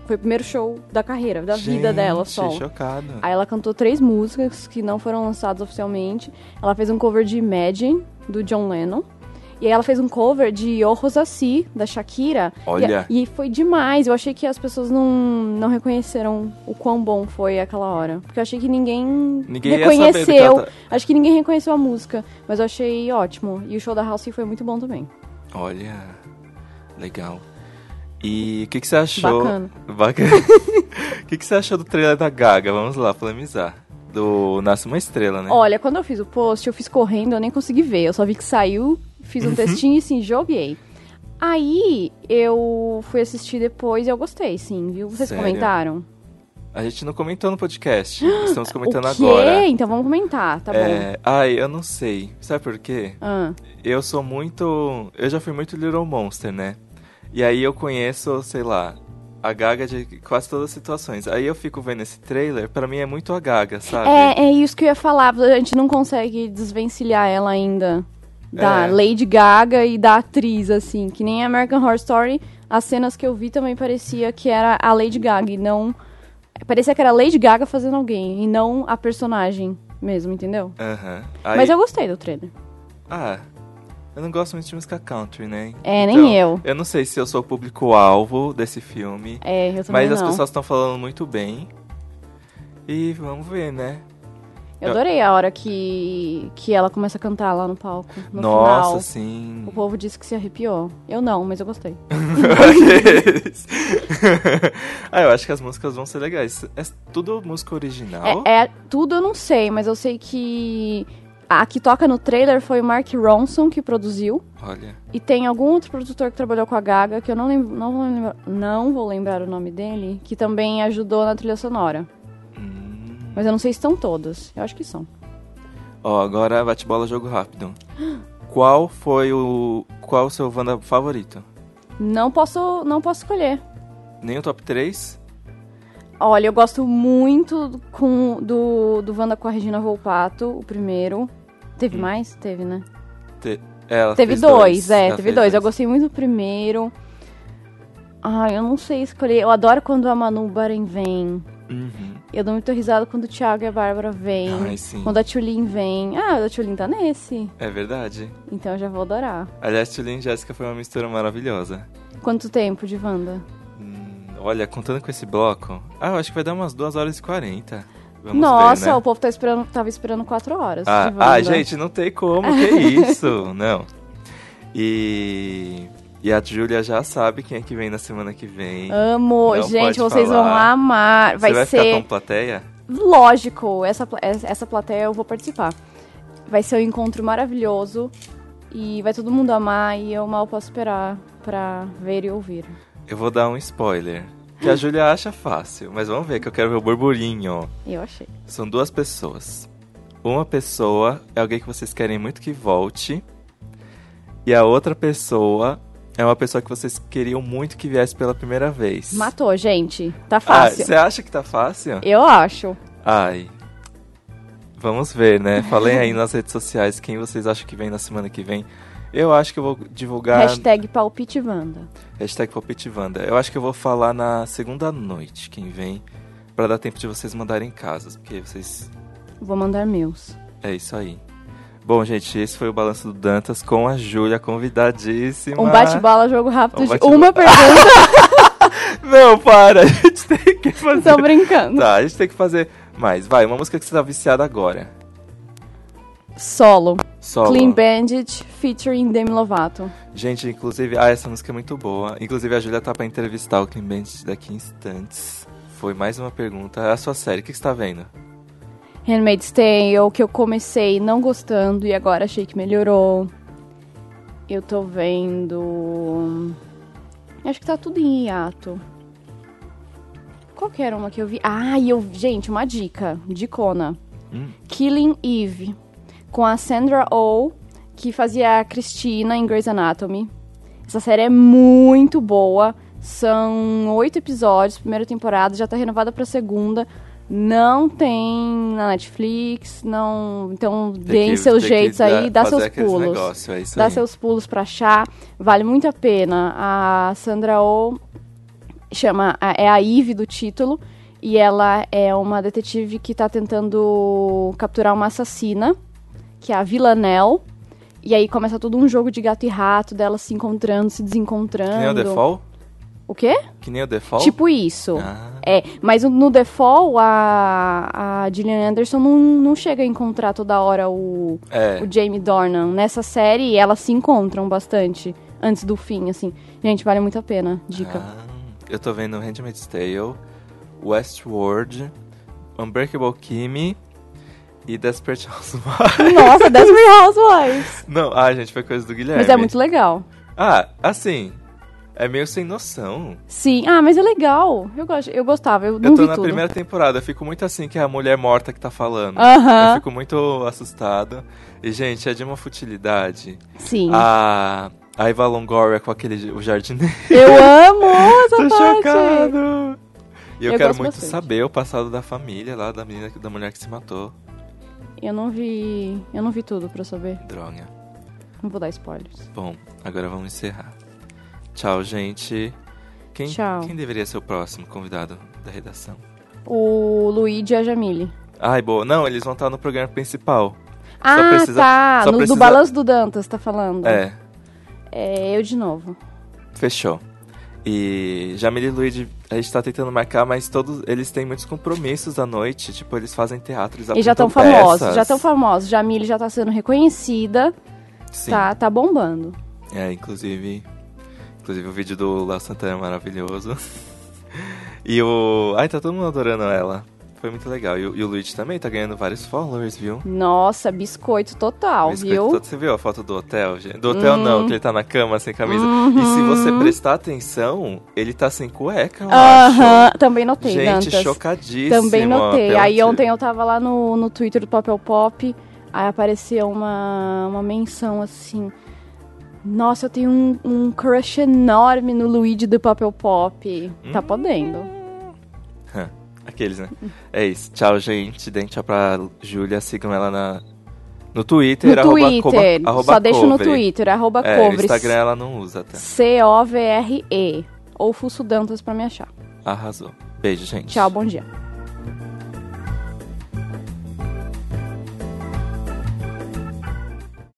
[SPEAKER 12] Foi o primeiro show da carreira, da vida
[SPEAKER 11] Gente,
[SPEAKER 12] dela, solo.
[SPEAKER 11] chocado.
[SPEAKER 12] Aí ela cantou três músicas que não foram lançadas oficialmente. Ela fez um cover de Imagine, do John Lennon. E aí ela fez um cover de O Rosassi, da Shakira.
[SPEAKER 11] Olha.
[SPEAKER 12] E, e foi demais. Eu achei que as pessoas não, não reconheceram o quão bom foi aquela hora. Porque eu achei que ninguém,
[SPEAKER 11] Ninguém ia saber do que
[SPEAKER 12] reconheceu.
[SPEAKER 11] ela tá-
[SPEAKER 12] Acho que ninguém reconheceu a música. Mas eu achei ótimo. E o show da House foi muito bom também.
[SPEAKER 11] Olha, legal. E o que, que você achou?
[SPEAKER 12] Bacana.
[SPEAKER 11] Bacana. O que, que você achou do trailer da Gaga? Vamos lá, polemizar. do Nasce uma Estrela, né?
[SPEAKER 4] Olha, quando eu fiz o post, eu fiz correndo, eu nem consegui ver. Eu só vi que saiu, fiz
[SPEAKER 11] Uhum.
[SPEAKER 4] um textinho e sim, joguei. Aí eu fui assistir depois e eu gostei, sim, viu? Vocês
[SPEAKER 11] Sério?
[SPEAKER 4] comentaram?
[SPEAKER 11] A gente não comentou no podcast. Estamos comentando
[SPEAKER 4] o quê?
[SPEAKER 11] agora.
[SPEAKER 4] Então vamos comentar, tá bom.
[SPEAKER 11] É, ai, eu não sei. Sabe por quê?
[SPEAKER 4] Ah.
[SPEAKER 11] Eu sou muito. Eu já fui muito Little Monster, né? E aí eu conheço, sei lá, a Gaga de quase todas as situações. Aí eu fico vendo esse trailer, pra mim é muito a Gaga, sabe?
[SPEAKER 4] É, é isso que eu ia falar. A gente não consegue desvencilhar ela ainda da
[SPEAKER 11] É.
[SPEAKER 4] Lady Gaga e da atriz, assim. Que nem American Horror Story, as cenas que eu vi também parecia que era a Lady Gaga e não... Parecia que era a Lady Gaga fazendo alguém e não a personagem mesmo, entendeu?
[SPEAKER 11] Aham. Aí-
[SPEAKER 4] Mas eu gostei do trailer.
[SPEAKER 11] Ah, eu não gosto muito de música country, né?
[SPEAKER 4] É, nem eu.
[SPEAKER 11] Eu não sei se eu sou o público-alvo desse filme.
[SPEAKER 4] É, eu também
[SPEAKER 11] Mas as
[SPEAKER 4] não.
[SPEAKER 11] pessoas estão falando muito bem. E vamos ver, né?
[SPEAKER 4] Eu adorei a hora que, que ela começa a cantar lá no palco. No
[SPEAKER 11] Nossa,
[SPEAKER 4] final.
[SPEAKER 11] sim.
[SPEAKER 4] O povo disse que se arrepiou. Eu não, mas eu gostei.
[SPEAKER 11] Aqueles. ah, eu acho que as músicas vão ser legais. É tudo música original?
[SPEAKER 4] É, é- tudo eu não sei, mas eu sei que a que toca no trailer foi o Mark Ronson que produziu.
[SPEAKER 11] Olha.
[SPEAKER 4] E tem algum outro produtor que trabalhou com a Gaga, que eu não, lembro, não, vou, lembrar, não vou lembrar o nome dele, que também ajudou na trilha sonora.
[SPEAKER 11] Hum.
[SPEAKER 4] Mas eu não sei se estão todos. Eu acho que são.
[SPEAKER 11] Ó, agora bate-bola jogo rápido. Qual foi o. Qual o seu Wanda favorito?
[SPEAKER 4] Não posso, não posso escolher.
[SPEAKER 11] Nem o top 3?
[SPEAKER 4] Olha, eu gosto muito do- com, do, do Wanda com a Regina Volpato, o primeiro. Teve mais? Teve, né?
[SPEAKER 11] Te... Ela
[SPEAKER 4] teve
[SPEAKER 11] fez
[SPEAKER 4] dois, é,
[SPEAKER 11] Ela
[SPEAKER 4] teve
[SPEAKER 11] fez
[SPEAKER 4] dois. Eu gostei muito do primeiro. Ai, eu não sei escolher. Eu adoro quando a Manu Baren vem.
[SPEAKER 11] Uhum.
[SPEAKER 4] Eu dou muito risada quando o Thiago e a Bárbara vêm.
[SPEAKER 11] Ai, sim.
[SPEAKER 4] Quando a Tulin vem. Ah, a Tulin tá nesse.
[SPEAKER 11] É verdade.
[SPEAKER 4] Então eu já vou adorar.
[SPEAKER 11] Aliás, Tulin e Jéssica foi uma mistura maravilhosa. Hum,
[SPEAKER 4] Quanto tempo de Wanda?
[SPEAKER 11] Olha, contando com esse bloco. Ah, eu acho que vai dar umas 2 horas e 40. Vamos
[SPEAKER 4] Nossa,
[SPEAKER 11] ver, né?
[SPEAKER 4] o povo tá esperando, tava esperando quatro horas.
[SPEAKER 11] Ah,
[SPEAKER 4] de
[SPEAKER 11] ah,
[SPEAKER 4] Wanda.
[SPEAKER 11] gente, não tem como, que isso? Não. E. E a Júlia já sabe quem é que vem na semana que vem.
[SPEAKER 4] Amo,
[SPEAKER 11] Não
[SPEAKER 4] gente,
[SPEAKER 11] pode
[SPEAKER 4] vocês
[SPEAKER 11] falar.
[SPEAKER 4] vão amar. Vai,
[SPEAKER 11] Você vai
[SPEAKER 4] ser.
[SPEAKER 11] ficar com plateia?
[SPEAKER 4] Lógico, essa, pla- es- essa plateia eu vou participar. Vai ser um encontro maravilhoso e vai todo mundo amar e eu mal posso esperar pra ver e ouvir.
[SPEAKER 11] Eu vou dar um spoiler. Que a Júlia acha fácil, mas vamos ver que eu quero ver o burburinho.
[SPEAKER 4] Eu achei.
[SPEAKER 11] São duas pessoas. Uma pessoa é alguém que vocês querem muito que volte. E a outra pessoa é uma pessoa que vocês queriam muito que viesse pela primeira vez.
[SPEAKER 4] Matou, gente. Tá
[SPEAKER 11] Ah,
[SPEAKER 4] fácil.
[SPEAKER 11] você acha que tá fácil?
[SPEAKER 4] Eu acho.
[SPEAKER 11] Ai. Vamos ver, né? Falei aí nas redes sociais quem vocês acham que vem na semana que vem. Eu acho que eu vou divulgar.
[SPEAKER 4] Hashtag palpite Wanda.
[SPEAKER 11] Hashtag Palpite Wanda. Eu acho que eu vou falar na segunda noite quem vem. Pra dar tempo de vocês mandarem casas, porque vocês.
[SPEAKER 4] Vou mandar meus.
[SPEAKER 11] É isso aí. Bom, gente, esse foi o balanço do Dantas com a Júlia, convidadíssima.
[SPEAKER 4] Um bate-bola, jogo rápido
[SPEAKER 11] Ah. Um
[SPEAKER 4] de
[SPEAKER 11] bate-bola.
[SPEAKER 4] uma pergunta.
[SPEAKER 11] Não, para. A gente tem que fazer.
[SPEAKER 4] Tô brincando.
[SPEAKER 11] Tá, a gente tem que fazer mais. Vai, uma música que você tá viciada agora.
[SPEAKER 4] Solo.
[SPEAKER 11] Solo.
[SPEAKER 4] Clean Bandit featuring Demi Lovato.
[SPEAKER 11] Gente, inclusive, ah, essa música é muito boa. Inclusive, a Júlia tá pra entrevistar o Clean Bandit daqui a instantes. Foi mais uma pergunta. A sua série, o que que você tá vendo?
[SPEAKER 4] Handmaid's Tale, que eu comecei não gostando e agora achei que melhorou. Eu tô vendo. Acho que tá tudo em hiato. Qual que era uma que eu vi? Ah, e eu. Gente, uma dica. Dicona. Killing Eve. Com a Sandra Oh, que fazia a Christina em Grey's Anatomy. Essa série é muito boa. São oito episódios, primeira temporada, já tá renovada pra segunda. Não tem na Netflix, não. Então deem
[SPEAKER 11] que-
[SPEAKER 4] seus
[SPEAKER 11] tem que
[SPEAKER 4] jeitos aí,
[SPEAKER 11] dar-
[SPEAKER 4] dá
[SPEAKER 11] fazer
[SPEAKER 4] seus
[SPEAKER 11] aqueles
[SPEAKER 4] pulos.
[SPEAKER 11] negócio, é isso
[SPEAKER 4] dá
[SPEAKER 11] aí.
[SPEAKER 4] seus pulos pra achar. Vale muito a pena. A Sandra Oh chama a- é a Eve do título e ela é uma detetive que tá tentando capturar uma assassina que é a Villanelle e aí começa todo um jogo de gato e rato dela se encontrando se desencontrando
[SPEAKER 11] Que nem o The Fall?
[SPEAKER 4] o quê
[SPEAKER 11] Que nem o The Fall?
[SPEAKER 4] Tipo isso.
[SPEAKER 11] Ah.
[SPEAKER 4] É, mas no The Fall, a, a Gillian Anderson não, não chega a encontrar toda hora o,
[SPEAKER 11] É.
[SPEAKER 4] o Jamie Dornan. Nessa série, elas se encontram bastante antes do fim, assim. Gente, vale muito a pena. Dica.
[SPEAKER 11] Ah, Eu tô vendo Handmaid's Tale, Westworld, Unbreakable Kimmy E Desperate Housewives.
[SPEAKER 4] Nossa, Desperate Housewives.
[SPEAKER 11] Não, ah, gente, foi coisa do Guilherme.
[SPEAKER 4] Mas é muito legal.
[SPEAKER 11] Ah, assim, é meio sem noção.
[SPEAKER 4] Sim. Ah, mas é legal. Eu, gosto, eu gostava, eu não
[SPEAKER 11] eu tô
[SPEAKER 4] vi
[SPEAKER 11] na
[SPEAKER 4] tudo.
[SPEAKER 11] primeira temporada, eu fico muito assim que é a mulher morta que tá falando.
[SPEAKER 4] Aham.
[SPEAKER 11] Eu fico muito assustada. E, gente, é de uma futilidade.
[SPEAKER 4] Sim.
[SPEAKER 11] A, a Eva Longoria com aquele o jardineiro.
[SPEAKER 4] Eu amo essa
[SPEAKER 11] Tô
[SPEAKER 4] parte.
[SPEAKER 11] chocado. E eu,
[SPEAKER 4] Eu
[SPEAKER 11] quero
[SPEAKER 4] gosto
[SPEAKER 11] muito
[SPEAKER 4] bastante.
[SPEAKER 11] saber o passado da família lá, da menina, da mulher que se matou.
[SPEAKER 4] Eu não vi. Eu não vi tudo pra saber.
[SPEAKER 11] Droga.
[SPEAKER 4] Não vou dar spoilers.
[SPEAKER 11] Bom, agora vamos encerrar. Tchau, gente. Quem,
[SPEAKER 4] Tchau.
[SPEAKER 11] quem deveria ser o próximo convidado da redação?
[SPEAKER 4] O Luigi e a Jamile.
[SPEAKER 11] Ai, boa. Não, eles vão estar no programa principal.
[SPEAKER 4] Ah,
[SPEAKER 11] precisa-
[SPEAKER 4] tá.
[SPEAKER 11] só
[SPEAKER 4] no,
[SPEAKER 11] precisa-
[SPEAKER 4] Do balanço do Dantas, tá falando.
[SPEAKER 11] É,
[SPEAKER 4] É, eu de novo.
[SPEAKER 11] fechou. E Jamile e Luigi, a gente tá tentando marcar, mas todos eles têm muitos compromissos à noite. Tipo, eles fazem teatro, eles
[SPEAKER 4] e já
[SPEAKER 11] apontam
[SPEAKER 4] estão famosos,
[SPEAKER 11] peças.
[SPEAKER 4] já estão famosos. Jamile já tá sendo reconhecida.
[SPEAKER 11] Sim.
[SPEAKER 4] Tá, tá bombando.
[SPEAKER 11] É, inclusive. Inclusive o vídeo do Léo Santana é maravilhoso. E o. Ai, tá todo mundo adorando ela. Foi muito legal. E, o- e o Luigi também tá ganhando vários followers, viu?
[SPEAKER 4] Nossa, biscoito total,
[SPEAKER 11] Biscoito
[SPEAKER 4] viu?
[SPEAKER 11] todo- Você viu a foto do hotel, gente? Do hotel não,
[SPEAKER 4] Uhum.
[SPEAKER 11] que ele tá na cama sem camisa. E se
[SPEAKER 4] Uhum.
[SPEAKER 11] você prestar atenção, ele tá sem cueca, eu
[SPEAKER 4] Aham,
[SPEAKER 11] acho.
[SPEAKER 4] também notei,
[SPEAKER 11] Gente,
[SPEAKER 4] Dantas.
[SPEAKER 11] chocadíssimo.
[SPEAKER 4] Também notei.
[SPEAKER 11] pela
[SPEAKER 4] Aí
[SPEAKER 11] tia.
[SPEAKER 4] ontem eu tava lá no, no Twitter do Papel Pop, aí apareceu uma, uma menção assim. Nossa, eu tenho um, um crush enorme no Luigi do Papel Pop. Tá
[SPEAKER 11] Hum.
[SPEAKER 4] podendo.
[SPEAKER 11] Aqueles, né? É isso. Tchau, gente. Deem tchau pra Júlia. Sigam ela na... no Twitter.
[SPEAKER 4] No
[SPEAKER 11] arroba
[SPEAKER 4] Twitter.
[SPEAKER 11] coba- arroba
[SPEAKER 4] Só deixo no
[SPEAKER 11] cover.
[SPEAKER 4] Twitter, arroba
[SPEAKER 11] é,
[SPEAKER 4] covers.
[SPEAKER 11] O Instagram ela não usa, tá?
[SPEAKER 4] C-O-V-R-E. Ou Fusso Dantas pra me achar.
[SPEAKER 11] Arrasou. Beijo, gente.
[SPEAKER 4] Tchau, bom dia.